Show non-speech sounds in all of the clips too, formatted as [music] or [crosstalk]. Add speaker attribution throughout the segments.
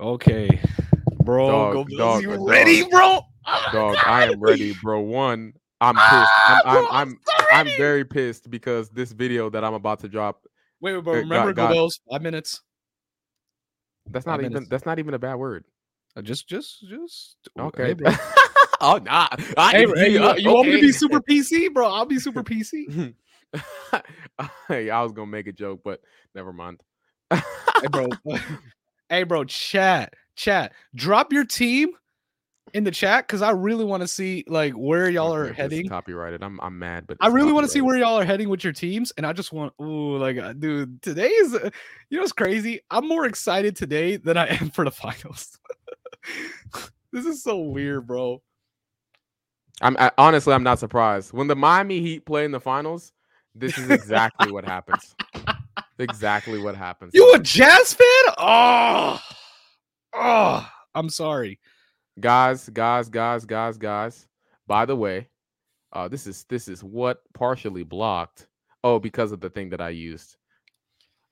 Speaker 1: Okay, bro.
Speaker 2: Dog,
Speaker 1: go Bills.
Speaker 2: dog,
Speaker 1: you
Speaker 2: dog.
Speaker 1: ready, bro? Oh,
Speaker 2: Dog, I am ready, bro. One, I'm pissed.
Speaker 1: Ah, [gasps]
Speaker 2: I'm I'm
Speaker 1: bro,
Speaker 2: I'm,
Speaker 1: so
Speaker 2: I'm
Speaker 1: ready.
Speaker 2: very pissed because this video that I'm about to drop,
Speaker 1: Wait, wait, but
Speaker 2: Uh,
Speaker 1: remember,
Speaker 2: God- God.
Speaker 1: go Bills. Five minutes.
Speaker 2: that's
Speaker 1: Five
Speaker 2: not even
Speaker 1: minutes.
Speaker 2: that's not even a bad word.
Speaker 1: Uh, Just, just, just.
Speaker 2: Okay.
Speaker 1: Hey,
Speaker 2: [laughs]
Speaker 1: bro.
Speaker 2: oh nah. I
Speaker 1: Hey,
Speaker 2: can
Speaker 1: hey,
Speaker 2: hear
Speaker 1: you,
Speaker 2: you,
Speaker 1: you want me to
Speaker 2: okay.
Speaker 1: be
Speaker 2: [laughs]
Speaker 1: super PC, bro? I'll be super PC.
Speaker 2: I was gonna make a joke, but never mind. [laughs]
Speaker 1: hey, bro. [laughs] hey, bro. Chat, chat. Drop your team in the chat because I really want to see like where y'all
Speaker 2: Okay,
Speaker 1: are
Speaker 2: this is
Speaker 1: heading.
Speaker 2: Copyrighted. I'm I'm mad, but
Speaker 1: I
Speaker 2: it's
Speaker 1: really want to see
Speaker 2: copyrighted.
Speaker 1: where y'all are heading with your teams, and I just want, ooh, like, uh, dude, today is, uh, you know, it's crazy. I'm more excited today than I am for the [laughs] finals. this is so weird, bro.
Speaker 2: I'm I, honestly I'm not surprised when the Miami Heat play in the finals. This is exactly
Speaker 1: [laughs]
Speaker 2: what happens. Exactly what happens.
Speaker 1: You a jazz fan?
Speaker 2: Ah!
Speaker 1: Oh, oh, I'm sorry.
Speaker 2: guys, guys, guys, guys, guys. By the way, uh, this is this is what partially blocked. Oh, because of the thing that I used.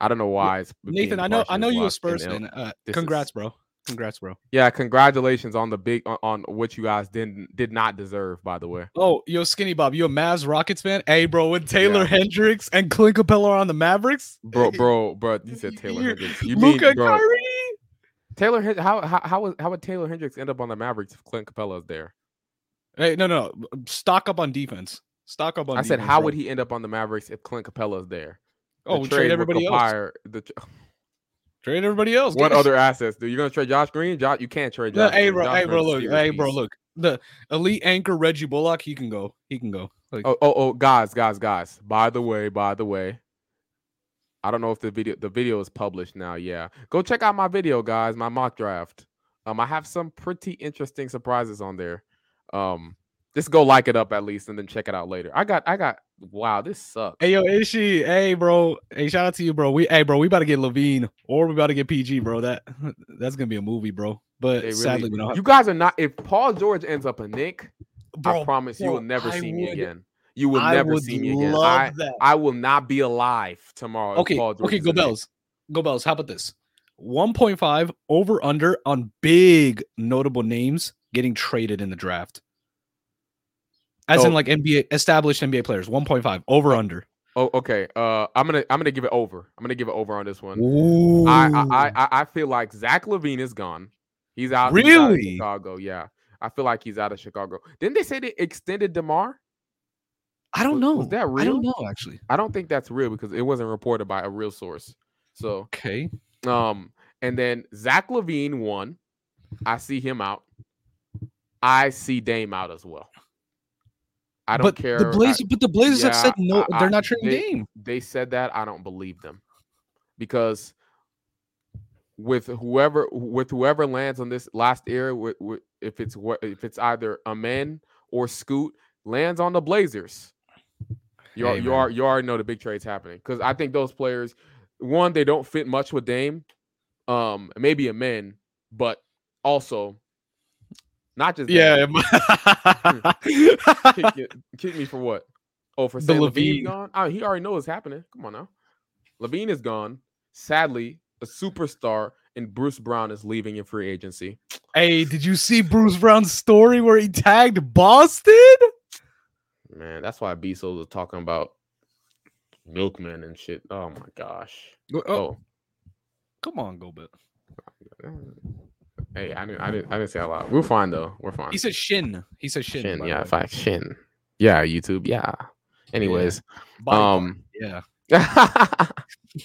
Speaker 2: I don't know why it's
Speaker 1: Nathan,
Speaker 2: being
Speaker 1: I know, I
Speaker 2: partially
Speaker 1: know you a
Speaker 2: blocked in
Speaker 1: Spurs
Speaker 2: L-
Speaker 1: fan. Uh,
Speaker 2: this is-
Speaker 1: congrats, bro. Congrats, bro.
Speaker 2: Yeah, congratulations on the big on, on what you guys didn't did not deserve. By the way,
Speaker 1: Oh, yo, Skinny Bob, you a Mavs Rockets fan? Hey, bro, when Taylor Hendricks and Clint Capella are on the Mavericks, [laughs]
Speaker 2: bro, bro, bro. You said Taylor
Speaker 1: You're-
Speaker 2: Hendricks. You mean,
Speaker 1: Luca
Speaker 2: bro,
Speaker 1: Kyrie.
Speaker 2: Taylor? Hen- How how how would- how would Taylor Hendricks end up on the Mavericks if Clint Capella is there?
Speaker 1: Hey, no, no, no, stock up on defense. Stock up on.
Speaker 2: I said,
Speaker 1: defense,
Speaker 2: how
Speaker 1: bro.
Speaker 2: would he end up on the Mavericks if Clint Capella is there? The
Speaker 1: Oh, trade,
Speaker 2: would
Speaker 1: everybody else.
Speaker 2: require- The tr-
Speaker 1: Trade everybody else.
Speaker 2: What
Speaker 1: guys.
Speaker 2: other assets? Do you gonna trade Josh Green? Josh, you can't trade
Speaker 1: No, [laughs]
Speaker 2: Josh.
Speaker 1: hey,
Speaker 2: Green.
Speaker 1: bro.
Speaker 2: Josh
Speaker 1: Hey, bro.
Speaker 2: Green's a
Speaker 1: Look.
Speaker 2: serious
Speaker 1: Hey, bro.
Speaker 2: beast.
Speaker 1: Look. The elite anchor Reggie Bullock. He can go. He can go. Like,
Speaker 2: Oh, oh, oh, guys, guys, guys. By the way, by the way, I don't know if the video the video is published now. Yeah, go check out my video, guys. My mock draft. Um, I have some pretty interesting surprises on there. Um, just go like it up at least, and then check it out later. I got, I got. Wow, this sucks.
Speaker 1: Hey, yo, Ishi. Hey, bro. Hey, shout out to you, bro. We. Hey, bro. We about to get Levine, or we about to get PG, bro. That [laughs] that's gonna be a movie, bro. But
Speaker 2: They really-
Speaker 1: sadly, we don't. Have,
Speaker 2: you guys are not. If Paul George ends up a Nick, I
Speaker 1: bro,
Speaker 2: promise you
Speaker 1: bro,
Speaker 2: will never
Speaker 1: I
Speaker 2: see me
Speaker 1: would-
Speaker 2: again. You will
Speaker 1: I
Speaker 2: never
Speaker 1: would
Speaker 2: see me again.
Speaker 1: love
Speaker 2: I,
Speaker 1: that.
Speaker 2: I will not be alive tomorrow. if
Speaker 1: Okay.
Speaker 2: Paul George
Speaker 1: Okay.
Speaker 2: is
Speaker 1: Go
Speaker 2: in there.
Speaker 1: Bells. Go Bells. How about this? 1.5 over under on big notable names getting traded in the draft. As
Speaker 2: So-
Speaker 1: in like NBA established NBA players. 1.5 over under.
Speaker 2: Oh, okay. Uh, I'm gonna I'm gonna give it over. I'm gonna give it over on this one.
Speaker 1: Ooh.
Speaker 2: I I, I I I feel like Zach Levine is gone. He's out. he's out of
Speaker 1: Really?
Speaker 2: Chicago. Yeah. I feel like he's out of Chicago. Didn't they say they extended Demar?
Speaker 1: I don't
Speaker 2: was-
Speaker 1: know.
Speaker 2: was that
Speaker 1: I
Speaker 2: real?
Speaker 1: don't know actually.
Speaker 2: I don't think that's real because it wasn't reported by a real source. So
Speaker 1: Okay.
Speaker 2: Um, and then Zach Levine won. I see him out. I see Dame out as well. I don't
Speaker 1: but
Speaker 2: care.
Speaker 1: The
Speaker 2: I-
Speaker 1: Blazers, but the Blazers have said
Speaker 2: yeah,
Speaker 1: no,
Speaker 2: I-
Speaker 1: they're
Speaker 2: I-
Speaker 1: not trading
Speaker 2: they- [laughs]
Speaker 1: Dame.
Speaker 2: they said that. I don't believe them because with whoever with whoever lands on this last era, with, with, if it's wh- if it's either Amen or Scoot lands on the Blazers, you are,
Speaker 1: Hey,
Speaker 2: you
Speaker 1: man.
Speaker 2: are you already know the big trade's happening because I think those players, one they don't fit much with Dame, um maybe Amen, but also not just Dame.
Speaker 1: [laughs] Yeah.
Speaker 2: kick, it- kick me for what? Oh, for
Speaker 1: The
Speaker 2: saying
Speaker 1: Levine.
Speaker 2: Levine gone. Oh, he already knows what's happening. Come on now, Levine is gone. Sadly, a superstar and Bruce Brown is leaving in free agency.
Speaker 1: hey, did you see Bruce Brown's story where he tagged Boston?
Speaker 2: Man, that's why Bezos was talking about milkman and shit. Oh my gosh. Oh,
Speaker 1: Come on, go Bill.
Speaker 2: hey, I didn't, I didn't, I didn't say a lot. We're fine though. We're fine.
Speaker 1: He said shin. He said shin. by the
Speaker 2: yeah,
Speaker 1: way.
Speaker 2: fact, shin. Yeah, YouTube. Yeah. Anyways,
Speaker 1: Body part,
Speaker 2: um.
Speaker 1: yeah.
Speaker 2: [laughs]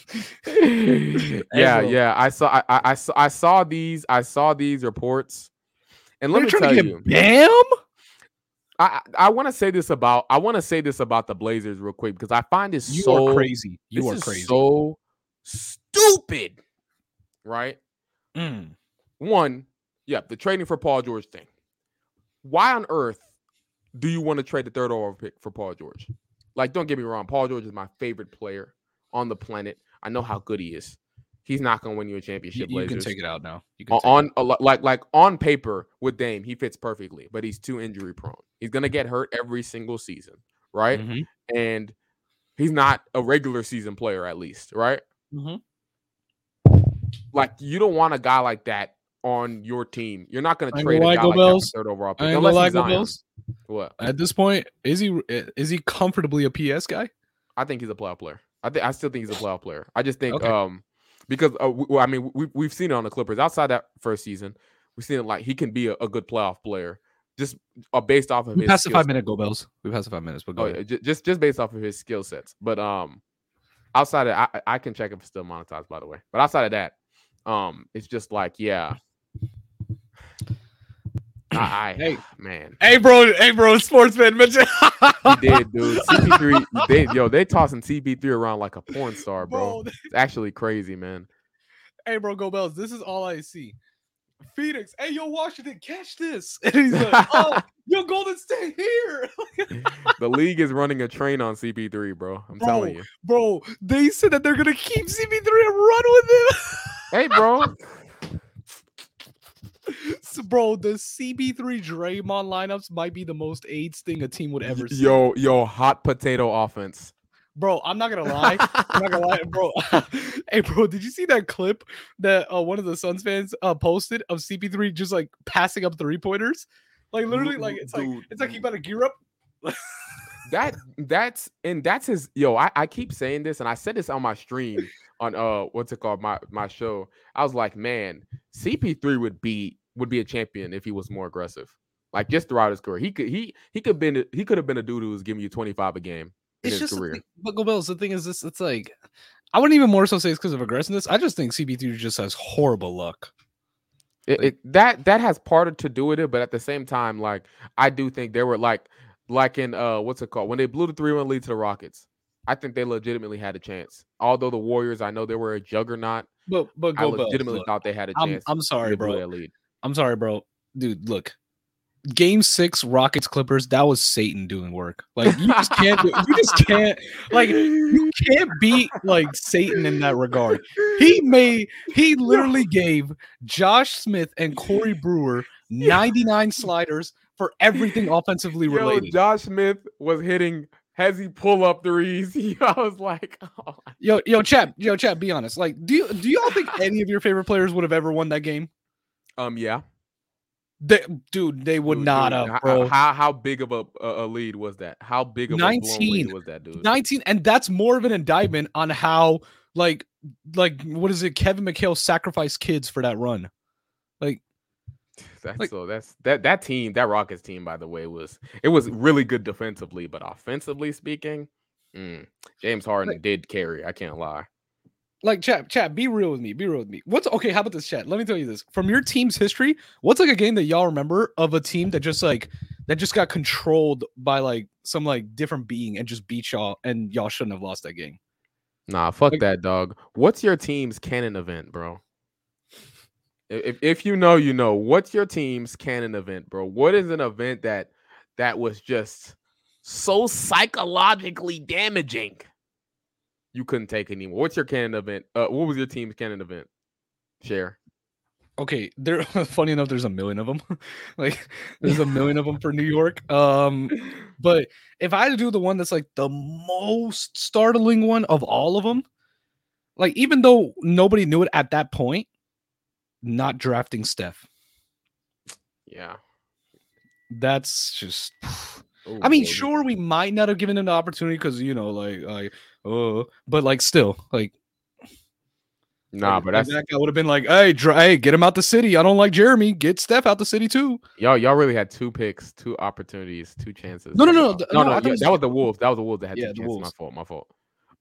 Speaker 2: yeah,
Speaker 1: bro.
Speaker 2: yeah. I saw. I, I, I saw. I saw these. I saw these reports, and let
Speaker 1: They're
Speaker 2: me
Speaker 1: trying
Speaker 2: tell
Speaker 1: to get
Speaker 2: you,
Speaker 1: Bam.
Speaker 2: I I want to say this about. I want to say this about the Blazers real quick because I find it
Speaker 1: You
Speaker 2: so
Speaker 1: are crazy. You
Speaker 2: this
Speaker 1: are
Speaker 2: is
Speaker 1: crazy.
Speaker 2: So stupid, right?
Speaker 1: Mm.
Speaker 2: One, yeah, the trading for Paul George thing. Why on earth do you want to trade the third overall pick for Paul George? Like, don't get me wrong, Paul George is my favorite player on the planet. I know how good he is. He's not going to win you a
Speaker 1: You,
Speaker 2: championship.
Speaker 1: you can
Speaker 2: Blazers.
Speaker 1: take it out now. You can
Speaker 2: O-
Speaker 1: take it out.
Speaker 2: on a lo- like like on paper with Dame, he fits perfectly, but he's too injury prone. He's going to get hurt every single season, right?
Speaker 1: Mhm,
Speaker 2: And he's not a regular season player, at least, right?
Speaker 1: mhm.
Speaker 2: Like, you don't want a guy like that on your team. You're not going
Speaker 1: I
Speaker 2: to
Speaker 1: ain't
Speaker 2: trade a
Speaker 1: gonna lie,
Speaker 2: guy
Speaker 1: Go
Speaker 2: like that
Speaker 1: Bills.
Speaker 2: for third overall
Speaker 1: I
Speaker 2: pick.
Speaker 1: ain't gonna
Speaker 2: Unless
Speaker 1: lie,
Speaker 2: he's
Speaker 1: Go
Speaker 2: Zion.
Speaker 1: Bills.
Speaker 2: What?
Speaker 1: At this point, is he uh, is he comfortably a PS guy?
Speaker 2: I think he's a playoff player. I think I still think
Speaker 1: [laughs]
Speaker 2: he's a playoff player. I just think
Speaker 1: Okay.
Speaker 2: um because uh, w- well, I mean we we've seen it on the Clippers outside that first season. We've seen it like he can be a, a good playoff player just uh, based off of
Speaker 1: We
Speaker 2: his
Speaker 1: passed the
Speaker 2: skill
Speaker 1: five
Speaker 2: set.
Speaker 1: minute go bells. We passed the five minutes, but go
Speaker 2: Oh,
Speaker 1: ahead.
Speaker 2: yeah, ju- just just based off of his skill sets. But um, outside of I, I- I can check if it's still monetized, by the way. But outside of that, um, it's just like yeah, I, I
Speaker 1: Hey.
Speaker 2: man,
Speaker 1: Hey bro, hey bro, sportsman
Speaker 2: [laughs]
Speaker 1: Mitchell.
Speaker 2: he did, dude. CP3, they yo, they tossing CP3 around like a porn star, bro.
Speaker 1: bro.
Speaker 2: It's actually crazy, man.
Speaker 1: Hey bro, go bells. This is all I see. Phoenix, hey yo, Washington, catch this. [laughs] And he's like,
Speaker 2: [laughs]
Speaker 1: oh, yo, Golden State here,
Speaker 2: The league is running a train on CP3, bro. I'm telling you,
Speaker 1: bro. They said that they're gonna keep CP3 and run with
Speaker 2: hey, bro.
Speaker 1: him, [laughs] So, bro. The CP3 Draymond lineups might be the most AIDS thing a team would ever see.
Speaker 2: Yo, yo, hot potato offense.
Speaker 1: bro, I'm not gonna lie. I'm not gonna lie, bro. [laughs] hey, bro, did you see that clip that uh, one of the Suns fans uh, posted of CP3 just like passing up three pointers? Like literally, like it's like
Speaker 2: Dude.
Speaker 1: it's like he better gear up.
Speaker 2: that that's and that's his yo I, I keep saying this and i said this on my stream on uh what's it called my my show i was like man cp3 would be would be a champion if he was more aggressive like just throughout his career he could he he could been a- he could have been a dude who was giving you 25 a game in
Speaker 1: It's
Speaker 2: his
Speaker 1: just the
Speaker 2: career
Speaker 1: thing- but go Bills. The thing is, this it's like I wouldn't even more so say it's because of aggressiveness. I just think CP3 just has horrible luck.
Speaker 2: It,
Speaker 1: Like-
Speaker 2: it, that that has part of to do with it, but at the same time, like I do think they were like like in uh what's it called when they blew the three one lead to the Rockets. I think they legitimately had a chance. Although the Warriors, I know they were a juggernaut.
Speaker 1: But but
Speaker 2: I
Speaker 1: go Bills.
Speaker 2: legitimately
Speaker 1: look,
Speaker 2: thought they had a
Speaker 1: I'm
Speaker 2: chance.
Speaker 1: I'm sorry,
Speaker 2: to blow
Speaker 1: bro.
Speaker 2: that [laughs] lead.
Speaker 1: I'm sorry, bro. Dude, look. Game six, Rockets Clippers. That was Satan doing work. Like you just can't. do, you just can't. Like
Speaker 2: [laughs]
Speaker 1: you can't beat like Satan in that regard. He
Speaker 2: [laughs]
Speaker 1: made. He literally gave Josh Smith and Corey
Speaker 2: [laughs]
Speaker 1: Brewer 99 sliders for everything offensively
Speaker 2: Yo,
Speaker 1: related.
Speaker 2: Josh Smith was hitting hezzy pull up threes. [laughs] I was like, oh.
Speaker 1: Yo, yo, Chad. Yo, Chad. Be honest. Like, do you do y'all think any of your favorite players would have ever won that game?
Speaker 2: um, yeah,
Speaker 1: They, dude, they would
Speaker 2: Dude,
Speaker 1: not
Speaker 2: dude,
Speaker 1: have,
Speaker 2: h-
Speaker 1: bro.
Speaker 2: How how big of a a a lead was that? How big of a blown
Speaker 1: 19.
Speaker 2: lead was that, dude?
Speaker 1: 19 and that's more of an indictment on how like like what is it kevin mchale sacrificed kids for that run like
Speaker 2: [laughs] That's
Speaker 1: Like-
Speaker 2: so that's that that team, that Rockets team, by the way, was it was really good defensively, but offensively speaking, mm, James Harden did carry. I can't lie.
Speaker 1: like chat chat be real with me be real with me what's okay how about this chat let me tell you this from your team's history what's like a game that y'all remember of a team that just like that just got controlled by like some like different being and just beat y'all and y'all shouldn't have lost that game
Speaker 2: Nah, fuck
Speaker 1: Like-
Speaker 2: that dog. What's your team's cannon event, bro? I- If if you know, you know. What's your team's cannon event, bro? What is an event that that was just so psychologically damaging? You couldn't take it anymore. What's your cannon event? Uh, what was your team's cannon event? Share.
Speaker 1: okay there [laughs] funny enough there's a million of them [laughs] like there's a million of them for new york
Speaker 2: [laughs]
Speaker 1: um But if I had to do the one that's like the most startling one of all of them, like even though nobody knew it at that point, not drafting Steph.
Speaker 2: Yeah.
Speaker 1: That's
Speaker 2: [sighs]
Speaker 1: just.
Speaker 2: Ooh,
Speaker 1: I mean,
Speaker 2: boy, we-
Speaker 1: sure, we might not have given him the opportunity because you know, like, like, oh, but like, still, like,
Speaker 2: Nah,
Speaker 1: if-
Speaker 2: but
Speaker 1: if
Speaker 2: that's
Speaker 1: that guy would have been like, hey, dra- hey, get him out the city. I don't like Jeremy. Get Steph out the city too.
Speaker 2: y'all. Y'all really had two picks, two opportunities, two chances.
Speaker 1: No, no,
Speaker 2: That's
Speaker 1: no,
Speaker 2: all.
Speaker 1: th-
Speaker 2: no,
Speaker 1: no,
Speaker 2: no.
Speaker 1: I thought
Speaker 2: yeah,
Speaker 1: it was
Speaker 2: that
Speaker 1: ju-
Speaker 2: was the Wolves. That was the Wolves that had
Speaker 1: Yeah,
Speaker 2: two
Speaker 1: the
Speaker 2: chances. My
Speaker 1: Wolves.
Speaker 2: fault. My fault.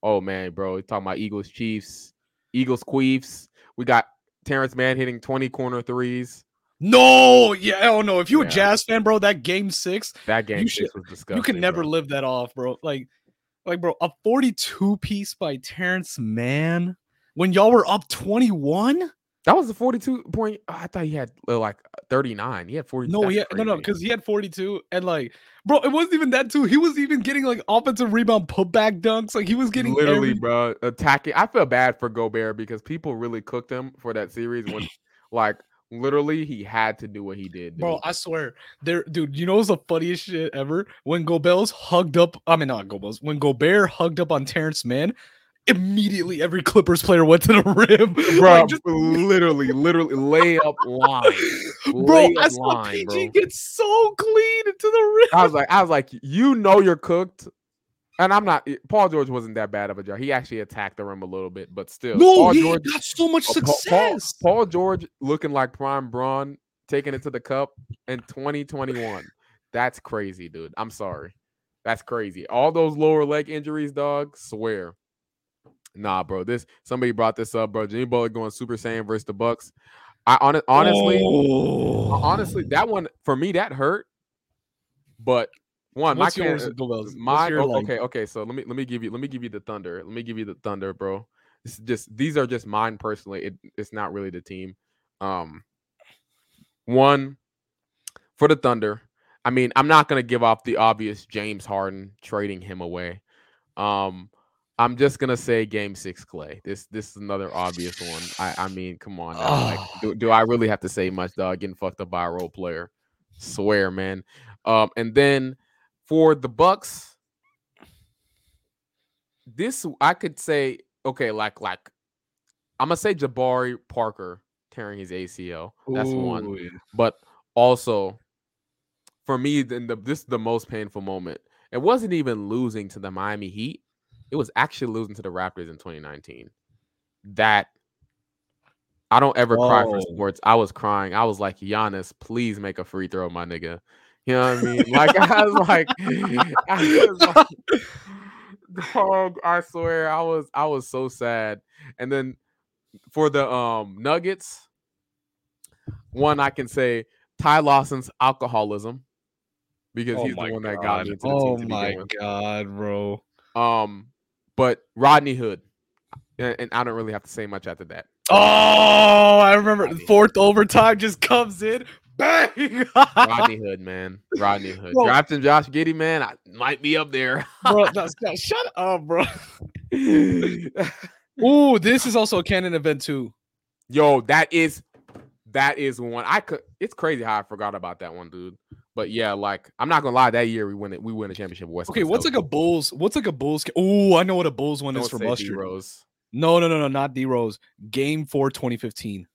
Speaker 2: Oh man, bro, we talking about Eagles, Chiefs, Eagles, Queefs. We got Terrence Mann hitting twenty corner threes.
Speaker 1: No, yeah, I don't know. If you a
Speaker 2: Yeah.
Speaker 1: Jazz fan, bro, that game six,
Speaker 2: That game six
Speaker 1: should-
Speaker 2: was disgusting.
Speaker 1: you can never
Speaker 2: bro.
Speaker 1: live that off, bro. Like, like, bro, a 42 piece by Terrence Mann when y'all were up 21.
Speaker 2: That was a forty-two point. I thought he had uh, like thirty-nine. He had forty.
Speaker 1: No,
Speaker 2: that's
Speaker 1: he had, no, no,
Speaker 2: crazy.
Speaker 1: because he had 42, and like, bro, it wasn't even that too. He was even getting like offensive rebound putback dunks. Like he was getting
Speaker 2: literally,
Speaker 1: every-
Speaker 2: bro, attacking. I feel bad for Gobert because people really cooked him for that series when, like, literally, he had to do what he did.
Speaker 1: Bro,
Speaker 2: dude.
Speaker 1: I swear, there, dude. You know what's the funniest shit ever? When Gobel's hugged up, I mean not Gobel's. When Gobert hugged up on Terrence Mann, immediately every Clippers player went to the [laughs] rim.
Speaker 2: bro.
Speaker 1: Like, just-
Speaker 2: [laughs] literally, literally lay up line.
Speaker 1: [laughs] bro,
Speaker 2: Lay
Speaker 1: I
Speaker 2: up
Speaker 1: saw
Speaker 2: line,
Speaker 1: PG
Speaker 2: bro.
Speaker 1: get so clean into the rim.
Speaker 2: I was like, I was like, you know, you're cooked. And I'm not. Paul George wasn't that bad of a job. He actually attacked the rim a little bit, but still,
Speaker 1: no,
Speaker 2: Paul
Speaker 1: he
Speaker 2: George,
Speaker 1: got so much
Speaker 2: Pa- Pa- Paul-
Speaker 1: success.
Speaker 2: Paul, George looking like prime Braun, taking it to the cup in 2021. That's crazy, dude. I'm sorry. That's crazy. All those lower leg injuries, dog. Swear. Nah, bro. This somebody brought this up, bro. Jimmy Butler going Super Saiyan versus the Bucks. I hon- honestly,
Speaker 1: Oh.
Speaker 2: honestly, that one for me that hurt. But one,
Speaker 1: What's
Speaker 2: my
Speaker 1: yours,
Speaker 2: can-
Speaker 1: Gobels? What's
Speaker 2: my
Speaker 1: your,
Speaker 2: oh,
Speaker 1: like-
Speaker 2: okay, okay. So let me let me give you let me give you the thunder. Let me give you the thunder, bro. This is just these are just mine personally. It, it's not really the team. Um, one for the thunder. I mean, I'm not gonna give off the obvious James Harden trading him away. Um, I'm just gonna say Game Six Clay. This this is another obvious one. I I mean, come on. now, like,
Speaker 1: Oh.
Speaker 2: do do I really have to say much, dog? Getting fucked up by a role player. Swear, man. Um, and then for the Bucks, this I could say okay, like like I'm gonna say Jabari Parker tearing his ACL. That's one.
Speaker 1: Ooh, yeah.
Speaker 2: But also, for me, then the, this is the most painful moment. It wasn't even losing to the Miami Heat. It was actually losing to the Raptors in 2019. That I don't ever cry for
Speaker 1: Oh.
Speaker 2: sports. I was crying. I was like, Giannis, please make a free throw, my nigga. You know what I mean? Like [laughs] I was like, I was like, [laughs] dog. I swear, I was I was so sad. And then for the um Nuggets, one I can say Ty Lawson's alcoholism because
Speaker 1: Oh
Speaker 2: he's the
Speaker 1: my
Speaker 2: one that got
Speaker 1: God.
Speaker 2: me into the
Speaker 1: Oh
Speaker 2: team to
Speaker 1: my
Speaker 2: begin with.
Speaker 1: god, bro.
Speaker 2: Um, but Rodney Hood, and, and I don't really have to say much after that.
Speaker 1: Oh, I remember
Speaker 2: Rodney.
Speaker 1: fourth overtime just comes in. Bang!
Speaker 2: Rodney Hood, man, Rodney Hood,
Speaker 1: Bro.
Speaker 2: drafting Josh Giddy, man, I might be up there.
Speaker 1: [laughs]
Speaker 2: [laughs]
Speaker 1: bro, no, no, shut up, bro. Ooh, this is also a canon event too.
Speaker 2: Yo, that is that is one I could. It's crazy how I forgot about that one, dude. But yeah, like I'm not gonna lie, that year we win it. We win the championship. West.
Speaker 1: Okay, what's like a Bulls? What's like a Bulls? Ca- Ooh, I know what a Bulls one is for mustard.
Speaker 2: Rose?
Speaker 1: No, no, no, no, not D Rose. Game four 2015.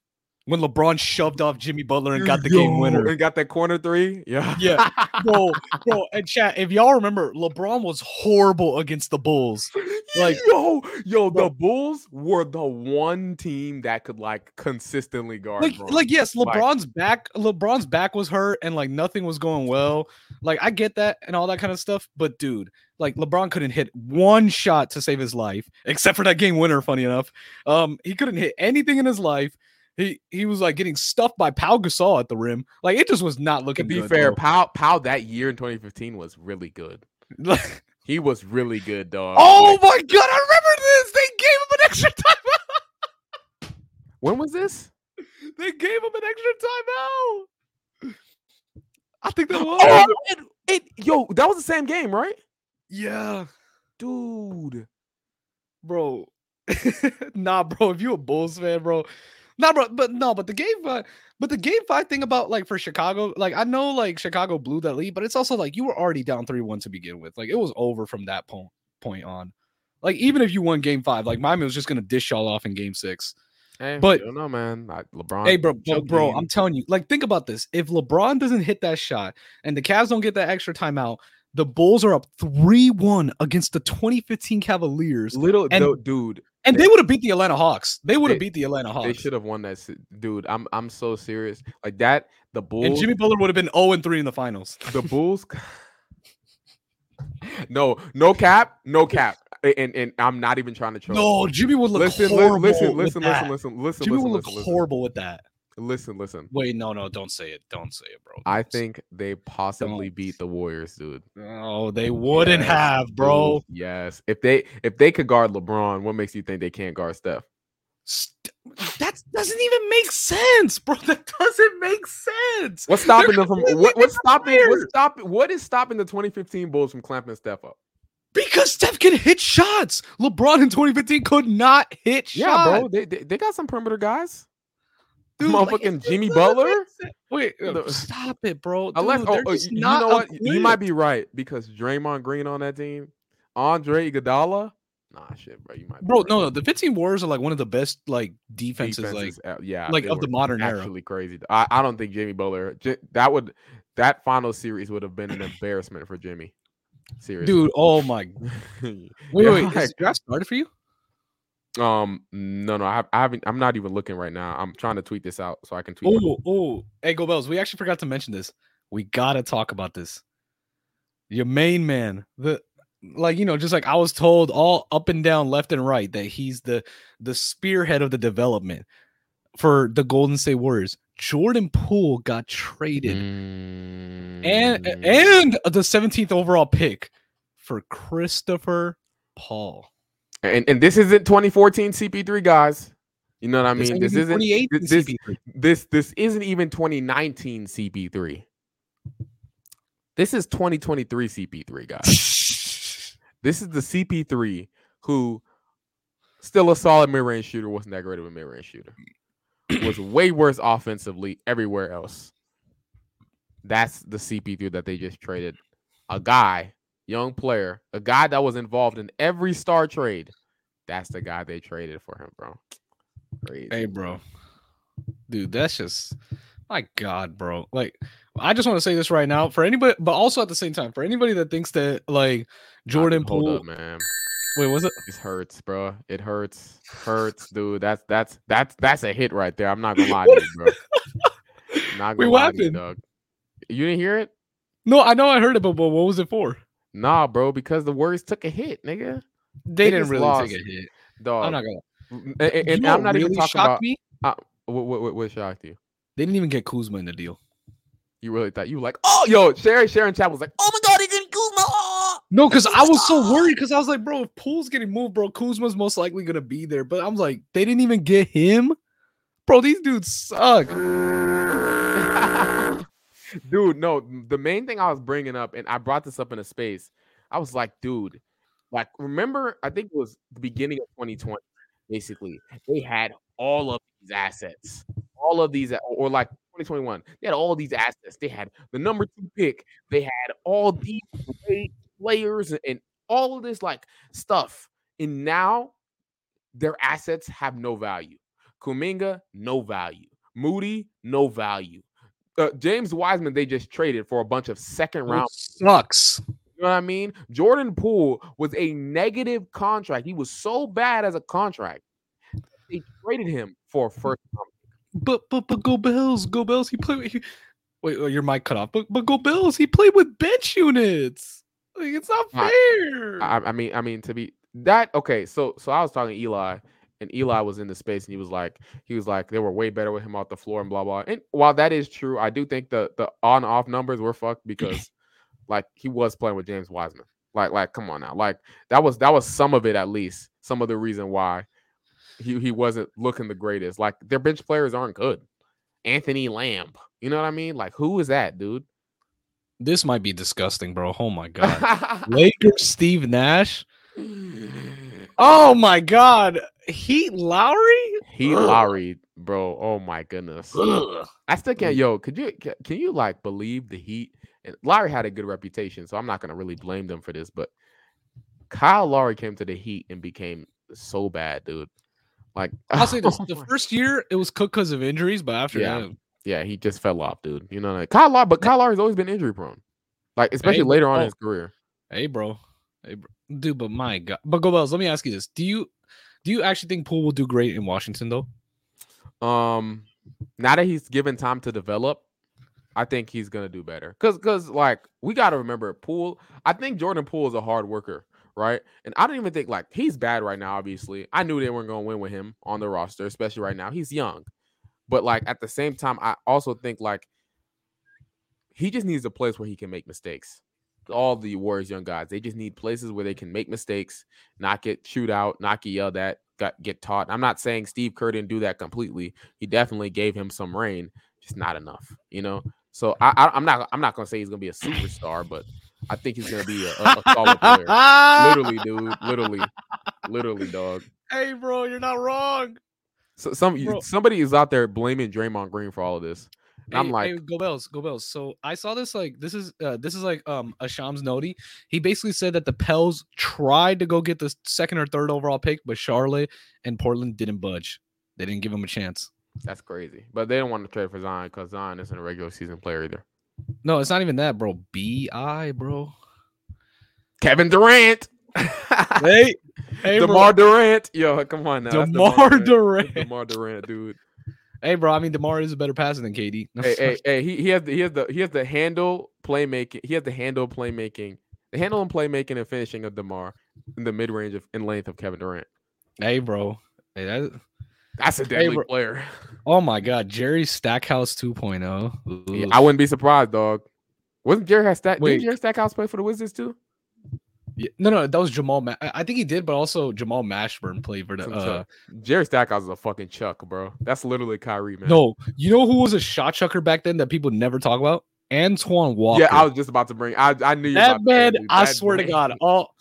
Speaker 1: When LeBron shoved off Jimmy Butler and got the game winner.
Speaker 2: and got that corner three. Yeah, [laughs]
Speaker 1: Yeah, bro, bro, and chat. If y'all remember, LeBron was horrible against the Bulls. Like-
Speaker 2: yo, yo,
Speaker 1: Bro.
Speaker 2: the Bulls were the one team that could like consistently guard.
Speaker 1: Like,
Speaker 2: Bron.
Speaker 1: like yes,
Speaker 2: Like-
Speaker 1: LeBron's back, LeBron's back was hurt, and like nothing was going well. Like I get that and all that kind of stuff, but dude, like LeBron couldn't hit one shot to save his life, [laughs] except for that game winner. Funny enough, um, he couldn't hit anything in his life. He he was like getting stuffed by Pau Gasol at the rim. Like it just was not
Speaker 2: to
Speaker 1: looking.
Speaker 2: be
Speaker 1: good,
Speaker 2: fair,
Speaker 1: bro.
Speaker 2: Powell, Powell that year in 2015 was really good.
Speaker 1: Like-
Speaker 2: He was really good, dog.
Speaker 1: oh
Speaker 2: Like,
Speaker 1: my god, I remember this. They gave him an extra time. [laughs]
Speaker 2: when was this?
Speaker 1: They gave him an extra timeout. I think
Speaker 2: [gasps]
Speaker 1: that was.
Speaker 2: Oh, it, it, yo, that was the same game, right?
Speaker 1: Yeah,
Speaker 2: Dude,
Speaker 1: bro. [laughs] nah, bro. If you a Bulls fan, bro. Nah, bro. But no, but the game, uh, but the game five thing about like for Chicago, like I know like Chicago blew that lead, but it's also like you were already down three one to begin with. Like it was over from that point point on. Like even if you won game five, like Miami was just gonna dish y'all off in game six.
Speaker 2: hey,
Speaker 1: But-
Speaker 2: you don't know, man. Like, LeBron,
Speaker 1: Hey, bro, bro,
Speaker 2: choke
Speaker 1: bro,
Speaker 2: game.
Speaker 1: I'm telling you, like, think about this. If LeBron doesn't hit that shot and the Cavs don't get that extra timeout, the Bulls are up 3 1 against the 2015 Cavaliers.
Speaker 2: little
Speaker 1: and-
Speaker 2: though, dude.
Speaker 1: And they would have beat the Atlanta Hawks. They would
Speaker 2: They-
Speaker 1: have beat the Atlanta
Speaker 2: They
Speaker 1: Hawks.
Speaker 2: should have won that, se- dude. I'm I'm so serious. Like that, the Bulls.
Speaker 1: And Jimmy Butler would have been 0 3 in the finals.
Speaker 2: [laughs] the Bulls. [laughs] no, no cap, no cap, A- and and I'm not even trying to troll.
Speaker 1: No, Jimmy would look
Speaker 2: listen, li-
Speaker 1: horrible.
Speaker 2: listen,
Speaker 1: with
Speaker 2: listen,
Speaker 1: that.
Speaker 2: listen, listen, listen,
Speaker 1: Jimmy
Speaker 2: listen,
Speaker 1: would look
Speaker 2: listen, listen,
Speaker 1: horrible with that.
Speaker 2: listen, listen.
Speaker 1: Wait, no, no, don't say it. Don't say it, bro.
Speaker 2: I
Speaker 1: Don't say-
Speaker 2: think they possibly
Speaker 1: Don't.
Speaker 2: beat the Warriors, dude.
Speaker 1: Oh, they wouldn't
Speaker 2: Yes,
Speaker 1: have, bro.
Speaker 2: Dude, Yes, if they if they could guard LeBron, what makes you think they can't guard Steph?
Speaker 1: St- that doesn't even make sense, bro. [laughs] That doesn't make sense.
Speaker 2: What's stopping them from
Speaker 1: completely
Speaker 2: what, what's
Speaker 1: different
Speaker 2: stopping what's
Speaker 1: players.
Speaker 2: stopping what is stopping the 2015 Bulls from clamping Steph up?
Speaker 1: Because Steph can hit shots. LeBron in 2015 could not hit
Speaker 2: Yeah,
Speaker 1: shots.
Speaker 2: bro, they, they they got some perimeter guys.
Speaker 1: Dude, like,
Speaker 2: Motherfucking
Speaker 1: it just
Speaker 2: Jimmy
Speaker 1: doesn't
Speaker 2: Butler?
Speaker 1: make sense. Wait, uh,
Speaker 2: The-
Speaker 1: stop it, bro. Dude,
Speaker 2: Unless, oh,
Speaker 1: they're
Speaker 2: oh,
Speaker 1: just
Speaker 2: you
Speaker 1: not
Speaker 2: know what? You might
Speaker 1: equipped.
Speaker 2: be right because Draymond Green on that team, Andre Iguodala. Nah, shit, bro. You might be
Speaker 1: Bro,
Speaker 2: right.
Speaker 1: no, no, the 15 Warriors are like one of the best like defenses, like
Speaker 2: uh, yeah,
Speaker 1: like
Speaker 2: they
Speaker 1: of the
Speaker 2: were
Speaker 1: modern era.
Speaker 2: actually crazy. I, I don't think Jimmy Butler J- that would that final series would have been an embarrassment for Jimmy. Seriously,
Speaker 1: dude. Oh my
Speaker 2: dude.
Speaker 1: wait,
Speaker 2: Yeah,
Speaker 1: wait,
Speaker 2: like-
Speaker 1: is draft started for you?
Speaker 2: [laughs] um, no, no, I, have, I haven't. I'm not even looking right now. I'm trying to tweet this out so I can tweet.
Speaker 1: Oh, oh, hey, Go Bells. We actually forgot to mention this. We gotta talk about this. Your main man, the like you know, just like I was told all up and down, left and right, that he's the the spearhead of the development for the Golden State Warriors. Jordan Poole got traded and
Speaker 2: Mm.
Speaker 1: and the 17th overall pick for Christopher Paul.
Speaker 2: and and this isn't 2014 CP3 guys. You know what I mean? This isn't this- this- this this isn't even 2019 CP3. This is 2023 CP3 guys. This is the CP3 who still a solid mid-range shooter, wasn't that great of a mid-range shooter. Was way worse offensively everywhere else. That's the CP3 that they just traded. A guy, young player, a guy that was involved in every star trade. That's the guy they traded for him, bro. Crazy.
Speaker 1: [laughs] Hey, bro. Dude, that's just my God, bro. Like, I just want to say this right now for anybody, but also at the same time, for anybody that thinks that like Jordan
Speaker 2: Hold
Speaker 1: Poole.
Speaker 2: up, man.
Speaker 1: Wait, was it?
Speaker 2: This hurts, bro. It hurts, hurts, dude. That's that's that's that's a hit right there. I'm not gonna lie to you, bro.
Speaker 1: [laughs]
Speaker 2: Not
Speaker 1: Wait, what
Speaker 2: gonna lie to you,
Speaker 1: happened?
Speaker 2: dog. You didn't hear it?
Speaker 1: No, I know I heard it, but, but what was it for?
Speaker 2: Nah, bro, because the Warriors took a hit, nigga.
Speaker 1: They,
Speaker 2: They
Speaker 1: didn't
Speaker 2: just
Speaker 1: really
Speaker 2: lost.
Speaker 1: take a hit.
Speaker 2: Dog.
Speaker 1: I'm not gonna.
Speaker 2: and, and-
Speaker 1: You
Speaker 2: and
Speaker 1: know what
Speaker 2: I'm not even
Speaker 1: really
Speaker 2: talking
Speaker 1: shocked
Speaker 2: about
Speaker 1: me?
Speaker 2: what, what what what shocked you.
Speaker 1: They didn't even get Kuzma in the deal.
Speaker 2: You really thought you were like, oh yo, Sharon Sharon Chapel was like, oh my god, he didn't do my oh.
Speaker 1: No, because I was so worried because I was like, bro, if Poole's getting moved, bro, Kuzma's most likely gonna be there. But I'm like, they didn't even get him, bro. These dudes suck.
Speaker 2: [laughs] dude no the main thing i was bringing up and i brought this up in a space i was like dude like remember i think it was the beginning of 2020 basically they had all of these assets all of these or like 2021 they had all these assets they had the number two pick they had all these great players and, and all of this like stuff and now their assets have no value kuminga no value moody no value uh, James Wiseman they just traded for a bunch of second round.
Speaker 1: Sucks.
Speaker 2: You know what I mean? Jordan Poole was a negative contract. He was so bad as a contract. They traded him for a first round.
Speaker 1: But but but go Bells, go Bells. He played. With, he, wait, oh, your mic cut off. But but go Bells. He played with bench units. Like it's not
Speaker 2: I-
Speaker 1: fair.
Speaker 2: I, I mean, I mean to be that okay. So so I was talking to Eli, and Eli was in the space, and he was like, he was like, they were way better with him off the floor and blah blah. And while that is true, I do think the the on off numbers were fucked because like he was playing with James Wiseman. Like like come on now, like that was that was some of it at least some of the reason why he he wasn't looking the greatest. Like their bench players aren't good. Anthony Lamb, you know what I mean? Like who is that dude?
Speaker 1: this might be disgusting, bro. Oh
Speaker 2: [laughs]
Speaker 1: my god. Lakers Steve Nash. Oh my god. Heat Lowry.
Speaker 2: He
Speaker 1: Ugh.
Speaker 2: Lowry, bro. Oh my goodness.
Speaker 1: Ugh.
Speaker 2: I still
Speaker 1: Mm.
Speaker 2: can't. Yo, could you ca- can you like believe the Heat and Lowry had a good reputation, so I'm not gonna really blame them for this. But Kyle Lowry came to the Heat and became so bad, dude.
Speaker 1: [laughs]
Speaker 2: Like
Speaker 1: I'll say this:
Speaker 2: oh [laughs]
Speaker 1: the
Speaker 2: my-
Speaker 1: first year it was cooked because of injuries, but after
Speaker 2: Yeah.
Speaker 1: that,
Speaker 2: yeah, he just fell off, dude. You know, like Kyle Lowry, but Kyle Lowry's always been injury prone, like especially
Speaker 1: but-
Speaker 2: later on in
Speaker 1: oh.
Speaker 2: his career.
Speaker 1: Hey, bro. Hey, bro. Dude, but my God. But Go Bells, let me ask you this. Do you do you actually think Poole will do great in Washington though?
Speaker 2: Um, now that he's given time to develop, I think he's gonna do better. Cause, cause like we gotta remember, Poole. I think Jordan Poole is a hard worker, right? And I don't even think like he's bad right now. Obviously, I knew they weren't gonna win with him on the roster, especially right now. He's young, but like at the same time, I also think like he just needs a place where he can make mistakes. All the Warriors young guys, they just need places where they can make mistakes, not get chewed out, not get yelled at, got, get taught. I'm not saying Steve Kerr didn't do that completely. He definitely gave him some rain, just not enough, you know. So I, I I'm not I'm not gonna say he's gonna be a superstar, but I think he's gonna be a, a, a solid player. Literally, dude.
Speaker 1: [laughs]
Speaker 2: Literally, literally, dog.
Speaker 1: Hey, bro, you're not wrong.
Speaker 2: So some you-
Speaker 1: Bro.
Speaker 2: somebody is out there blaming Draymond Green for all of this. And I'm
Speaker 1: Hey-
Speaker 2: like-
Speaker 1: hey, go bells, go bells. So I saw this like this is uh, this is like um Asham's Nodi. He basically said that the Pels tried to go get the second or third overall pick, but Charlotte and Portland didn't budge. They didn't give him a chance.
Speaker 2: That's crazy. But they don't want to trade for Zion because Zion isn't a regular season player either.
Speaker 1: No, it's not even that, bro. B I, bro.
Speaker 2: Kevin Durant. [laughs]
Speaker 1: Hey, [laughs] hey,
Speaker 2: DeMar Durant. Yo, come on now.
Speaker 1: bro.
Speaker 2: That's
Speaker 1: Demar
Speaker 2: That's
Speaker 1: Durant.
Speaker 2: DeMar Durant, [laughs] dude.
Speaker 1: Hey, bro. I mean, Demar is a better passer than KD.
Speaker 2: hey, hey, hey, he, he has the he has the he has the handle playmaking. He has the handle playmaking. The handle and playmaking and finishing of DeMar in the mid range of and length of Kevin Durant.
Speaker 1: [laughs] Hey, bro. Hey, that-
Speaker 2: That's a deadly
Speaker 1: bro.
Speaker 2: player. [laughs]
Speaker 1: oh my God, Jerry Stackhouse 2.0.
Speaker 2: Yeah,
Speaker 1: Oof.
Speaker 2: I wouldn't be surprised, dog. Wasn't Jerry Stack?
Speaker 1: Wait.
Speaker 2: Did Jerry Stackhouse play for the Wizards too?
Speaker 1: Yeah, no, no, that was Jamal. Ma- I I think he did, but also Jamal Mashburn played for the.
Speaker 2: Some
Speaker 1: Uh,
Speaker 2: chuck. Jerry Stackhouse is a fucking chuck, bro. That's literally Kyrie, man.
Speaker 1: no, you know who was a shot chucker back then that people never talk about? Antoine Walker.
Speaker 2: Yeah, I was just about to bring. I I knew you were
Speaker 1: that
Speaker 2: about to
Speaker 1: man.
Speaker 2: bring, dude.
Speaker 1: I
Speaker 2: That
Speaker 1: swear to
Speaker 2: man.
Speaker 1: God, all.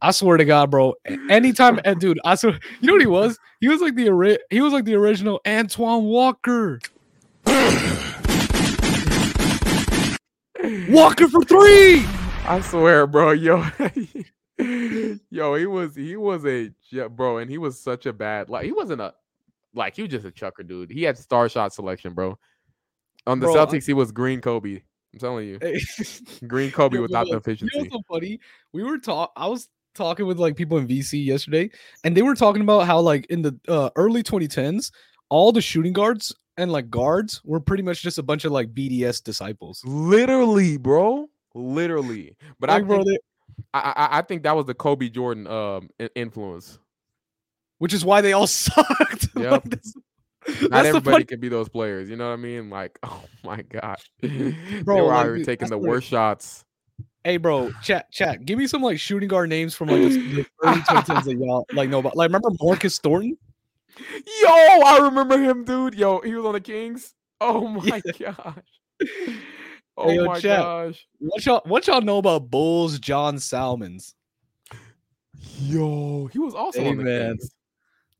Speaker 1: I swear to God, bro. a- Anytime, and dude, I swear, you know what he was? He was like the ori- he was like the original Antoine Walker. Walker for three.
Speaker 2: [laughs] I swear, bro. Yo, [laughs] yo, he was he was a ju- bro, and he was such a bad like he wasn't a like he was just a chucker, dude. He had star shot selection, bro. On the
Speaker 1: Bro, I-
Speaker 2: Celtics, he was green Kobe. I'm telling you,
Speaker 1: Hey.
Speaker 2: green Kobe
Speaker 1: Yo, but
Speaker 2: without the
Speaker 1: look, You know
Speaker 2: efficiency.
Speaker 1: what's so funny? We were talk. I was talking with like people in VC yesterday, and they were talking about how like in the uh, early 2010s, all the shooting guards and like guards were pretty much just a bunch of like BDS disciples.
Speaker 2: Literally, bro. Literally, but I
Speaker 1: Like,
Speaker 2: think,
Speaker 1: bro, they-
Speaker 2: I, I I think that was the Kobe Jordan um in- influence.
Speaker 1: which is why they all [laughs] sucked. Like,
Speaker 2: Yep.
Speaker 1: that's
Speaker 2: Not
Speaker 1: that's the
Speaker 2: everybody
Speaker 1: funny.
Speaker 2: can be those players. You know what I mean? Like, [laughs] oh my god, they
Speaker 1: Bro,
Speaker 2: were
Speaker 1: like,
Speaker 2: out here
Speaker 1: dude, I
Speaker 2: taking the
Speaker 1: swear.
Speaker 2: worst shots.
Speaker 1: Hey, bro, chat, chat. Give me some like shooting guard names from like the,
Speaker 2: [laughs]
Speaker 1: the early 2010s that y'all like know about. Like, remember Marcus Thornton?
Speaker 2: Yo, I remember him, dude. Yo, he was on the Kings. [laughs] Oh
Speaker 1: [laughs]
Speaker 2: my gosh. Oh
Speaker 1: yo,
Speaker 2: my
Speaker 1: Chad.
Speaker 2: gosh.
Speaker 1: What y'all what y'all know about Bulls John Salmons?
Speaker 2: Yo, he was also
Speaker 1: Hey,
Speaker 2: on the
Speaker 1: man.
Speaker 2: Kings.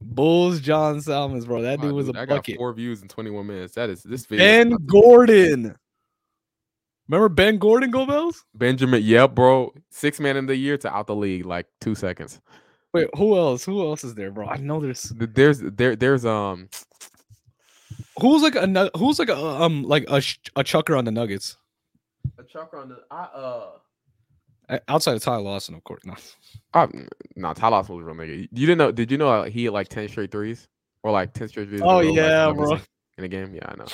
Speaker 1: Bulls John Salmons, bro. That
Speaker 2: Wow,
Speaker 1: dude was
Speaker 2: dude,
Speaker 1: a
Speaker 2: I got
Speaker 1: bucket.
Speaker 2: four views in 21 minutes. That is this video. is
Speaker 1: Ben
Speaker 2: nuts.
Speaker 1: Gordon. Remember Ben Gordon go bells?
Speaker 2: Benjamin, yep, bro. Six man in the year to out the league, like two seconds.
Speaker 1: Wait, who else? Who else is there, bro? I know there's
Speaker 2: Th- There's there there's um
Speaker 1: who's like another who's like a um like a sh- a chucker on the Nuggets
Speaker 2: a chucker on the I uh
Speaker 1: Uh, outside of Ty Lawson, of course. No.
Speaker 2: I, no, Ty Lawson was a real nigga. You didn't know? Did you know uh, he had like ten straight threes or like ten straight threes? in a
Speaker 1: Oh,
Speaker 2: row, like,
Speaker 1: yeah,
Speaker 2: numbers
Speaker 1: bro.
Speaker 2: in- In a game, yeah, I know.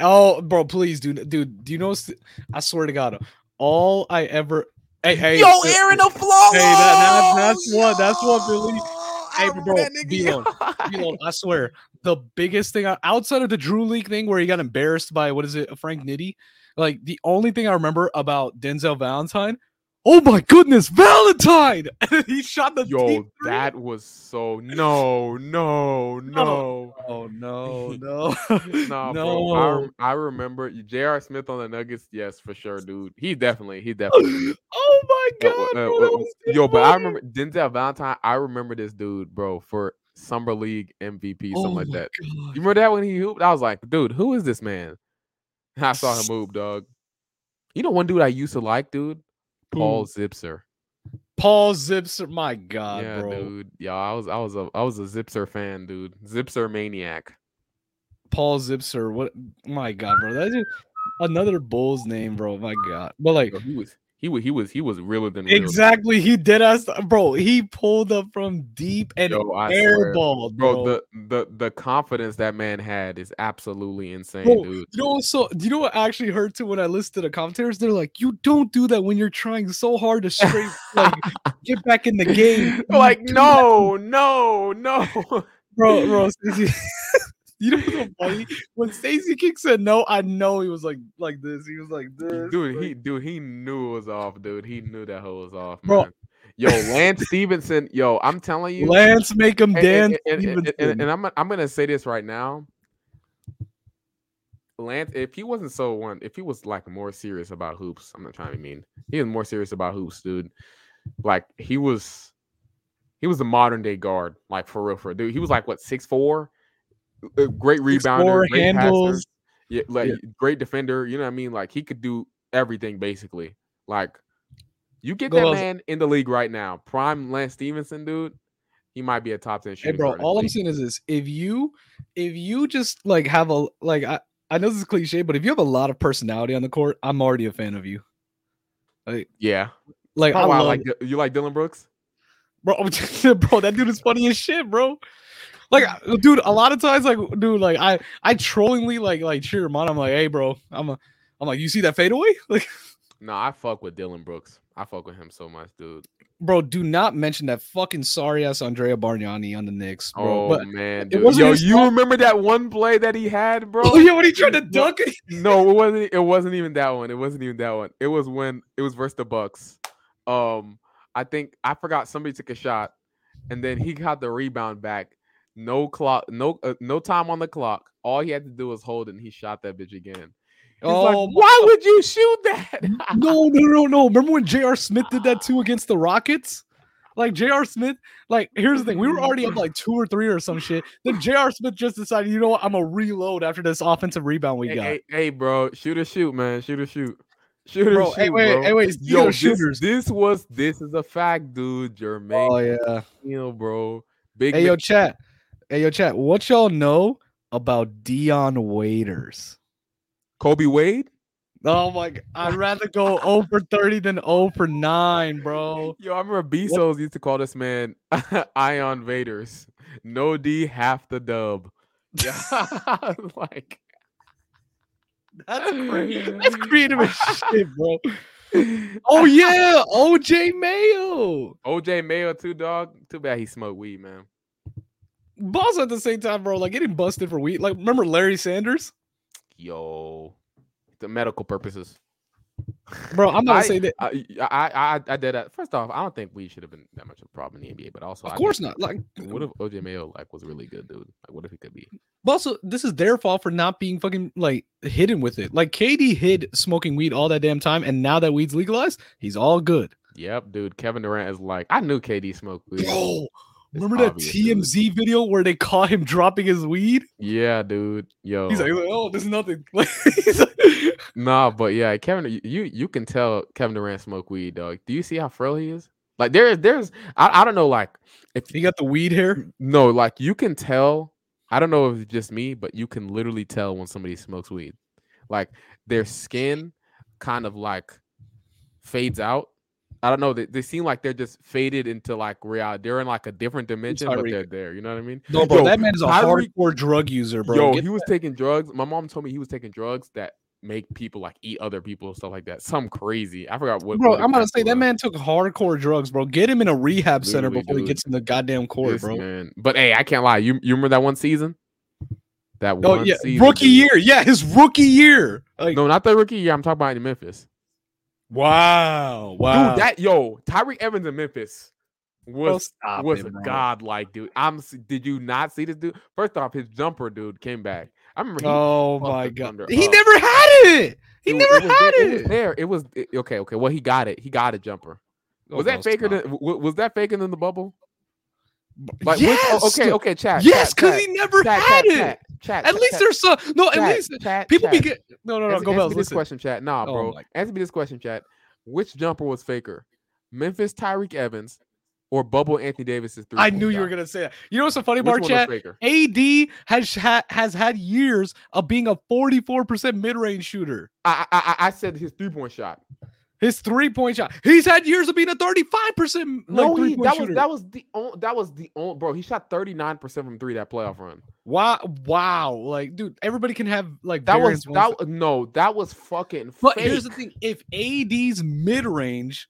Speaker 1: Oh, bro, please, dude, dude. Do you know? s- I swear to God, all I ever. Hey, hey, th-
Speaker 2: Aflalo.
Speaker 1: Hey, that- that- that's what- that's what Billy- Hey, bro, B-Lone, [laughs] Elon, I swear, the biggest thing I- outside of the Drew League thing where he got embarrassed by what is it, Frank Nitty? Like the only thing I remember about Denzel Valentine, oh my goodness, Valentine! [laughs] he shot the deep
Speaker 2: Yo,
Speaker 1: three.
Speaker 2: that was so no, no, no,
Speaker 1: Oh no, no, [laughs]
Speaker 2: nah, bro. I, rem- I remember J.R. Smith on the Nuggets. Yes, for sure, dude. He definitely, he definitely.
Speaker 1: [gasps] oh my
Speaker 2: Yo,
Speaker 1: god,
Speaker 2: uh,
Speaker 1: bro,
Speaker 2: uh,
Speaker 1: that
Speaker 2: uh,
Speaker 1: was
Speaker 2: yo, but I
Speaker 1: funny.
Speaker 2: remember Denzel Valentine. I remember this dude, bro, for summer league MVP,
Speaker 1: Oh
Speaker 2: something like
Speaker 1: my
Speaker 2: that.
Speaker 1: God.
Speaker 2: You remember that when he hooped? I was like, dude, who is this man? [laughs] And I saw him move, dog. You know one dude I used to like, dude?
Speaker 1: Who?
Speaker 2: Paul Zipser.
Speaker 1: Paul Zipser, my god,
Speaker 2: yeah,
Speaker 1: bro,
Speaker 2: dude. Yeah, I was I was a I was a Zipser fan, dude. Zipser maniac.
Speaker 1: Paul Zipser, what? My god, bro, that's just another Bulls name, bro. My god, but like.
Speaker 2: Yo, he was he was he was he was realer than real.
Speaker 1: Exactly. He did us, bro. He pulled up from deep and
Speaker 2: Yo, I swear.
Speaker 1: airballed, bro.
Speaker 2: Bro, the, the the confidence that man had is absolutely insane,
Speaker 1: Bro,
Speaker 2: dude.
Speaker 1: you know, so you know what actually hurt too when I listened to the commentators? They're like, "You don't do that when you're trying so hard to straight
Speaker 2: [laughs]
Speaker 1: like get back in the game." I'm
Speaker 2: like,
Speaker 1: "Dude,
Speaker 2: no, no, no.
Speaker 1: [laughs] bro,
Speaker 2: [laughs]
Speaker 1: bro. Stacey- [laughs] you know what's so funny? When Stacey King said no, I know he was like like this. He was like this,
Speaker 2: dude,
Speaker 1: like-
Speaker 2: he dude, he knew it was off, dude. He knew that hoe was off,
Speaker 1: Bro.
Speaker 2: man. Yo, Lance Stevenson, yo, I'm
Speaker 1: [laughs]
Speaker 2: telling you,
Speaker 1: Lance make him
Speaker 2: and-
Speaker 1: dance.
Speaker 2: and, and- and- and-
Speaker 1: Stevenson.
Speaker 2: and I'm gonna- I'm gonna say this right now. Lance, if he wasn't so one, if he was like more serious about hoops, I'm not trying to be mean. He was more serious about hoops, dude. Like he was, he was the modern day guard, like for real, for real. dude. He was like what six four, great
Speaker 1: Six,
Speaker 2: rebounder,
Speaker 1: four
Speaker 2: great passer.
Speaker 1: handles.
Speaker 2: Yeah, like
Speaker 1: Yeah.
Speaker 2: great defender. You know what I mean? Like he could do everything basically. Like you get
Speaker 1: Go
Speaker 2: that
Speaker 1: else-
Speaker 2: man in the league right now, prime Lance Stevenson, dude. He might be a top ten shooter.
Speaker 1: Hey, bro, all I'm saying is this: if you, if you just like have a like, I I know this is cliche, but if you have a lot of personality on the court, I'm already a fan of you.
Speaker 2: yeah.
Speaker 1: Like, I
Speaker 2: Oh, wow,
Speaker 1: love,
Speaker 2: like you like Dylan Brooks?
Speaker 1: [laughs] bro, bro, that dude is funny as shit, bro. Like, I- dude, a lot of times, like, dude, like, I I trollingly like like cheer him on. I'm like, hey, bro, I'm a, I'm like, you see that fadeaway? [laughs] Like, Mm.
Speaker 2: No, I fuck with Dylan Brooks. I fuck with him so much, dude.
Speaker 1: bro, do not mention that fucking sorry ass Andrea Bargnani on the Knicks, bro.
Speaker 2: Oh
Speaker 1: but,
Speaker 2: man,
Speaker 1: it
Speaker 2: dude.
Speaker 1: wasn't
Speaker 2: yo,
Speaker 1: his
Speaker 2: you
Speaker 1: fault.
Speaker 2: remember that one play that he had, bro?
Speaker 1: [laughs] oh yeah, when he tried to dunk it,
Speaker 2: no, it wasn't. It wasn't even that one. It wasn't even that one. It was when it was versus the Bucks. Um, I think I forgot somebody took a shot, and then he got the rebound back. No clock, no uh, no time on the clock. All he had to do was hold, it, and he shot that bitch again. He's like,
Speaker 1: Oh, Mm-hmm.
Speaker 2: why would you shoot that?
Speaker 1: no, no, no, no. Remember when J.R. Smith did that too against the Rockets? Like J.R. Smith, like here's the thing: we were already up like two or three or some shit. Then J.R. Smith just decided, you know what? I'm a reload after this offensive rebound we
Speaker 2: hey,
Speaker 1: got.
Speaker 2: hey, hey, bro, shoot or shoot, man, shoot or shoot, [laughs] shoot or
Speaker 1: bro,
Speaker 2: shoot,
Speaker 1: hey, wait,
Speaker 2: bro.
Speaker 1: hey, wait, speaking
Speaker 2: Yo,
Speaker 1: of
Speaker 2: this,
Speaker 1: shooters.
Speaker 2: this was this is a fact, dude. Jermaine
Speaker 1: oh yeah.
Speaker 2: Neal, bro. Big
Speaker 1: Hey yo,
Speaker 2: Mc-
Speaker 1: chat. Hey yo, chat. What y'all know about Dion Waiters?
Speaker 2: Kobe Wade.
Speaker 1: Oh my! g- I'd rather go 0 for 30 than 0 for 9, bro.
Speaker 2: Yo, I remember Bezos used to call this man [laughs] Ion Vaders. No D, half the dub. [laughs] [laughs] Yeah, I was like
Speaker 1: [laughs] That's
Speaker 2: [laughs]
Speaker 1: crazy. That's creative as shit, bro. [laughs] Oh yeah, OJ Mayo.
Speaker 2: OJ Mayo too, dog. Too bad he smoked weed, man.
Speaker 1: But also at the same time, bro, like getting busted for weed. Like, remember Larry Sanders?
Speaker 2: Yo, the medical purposes.
Speaker 1: Bro, I'm not
Speaker 2: I-
Speaker 1: saying that.
Speaker 2: I I I, I did that. First off, I don't think weed should have been that much of a problem in the NBA, but also
Speaker 1: Of
Speaker 2: I
Speaker 1: course
Speaker 2: think-
Speaker 1: not. Like,
Speaker 2: What if OJ Mayo like was really good, dude? Like, what if he could be?
Speaker 1: but also this is their fault for not being fucking like hidden with it. Like, KD hid smoking weed all that damn time, and now that weed's legalized, he's all good.
Speaker 2: Yep, dude. Kevin Durant is like, I knew
Speaker 1: [laughs]
Speaker 2: KD smoked weed.
Speaker 1: Bro,
Speaker 2: It's
Speaker 1: remember that
Speaker 2: obvious, dude.
Speaker 1: TMZ video where they caught him dropping his weed?
Speaker 2: Yeah, dude. Yo,
Speaker 1: He's like, oh, there's nothing. [laughs] Like, he's like-
Speaker 2: nah, but yeah, Kevin, y- you you can tell Kevin Durant smoked weed, dog. Do you see how frail he is? Like, there is there's I I don't know, like if
Speaker 1: he got the weed hair.
Speaker 2: no, like you can tell. I don't know if it's just me, but you can literally tell when somebody smokes weed. Like their skin kind of like fades out. I don't know. They, they seem like they're just faded into like reality. They're in like a different dimension, but
Speaker 1: Tyreek.
Speaker 2: they're there. You know what I mean?
Speaker 1: No, bro,
Speaker 2: Yo,
Speaker 1: that man is a
Speaker 2: Tyreek-
Speaker 1: hardcore drug user, bro.
Speaker 2: Yo,
Speaker 1: Get-
Speaker 2: he was taking drugs. My mom told me he was taking drugs that make people like eat other people and stuff like that. Some crazy. I forgot what.
Speaker 1: bro,
Speaker 2: what
Speaker 1: I'm gonna
Speaker 2: exactly
Speaker 1: say
Speaker 2: it
Speaker 1: that
Speaker 2: was.
Speaker 1: man took hardcore drugs, bro. Get him in a rehab center
Speaker 2: Literally,
Speaker 1: before
Speaker 2: dude.
Speaker 1: he gets in the goddamn court,
Speaker 2: This
Speaker 1: bro.
Speaker 2: man- But hey, I can't lie. You you remember that one season? That
Speaker 1: Oh
Speaker 2: one
Speaker 1: yeah,
Speaker 2: season,
Speaker 1: rookie
Speaker 2: dude.
Speaker 1: year. Yeah, his rookie year. Like,
Speaker 2: No, not the rookie year. I'm talking about in Memphis.
Speaker 1: wow, wow.
Speaker 2: Dude, that yo, Tyreek Evans in Memphis
Speaker 1: Bro,
Speaker 2: was
Speaker 1: stop
Speaker 2: was
Speaker 1: it, bro.
Speaker 2: godlike, dude. I'm s- did you not see this dude? First off, his jumper, dude, came back. I remember he
Speaker 1: Oh
Speaker 2: fucked
Speaker 1: my
Speaker 2: the
Speaker 1: god,
Speaker 2: Thunder
Speaker 1: he
Speaker 2: up.
Speaker 1: never had it. He
Speaker 2: dude,
Speaker 1: never
Speaker 2: was
Speaker 1: had
Speaker 2: there,
Speaker 1: it.
Speaker 2: was there. It was it- okay, okay. Well, he got it. He got a jumper.
Speaker 1: Oh,
Speaker 2: Was that faker than w- w- was that faker than the bubble? Like which- oh,
Speaker 1: yes.
Speaker 2: okay, okay, chat.
Speaker 1: Yes,
Speaker 2: chat,
Speaker 1: because he
Speaker 2: chat,
Speaker 1: never
Speaker 2: chat,
Speaker 1: had it.
Speaker 2: chat, Chat, chat,
Speaker 1: At
Speaker 2: chat,
Speaker 1: least
Speaker 2: chat,
Speaker 1: there's some. No, at
Speaker 2: chat,
Speaker 1: least
Speaker 2: chat,
Speaker 1: people
Speaker 2: chat.
Speaker 1: be get. No, no, no.
Speaker 2: Answer,
Speaker 1: Go
Speaker 2: answer
Speaker 1: bells.
Speaker 2: me this
Speaker 1: Listen.
Speaker 2: question, chat. Nah,
Speaker 1: Oh
Speaker 2: bro.
Speaker 1: my-
Speaker 2: Answer me this question, chat. Which jumper was faker? Memphis Tyreek Evans or Bubble Anthony Davis's three?
Speaker 1: I knew you were gonna say that. You know what's the funny
Speaker 2: Which
Speaker 1: part,
Speaker 2: one was
Speaker 1: chat?
Speaker 2: faker?
Speaker 1: AD has ha- has had years of being a 44% mid-range shooter.
Speaker 2: I, I I- I said his three point shot.
Speaker 1: His three-point shot. He's had years of being a 35% like,
Speaker 2: No, he,
Speaker 1: three-point
Speaker 2: that
Speaker 1: shooter.
Speaker 2: was that was the on, that was the on, bro. He shot thirty nine percent from three that playoff run.
Speaker 1: wow, wow. Like, dude, everybody can have like
Speaker 2: That was
Speaker 1: variance on
Speaker 2: that
Speaker 1: stuff.
Speaker 2: was- no, that was fucking.
Speaker 1: But
Speaker 2: fake.
Speaker 1: here's the thing: if AD's mid-range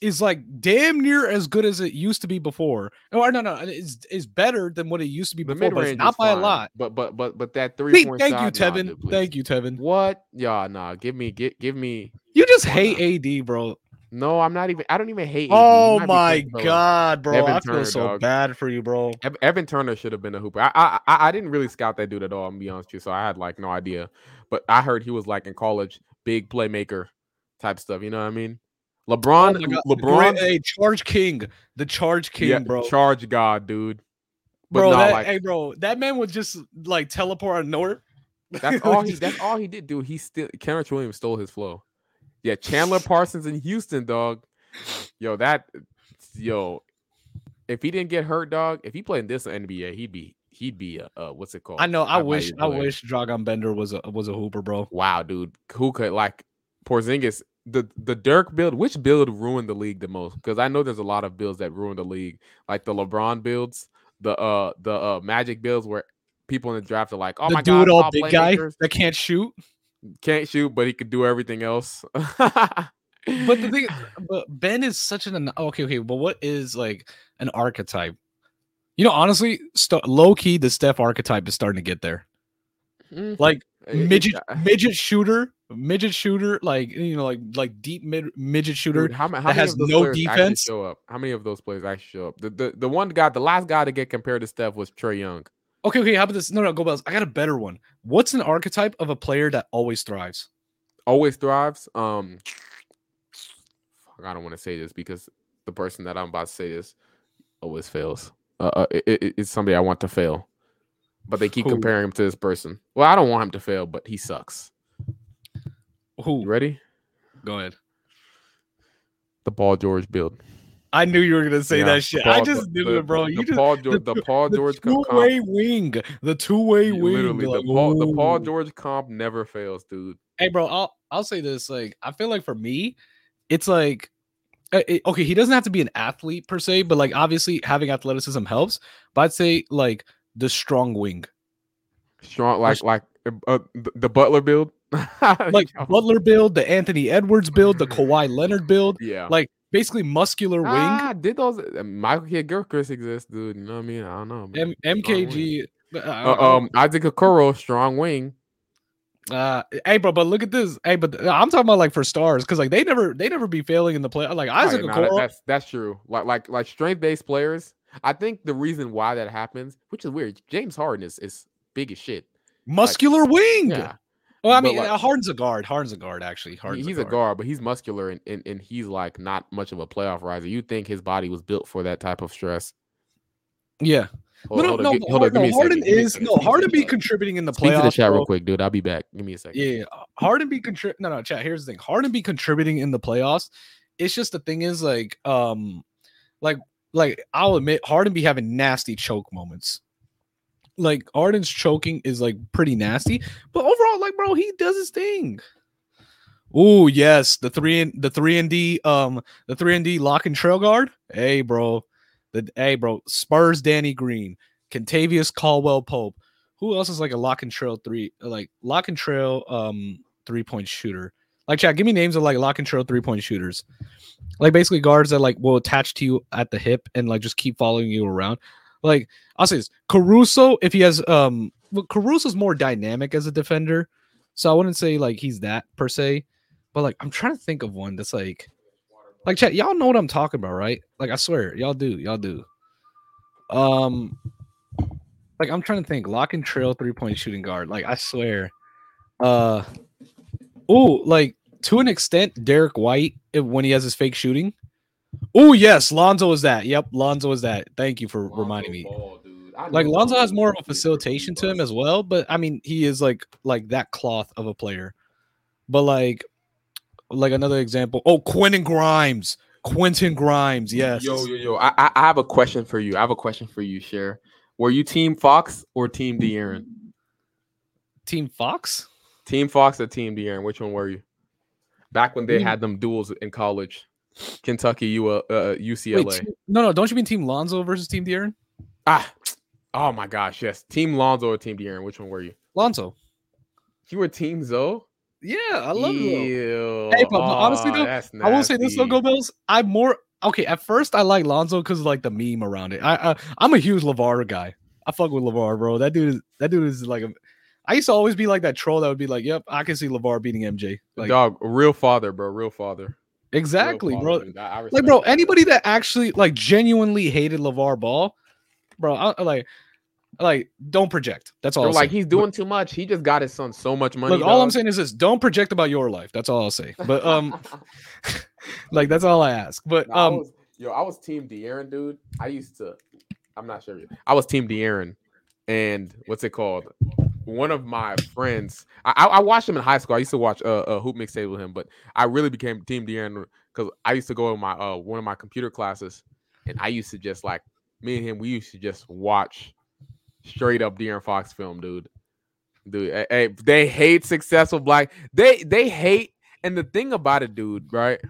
Speaker 1: is like damn near as good as it used to be before, or no, no, it's is better than what it used to be
Speaker 2: the
Speaker 1: before,
Speaker 2: mid
Speaker 1: but
Speaker 2: range
Speaker 1: it's not by a lot.
Speaker 2: But but but but that three
Speaker 1: See,
Speaker 2: point
Speaker 1: thank
Speaker 2: shot.
Speaker 1: you,
Speaker 2: nah,
Speaker 1: Tevin.
Speaker 2: dude, please.
Speaker 1: thank you, Tevin.
Speaker 2: What? Yeah, nah. Give me give give me.
Speaker 1: You just
Speaker 2: Why
Speaker 1: hate AD, bro.
Speaker 2: No, I'm not even. I don't even hate. AD. You
Speaker 1: Oh
Speaker 2: might be
Speaker 1: my
Speaker 2: thinking about-
Speaker 1: god, bro!
Speaker 2: Evan
Speaker 1: I feel
Speaker 2: Turner,
Speaker 1: so
Speaker 2: dog.
Speaker 1: bad for you, bro.
Speaker 2: Ev- Evan Turner should have been a hooper. I, I I I didn't really scout that dude at all. I'm gonna be honest with you, so I had like no idea. But I heard he was like in college, big playmaker type stuff. You know what I mean?
Speaker 1: Oh
Speaker 2: LeBron,
Speaker 1: my God. Great-
Speaker 2: LeBron,
Speaker 1: hey, Charge King, the Charge King,
Speaker 2: yeah,
Speaker 1: bro.
Speaker 2: charge God, dude. But
Speaker 1: bro,
Speaker 2: nah,
Speaker 1: that,
Speaker 2: like-
Speaker 1: hey, bro, that man would just like teleport out of nowhere. [laughs]
Speaker 2: That's all he. That's all he did do. He still Kendrick Williams stole his flow.
Speaker 1: [laughs]
Speaker 2: Yeah, Chandler Parsons in Houston, dog. Yo, that yo. If he didn't get hurt, dog. If he played in this NBA, he'd be he'd be a uh, what's it called?
Speaker 1: I know. I,
Speaker 2: Not
Speaker 1: wish.
Speaker 2: Mighty
Speaker 1: I
Speaker 2: Blade.
Speaker 1: wish Dragon Bender was a was a hooper, bro.
Speaker 2: Wow, dude, who could like Porzingis? The the Dirk build, which build ruined the league the most? Because I know there's a lot of builds that ruined the league, like the LeBron builds, the uh the uh Magic builds where people in the draft are like, oh
Speaker 1: the
Speaker 2: my
Speaker 1: dude,
Speaker 2: god,
Speaker 1: all
Speaker 2: top
Speaker 1: big guy
Speaker 2: playmakers,
Speaker 1: that can't shoot.
Speaker 2: can't shoot, but he could do everything else. but
Speaker 1: But
Speaker 2: [laughs]
Speaker 1: the thing, but Ben is such an an- okay, okay. But what is like an archetype? You know, honestly, st- low key, the Steph archetype is starting to get there.
Speaker 2: Mm,
Speaker 1: Like midget,
Speaker 2: uh,
Speaker 1: midget shooter, midget shooter, like you know, like like deep mid midget shooter.
Speaker 2: Dude, how, ma- how
Speaker 1: that
Speaker 2: many
Speaker 1: has
Speaker 2: of those
Speaker 1: no
Speaker 2: players actually
Speaker 1: defense?
Speaker 2: show up? How many of those players actually show up? The, the the one guy, the last guy to get compared to Steph was Trey Young.
Speaker 1: Okay, okay. How about this? No, no, go bells. I got a better one. What's an archetype of a player that always thrives?
Speaker 2: always thrives. Um, fuck, I don't want to say this because the person that I'm about to say this always fails. Uh, uh it, it- it's somebody I want to fail, but they keep
Speaker 1: Who?
Speaker 2: comparing him to this person. Well, I don't want him to fail, but he sucks. You
Speaker 1: Who?
Speaker 2: ready?
Speaker 1: Go ahead.
Speaker 2: The Paul George build.
Speaker 1: I knew you were gonna say
Speaker 2: Yeah, the
Speaker 1: that shit. I
Speaker 2: Paul-
Speaker 1: just
Speaker 2: the-
Speaker 1: knew
Speaker 2: the-
Speaker 1: it, bro.
Speaker 2: The,
Speaker 1: You just [laughs]
Speaker 2: Paul George.
Speaker 1: the
Speaker 2: The Paul
Speaker 1: the
Speaker 2: George comp.
Speaker 1: two-way wing, the two-way wing.
Speaker 2: Literally,
Speaker 1: like,
Speaker 2: the, Paul, the Paul
Speaker 1: ooh.
Speaker 2: George comp never fails, dude.
Speaker 1: hey bro i'll i'll say this like i feel like for me it's like uh, it- okay he doesn't have to be an athlete per se but like obviously having athleticism helps but i'd say like the strong wing
Speaker 2: Strong, like, like uh, uh, the, the Butler build. [laughs]
Speaker 1: like butler build the anthony edwards build the
Speaker 2: Mm-hmm.
Speaker 1: Kawhi leonard build
Speaker 2: yeah.
Speaker 1: like basically muscular wing
Speaker 2: Ah, did those uh, Michael Kidd Gilchrist exist, dude? You know what I mean? I don't know. man.
Speaker 1: M- mkg but, uh,
Speaker 2: Uh, um, Isaac Okoro, strong wing.
Speaker 1: uh, hey, bro, but look at this. Hey, but th- I'm talking about like for stars because like they never they never be failing in the play. Like Isaac
Speaker 2: Right, nah, that-
Speaker 1: Okoro,
Speaker 2: that's that's true. Like like like strength based players. I think the reason why that happens, which is weird, James Harden is, is big as shit.
Speaker 1: muscular wing.
Speaker 2: Yeah,
Speaker 1: Well, I
Speaker 2: But,
Speaker 1: mean,
Speaker 2: like-
Speaker 1: uh, Harden's a guard. Harden's a guard, actually.
Speaker 2: he-
Speaker 1: Harden's
Speaker 2: he's a guard, but he's muscular and, and and he's like not much of a playoff riser. You think his body was built for that type of stress?
Speaker 1: Yeah.
Speaker 2: Hold,
Speaker 1: no,
Speaker 2: hold
Speaker 1: no, no,
Speaker 2: on, gi-
Speaker 1: but
Speaker 2: hold on,
Speaker 1: Harden,
Speaker 2: give me a
Speaker 1: no, Harden
Speaker 2: second. Give me a
Speaker 1: is
Speaker 2: second.
Speaker 1: no
Speaker 2: Speak to the
Speaker 1: Harden be
Speaker 2: chat.
Speaker 1: contributing in the
Speaker 2: Speak to
Speaker 1: playoffs.
Speaker 2: the chat real
Speaker 1: bro.
Speaker 2: quick, dude. I'll be back. Give me a second.
Speaker 1: Yeah, yeah, yeah. Harden be contrib. No, no, chat. Here's the thing. Harden be contributing in the playoffs. It's just the thing is like, um, like, like I'll admit, Harden be having nasty choke moments. Like Harden's choking is like pretty nasty, but overall, like, bro, he does his thing. Oh yes, the three and the three and D, um, the three and D lock and trail guard. Hey, bro, the hey, bro, Spurs, Danny Green, Contavious Caldwell Pope who else is like a lock and trail three like lock and trail um three point shooter like chat give me names of like lock and trail three point shooters like basically guards that like will attach to you at the hip and like just keep following you around like i'll say this caruso if he has um well, caruso's more dynamic as a defender so i wouldn't say like he's that per se but like i'm trying to think of one that's like like chat y'all know what i'm talking about right like i swear y'all do y'all do um like I'm trying to think. Lock and trail three point shooting guard. Like I swear. Uh oh, like to an extent, Derek White if, when he has his fake shooting. Oh yes, Lonzo is that. Yep, Lonzo is that. Thank you for reminding me. Like Lonzo has more of a facilitation to him as well, but I mean he is like like that cloth of a player. But like like another example. Oh, Quentin Grimes. Quentin Grimes, yes.
Speaker 2: Yo, yo, yo. I, I, I have a question for you. I have a question for you, Cher. Were you Team Fox or Team De'Aaron?
Speaker 1: Team Fox?
Speaker 2: Team Fox or Team De'Aaron? Which one were you? Back when they
Speaker 1: Hmm.
Speaker 2: had them duels in college, Kentucky, you uh, uh UCLA.
Speaker 1: Wait, team- no, no, don't you mean Team Lonzo versus Team De'Aaron?
Speaker 2: ah, oh my gosh, yes. Team Lonzo or Team De'Aaron? Which one were you?
Speaker 1: Lonzo.
Speaker 2: You were Team Zoe.
Speaker 1: Yeah, I love Zoe.
Speaker 2: Ew,
Speaker 1: Hey, but- but honestly,
Speaker 2: aw,
Speaker 1: though,
Speaker 2: that's
Speaker 1: I will say this though,
Speaker 2: nasty.
Speaker 1: Go Bills. I'm more okay. At first, I like Lonzo because like the meme around it. I, I I'm a huge Lavar guy. I fuck with Lavar, bro. That dude is that dude is like a. I used to always be like that troll that would be like, "Yep, I can see Lavar beating MJ." Like
Speaker 2: Dog, real father, bro. Real father. Real
Speaker 1: exactly,
Speaker 2: father,
Speaker 1: bro.
Speaker 2: dude. I- I
Speaker 1: Like,
Speaker 2: respect
Speaker 1: bro,
Speaker 2: that.
Speaker 1: anybody that actually like genuinely hated Lavar Ball, bro, I, like, like don't project. That's all.
Speaker 2: They're
Speaker 1: I'll
Speaker 2: like,
Speaker 1: say.
Speaker 2: he's doing too much. He just got his son so much money.
Speaker 1: Look, all I'm
Speaker 2: dog.
Speaker 1: saying is this: don't project about your life. That's all I'll say. But um, like that's all I ask. But
Speaker 2: [laughs] Nah, I
Speaker 1: um,
Speaker 2: was, yo, I was Team De'Aaron, dude. I used to. I'm not sure. I was Team De'Aaron, and what's it called? one of my friends. I, I, I watched him in high school. I used to watch uh, uh hoop mixtape with him, but I really became Team De'Aaron because I used to go in my uh one of my computer classes, and I used to just like me and him. We used to just watch straight up De'Aaron Fox film, dude. Dude, hey, hey, they hate successful black. They they hate, and the thing about it, dude, right?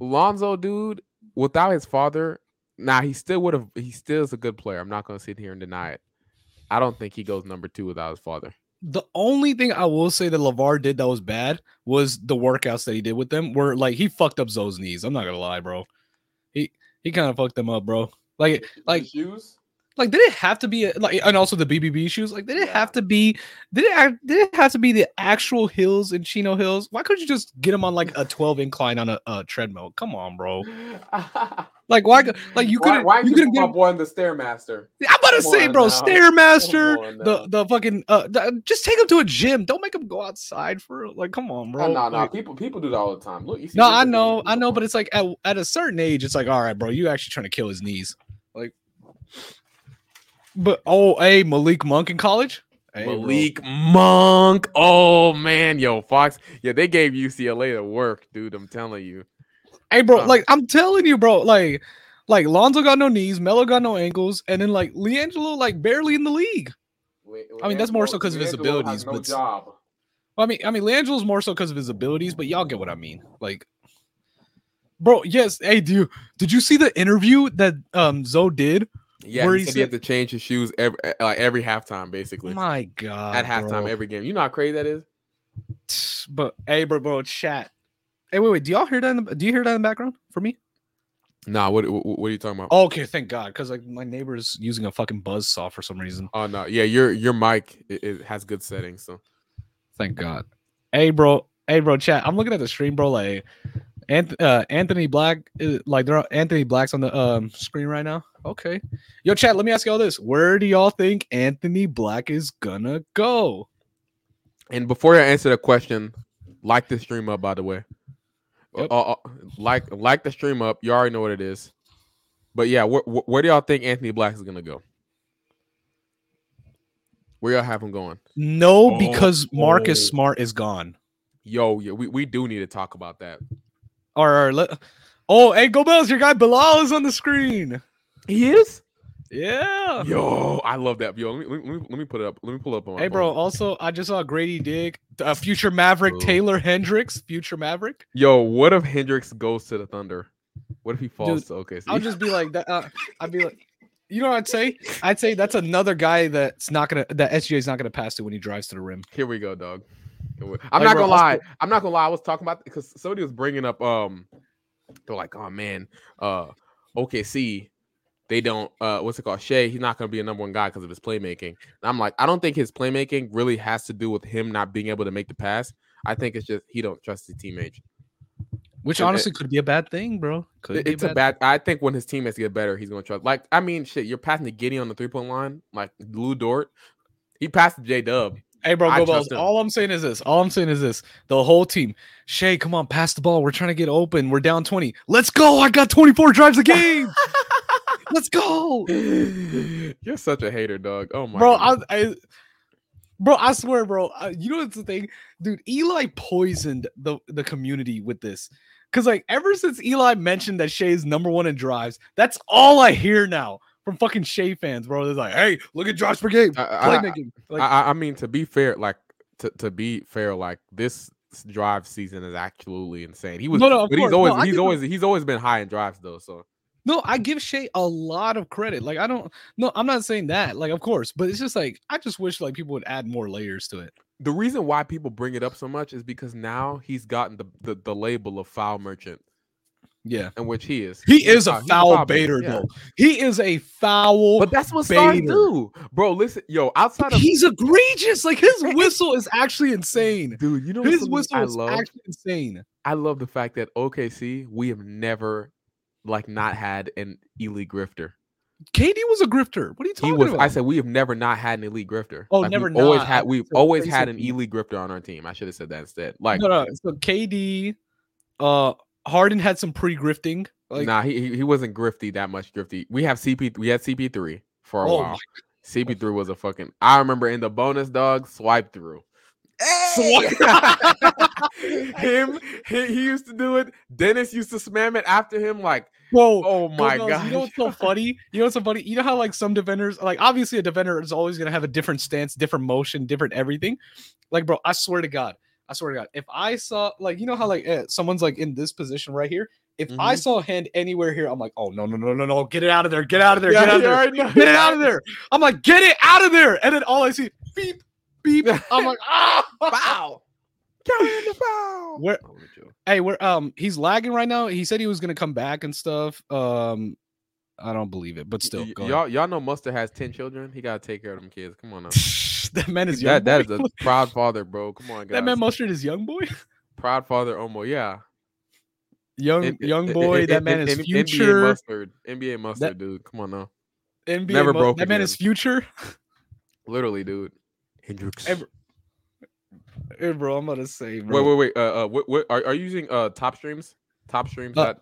Speaker 2: Lonzo, dude, without his father, now nah, he still would have. He still is a good player. I'm not going to sit here and deny it. I don't think he goes number two without his father.
Speaker 1: The only thing I will say that Lavar did that was bad was the workouts that he did with them. Where like he fucked up Zoe's knees. I'm not gonna lie, bro. He he kind of fucked them up, bro. Like like [laughs]
Speaker 2: shoes.
Speaker 1: Like did it have to be a, like and also the BBB shoes? Like did it have to be did it did it have to be the actual hills in Chino Hills? Why couldn't you just get them on like a 12 incline on a, a treadmill? Come on, bro. Like why? Like you couldn't.
Speaker 2: Why, why
Speaker 1: you
Speaker 2: couldn't
Speaker 1: couldn't
Speaker 2: you
Speaker 1: get
Speaker 2: put my boy in the stairmaster?
Speaker 1: I'm about to
Speaker 2: Come
Speaker 1: say,
Speaker 2: on
Speaker 1: bro,
Speaker 2: now. Come
Speaker 1: Stairmaster,
Speaker 2: on
Speaker 1: the
Speaker 2: now.
Speaker 1: the fucking uh, the- just take him to a gym. Don't make him go outside for like, come on, bro.
Speaker 2: No, no, no.
Speaker 1: Like,
Speaker 2: People people do that all the time. Look, you see
Speaker 1: no,
Speaker 2: look
Speaker 1: I
Speaker 2: at them.
Speaker 1: know, I know, but it's like at, at a certain age, it's like, all right, bro, you actually trying to kill his knees, like. But oh, hey, Malik Monk in college. Hey, bro.
Speaker 2: Malik Monk. Oh man, yo, Fox. Yeah, they gave UCLA the work, dude. I'm telling you.
Speaker 1: Hey, bro,
Speaker 2: Huh.
Speaker 1: like I'm telling you, bro, like, like Lonzo got no knees, Melo got no ankles, and then like Leangelo, like barely in the league. I mean, that's more so 'cause of his
Speaker 2: Leandro
Speaker 1: abilities,
Speaker 2: has No
Speaker 1: but-
Speaker 2: job.
Speaker 1: I mean, I mean, Langelo's more so because of his abilities, but y'all get what I mean. Like, bro, yes. Hey, do you, did you see the interview that um Zoe did?
Speaker 2: Yeah,
Speaker 1: Where
Speaker 2: he
Speaker 1: he
Speaker 2: said he had to change his shoes every uh, like every halftime, basically.
Speaker 1: My God,
Speaker 2: At halftime,
Speaker 1: bro.
Speaker 2: every game. You know how crazy that is.
Speaker 1: But hey, bro, bro, chat. Hey, wait, wait. Do y'all hear that? In the, do you hear that in the background for me?
Speaker 2: Nah, what what, what are you talking about? Oh.
Speaker 1: Okay, thank God, because like my neighbor's using a fucking buzz saw for some reason.
Speaker 2: Oh, no, yeah, your your mic it, it has good settings. So
Speaker 1: Thank God. Hey, bro. Hey, bro. Chat. I'm looking at the stream, bro. Like, Anth- uh, Anthony Black. Is, like, there are Anthony Black's on the um screen right now. Okay. Yo, chat. Let me ask y'all this: Where do y'all think Anthony Black is gonna go?
Speaker 2: And before I answer the question, like the stream up, by the way.
Speaker 1: Yep.
Speaker 2: Uh, uh, like like the stream up. You already know what it is. But yeah, wh- wh- where do y'all think Anthony Black is gonna go? Where y'all have him going?
Speaker 1: No,
Speaker 2: Oh,
Speaker 1: because Marcus
Speaker 2: oh.
Speaker 1: Smart is gone.
Speaker 2: Yo, yeah, we, we do need to talk about that.
Speaker 1: Or, or let- oh, hey, go Bells! Your guy Bilal is on the screen.
Speaker 2: He is.
Speaker 1: [laughs] Yeah.
Speaker 2: Yo, I love that. Yo, let me, let me let me put it up. Let me pull it up on. my
Speaker 1: Hey, bro.
Speaker 2: phone.
Speaker 1: Also, I just saw Grady Dick, uh, future Maverick
Speaker 2: Ooh.
Speaker 1: Taylor Hendricks, future Maverick.
Speaker 2: Yo, what if Hendrix goes to the Thunder? What if he falls
Speaker 1: Dude,
Speaker 2: to OKC?
Speaker 1: I'll just be like that. Uh, I'd be like, you know what I'd say? I'd say that's another guy that's not gonna that SGA is not gonna pass to when he drives to the rim.
Speaker 2: Here we go, dog. Here we- I'm
Speaker 1: Hey,
Speaker 2: not
Speaker 1: bro,
Speaker 2: gonna
Speaker 1: I'll
Speaker 2: lie. I'm not gonna lie. I was talking about because somebody was bringing up. Um, they're like, oh man, uh, OKC, they don't. Uh, what's it called? Shea, he's not gonna be a number one guy because of his playmaking. And I'm like, I don't think his playmaking really has to do with him not being able to make the pass. I think it's just he don't trust his teammates.
Speaker 1: Which
Speaker 2: It-
Speaker 1: honestly could be a bad thing, bro. Could
Speaker 2: It-
Speaker 1: be
Speaker 2: It's a bad. I think when his teammates get better, he's gonna trust. Like, I mean, shit, you're passing to Giddy on the three point line, like Lou Dort. He passed to
Speaker 1: [laughs]
Speaker 2: J Dub.
Speaker 1: Hey, bro,
Speaker 2: I
Speaker 1: go
Speaker 2: trust
Speaker 1: balls.
Speaker 2: him.
Speaker 1: All I'm saying is this. All I'm saying is this. The whole team, Shay, come on, pass the ball. We're trying to get open. We're down 20. Let's go. I got 24 drives a game. Let's go,
Speaker 2: You're such a hater, dog. Oh my,
Speaker 1: bro.
Speaker 2: goodness.
Speaker 1: I, I, bro, I swear, bro. uh, you know what's the thing, dude? Eli poisoned the the community with this. Cause like ever since Eli mentioned that Shea is number one in drives, that's all I hear now from fucking Shea fans, bro. They're like, "Hey, look at drives per game,
Speaker 2: I, I, I,
Speaker 1: playmaking." Like,
Speaker 2: I, I mean, to be fair, like to, to be fair, like this s- drive season is absolutely insane. He was,
Speaker 1: No, no, of
Speaker 2: but
Speaker 1: course.
Speaker 2: he's
Speaker 1: No,
Speaker 2: always,
Speaker 1: I
Speaker 2: he's
Speaker 1: give him-
Speaker 2: always, he's always been high in drives though. So
Speaker 1: no, I give Shea a lot of credit. Like, I don't, no, I'm not saying that. Like, of course, but it's just like I just wish like people would add more layers to it.
Speaker 2: the reason why people bring it up so much is because now he's gotten the the, the label of foul merchant,
Speaker 1: Yeah,
Speaker 2: in which he is.
Speaker 1: he
Speaker 2: He's
Speaker 1: is a
Speaker 2: he's
Speaker 1: foul baiter
Speaker 2: yeah.
Speaker 1: though. He is a foul.
Speaker 2: But that's what stars
Speaker 1: baiter.
Speaker 2: do, bro. Listen, yo, outside of
Speaker 1: he's egregious. Like [laughs] his
Speaker 2: it-
Speaker 1: whistle is actually insane.
Speaker 2: [laughs] dude, you know
Speaker 1: His
Speaker 2: something
Speaker 1: whistle
Speaker 2: I
Speaker 1: is
Speaker 2: love.
Speaker 1: actually insane.
Speaker 2: I love the fact that OKC we have never like not had an elite grifter.
Speaker 1: KD was a grifter. What are you
Speaker 2: He
Speaker 1: talking
Speaker 2: was.
Speaker 1: about?
Speaker 2: I said we have never not had an elite grifter.
Speaker 1: Oh,
Speaker 2: Like,
Speaker 1: never
Speaker 2: We've always
Speaker 1: not.
Speaker 2: had.
Speaker 1: I
Speaker 2: We've
Speaker 1: said
Speaker 2: always
Speaker 1: crazy
Speaker 2: had an
Speaker 1: elite.
Speaker 2: elite grifter on our team. I should have said that instead. Like,
Speaker 1: no, no. So KD, uh, Harden had some pre-grifting. Like,
Speaker 2: nah, he he- he wasn't grifty that much. Grifty. We have CP. We had CP three for a
Speaker 1: Oh my
Speaker 2: while. CB through was a fucking. I remember in the bonus dog swipe through.
Speaker 1: [laughs]
Speaker 2: [laughs] him, he, he used to do it. Dennis used to spam it after him. Like,
Speaker 1: [laughs] Whoa.
Speaker 2: oh my
Speaker 1: Goggles,
Speaker 2: god,
Speaker 1: You know what's so funny? You know what's so funny? You know how like some defenders, like obviously a defender is always gonna have a different stance, different motion, different everything. Like, bro, I swear to God, I swear to God, if I saw like you know how like eh, someone's like in this position right here, if I
Speaker 2: Mhm.
Speaker 1: saw a hand anywhere here, I'm like, oh no no no no no, get it out of there, get out of there, [laughs] get out of there, [laughs] get it out of there. I'm like, get it out of there, and then all I see beep beep. I'm
Speaker 2: [laughs]
Speaker 1: like, ah,
Speaker 2: Foul. Count the foul.
Speaker 1: Where- Hey, we're um he's lagging right now. He said he was gonna come back and stuff. Um, I don't believe it, but still,
Speaker 2: Y-
Speaker 1: go ahead.
Speaker 2: y'all, y'all know Mustard has ten children. He gotta take care of them kids. Come on, now.
Speaker 1: that man is [laughs] young.
Speaker 2: that that is
Speaker 1: boy.
Speaker 2: a proud father, bro. Come on,
Speaker 1: [laughs]
Speaker 2: guys.
Speaker 1: that man mustard is young boy.
Speaker 2: proud father, Omo. Yeah,
Speaker 1: Young
Speaker 2: N-
Speaker 1: young
Speaker 2: N-
Speaker 1: boy.
Speaker 2: N-
Speaker 1: that man
Speaker 2: N-
Speaker 1: is
Speaker 2: N-
Speaker 1: future.
Speaker 2: NBA mustard. NBA mustard, dude. Come on now.
Speaker 1: NBA
Speaker 2: never
Speaker 1: mu-
Speaker 2: broke
Speaker 1: That man is
Speaker 2: again.
Speaker 1: future. [laughs]
Speaker 2: Literally, dude. Hendrix.
Speaker 1: Every- Hey, bro, I'm gonna say, bro.
Speaker 2: wait, wait, wait. Uh, uh, what, what are, are you using? Uh, top streams. Top streams.
Speaker 1: Uh,
Speaker 2: dot,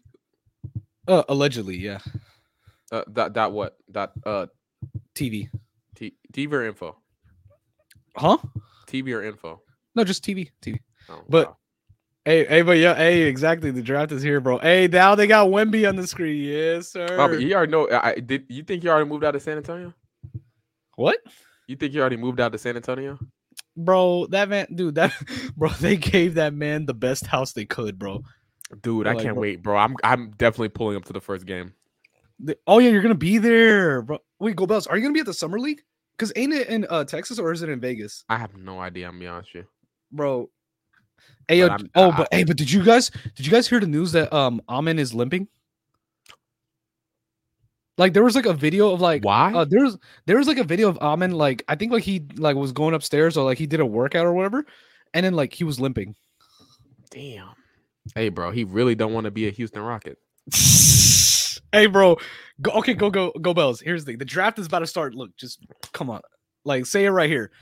Speaker 1: Uh, allegedly, yeah.
Speaker 2: uh, dot dot what dot uh
Speaker 1: TV,
Speaker 2: t- TV or info.
Speaker 1: huh?
Speaker 2: TV or info.
Speaker 1: No, just TV, TV.
Speaker 2: Oh,
Speaker 1: But-
Speaker 2: wow.
Speaker 1: Hey, hey, but yeah, hey, exactly. The draft is here, bro. Hey, now they got Wemby on the screen. Yes, sir.
Speaker 2: Oh, but you already know. I, I- did. You think you already moved out of San Antonio?
Speaker 1: what,
Speaker 2: You think you already moved out to San Antonio?
Speaker 1: bro? That man, dude. That, [laughs] bro. They gave that man the best house they could, bro.
Speaker 2: Dude,
Speaker 1: Or
Speaker 2: I
Speaker 1: like
Speaker 2: can't
Speaker 1: what-
Speaker 2: wait, bro. I'm I'm definitely pulling up to the first game.
Speaker 1: The- oh yeah, you're gonna be there, bro. Wait, Go Bells, are you gonna be at the summer league? Cause ain't it in uh, Texas or is it in Vegas?
Speaker 2: I have no idea. I'm gonna be honest with you.
Speaker 1: bro. Hey, yo,
Speaker 2: I'm-
Speaker 1: oh,
Speaker 2: I-
Speaker 1: but hey, but did you guys did you guys hear the news that um Amin is limping? Like there was like a video of like
Speaker 2: Why?
Speaker 1: uh, there was there was like a video of Amin like I think like he like was going upstairs or like he did a workout or whatever, and then like he was limping.
Speaker 2: Damn. Hey, bro. He really don't want to be a Houston Rocket.
Speaker 1: [laughs] hey, bro, go, okay, go go go bells. Here's the thing: the draft is about to start. Look, just come on, like say it right here.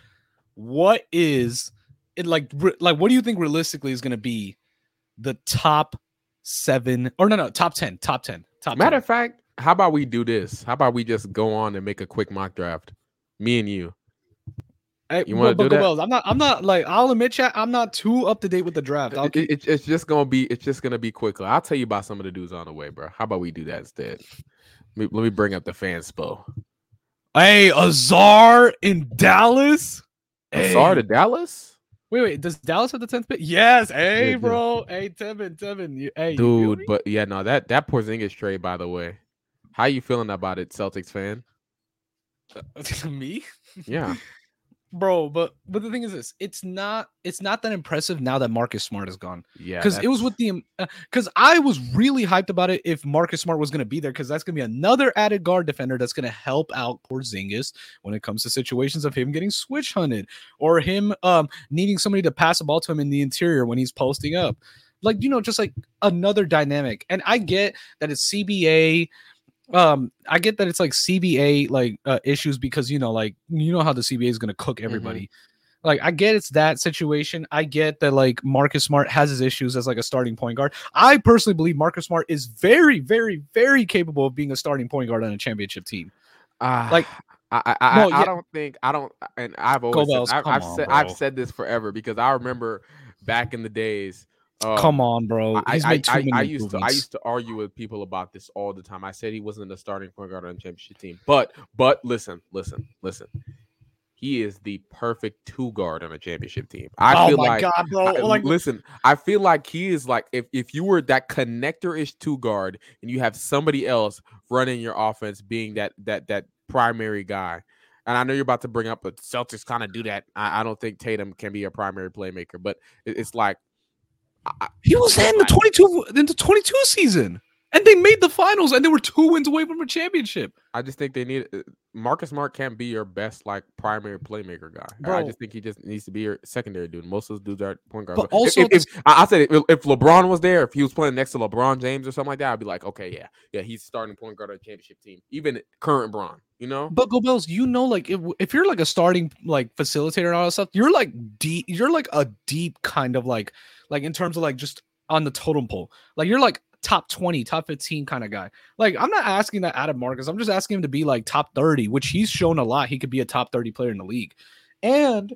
Speaker 1: What is it like? Re, like, what do you think realistically is going to be the top seven or no no top ten top ten top
Speaker 2: Matter
Speaker 1: 10.
Speaker 2: of fact, how about we do this? How about we just go on and make a quick mock draft? Me and you.
Speaker 1: Hey,
Speaker 2: you
Speaker 1: but-
Speaker 2: wanna
Speaker 1: but
Speaker 2: do
Speaker 1: go
Speaker 2: that?
Speaker 1: Bells, I'm not. I'm not like. I'll admit, chat. I'm not too up to date with the draft. I'll
Speaker 2: It,
Speaker 1: keep,
Speaker 2: it- it's- it's just gonna be. It's just gonna be quickly. I'll tell you about some of the dudes on the way, bro. How about we do that instead? Let me, let me bring up the fanspo.
Speaker 1: hey, Azar in Dallas. Hey.
Speaker 2: Sorry to Dallas,
Speaker 1: Wait, wait. Does Dallas have the tenth pick? Yes. Hey,
Speaker 2: yeah.
Speaker 1: bro. Hey, Tevin. Tevin. You, hey, you feel
Speaker 2: dude.
Speaker 1: me?
Speaker 2: But yeah, no, that that Porzingis trade, by the way. How you feeling about it, Celtics fan?
Speaker 1: [laughs] me
Speaker 2: Yeah,
Speaker 1: bro but but the thing is this it's not it's not that impressive now that marcus smart is gone
Speaker 2: yeah.
Speaker 1: because it was
Speaker 2: that's-
Speaker 1: with the because i was really hyped about it if marcus smart was going to be there because that's going to be another added guard defender that's going to help out poor zingis when it comes to situations of him getting switch hunted or him um needing somebody to pass the ball to him in the interior when he's posting up like you know just like another dynamic and i get that it's cba um i get that it's like cba like uh, issues because you know like you know how the cba is going to
Speaker 2: Mm-hmm.
Speaker 1: cook everybody like i get it's that situation i get that like marcus smart has his issues as like a starting point guard i personally believe marcus smart is very very very capable of being a starting point guard on a championship team
Speaker 2: Ah,
Speaker 1: Like-
Speaker 2: I, I, I,
Speaker 1: No,
Speaker 2: I
Speaker 1: yeah.
Speaker 2: don't think I don't, and I've always, said-
Speaker 1: Cobell's,
Speaker 2: I've,
Speaker 1: come
Speaker 2: I've,
Speaker 1: on,
Speaker 2: said, I've
Speaker 1: bro.
Speaker 2: said this forever because I remember back in the days. Um,
Speaker 1: come on bro
Speaker 2: I,
Speaker 1: Oh, he's
Speaker 2: I,
Speaker 1: made too
Speaker 2: I,
Speaker 1: many
Speaker 2: I used to, I
Speaker 1: improvements.
Speaker 2: used to argue with people about this all the time. I said he wasn't a starting point guard on the championship team, but, but listen, listen, listen. He is the perfect two guard on a championship team. I
Speaker 1: oh
Speaker 2: feel
Speaker 1: my
Speaker 2: like
Speaker 1: god bro
Speaker 2: I-
Speaker 1: like
Speaker 2: listen, I feel like he is like if if you were that connector ish two guard and you have somebody else running your offense being that that that primary guy. And I know you're about to bring up, but Celtics kind of do that. I, I don't think Tatum can be a primary playmaker, but it- it's like
Speaker 1: he was in the 22 in the 22 season and they made the finals and they were two wins away from a championship
Speaker 2: I just think they need uh, Marcus Smart can't be your best like primary playmaker guy. I- I
Speaker 1: Bro.
Speaker 2: just think he just needs to be your secondary dude. Most of those dudes are point guards.
Speaker 1: But
Speaker 2: If-
Speaker 1: also
Speaker 2: if,
Speaker 1: at the
Speaker 2: if- I, I said if, if LeBron was there, if he was playing next to LeBron James or something like that, I'd be like, okay, yeah, yeah, he's starting point guard on a championship team, even current Bron. You know,
Speaker 1: But Go Bells, you know, like if, if you're like a starting like facilitator and all that stuff, you're like deep. You're like a deep kind of like like in terms of like just on the totem pole. Like you're like top 20, top 15 kind of guy. Like, I'm not asking that out of Marcus. I'm just asking him to be like top 30, which he's shown a lot. He could be a top 30 player in the league. And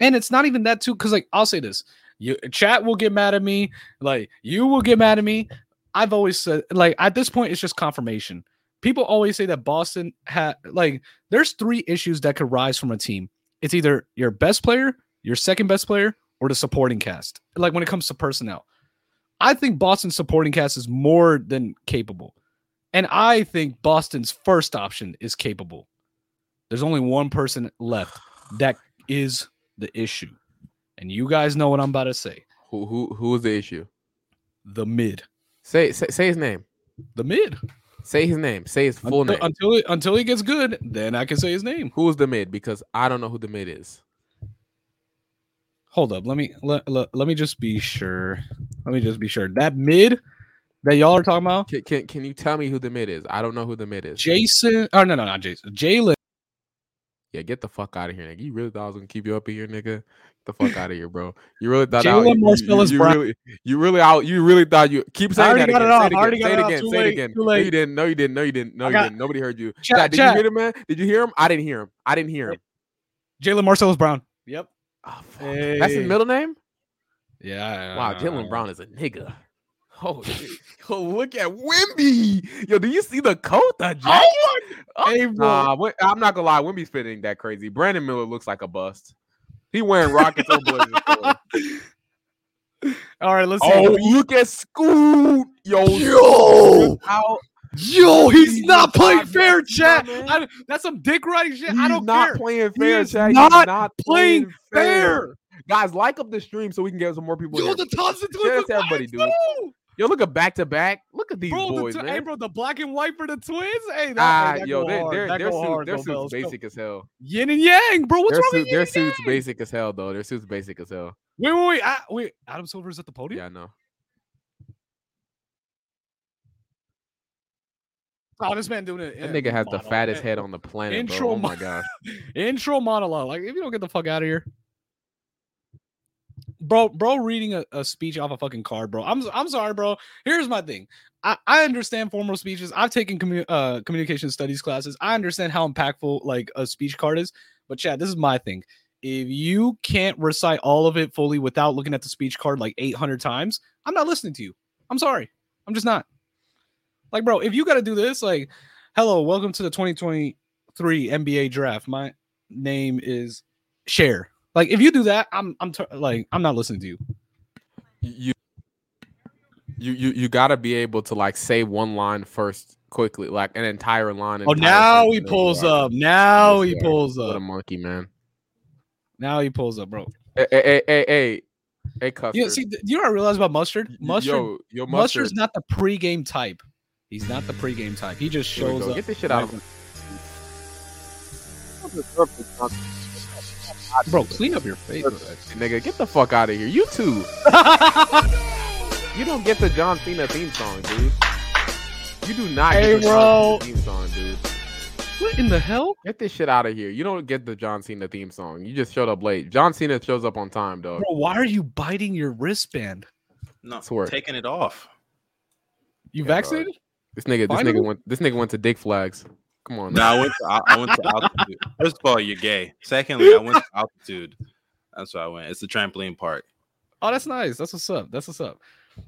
Speaker 1: and it's not even that too, because like I'll say this. You chat will get mad at me, like you will get mad at me. I've always said like at this point, it's just confirmation. People always say that Boston had like there's three issues that could rise from a team. It's either your best player, your second best player, or the supporting cast. Like when it comes to personnel. I think Boston's supporting cast is more than capable. And I think Boston's first option is capable. There's only one person left that is the issue. And you guys know what I'm about to say.
Speaker 2: Who who who is the issue?
Speaker 1: The mid.
Speaker 2: Say say, say his name.
Speaker 1: The mid.
Speaker 2: Say his name. Say his full
Speaker 1: until,
Speaker 2: name.
Speaker 1: Until he, until he gets good, then I can say his name.
Speaker 2: Who is the mid? Because I don't know who the mid is.
Speaker 1: Hold up. Let me let, let, let me just be sure. Let me just be sure. That mid that y'all are talking about,
Speaker 2: Can, can can you tell me who the mid is? I don't know who the mid is.
Speaker 1: Jason. Oh no, no, not Jason. Jalen.
Speaker 2: yeah, get the fuck out of here, nigga. You really thought I was gonna keep you up in here, nigga? Get the fuck out of here, bro. You really thought I,
Speaker 1: Jalen
Speaker 2: you, you,
Speaker 1: Marcellus
Speaker 2: you
Speaker 1: Brown.
Speaker 2: really, you really out. You really thought you keep saying
Speaker 1: already
Speaker 2: that
Speaker 1: got
Speaker 2: again.
Speaker 1: it off.
Speaker 2: Say
Speaker 1: I already
Speaker 2: again.
Speaker 1: got
Speaker 2: Say
Speaker 1: it off.
Speaker 2: again.
Speaker 1: Too
Speaker 2: Say it
Speaker 1: late,
Speaker 2: again.
Speaker 1: too
Speaker 2: No,
Speaker 1: late.
Speaker 2: you didn't. No, you didn't. No, you didn't. No,
Speaker 1: I
Speaker 2: you
Speaker 1: got-
Speaker 2: didn't. Nobody heard you.
Speaker 1: Chat,
Speaker 2: Dad, did
Speaker 1: chat.
Speaker 2: you hear him, man? Did you hear him? I didn't hear him. I didn't hear him.
Speaker 1: Jalen Marcellus Brown. Yep.
Speaker 2: Oh, fuck. That's his
Speaker 1: Hey.
Speaker 2: middle name.
Speaker 1: Yeah.
Speaker 2: Wow, Jalen Brown is a nigga. Oh,
Speaker 1: [laughs]
Speaker 2: shit. [laughs] yo, look at Wimby. Yo, do you see the coat? The jacket?
Speaker 1: Oh my. Hey, bro.
Speaker 2: Nah, Wi- I'm not gonna lie. Wimby's fitting that crazy. Brandon Miller looks like a bust. He wearing rockets on Blazers.
Speaker 1: [laughs]
Speaker 2: clothes.
Speaker 1: All right, let's see.
Speaker 2: Oh, look at Scoot. Yo,
Speaker 1: Yo!
Speaker 2: Scoot out.
Speaker 1: Yo, he's not playing
Speaker 2: He's
Speaker 1: fair,
Speaker 2: not-
Speaker 1: chat.
Speaker 2: man.
Speaker 1: I- that's some dick riding shit.
Speaker 2: He's
Speaker 1: I don't
Speaker 2: not
Speaker 1: care.
Speaker 2: playing fair,
Speaker 1: is
Speaker 2: Chad.
Speaker 1: not
Speaker 2: He's not
Speaker 1: Playing
Speaker 2: fair.
Speaker 1: fair.
Speaker 2: Guys, like up the stream so we can get some more people.
Speaker 1: Yo,
Speaker 2: here.
Speaker 1: the Thompson twins.
Speaker 2: Shout out
Speaker 1: look
Speaker 2: to everybody,
Speaker 1: nice,
Speaker 2: dude.
Speaker 1: though.
Speaker 2: Yo, look at back to back. Look at these
Speaker 1: Bro,
Speaker 2: boys,
Speaker 1: the tw-
Speaker 2: man.
Speaker 1: hey, bro, the black and white for the twins. Hey, that,
Speaker 2: Ah,
Speaker 1: hey, that
Speaker 2: yo,
Speaker 1: go
Speaker 2: they,
Speaker 1: hard.
Speaker 2: their
Speaker 1: That
Speaker 2: their
Speaker 1: go
Speaker 2: suit-
Speaker 1: hard,
Speaker 2: their
Speaker 1: go
Speaker 2: suits
Speaker 1: Bells, go.
Speaker 2: basic as hell.
Speaker 1: Yin and yang, bro. What's
Speaker 2: their
Speaker 1: wrong
Speaker 2: suit,
Speaker 1: with
Speaker 2: their
Speaker 1: yin and
Speaker 2: suits
Speaker 1: yang?
Speaker 2: basic as hell though. Their suits basic as hell.
Speaker 1: Wait, wait, wait. I, wait, Adam Silver's at the podium.
Speaker 2: Yeah, I know.
Speaker 1: Oh, this man doing it.
Speaker 2: That nigga has the fattest head on the planet,
Speaker 1: Intro
Speaker 2: bro. Oh
Speaker 1: mo-
Speaker 2: my gosh.
Speaker 1: Intro monologue. Like, if you don't get the fuck out of here, bro, bro, reading a, a speech off a fucking card, bro. I'm s- I'm sorry, bro. Here's my thing. I, I understand formal speeches. I've taken commu- uh, communication studies classes. I understand how impactful like a speech card is. But Chad, this is my thing. If you can't recite all of it fully without looking at the speech card like 800 times, I'm not listening to you. I'm sorry. I'm just not. Like, bro, if you got to do this, like, hello, welcome to the 2023 NBA draft. My name is Share. Like, if you do that, I'm, I'm tur like, I'm not listening to you.
Speaker 2: [laughs] You you you you gotta be able to like say one line first quickly, like an entire line.
Speaker 1: Oh,
Speaker 2: entire
Speaker 1: now he
Speaker 2: sentence.
Speaker 1: pulls up. Now
Speaker 2: Yes,
Speaker 1: he
Speaker 2: you are.
Speaker 1: pulls
Speaker 2: What a
Speaker 1: up.
Speaker 2: monkey, man.
Speaker 1: Now he pulls up, bro.
Speaker 2: Hey, hey, hey, hey, hey, hey Custer.
Speaker 1: You see, do you know what I realized about mustard? Mustard,
Speaker 2: yo, yo, mustard.
Speaker 1: mustard's not the pregame type. He's not the pregame type. He just
Speaker 2: Here we
Speaker 1: shows
Speaker 2: go.
Speaker 1: up.
Speaker 2: Get this shit out of
Speaker 1: Bro, clean up your face. with that
Speaker 2: Nigga, get the fuck out of here. You too.
Speaker 1: shit.
Speaker 2: You don't get the John Cena theme song, dude. You do not
Speaker 1: Hey,
Speaker 2: get the
Speaker 1: bro.
Speaker 2: John Cena theme song, dude.
Speaker 1: [laughs] what in the hell?
Speaker 2: Get this shit out of here. You don't get the John Cena theme song. You just showed up late. John Cena shows up on time, dog.
Speaker 1: Bro, why are you biting your wristband?
Speaker 3: No,
Speaker 2: Swear.
Speaker 3: taking it off.
Speaker 1: You
Speaker 2: Yeah, dog.
Speaker 1: vaccinated?
Speaker 2: This nigga, this
Speaker 1: Finally?
Speaker 2: nigga went. This nigga went to Dick Flags. Come on.
Speaker 3: No,
Speaker 2: now.
Speaker 3: I went to, I, I went to altitude. First of all, you're gay. Secondly, I [laughs] went to altitude. That's where I went. It's the trampoline park.
Speaker 1: Oh, that's nice. That's what's up. That's what's
Speaker 2: [laughs]
Speaker 1: up.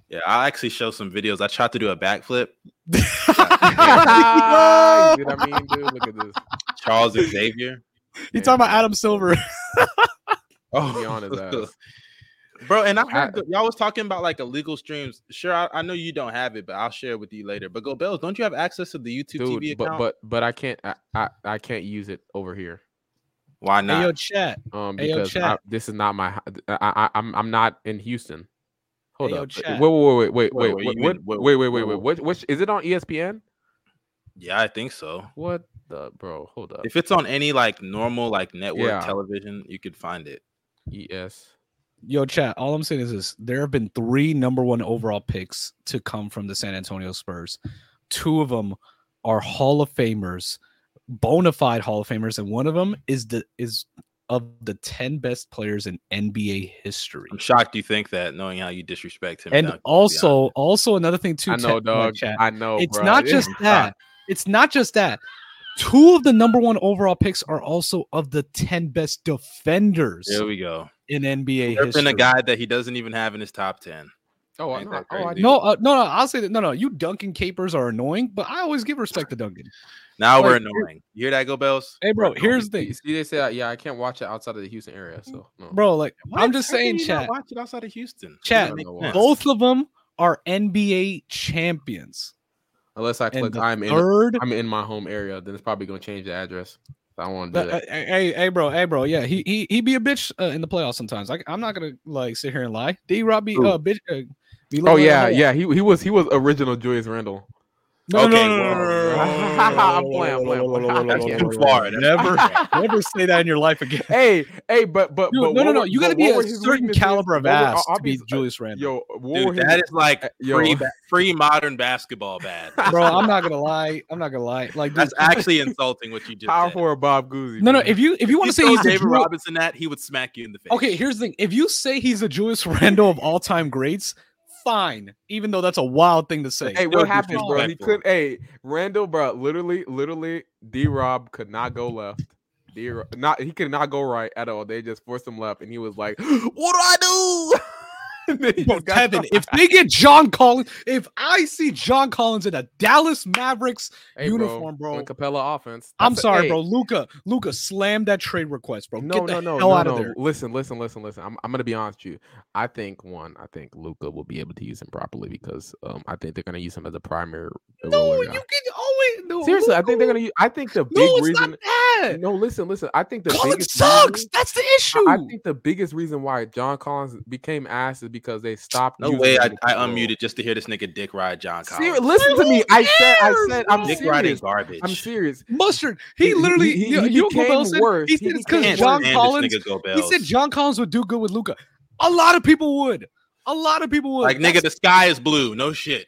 Speaker 3: Yeah, I'll actually show some videos. I tried to do a backflip.
Speaker 1: [laughs]
Speaker 2: [laughs] You see what I mean, dude? Look at this.
Speaker 3: Charles
Speaker 2: [laughs]
Speaker 3: Xavier.
Speaker 1: You talking about Adam Silver?
Speaker 2: Be
Speaker 3: [laughs]
Speaker 2: honest, ass.
Speaker 3: Oh, bro. And I
Speaker 2: I-
Speaker 3: heard that y'all was talking about like illegal streams. Sure, I, I know you don't have it, but I'll share it with you later. But go Bells, don't you have access to the YouTube TV
Speaker 2: dude. But
Speaker 3: account?
Speaker 2: but but I can't. I, I I can't use it over here.
Speaker 3: Why
Speaker 1: Hey,
Speaker 3: not?
Speaker 1: yo, chat.
Speaker 2: Um,
Speaker 1: Hey, yo,
Speaker 2: because I,
Speaker 1: chat.
Speaker 2: this is not my. ho- I, I I'm I'm not in Houston. Hold
Speaker 1: Hey, yo,
Speaker 2: up.
Speaker 1: chat.
Speaker 2: Wait wait wait
Speaker 3: Wait,
Speaker 2: wait
Speaker 3: wait,
Speaker 2: wait
Speaker 3: you
Speaker 2: wait
Speaker 3: in-
Speaker 2: wait wait
Speaker 3: wait,
Speaker 2: wait wait
Speaker 3: whoa,
Speaker 2: wait.
Speaker 3: whoa.
Speaker 2: What which is it on E ESPN?
Speaker 3: yeah, I think so.
Speaker 2: What the bro? Hold up.
Speaker 3: If it's on any like normal like network
Speaker 2: Yeah.
Speaker 3: television, you could find it.
Speaker 2: E ES.
Speaker 1: Yo, chat. All I'm saying is this there have been three number one overall picks to come from the San Antonio Spurs. Two of them are Hall of Famers, bona fide Hall of Famers, and one of them is the is of the 10 best players in NBA history.
Speaker 3: I'm shocked you think that, knowing how you disrespect him.
Speaker 1: And
Speaker 3: Doug, to be honest.
Speaker 1: also, also another thing too.
Speaker 2: I know,
Speaker 1: Ted, in my
Speaker 2: dog.
Speaker 1: chat.
Speaker 2: I know.
Speaker 1: it's
Speaker 2: bruh. [laughs]
Speaker 1: not
Speaker 2: It
Speaker 1: just
Speaker 2: is
Speaker 1: that. It's not just that. Two of the number one overall picks are also of the 10 best defenders
Speaker 3: here we go.
Speaker 1: in NBA
Speaker 3: There's
Speaker 1: history.
Speaker 3: been a guy that he doesn't even have in his top ten.
Speaker 2: Oh, I know.
Speaker 3: Ain't that
Speaker 2: Oh, I
Speaker 3: crazy?
Speaker 2: know.
Speaker 1: No, uh, no, no. I'll say that. No, no. You Duncan capers are annoying, but I always give respect to Duncan.
Speaker 3: Now we're
Speaker 1: Like, here-
Speaker 3: annoying. You hear that, Go Bells?
Speaker 1: Hey, bro.
Speaker 3: We're annoying.
Speaker 1: Here's the
Speaker 2: You
Speaker 1: thing, Mm,
Speaker 2: See, they say, uh, yeah, I can't watch it outside of the Houston area. So, no.
Speaker 1: bro. Like, I'm
Speaker 3: What?
Speaker 1: just
Speaker 3: How can
Speaker 1: saying,
Speaker 3: you not
Speaker 1: chat.
Speaker 3: Watch it outside of Houston.
Speaker 1: Chat,
Speaker 3: Doesn't make
Speaker 2: I don't know
Speaker 3: sense.
Speaker 1: Both of them are NBA champions.
Speaker 2: unless I
Speaker 1: And
Speaker 2: click,
Speaker 1: the
Speaker 2: I'm in,
Speaker 1: third.
Speaker 2: I'm in my home area, then it's probably gonna change the address. So I don't want to do
Speaker 1: But, uh,
Speaker 2: that.
Speaker 1: hey, hey, bro, hey, bro, yeah, he he he be a bitch uh, in the playoffs sometimes. Like, I'm not gonna like sit here and lie. D. Rob be
Speaker 2: Who?
Speaker 1: uh, bitch. Uh, be
Speaker 2: Oh
Speaker 1: looking like a
Speaker 2: yeah,
Speaker 1: hoe.
Speaker 2: yeah. He he was he was original Julius Randall.
Speaker 1: No, no,
Speaker 2: [laughs]
Speaker 3: Okay,
Speaker 1: no, no, no, no, no, no, no, no, no,
Speaker 2: I'm
Speaker 1: no,
Speaker 2: playing, I'm
Speaker 1: no, no,
Speaker 2: playing.
Speaker 1: no, no, no,
Speaker 2: That's
Speaker 1: no,
Speaker 2: too
Speaker 1: no, no,
Speaker 3: far.
Speaker 1: no, Never,
Speaker 2: [laughs]
Speaker 1: never say that in your life again.
Speaker 2: hey, hey, but but
Speaker 1: Dude,
Speaker 2: but
Speaker 1: no,
Speaker 2: what
Speaker 1: no, no.
Speaker 2: were-
Speaker 1: You got to
Speaker 2: but
Speaker 1: be
Speaker 2: what
Speaker 1: a
Speaker 2: were his
Speaker 1: certain
Speaker 2: weaknesses?
Speaker 1: caliber of
Speaker 2: What were-
Speaker 1: ass to be
Speaker 2: obvious- uh,
Speaker 1: Julius Randall.
Speaker 2: Yo, what were
Speaker 3: Dude,
Speaker 2: his-
Speaker 3: that is like
Speaker 2: uh, yo.
Speaker 3: free, ba- free modern
Speaker 1: [laughs]
Speaker 3: basketball bad.
Speaker 1: Bro, I'm not gonna lie. I'm not gonna lie. Like, dude,
Speaker 3: That's actually insulting what you just
Speaker 2: power
Speaker 3: said.
Speaker 2: for Bob Guzzi.
Speaker 1: no, no.
Speaker 2: man.
Speaker 1: If you if you want to say
Speaker 3: throw
Speaker 1: he's a
Speaker 3: David
Speaker 1: Drew,
Speaker 3: Robinson that, he would smack you in the face.
Speaker 1: okay, here's the thing. If you say he's a Julius Randall of all time greats, fine. Even though that's a wild thing to say.
Speaker 2: Hey,
Speaker 3: They're
Speaker 2: what happened, bro? He
Speaker 3: disrespectful.
Speaker 2: could. Hey, Randall, bro. Literally, literally, D. Rob could not go left. D. Rob- Not he could not go right at all. They just forced him left, and he was like, [gasps] "What do [laughs] I do?" And then he
Speaker 1: Bro,
Speaker 2: just got
Speaker 1: Kevin,
Speaker 2: shot.
Speaker 1: if they get John Collins, if I see John Collins in a Dallas Mavericks,
Speaker 2: [laughs] Hey, bro,
Speaker 1: uniform, bro.
Speaker 2: when Capella offense.
Speaker 1: I'm
Speaker 2: that's a-
Speaker 1: sorry,
Speaker 2: hey,
Speaker 1: bro. Luca, Luca, slam that trade request, bro. Get
Speaker 2: No, no,
Speaker 1: the
Speaker 2: no,
Speaker 1: hell
Speaker 2: no,
Speaker 1: out
Speaker 2: no.
Speaker 1: of there.
Speaker 2: Listen, listen, listen, listen. I'm, I'm gonna be honest with you. I think one, I think Luca will be able to use him properly because um, I think they're gonna use him as a primary.
Speaker 1: No,
Speaker 2: role
Speaker 1: you
Speaker 2: guy.
Speaker 1: can always no,
Speaker 2: Seriously, I think they're
Speaker 1: Luka-
Speaker 2: gonna. Use, I think the
Speaker 1: No,
Speaker 2: big
Speaker 1: it's
Speaker 2: reason.
Speaker 1: not that.
Speaker 2: No, listen, listen. I think the
Speaker 1: Collins
Speaker 2: biggest
Speaker 1: sucks.
Speaker 2: reason-
Speaker 1: That's the issue.
Speaker 2: I I think the biggest reason why John Collins became ass is because they stopped.
Speaker 3: No
Speaker 2: using
Speaker 3: way.
Speaker 2: him
Speaker 3: I,
Speaker 2: in the
Speaker 3: I
Speaker 2: role.
Speaker 3: unmuted just to hear this nigga dick ride John Collins.
Speaker 2: Seri- listen to me.
Speaker 1: Who
Speaker 2: I said. I
Speaker 1: cares,
Speaker 2: said. I'm
Speaker 1: bro?
Speaker 3: dick riding
Speaker 2: serious.
Speaker 3: garbage.
Speaker 2: I'm serious.
Speaker 1: Mustard. He
Speaker 2: He-
Speaker 1: literally.
Speaker 2: he- he-
Speaker 1: you-
Speaker 2: he
Speaker 1: you know what
Speaker 2: became
Speaker 1: Bell said?
Speaker 2: worse.
Speaker 1: He
Speaker 2: He
Speaker 1: said it's
Speaker 2: became
Speaker 1: because
Speaker 3: Can't
Speaker 1: John
Speaker 3: stand
Speaker 1: Collins.
Speaker 3: this nigga Go
Speaker 1: He
Speaker 3: Bells.
Speaker 1: said John Collins would do good with Luca. A lot of people would. A lot of people would.
Speaker 3: like
Speaker 1: That's
Speaker 3: nigga, the sky is blue. No shit.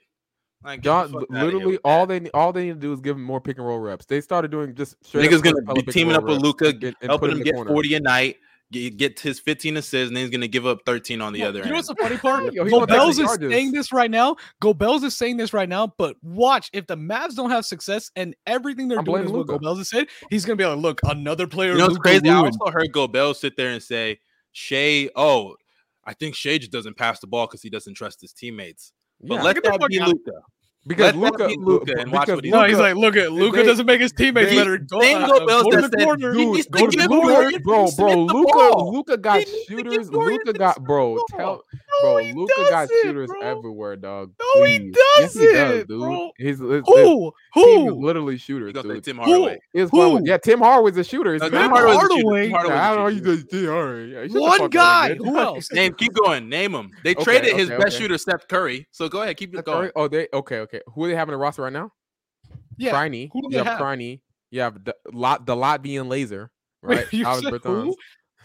Speaker 3: Like get the
Speaker 2: John,
Speaker 3: fuck outta here
Speaker 2: literally,
Speaker 3: with
Speaker 2: all they all they need to do is give him more pick and roll reps. They started doing just straight up
Speaker 3: Niggas gonna
Speaker 2: Capella
Speaker 3: be
Speaker 2: pick and
Speaker 3: teaming
Speaker 2: roll
Speaker 3: up with
Speaker 2: reps
Speaker 3: Luka,
Speaker 2: and- and
Speaker 3: that.
Speaker 2: put
Speaker 3: helping
Speaker 2: in
Speaker 3: him
Speaker 2: the
Speaker 3: get
Speaker 2: corner.
Speaker 3: 40 a night, get, get his 15 assists, and then he's gonna give up 13 on the
Speaker 1: No,
Speaker 3: other
Speaker 1: You know
Speaker 3: end.
Speaker 1: what's the funny part?
Speaker 2: Yo, he
Speaker 1: Go
Speaker 2: gonna take
Speaker 1: Bells
Speaker 2: the
Speaker 1: is
Speaker 2: charges.
Speaker 1: saying this right now. Go Bells is saying this right now. But watch, if the Mavs don't have success and everything they're
Speaker 2: I'm
Speaker 1: doing is
Speaker 2: blaming
Speaker 1: what Go
Speaker 2: Luka.
Speaker 1: Bells has said, he's gonna be like, "Look, another player."
Speaker 3: You know what's
Speaker 1: Luka
Speaker 3: crazy? I
Speaker 1: ruined."
Speaker 3: also heard Gobert sit there and say, Shay, oh, I think Shay just doesn't pass the ball because he doesn't trust his teammates. But
Speaker 2: Yeah,
Speaker 3: let
Speaker 1: Get the
Speaker 3: that
Speaker 1: fuck
Speaker 3: be
Speaker 1: out of
Speaker 3: Luca.
Speaker 2: because
Speaker 3: let that
Speaker 2: Luca,
Speaker 3: be Luka and watch what he
Speaker 1: no, he's
Speaker 3: Luka-
Speaker 1: like, "Look at Luca
Speaker 2: they-
Speaker 1: doesn't make his teammates
Speaker 2: they-
Speaker 1: better." Go,
Speaker 3: same
Speaker 1: uh,
Speaker 3: Go
Speaker 1: uh,
Speaker 3: Bells
Speaker 1: go
Speaker 3: that
Speaker 1: to the
Speaker 3: said,
Speaker 1: corner.
Speaker 3: He
Speaker 2: Dude,
Speaker 3: needs
Speaker 2: go
Speaker 3: to
Speaker 2: to
Speaker 3: give
Speaker 2: Luka- bro,
Speaker 3: Dorian
Speaker 2: bro.
Speaker 3: Finney-Smith the
Speaker 2: Luca,
Speaker 3: ball.
Speaker 2: Luca got
Speaker 3: He needs to give
Speaker 2: shooters.
Speaker 3: Dorian
Speaker 2: Luca got bro.
Speaker 3: Finney-Smith the
Speaker 2: Tell
Speaker 3: ball.
Speaker 2: bro,
Speaker 1: he
Speaker 2: Luca got
Speaker 1: doesn't,
Speaker 2: shooters
Speaker 1: bro.
Speaker 2: everywhere, dog.
Speaker 1: No, he
Speaker 2: Please. Yes, he does,
Speaker 1: doesn't,
Speaker 2: dude.
Speaker 1: bro.
Speaker 2: He's, his,
Speaker 1: Who?
Speaker 2: team is
Speaker 1: Who?
Speaker 2: literally shooters,
Speaker 3: You gonna say
Speaker 2: dude.
Speaker 3: Tim
Speaker 1: Who?
Speaker 3: Hardaway?
Speaker 2: It's one with-
Speaker 1: Who?
Speaker 2: yeah, Tim Hardaway's a shooter. It's
Speaker 3: No,
Speaker 1: Tim
Speaker 2: Tim
Speaker 3: Hardaway's a
Speaker 2: Hardaway.
Speaker 3: shooter. Tim
Speaker 1: Hardaway?
Speaker 3: Hardaway's a
Speaker 2: I don't know.
Speaker 3: shooter.
Speaker 2: You say Tim Hardaway. Yeah, shut the
Speaker 1: One
Speaker 2: fuck up,
Speaker 1: guy.
Speaker 2: nigga.
Speaker 1: Who else?
Speaker 3: Name, keep going. Name him. They
Speaker 2: Okay,
Speaker 3: traded his
Speaker 2: okay,
Speaker 3: best
Speaker 2: okay.
Speaker 3: shooter, Steph Curry. So go ahead, keep it
Speaker 2: Steph
Speaker 3: going.
Speaker 2: Curry? Oh, they okay, okay. Who are they having a roster right now?
Speaker 1: Yeah.
Speaker 2: Criney.
Speaker 1: who do
Speaker 2: you
Speaker 1: they
Speaker 2: have,
Speaker 1: have?
Speaker 2: Criney. You have the lot the Latvian laser,
Speaker 1: Wait,
Speaker 2: right?
Speaker 1: you
Speaker 2: Alex
Speaker 1: said
Speaker 2: Bertans.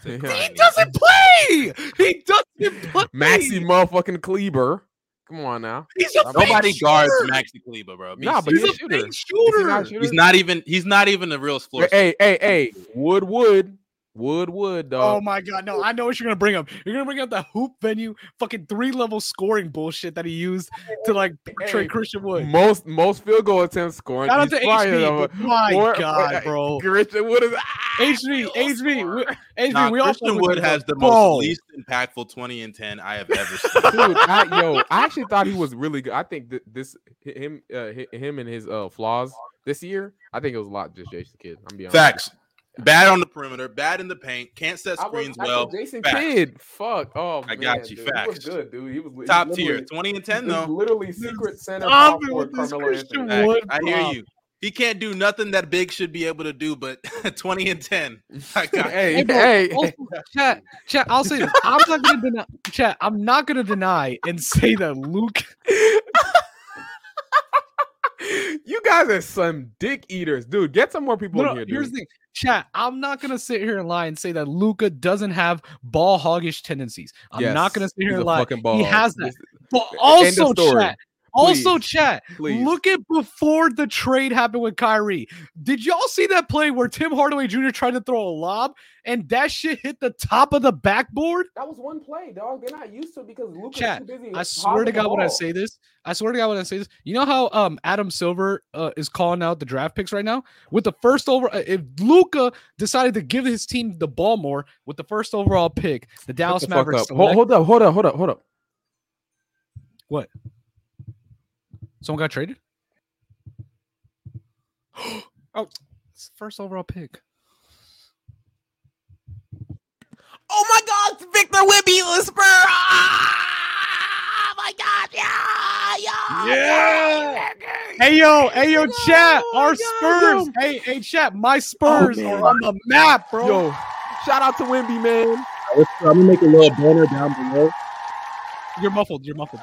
Speaker 1: He
Speaker 2: [laughs]
Speaker 3: Criney.
Speaker 1: doesn't play. He doesn't play.
Speaker 2: Maxi motherfucking Kleber. Come on now.
Speaker 1: He's a big
Speaker 3: Nobody guards
Speaker 1: shooter.
Speaker 3: Maxi Kleba, bro. Be
Speaker 2: Nah, but
Speaker 1: He's
Speaker 2: He's
Speaker 3: serious.
Speaker 1: a
Speaker 2: a shooter.
Speaker 1: big
Speaker 2: Is
Speaker 1: shooter.
Speaker 2: shooter?
Speaker 3: he's not even he's not even a real floor.
Speaker 2: Hey, hey, hey. Wood, wood. Wood, wood,
Speaker 1: Oh
Speaker 2: dog.
Speaker 1: my god, no, I know what you're gonna bring up. You're gonna bring up the hoop venue fucking three level scoring bullshit that he used to like portray
Speaker 2: Hey,
Speaker 1: Christian Wood.
Speaker 2: most most field goal attempts scoring.
Speaker 1: Shout out to
Speaker 2: He's flying
Speaker 1: HB.
Speaker 2: over.
Speaker 1: but My
Speaker 2: Or-
Speaker 1: god,
Speaker 2: or-
Speaker 1: bro.
Speaker 2: Christian Wood is ah,
Speaker 1: HB, HB, we- HB,
Speaker 3: Nah,
Speaker 1: we all fuck
Speaker 3: Christian
Speaker 1: with
Speaker 3: Wood
Speaker 1: you,
Speaker 3: has the
Speaker 1: bro.
Speaker 3: most
Speaker 1: Bro,
Speaker 3: least impactful 20 and 10 I have
Speaker 2: [laughs]
Speaker 3: ever seen.
Speaker 2: dude. I, yo, I actually thought he was really good. I think th- this hi- him uh, hi- him and his uh, flaws this year. I think it was a lot just Jason Kidd. I'm being
Speaker 3: Facts. Bad on the perimeter, bad in the paint, can't set
Speaker 2: Honest.
Speaker 3: screens
Speaker 2: I was,
Speaker 3: well.
Speaker 2: I said Jason
Speaker 3: Facts.
Speaker 2: Kidd. Fuck. Oh,
Speaker 3: I
Speaker 2: man,
Speaker 3: got you.
Speaker 2: dude. He was
Speaker 3: Facts.
Speaker 2: good, dude. He was
Speaker 3: Top
Speaker 2: literally-
Speaker 3: tier, 20 and 10
Speaker 2: he was
Speaker 3: though.
Speaker 2: Literally, secret center.
Speaker 1: Stop
Speaker 2: power
Speaker 1: it
Speaker 2: forward
Speaker 1: with this
Speaker 2: Carmelo Anthony.
Speaker 1: Christian
Speaker 3: Facts.
Speaker 1: Wood
Speaker 3: I hear
Speaker 1: Bob.
Speaker 3: you. He can't do nothing that big should be able to do, but [laughs] 20
Speaker 2: [laughs]
Speaker 3: and 10. I got you.
Speaker 1: [laughs]
Speaker 2: Hey,
Speaker 1: Hey, bro, [laughs]
Speaker 2: hey,
Speaker 1: also, chat, chat. I'll say this. I'm not gonna deny chat, I'm not gonna deny and say that Luke
Speaker 2: [laughs] you guys are some dick eaters, dude. Get some more people
Speaker 1: No,
Speaker 2: in
Speaker 1: no,
Speaker 2: here,
Speaker 1: here's
Speaker 2: dude.
Speaker 1: the thing, chat. I'm not gonna sit here and lie and say that Luca doesn't have ball hoggish tendencies. I'm not gonna
Speaker 2: Yes,
Speaker 1: sit here
Speaker 2: he's
Speaker 1: and
Speaker 2: a
Speaker 1: lie.
Speaker 2: fucking ball
Speaker 1: He
Speaker 2: hog.
Speaker 1: has that,
Speaker 2: Just-
Speaker 1: but
Speaker 2: end of
Speaker 1: also
Speaker 2: story.
Speaker 1: chat. Also, chat,
Speaker 2: Please.
Speaker 1: look at before the trade happened with Kyrie. Did y'all see that play where Tim Hardaway Jr. tried to throw a lob and that shit hit the top of the backboard?
Speaker 2: That was one play, dog. They're not used to it because Luka
Speaker 1: Chat,
Speaker 2: too busy.
Speaker 1: I swear to
Speaker 2: hogging the
Speaker 1: God, when I
Speaker 2: ball.
Speaker 1: say this, I swear to God, when I say this, you know how um Adam Silver uh, is calling out the draft picks right now with the first over. uh, If Luca decided to give his team the ball more with the first overall pick, the
Speaker 2: Shut
Speaker 1: Dallas
Speaker 2: the fuck
Speaker 1: Mavericks.
Speaker 2: up. Hold,
Speaker 1: select-
Speaker 2: hold up, hold up, hold up, hold up.
Speaker 1: Someone got [gasps] traded? oh, it's the first overall pick.
Speaker 2: Oh my God, Victor Wimby was spur. Oh my God, yeah,
Speaker 1: Yeah. Hey yo, hey yo, chat.
Speaker 2: Oh my
Speaker 1: Our
Speaker 2: God,
Speaker 1: Spurs. Hey, hey, chat.
Speaker 2: Oh,
Speaker 1: My Spurs are on the map, bro.
Speaker 2: Yo, shout out to Wimby, man.
Speaker 4: Let's- I'm gonna make a little banner down below.
Speaker 1: You're muffled. You're muffled.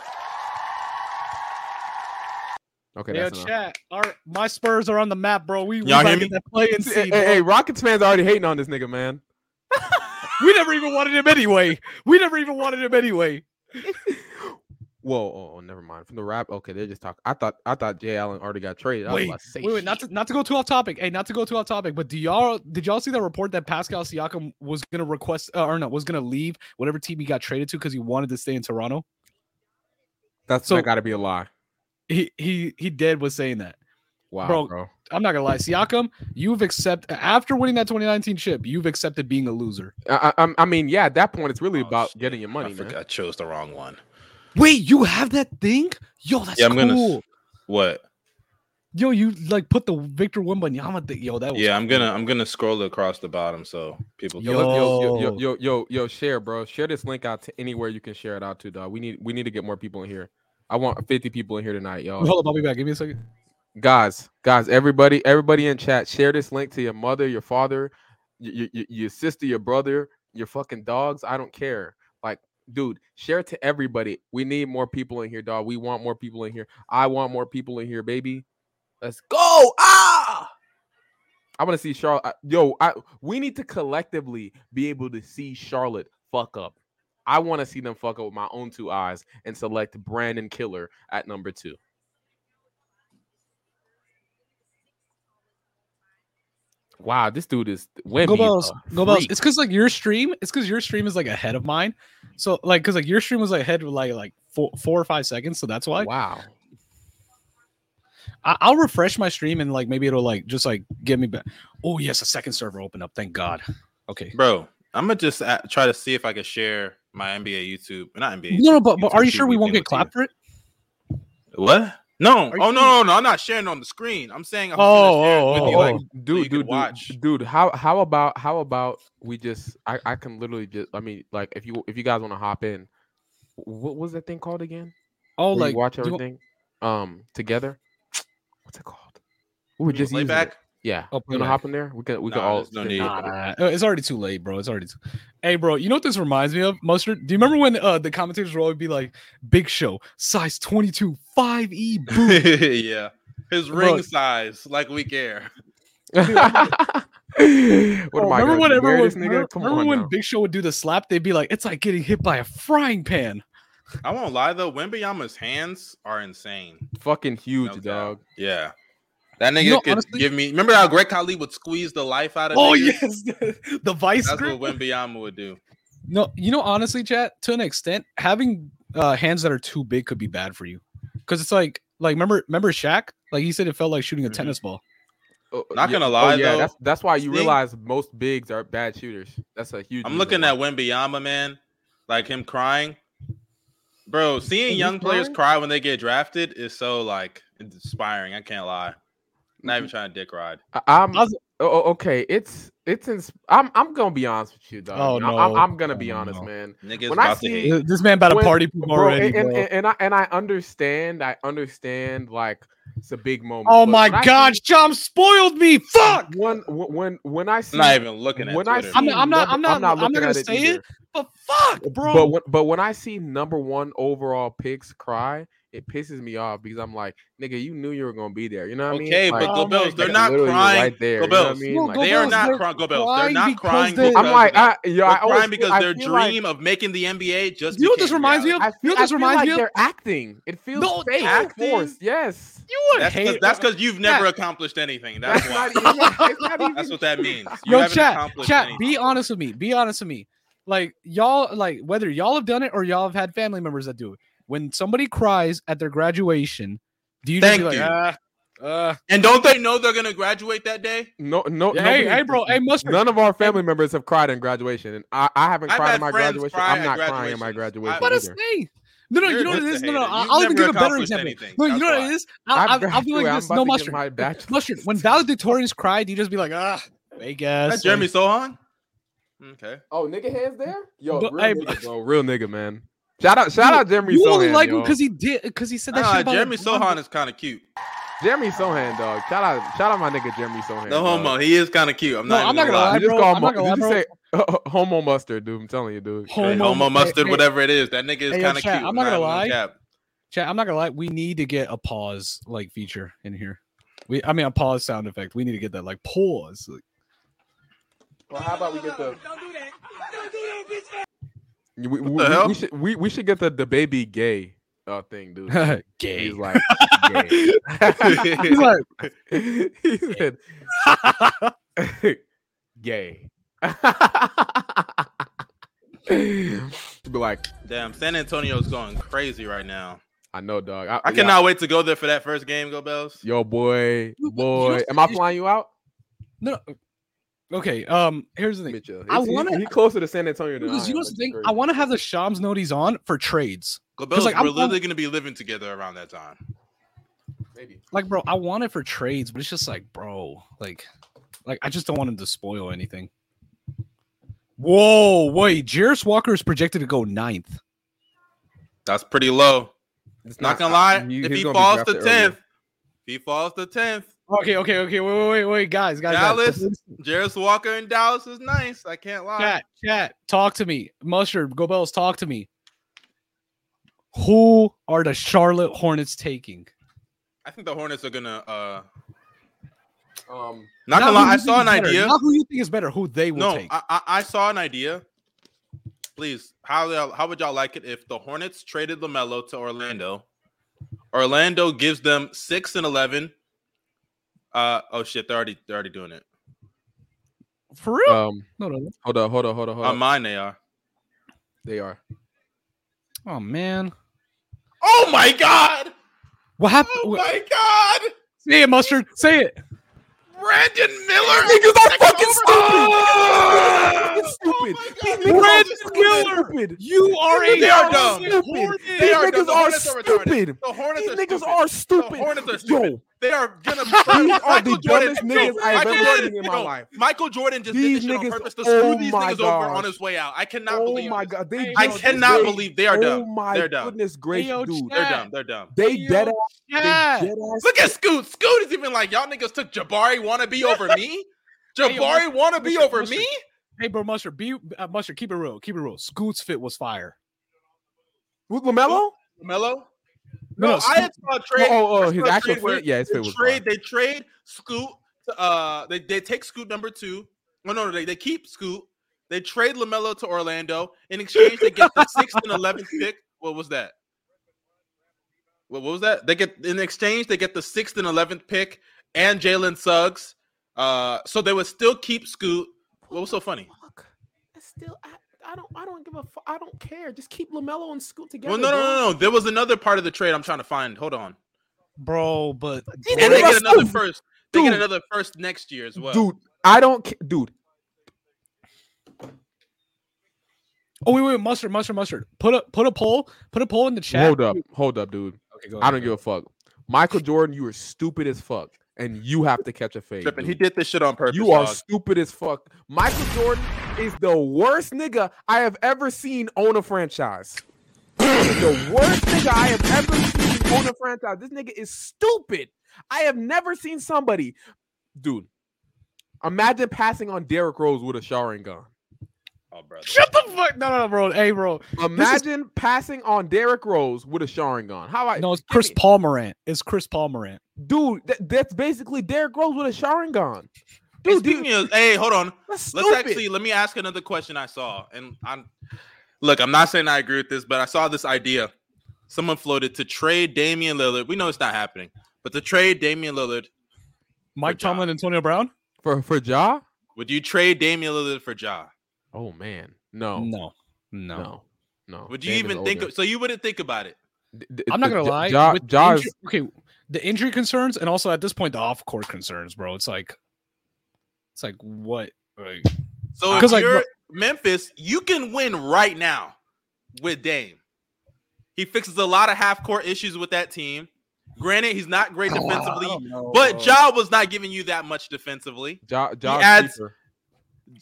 Speaker 2: Okay,
Speaker 1: hey, yo,
Speaker 2: that's enough.
Speaker 1: chat. Our my Spurs are on the map, bro. We, we
Speaker 3: Y'all
Speaker 1: about
Speaker 3: hear
Speaker 1: to
Speaker 3: me?
Speaker 1: get that play and
Speaker 2: Hey,
Speaker 1: see.
Speaker 2: hey, hey, Rockets fans are already hating on this nigga, man.
Speaker 1: We never even wanted him anyway. We never even wanted him anyway.
Speaker 2: Whoa, oh, oh, never mind. From the rap, okay, they're just talking. I thought, I thought Jay Allen already got traded. I was
Speaker 1: Wait,
Speaker 2: about to say
Speaker 1: Wait, wait, not
Speaker 2: shit.
Speaker 1: to not to go too off topic. Hey, not to go too off topic, but do y'all did y'all see that report that Pascal Siakam was gonna request uh, or no was gonna leave whatever team he got traded to because he wanted to stay in Toronto?
Speaker 2: That's
Speaker 1: so-
Speaker 2: that got to be a lie.
Speaker 1: He he he did was saying that.
Speaker 2: Wow, bro.
Speaker 1: Bro, I'm not gonna lie, Siakam, you've accept after winning that 2019 chip, you've accepted being a loser.
Speaker 2: I, I, I'm- I mean, yeah, at that point, it's really
Speaker 3: Oh,
Speaker 2: about
Speaker 3: shit.
Speaker 2: getting your
Speaker 3: I
Speaker 2: money, man.
Speaker 3: forgot I chose the wrong one.
Speaker 1: Wait, you have that thing? Yo, that's
Speaker 3: Yeah, I'm gonna-
Speaker 1: cool.
Speaker 3: What?
Speaker 1: Yo, you like put the Victor Wembanyama thing. Yo, that was
Speaker 3: Yeah, I'm gonna I'm gonna scroll across the bottom so people.
Speaker 2: Yo,
Speaker 3: Can...
Speaker 2: let's- yo, yo, yo,
Speaker 1: Yo.
Speaker 2: yo, yo, yo, share, bro. Share this link out to anywhere you can share it out to, dog. We need, we need to get more people in here. I want 50 people in here tonight, y'all.
Speaker 1: Hold up, I'll be back. Give me a second.
Speaker 2: guys guys everybody everybody in chat share this link to your mother your father your, your, your sister your brother your fucking dogs i don't care like dude share it to everybody we need more people in here dog we want more people in here i want more people in here baby let's go ah i want to see charlotte I- yo i we need to collectively be able to see charlotte fuck up i want to see them fuck up with my own two eyes and select brandon killer at number two Wow, this dude is Wimby.
Speaker 1: Go
Speaker 2: is
Speaker 1: Bells.
Speaker 2: a
Speaker 1: Go Bells.
Speaker 2: freak.
Speaker 1: It's because like your stream, it's because your stream is like ahead of mine. So like, because like your stream was like ahead with like like four, four or five seconds. So that's why
Speaker 2: Wow.
Speaker 1: I, I'll refresh my stream and like maybe it'll like just like get me back. Oh yes, a second server opened up. Thank God. Okay.
Speaker 3: Bro, I'm gonna just a- try to see if I can share my NBA YouTube. uh, Not NBA.
Speaker 1: No, no, but, but
Speaker 3: YouTube
Speaker 1: are you sure we
Speaker 3: TV
Speaker 1: won't
Speaker 3: thing
Speaker 1: get
Speaker 3: with you.
Speaker 1: clapped for it?
Speaker 3: What? No.
Speaker 1: Are you
Speaker 3: Oh no, no, no. I'm not sharing on the screen. I'm saying I'm gonna share it
Speaker 1: Oh,
Speaker 3: with you,
Speaker 1: oh,
Speaker 3: like,
Speaker 1: oh.
Speaker 3: you
Speaker 2: dude,
Speaker 3: can
Speaker 2: dude,
Speaker 3: watch.
Speaker 2: dude, dude, how how about how about we just I I can literally just I mean like if you if you guys want to hop in, what was that thing called again?
Speaker 1: Oh,
Speaker 2: Where you
Speaker 1: like
Speaker 2: watch
Speaker 1: do you want-
Speaker 2: everything um together. What's it called? We were just using
Speaker 3: playback.
Speaker 2: It. Yeah,
Speaker 1: Oh,
Speaker 2: you want to
Speaker 1: playback.
Speaker 2: hop in there? We can we can
Speaker 3: Nah,
Speaker 2: all
Speaker 3: there's no
Speaker 2: sit
Speaker 3: need.
Speaker 2: down.
Speaker 1: Nah, uh, it's already too late, bro. It's already too. Hey, bro, you know what this reminds me of? Mustard. Do you remember when uh, the commentators would always be like, "Big Show, size E, 22,
Speaker 3: [laughs]
Speaker 1: 5e boot."
Speaker 3: yeah. His ring
Speaker 1: Bro.
Speaker 3: size, like we care.
Speaker 2: [laughs]
Speaker 1: [laughs]
Speaker 2: what
Speaker 1: Bro,
Speaker 2: am I
Speaker 1: Oh, remember when
Speaker 2: gonna be weird,
Speaker 1: everyone,
Speaker 2: this nigga?
Speaker 1: remember,
Speaker 2: Come
Speaker 1: remember
Speaker 2: on
Speaker 1: when
Speaker 2: now.
Speaker 1: Big Show would do the slap? They'd be like, "It's like getting hit by a frying pan."
Speaker 3: I won't lie though, Wembyama's hands are insane.
Speaker 2: fucking
Speaker 3: No
Speaker 2: huge,
Speaker 3: doubt.
Speaker 2: dog.
Speaker 3: Yeah. That nigga
Speaker 1: You know,
Speaker 3: could
Speaker 1: honestly-
Speaker 3: give me. Remember how Greg Khali would squeeze the life out of?
Speaker 1: Oh
Speaker 3: niggas?
Speaker 1: yes, [laughs] the, the vice
Speaker 3: That's
Speaker 1: grip.
Speaker 3: what Wembyama would do.
Speaker 1: No, you know, honestly, chat to an extent, having uh, hands that are too big could be bad for you, because it's like, like remember, remember Shaq? Like he said, it felt like shooting a
Speaker 2: Mm-hmm.
Speaker 3: Mhm.
Speaker 1: tennis ball.
Speaker 2: Oh,
Speaker 3: Not
Speaker 2: yeah-
Speaker 3: gonna
Speaker 2: oh,
Speaker 3: lie,
Speaker 2: yeah,
Speaker 3: though,
Speaker 2: that's that's why you
Speaker 3: Sting-
Speaker 2: realize most bigs are bad shooters. That's a huge.
Speaker 3: I'm
Speaker 2: reason
Speaker 3: looking
Speaker 2: why.
Speaker 3: at Wembyama, man, like him crying. Bro, seeing
Speaker 2: he
Speaker 3: young players
Speaker 2: crying?
Speaker 3: cry when they get drafted is so like inspiring. I can't lie. Not even trying to dick ride.
Speaker 2: I- I'm
Speaker 1: I was-
Speaker 2: oh, oh, okay. It's it's. Ins- I'm I'm gonna be honest with you, dog.
Speaker 1: Oh,
Speaker 2: I'm- I'm,
Speaker 1: no.
Speaker 2: I'm gonna
Speaker 1: Oh,
Speaker 2: be honest,
Speaker 1: no.
Speaker 2: man.
Speaker 3: Niggas
Speaker 2: When I
Speaker 3: about to
Speaker 2: see-
Speaker 3: hate.
Speaker 1: Th- This man about to
Speaker 2: When-
Speaker 1: party people
Speaker 2: Bro,
Speaker 1: already.
Speaker 2: and, and,
Speaker 1: bro.
Speaker 2: and, and I and I understand. I understand. Like it's a big moment.
Speaker 1: oh
Speaker 2: but
Speaker 1: my
Speaker 2: when I see
Speaker 1: God, Chom spoiled me. Fuck.
Speaker 2: When when when I see
Speaker 3: I'm not even looking at
Speaker 2: when I see
Speaker 3: Twitter.
Speaker 1: I'm not- I'm not- I'm
Speaker 2: number-
Speaker 1: not- I'm not
Speaker 2: looking
Speaker 1: gonna
Speaker 2: at
Speaker 1: say it,
Speaker 2: either.
Speaker 1: But fuck, bro.
Speaker 2: But when, but when I see number one overall picks cry, it pisses me off because I'm like, nigga, you knew you were gonna be there. You know what I
Speaker 3: Okay,
Speaker 2: mean?
Speaker 3: but
Speaker 2: Like,
Speaker 3: Go
Speaker 1: Oh my
Speaker 3: Bells, they're
Speaker 1: God.
Speaker 2: nigga,
Speaker 3: not
Speaker 2: literally you were
Speaker 3: crying.
Speaker 2: right there. You know what I
Speaker 3: Bells.
Speaker 2: mean?
Speaker 1: No,
Speaker 2: Like,
Speaker 1: Go
Speaker 3: they are
Speaker 1: Bells,
Speaker 3: not
Speaker 1: they're
Speaker 3: crying. Go Bells. They're
Speaker 1: crying
Speaker 3: not
Speaker 1: because
Speaker 3: crying.
Speaker 1: they-
Speaker 3: because
Speaker 2: I'm
Speaker 3: of
Speaker 2: like,
Speaker 3: that.
Speaker 2: I, yo,
Speaker 3: They're
Speaker 2: I always
Speaker 3: crying
Speaker 2: feel-
Speaker 3: because
Speaker 2: I
Speaker 3: their
Speaker 2: feel like-
Speaker 3: dream of making the NBA just.
Speaker 1: You know what this
Speaker 3: became
Speaker 1: reminds me of?
Speaker 3: reality.
Speaker 2: I feel,
Speaker 1: You know what
Speaker 2: I
Speaker 1: this
Speaker 2: feel
Speaker 1: reminds
Speaker 2: like
Speaker 1: me of?
Speaker 2: they're acting. It feels
Speaker 1: No,
Speaker 2: fake.
Speaker 3: acting.
Speaker 2: Forced. Yes.
Speaker 1: You would
Speaker 3: That's 'cause-
Speaker 1: hate.
Speaker 3: that's because you've never accomplished anything. That's why.
Speaker 2: not even- it's not even
Speaker 3: [laughs] That's what that means. You
Speaker 1: Yo,
Speaker 3: haven't
Speaker 1: chat,
Speaker 3: accomplished
Speaker 1: chat.
Speaker 3: anything.
Speaker 1: Be honest with me. Be honest with me. Like y'all, like whether y'all have done it or y'all have had family members that do it. When somebody cries at their graduation, do you just
Speaker 3: Thank
Speaker 1: be
Speaker 3: you.
Speaker 1: like, "Ah, uh,
Speaker 3: and don't they know they're gonna graduate that day?
Speaker 2: No, no,
Speaker 1: hey,
Speaker 2: nobody-
Speaker 1: hey, bro, hey, mustard,
Speaker 2: None of our family members have cried in graduation, and I, I haven't
Speaker 3: I've
Speaker 2: cried
Speaker 3: had
Speaker 2: in my
Speaker 3: friends
Speaker 2: graduation.
Speaker 3: cry
Speaker 2: I'm
Speaker 3: at
Speaker 2: not crying in my graduation
Speaker 3: graduations. I-
Speaker 1: what a
Speaker 2: either.
Speaker 1: snake. No, no, you
Speaker 3: You're
Speaker 1: know what it
Speaker 3: just
Speaker 1: is.
Speaker 3: a
Speaker 1: No, no,
Speaker 3: hater.
Speaker 1: I'll,
Speaker 3: You've
Speaker 1: I'll even give
Speaker 3: never
Speaker 1: a better
Speaker 3: accomplished
Speaker 1: example.
Speaker 3: anything.
Speaker 1: No, you
Speaker 3: That's
Speaker 1: know
Speaker 3: why.
Speaker 1: what it is. I'll, I'll, I'll be like
Speaker 2: graduated. I'm
Speaker 1: this.
Speaker 2: about
Speaker 1: No
Speaker 2: to get
Speaker 1: mustard,
Speaker 2: My bachelor.
Speaker 1: mustard. When valedictorians cry, do you just be like, ah, hey guys,
Speaker 3: That's Jeremy Sohan. Okay.
Speaker 2: Oh, nigga heads there? Yo,
Speaker 1: But,
Speaker 2: real
Speaker 1: hey,
Speaker 2: nigga,
Speaker 1: but-
Speaker 2: bro, real nigga, man. Shout out, shout out, Jeremy
Speaker 1: You only
Speaker 2: Sohan.
Speaker 1: like him
Speaker 2: yo.
Speaker 1: because he did because he said that
Speaker 3: Nah,
Speaker 1: shit about
Speaker 3: Jeremy
Speaker 1: LeBron.
Speaker 3: Sohan is kind of cute.
Speaker 2: Jeremy Sohan, dog. Shout out, shout out, my nigga Jeremy Sohan.
Speaker 3: No
Speaker 2: dog.
Speaker 3: homo. He is kind of cute. I'm
Speaker 1: No,
Speaker 3: not.
Speaker 1: I'm
Speaker 3: even
Speaker 1: not gonna
Speaker 2: You
Speaker 1: lie,
Speaker 2: just
Speaker 1: bro.
Speaker 2: call
Speaker 1: I'm
Speaker 2: mo-
Speaker 1: not gonna lie,
Speaker 2: Did
Speaker 1: bro.
Speaker 2: you say [laughs] homo mustard, dude? I'm telling you, dude.
Speaker 1: Homo-
Speaker 3: Hey, homo
Speaker 1: Hey,
Speaker 3: mustard,
Speaker 1: hey.
Speaker 3: whatever it is. That nigga is
Speaker 1: Hey, yo,
Speaker 3: kind of cute.
Speaker 1: chat, I'm not gonna
Speaker 3: even
Speaker 1: lie.
Speaker 3: cap.
Speaker 1: Chat, I'm not gonna lie. We need to get a pause like feature in here. We, I mean, a pause sound effect. We need to get that like pause. Like,
Speaker 2: Well, how about we get the
Speaker 5: Don't do that. Don't do that, bitch.
Speaker 2: we, we,
Speaker 3: the hell?
Speaker 2: we should we, we should get the the baby gay uh thing, dude.
Speaker 1: [laughs] gay.
Speaker 2: He's like, gay.
Speaker 1: He's like,
Speaker 2: he said, [laughs] gay. be like,
Speaker 3: Damn, San Antonio's going crazy right now.
Speaker 2: I know, dog.
Speaker 3: I
Speaker 2: yeah,
Speaker 3: cannot wait to go there for that first game. Go Bells.
Speaker 2: Yo, boy,
Speaker 1: You- you
Speaker 2: boy.
Speaker 1: don't-
Speaker 2: Am I flying you out?
Speaker 1: no. Okay. Um. Here's the thing.
Speaker 2: Mitchell.
Speaker 1: I
Speaker 2: He's- he's-
Speaker 1: wanna-
Speaker 2: He closer to San Antonio than
Speaker 1: Because you
Speaker 2: I am,
Speaker 1: know what's
Speaker 2: which
Speaker 1: the
Speaker 2: is
Speaker 1: thing?
Speaker 2: crazy.
Speaker 1: I want to have the Shams noties on for trades.
Speaker 3: Go Bells.
Speaker 1: like,
Speaker 3: we're
Speaker 1: I'm-
Speaker 3: literally gonna be living together around that time.
Speaker 2: Maybe.
Speaker 1: Like, bro, I want it for trades, but it's just like, bro, like, like I just don't want him to spoil anything. Whoa, wait, Jairus Walker is projected to go ninth.
Speaker 3: That's pretty low.
Speaker 2: It's
Speaker 3: Not gonna
Speaker 2: I-
Speaker 3: lie.
Speaker 2: he-
Speaker 3: if
Speaker 2: he's
Speaker 3: he
Speaker 2: gonna be
Speaker 3: falls to
Speaker 2: drafted earlier.
Speaker 3: tenth, if he falls to tenth,
Speaker 1: Okay, okay, okay. Wait, wait, wait, wait, guys, guys. guys.
Speaker 3: Dallas, Jairus Walker in Dallas is nice. I can't lie.
Speaker 1: chat, chat, talk to me. Mustard, Go Bells, talk to me. Who are the Charlotte Hornets taking?
Speaker 3: I think the Hornets are gonna. uh
Speaker 2: Um,
Speaker 3: Not gonna
Speaker 1: who
Speaker 3: lie. I
Speaker 1: you
Speaker 3: saw
Speaker 1: think
Speaker 3: an
Speaker 1: is better,
Speaker 3: idea.
Speaker 1: Not who you think is better, who they will
Speaker 3: No,
Speaker 1: take.
Speaker 3: I, I I saw an idea. Please, how y'all- how would y'all like it if the Hornets traded Lamelo to Orlando? Orlando gives them six and eleven. Uh oh shit, they're already they're already doing it.
Speaker 1: For real?
Speaker 2: um,
Speaker 1: no, no, no.
Speaker 2: hold up, hold up, hold up, hold
Speaker 3: On
Speaker 2: up.
Speaker 3: mine they are.
Speaker 2: They are.
Speaker 1: Oh man.
Speaker 3: Oh my god!
Speaker 1: What happened?
Speaker 3: Oh my god!
Speaker 1: Say it, Mustard. Say it.
Speaker 3: Brandon Miller!
Speaker 2: Niggas are fucking
Speaker 3: Oh!
Speaker 2: stupid.
Speaker 3: Oh my
Speaker 2: These niggas
Speaker 1: Brad
Speaker 2: are fucking
Speaker 1: Miller!
Speaker 2: stupid.
Speaker 1: You are
Speaker 3: They
Speaker 1: a
Speaker 3: are dumb.
Speaker 1: Hornet.
Speaker 3: They
Speaker 2: These
Speaker 3: are
Speaker 2: niggas
Speaker 3: dumb. The
Speaker 2: are
Speaker 3: Hornets are retarded.
Speaker 2: stupid.
Speaker 3: The Hornets
Speaker 2: These
Speaker 3: are
Speaker 2: niggas
Speaker 3: stupid.
Speaker 2: are
Speaker 3: The
Speaker 2: stupid.
Speaker 3: Hornets are stupid.
Speaker 2: Yo,
Speaker 3: They are gonna.
Speaker 2: [laughs] These are the
Speaker 3: Michael Jordan-
Speaker 2: dumbest niggas
Speaker 3: Yo,
Speaker 2: I've
Speaker 3: Michael
Speaker 2: ever
Speaker 3: Jordan-
Speaker 2: seen in my
Speaker 3: Yo,
Speaker 2: life.
Speaker 3: Michael Jordan just
Speaker 2: These
Speaker 3: did this shit
Speaker 2: niggas-
Speaker 3: on purpose to
Speaker 2: oh
Speaker 3: screw these
Speaker 2: my
Speaker 3: niggas over on
Speaker 2: gosh.
Speaker 3: his way out. I cannot
Speaker 2: Oh
Speaker 3: believe.
Speaker 2: my
Speaker 3: this.
Speaker 2: god, they
Speaker 3: I
Speaker 1: Yo, this
Speaker 3: cannot
Speaker 2: they-
Speaker 3: believe they are
Speaker 2: Oh
Speaker 3: dumb.
Speaker 2: my
Speaker 3: They're dumb.
Speaker 2: goodness gracious,
Speaker 1: Yo, Chad.
Speaker 2: dude.
Speaker 3: They're dumb. They're dumb.
Speaker 2: They
Speaker 1: Yo,
Speaker 2: dead ass. They
Speaker 1: Chad.
Speaker 2: dead ass.
Speaker 3: Look at Scoot. Scoot is even like y'all niggas took Jabari
Speaker 2: [laughs]
Speaker 3: wannabe over me.
Speaker 1: Hey, yo,
Speaker 3: Jabari wannabe
Speaker 1: listen,
Speaker 3: over
Speaker 1: listen.
Speaker 3: me.
Speaker 1: Hey, bro, Mustard. Be uh, Mustard. Keep it real. Keep it real. Scoot's fit was fire.
Speaker 2: With Lamelo.
Speaker 3: Mello.
Speaker 1: No,
Speaker 3: No,
Speaker 1: no,
Speaker 3: I had saw a trade.
Speaker 2: oh, oh,
Speaker 3: I
Speaker 2: his
Speaker 3: saw a
Speaker 2: actual
Speaker 3: trade where
Speaker 2: fit? Yeah, his
Speaker 3: they
Speaker 2: fit was
Speaker 3: trade. They trade Scoot. To, uh, they they take Scoot number two. No, no, no, they they keep Scoot. They trade Lamelo to Orlando in exchange. They get
Speaker 2: [laughs]
Speaker 3: the sixth and eleventh pick. What was that? What, what was that? They get in exchange. They get the sixth and eleventh pick and Jalen Suggs. Uh, so they would still keep Scoot. What was so funny?
Speaker 2: Fuck. It's still. I, I don't. I don't give a. Fu- I don't care. Just keep Lamelo and Scoot together.
Speaker 3: Well, no, no, no, no. There was another part of the trade I'm trying to find. Hold on.
Speaker 1: Bro, but
Speaker 3: And they get another first. They get
Speaker 2: Dude.
Speaker 3: another first next year as well.
Speaker 2: dude. I don't. Ca- dude,
Speaker 1: Oh wait, wait, mustard, mustard, mustard. Put a put a poll, put a poll in the chat.
Speaker 2: hold up, hold up, dude.
Speaker 1: Okay, go
Speaker 2: I don't give a fuck. Michael Jordan, you are stupid as fuck, and you have to catch a fade.
Speaker 3: Tripping.
Speaker 2: dude.
Speaker 3: He did this shit on purpose.
Speaker 2: You are
Speaker 3: dog.
Speaker 2: stupid as fuck. Michael Jordan is the worst nigga I have ever seen own a franchise. the worst nigga I have ever seen own a franchise. This nigga is stupid. I have never seen somebody, dude. Imagine passing on Derrick Rose with a showering gun.
Speaker 6: Oh, brother.
Speaker 1: Shut the fuck. No, no, no, bro. Hey, bro.
Speaker 2: Imagine passing on Derrick Rose with a Sharingan. How I
Speaker 1: No, it's
Speaker 2: give
Speaker 1: Chris
Speaker 2: me-
Speaker 1: Paul Morant. It's Chris Paul Morant.
Speaker 2: dude. That, that's basically Derrick Rose with a Sharingan.
Speaker 3: Hey,
Speaker 2: Dude,
Speaker 3: speaking
Speaker 2: dude
Speaker 3: of, hey, hold on.
Speaker 2: that's stupid.
Speaker 3: Let's actually let me ask another question I saw. And I'm look, I'm not saying I agree with this, but I saw this idea. Someone floated to trade Damian Lillard. We know it's not happening, but to trade Damian Lillard,
Speaker 1: Mike
Speaker 3: Ja.
Speaker 1: Tomlin, Antonio Brown?
Speaker 2: for for Ja.
Speaker 3: would you trade Damian Lillard for Ja?
Speaker 2: Oh man, no, no,
Speaker 1: No. No.
Speaker 2: no.
Speaker 3: Would you
Speaker 2: Dame is
Speaker 3: even think
Speaker 2: older.
Speaker 3: of, so you wouldn't think about it?
Speaker 2: D- d-
Speaker 1: I'm not
Speaker 2: d-
Speaker 1: gonna
Speaker 2: Ja-
Speaker 1: lie.
Speaker 2: Ja,
Speaker 1: with the
Speaker 2: Ja
Speaker 1: injury-
Speaker 2: is-
Speaker 1: okay, the injury concerns, and also at this point, the off court concerns, bro. It's like, it's like what? Like,
Speaker 3: So if
Speaker 1: 'Cause, like,
Speaker 3: you're
Speaker 1: look-
Speaker 3: Memphis, you can win right now with Dame. He fixes a lot of half court issues with that team. Granted, he's not great defensively, but Ja was not giving you that much defensively.
Speaker 2: Ja, Ja is
Speaker 3: adds-
Speaker 2: cheaper.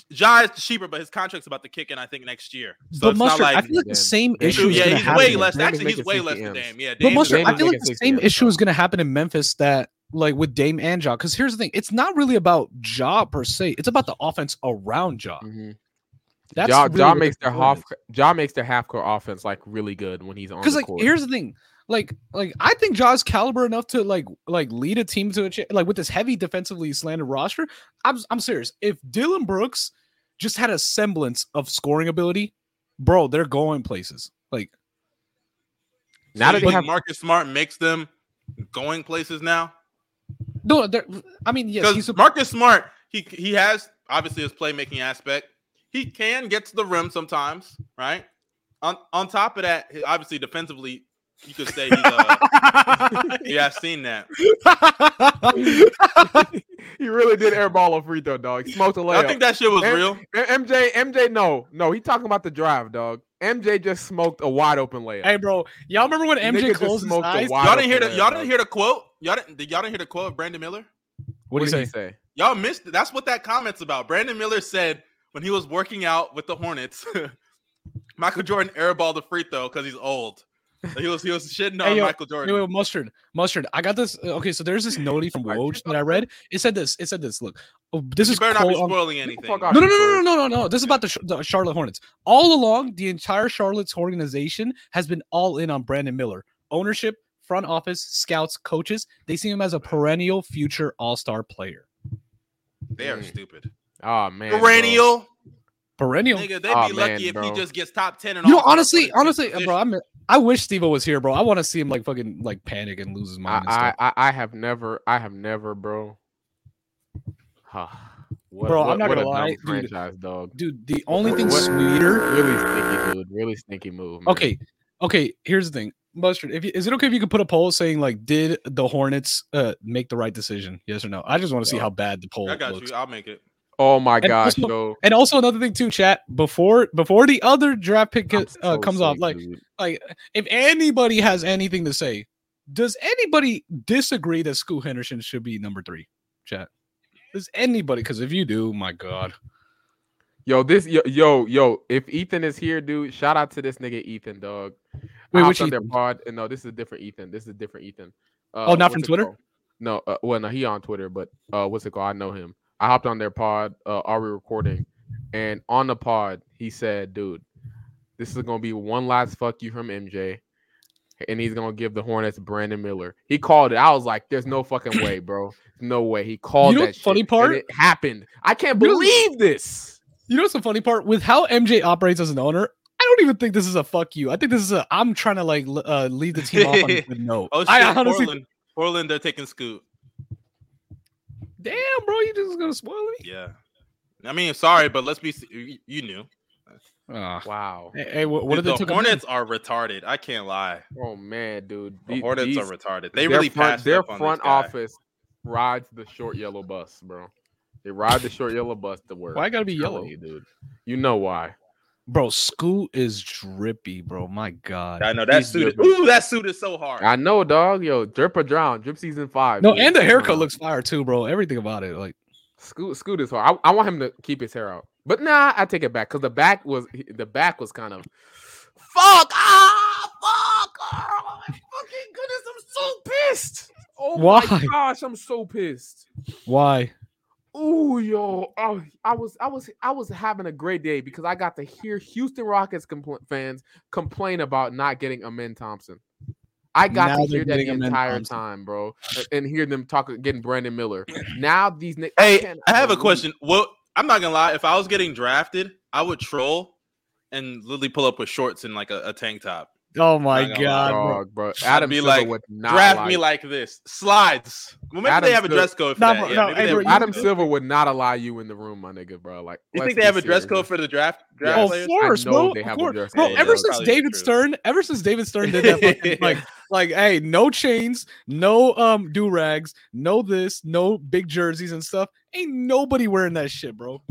Speaker 3: Ja is cheaper, but his contract's about to kick in, I think, next year. So
Speaker 1: but
Speaker 3: it's
Speaker 1: Mustard,
Speaker 3: not
Speaker 1: I
Speaker 3: like
Speaker 1: feel like the
Speaker 2: Dame-
Speaker 1: same
Speaker 2: Dame-
Speaker 1: issue is
Speaker 3: yeah,
Speaker 1: gonna
Speaker 3: he's
Speaker 1: happen.
Speaker 3: way less.
Speaker 2: Dame is
Speaker 3: Actually, he's
Speaker 2: making
Speaker 3: way less than
Speaker 2: 60
Speaker 3: Dame. Yeah,
Speaker 1: But
Speaker 3: Dame is
Speaker 1: Mustard,
Speaker 2: Dame
Speaker 1: I
Speaker 2: is
Speaker 1: feel like
Speaker 2: making
Speaker 1: the
Speaker 2: 60
Speaker 1: same
Speaker 2: M's,
Speaker 1: issue is
Speaker 2: bro.
Speaker 1: going to happen in Memphis that, like, with Dame and Ja. Because here's the thing: it's not really about Ja per se; it's about the offense around Ja.
Speaker 2: Mhm.
Speaker 1: Mm-hmm. That's
Speaker 2: Ja,
Speaker 1: really
Speaker 2: ja
Speaker 1: what the
Speaker 2: makes their
Speaker 1: concern
Speaker 2: half
Speaker 1: is.
Speaker 2: Ja makes their half court offense like really good when he's on.
Speaker 1: Because
Speaker 2: the
Speaker 1: like,
Speaker 2: court.
Speaker 1: here's the thing. Like, like I think Ja's caliber enough to like, like lead a team to a cha- like with this heavy defensively slanted roster. I'm, I'm serious. If Dylan Brooks just had a semblance of scoring ability, bro, they're going places. Like,
Speaker 2: now that they
Speaker 3: you think
Speaker 2: have
Speaker 3: Marcus Smart makes them going places now.
Speaker 1: no, they're. I mean, yes,
Speaker 3: Because
Speaker 1: he's a,
Speaker 3: Marcus Smart, he he has obviously his playmaking aspect. He can get to the rim sometimes, right? On on top of that, he- obviously defensively, you could say he's
Speaker 1: [laughs]
Speaker 3: uh, yeah, I've seen that.
Speaker 2: he really did airball a free throw,
Speaker 3: [laughs]
Speaker 2: dog. He smoked a
Speaker 3: I
Speaker 2: layup.
Speaker 3: think that shit was
Speaker 2: And-
Speaker 3: real.
Speaker 2: M- MJ, MJ, no, no, he talking about the drive, dog. MJ just smoked a wide open
Speaker 1: [laughs]
Speaker 2: layup.
Speaker 1: hey, bro, y'all remember when
Speaker 2: Nigga
Speaker 1: MJ
Speaker 2: just
Speaker 1: closed his
Speaker 2: smoked a
Speaker 1: eyes?
Speaker 2: wide
Speaker 3: Y'all didn't hear
Speaker 2: open
Speaker 3: the
Speaker 2: layup,
Speaker 3: y'all
Speaker 2: dog.
Speaker 3: didn't hear the quote. Y'all didn't did y'all didn't hear the quote of Brandon Miller?
Speaker 1: What do you
Speaker 2: did
Speaker 1: say?
Speaker 2: he say?
Speaker 3: Y'all missed it. That's what that comment's about. Brandon Miller said when he was working out with the Hornets, [laughs] Michael Jordan airballed the free throw because he's old. He was he was shitting on
Speaker 1: Hey, yo,
Speaker 3: Michael Jordan.
Speaker 1: Wait, wait, mustard, mustard. I got this. uh, Okay, so there's this noti from
Speaker 2: Like,
Speaker 1: Woj that I read. It said this. It said this. Look, oh, this
Speaker 3: you
Speaker 1: is
Speaker 3: better not be
Speaker 1: quote on-
Speaker 3: spoiling
Speaker 2: the
Speaker 3: anything.
Speaker 2: fuck out.
Speaker 3: Mark.
Speaker 1: no, no, no, no, no, no, no. This is about the, Sh- the Charlotte Hornets. All along, the entire Charlotte's organization has been all in on Brandon Miller. Ownership, front office, scouts, coaches. They see him as a perennial future All Star player.
Speaker 3: They are
Speaker 2: Mm.
Speaker 3: stupid.
Speaker 2: Oh man, bro.
Speaker 3: Perennial.
Speaker 1: Perennial.
Speaker 3: Nigga, they'd
Speaker 2: Aw,
Speaker 3: be
Speaker 2: man,
Speaker 3: lucky if
Speaker 2: bro.
Speaker 3: he just gets top 10 and
Speaker 1: You know,
Speaker 3: all.
Speaker 1: honestly, honestly, uh, bro, I'm, I wish Steve was here, bro. I want to see him like fucking like panic and lose his mind. and
Speaker 2: I,
Speaker 1: stuff.
Speaker 2: I, I, I have never, I have never, bro. Huh. What,
Speaker 1: Bro, I'm not
Speaker 2: what
Speaker 1: gonna
Speaker 2: a dumb
Speaker 1: lie, dude.
Speaker 2: franchise dog.
Speaker 1: Dude, the only thing
Speaker 2: What-
Speaker 1: sweeter.
Speaker 2: Really stinky, dude. Really stinky move. man.
Speaker 1: Okay, okay. Here's the thing, mustard. If you, is it okay if you could put a poll saying like, did the Hornets uh, make the right decision? Yes or no? I just want to see
Speaker 2: Yeah.
Speaker 1: how bad the poll
Speaker 3: I got
Speaker 1: looks.
Speaker 3: you. I'll make it.
Speaker 2: Oh my
Speaker 1: And
Speaker 2: gosh,
Speaker 1: also-
Speaker 2: yo.
Speaker 1: And also another thing too, chat. Before before the other draft pick
Speaker 2: I'm
Speaker 1: gets- uh,
Speaker 2: so
Speaker 1: comes off,
Speaker 2: sick,
Speaker 1: like
Speaker 2: dude.
Speaker 1: like if anybody has anything to say, does anybody disagree that Scoot Henderson should be number three? Chat. Does anybody? Because if you do, my God,
Speaker 2: yo, this, yo, yo, yo. If Ethan is here, dude, shout out to this nigga Ethan, dog.
Speaker 1: wait,
Speaker 2: I
Speaker 1: which
Speaker 2: hopped on their
Speaker 1: Ethan?
Speaker 2: pod, and uh, no, this is a different Ethan. This is a different Ethan. Uh,
Speaker 1: Oh, not from
Speaker 2: what's it
Speaker 1: Twitter?
Speaker 2: called? No, uh, well, no, he on Twitter, but uh, what's it called? I know him. I hopped on their pod. Uh, are we recording? And on the pod, he said, "Dude, this is gonna be one last fuck you from MJ, and he's gonna give the Hornets Brandon Miller." He called it. I was like, "There's no fucking
Speaker 1: [coughs]
Speaker 2: way, bro. No way." He called
Speaker 1: know
Speaker 2: that.
Speaker 1: what's funny
Speaker 2: shit, and
Speaker 1: part?
Speaker 2: it happened. I can't
Speaker 1: You know-
Speaker 2: believe this.
Speaker 1: you know what's the funny part with how MJ operates as an owner. I don't even think this is a fuck you. I think this is a I'm trying to like l- uh, leave the team off on a good note.
Speaker 3: Oh, shit,
Speaker 1: I honestly,
Speaker 3: Portland. Portland, they're taking Scoot.
Speaker 1: damn, bro, you just gonna spoil me.
Speaker 3: Yeah. I mean, sorry, but let's be. You, you knew.
Speaker 1: Ah.
Speaker 2: Wow.
Speaker 1: Hey, hey, what, what did
Speaker 3: the
Speaker 1: they took?
Speaker 3: Hornets are retarded. I can't lie.
Speaker 2: Oh man, dude.
Speaker 3: The
Speaker 2: The-
Speaker 3: Hornets
Speaker 2: these-
Speaker 3: are retarded. They
Speaker 2: their
Speaker 3: really
Speaker 2: front,
Speaker 3: passed
Speaker 2: their
Speaker 3: up on
Speaker 2: front
Speaker 3: this guy.
Speaker 2: office rides the short yellow bus, bro. They ride the short yellow bus to work.
Speaker 1: Why I gotta be
Speaker 2: I'm telling
Speaker 1: yellow?
Speaker 2: you, dude? You know why?
Speaker 1: Bro, Scoot is drippy, bro. My God.
Speaker 3: I know that
Speaker 2: He's
Speaker 3: suit. Is,
Speaker 2: different.
Speaker 3: ooh, that suit is so hard.
Speaker 2: I know, dog. Yo, drip or drown. Drip season five.
Speaker 1: No,
Speaker 2: dude.
Speaker 1: and the
Speaker 2: Come
Speaker 1: haircut
Speaker 2: on.
Speaker 1: looks fire too, bro. Everything about it, like
Speaker 2: Scoot, scoot is hard. I, I want him to keep his hair out, but nah, I take it back because the back was the back was kind of fuck ah fuck oh my fucking goodness I'm so pissed. Oh
Speaker 1: Why?
Speaker 2: my gosh, I'm so pissed.
Speaker 1: why?
Speaker 2: Ooh, yo, oh, I was, I was, I was having a great day because I got to hear Houston Rockets compl- fans complain about not getting Amin Thompson. I got
Speaker 1: Now
Speaker 2: to
Speaker 1: they're
Speaker 2: hear that the
Speaker 1: getting Amin
Speaker 2: entire
Speaker 1: Thompson.
Speaker 2: time, bro, and hear them talk getting Brandon Miller. Now these, ni- I
Speaker 3: Hey,
Speaker 2: can't
Speaker 3: I have a
Speaker 2: believe-
Speaker 3: question. Well, I'm not gonna lie. If I was getting drafted, I would troll and literally pull up with shorts and like a, a tank top.
Speaker 1: Oh my
Speaker 3: Not gonna lie,
Speaker 1: god. bro.
Speaker 2: Dog, bro. Adam
Speaker 3: be
Speaker 2: Silver
Speaker 3: like,
Speaker 2: would not
Speaker 3: Draft
Speaker 2: like-
Speaker 3: me like this. Slides. Well, maybe
Speaker 2: Adam
Speaker 3: they have a
Speaker 2: Sil-
Speaker 3: dress code for
Speaker 1: Nah,
Speaker 3: that.
Speaker 1: bro,
Speaker 3: Yeah,
Speaker 1: no,
Speaker 3: maybe
Speaker 1: hey,
Speaker 3: they have
Speaker 1: bro,
Speaker 3: a dress
Speaker 2: Adam
Speaker 3: code.
Speaker 2: Silver would not allow you in the room, my nigga, bro. Like,
Speaker 3: You
Speaker 2: let's
Speaker 3: think they
Speaker 2: be
Speaker 3: have a dress
Speaker 2: serious.
Speaker 3: code for the draft? draft
Speaker 1: Oh,
Speaker 2: [laughs]
Speaker 3: players?
Speaker 1: of course,
Speaker 2: I know
Speaker 1: bro.
Speaker 2: they
Speaker 1: of
Speaker 2: have a
Speaker 1: course.
Speaker 2: dress
Speaker 1: bro
Speaker 3: code. Yeah,
Speaker 1: ever
Speaker 3: that's
Speaker 1: since
Speaker 3: probably
Speaker 1: David
Speaker 3: true.
Speaker 1: Stern, ever since David Stern did that,
Speaker 2: [laughs]
Speaker 3: [laughs]
Speaker 1: fucking, like, like, hey, no chains, no um do rags, no this, no big jerseys and stuff. Ain't nobody wearing that shit, bro.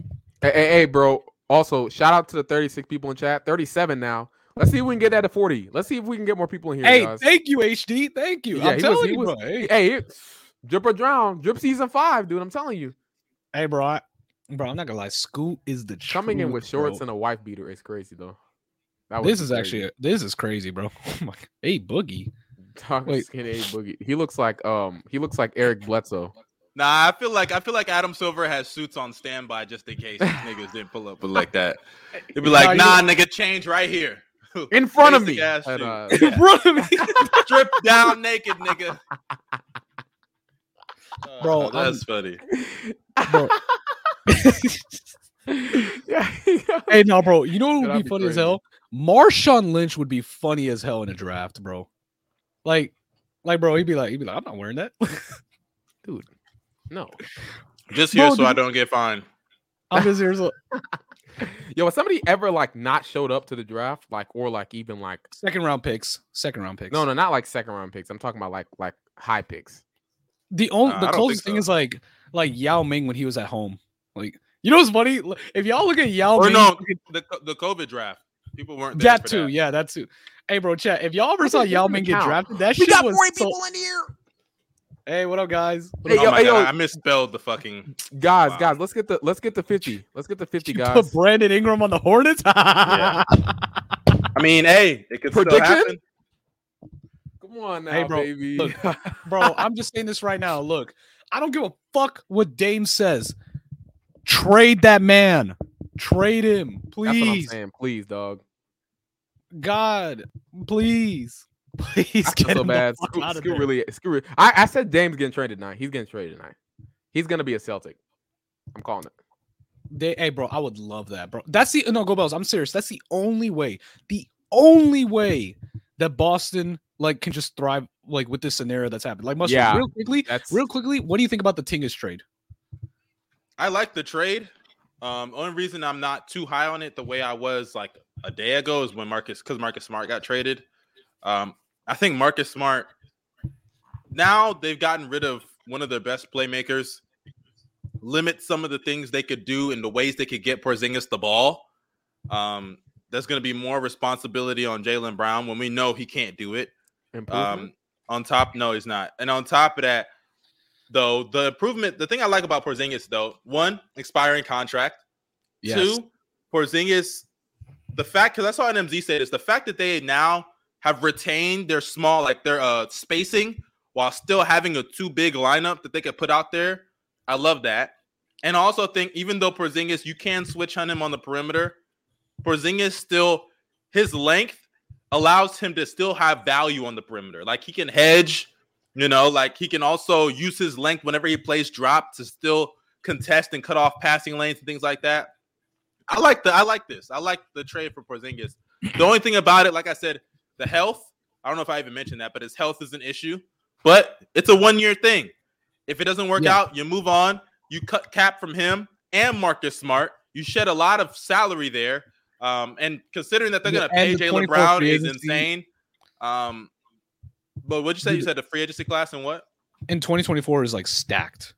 Speaker 2: Hey, hey, hey, bro. Also, shout out to the 36 people in chat. 37 now. Let's see if we can get that to 40. Let's see if we can get more people in here.
Speaker 1: hey,
Speaker 2: guys.
Speaker 1: thank you, HD. Thank you. I'm
Speaker 2: Yeah, he was-
Speaker 1: telling
Speaker 2: he
Speaker 1: you,
Speaker 2: was-
Speaker 1: bro. Hey,
Speaker 2: hey, it- drip or drown. Drip season five, dude. I'm telling you.
Speaker 1: hey, bro. I, bro, I'm not gonna lie. Scoot is the
Speaker 2: Coming in with shorts
Speaker 1: and
Speaker 2: and a wife beater is crazy, though. That
Speaker 1: this is actually a- this is crazy, bro. [laughs] Oh my, hey,
Speaker 2: [laughs]
Speaker 1: Boogie.
Speaker 2: dark
Speaker 1: wait.
Speaker 2: skin A boogie. He looks like um he looks like Eric Bledsoe.
Speaker 3: Nah, I feel like I feel like Adam Silver has suits on standby just in case
Speaker 2: [laughs]
Speaker 3: these niggas didn't pull up with like [laughs] that. They'd be like,
Speaker 1: Nah,
Speaker 3: nah, nigga, change right here.
Speaker 2: In front of
Speaker 3: Basic
Speaker 2: me.
Speaker 3: ass
Speaker 2: And,
Speaker 3: shoot.
Speaker 2: uh,
Speaker 1: In front [laughs] of me.
Speaker 3: Strip down naked, nigga. Uh,
Speaker 1: Bro, I'm-
Speaker 3: that's funny.
Speaker 1: [laughs]
Speaker 2: [laughs] yeah. [laughs]
Speaker 1: Hey, no, bro. You know what would
Speaker 2: That'd
Speaker 1: be,
Speaker 2: be
Speaker 1: funny as
Speaker 2: crazy.
Speaker 1: hell? Marshawn Lynch would be funny as hell in a draft, bro. Like, like, bro, he'd be like, he'd be like, I'm not wearing that. [laughs]
Speaker 2: Dude. No.
Speaker 3: Just here
Speaker 1: Bro,
Speaker 3: so I
Speaker 1: dude.
Speaker 3: don't get fined.
Speaker 1: I'm just here as a
Speaker 2: Yo, has somebody ever like not showed up to the draft, like or like even like
Speaker 1: second round picks. Second round picks.
Speaker 2: no, no, not like second round picks. I'm talking about like like high picks.
Speaker 1: The only
Speaker 3: Nah,
Speaker 1: the
Speaker 3: I don't think
Speaker 1: closest thing
Speaker 3: so.
Speaker 1: is like like Yao Ming when he was at home. Like, you know what's funny? L- If y'all look at Yao
Speaker 3: Or
Speaker 1: Ming,
Speaker 3: no, the the COVID draft. People weren't there
Speaker 1: that
Speaker 3: for
Speaker 1: too.
Speaker 3: That.
Speaker 1: Yeah, that too. Hey, bro, chat. If y'all ever saw
Speaker 2: doesn't
Speaker 1: Yao
Speaker 2: even
Speaker 1: Ming get
Speaker 2: count.
Speaker 1: drafted, that shit was so.
Speaker 2: in here.
Speaker 1: Hey, what up, guys? What
Speaker 2: Hey,
Speaker 1: up?
Speaker 3: oh
Speaker 2: yo,
Speaker 3: my
Speaker 2: hey,
Speaker 3: god,
Speaker 2: yo.
Speaker 3: I misspelled the fucking.
Speaker 2: Guys,
Speaker 3: Wow.
Speaker 2: guys, let's get the let's get the 50. Let's get the
Speaker 1: [laughs]
Speaker 2: 50
Speaker 1: You
Speaker 2: guys.
Speaker 1: put Brandon Ingram on the Hornets. [laughs]
Speaker 3: I mean, hey, it could still
Speaker 2: Prediction?
Speaker 3: happen.
Speaker 2: Come on now,
Speaker 1: Hey, bro,
Speaker 2: baby. [laughs]
Speaker 1: look. bro. I'm just saying this right now. Look, I don't give a fuck what Dame says. Trade that man. Trade him,
Speaker 2: That's what I'm
Speaker 1: please.
Speaker 2: saying. Please, dog.
Speaker 1: God, please, [laughs] please
Speaker 2: I
Speaker 1: get
Speaker 2: feel so
Speaker 1: him the
Speaker 2: bad.
Speaker 1: fuck
Speaker 2: Scoot,
Speaker 1: out of
Speaker 2: Scoot
Speaker 1: there.
Speaker 2: really Scoot really- I, I said Dame's getting traded tonight. He's getting traded tonight. He's gonna be a Celtic. I'm calling it.
Speaker 1: They, hey, bro, I would love that, bro. That's the no go bells. I'm serious. That's the only way. The only way that Boston like can just thrive like with this scenario that's happened. Like, must
Speaker 2: Yeah.
Speaker 1: real quickly,
Speaker 2: That's
Speaker 1: real quickly. What do you think about the Tingus trade?
Speaker 3: I like the trade. Um, only reason I'm not too high on it the way I was like a day ago is when Marcus because Marcus Smart got traded. Um, I think Marcus Smart now they've gotten rid of one of their best playmakers, limit some of the things they could do and the ways they could get Porzingis the ball. Um, there's gonna be more responsibility on Jalen Brown when we know he can't do it.
Speaker 2: improvement.
Speaker 3: Um, on top, no, he's not. And on top of that, though, the improvement, the thing I like about Porzingis, though, one, expiring contract. Two, Porzingis, the fact because I saw NMZ say this, the fact that they now have retained their small, like their uh spacing while still having a too big lineup that they could put out there. I love that. And I also think even though Porzingis, you can switch on him on the perimeter, Porzingis still his length allows him to still have value on the perimeter. Like he can hedge, you know, like he can also use his length whenever he plays drop to still contest and cut off passing lanes and things like that. I like the I like this. I like the trade for Porzingis. The only thing about it, like I said, the health. I don't know if I even mentioned that, but his health is an issue. But it's a one year thing. If it doesn't work
Speaker 1: Yeah.
Speaker 3: out, you move on. You cut cap from him and Marcus Smart. You shed a lot of salary there. Um, and considering that they're
Speaker 1: Yeah,
Speaker 3: going to
Speaker 1: and
Speaker 3: pay
Speaker 1: the
Speaker 3: Jalen
Speaker 1: 24
Speaker 3: Brown
Speaker 1: free
Speaker 3: is
Speaker 1: agency.
Speaker 3: insane. Um, but what'd you say? You
Speaker 1: Yeah.
Speaker 3: said the free agency class and what?
Speaker 1: And 2024 is like stacked.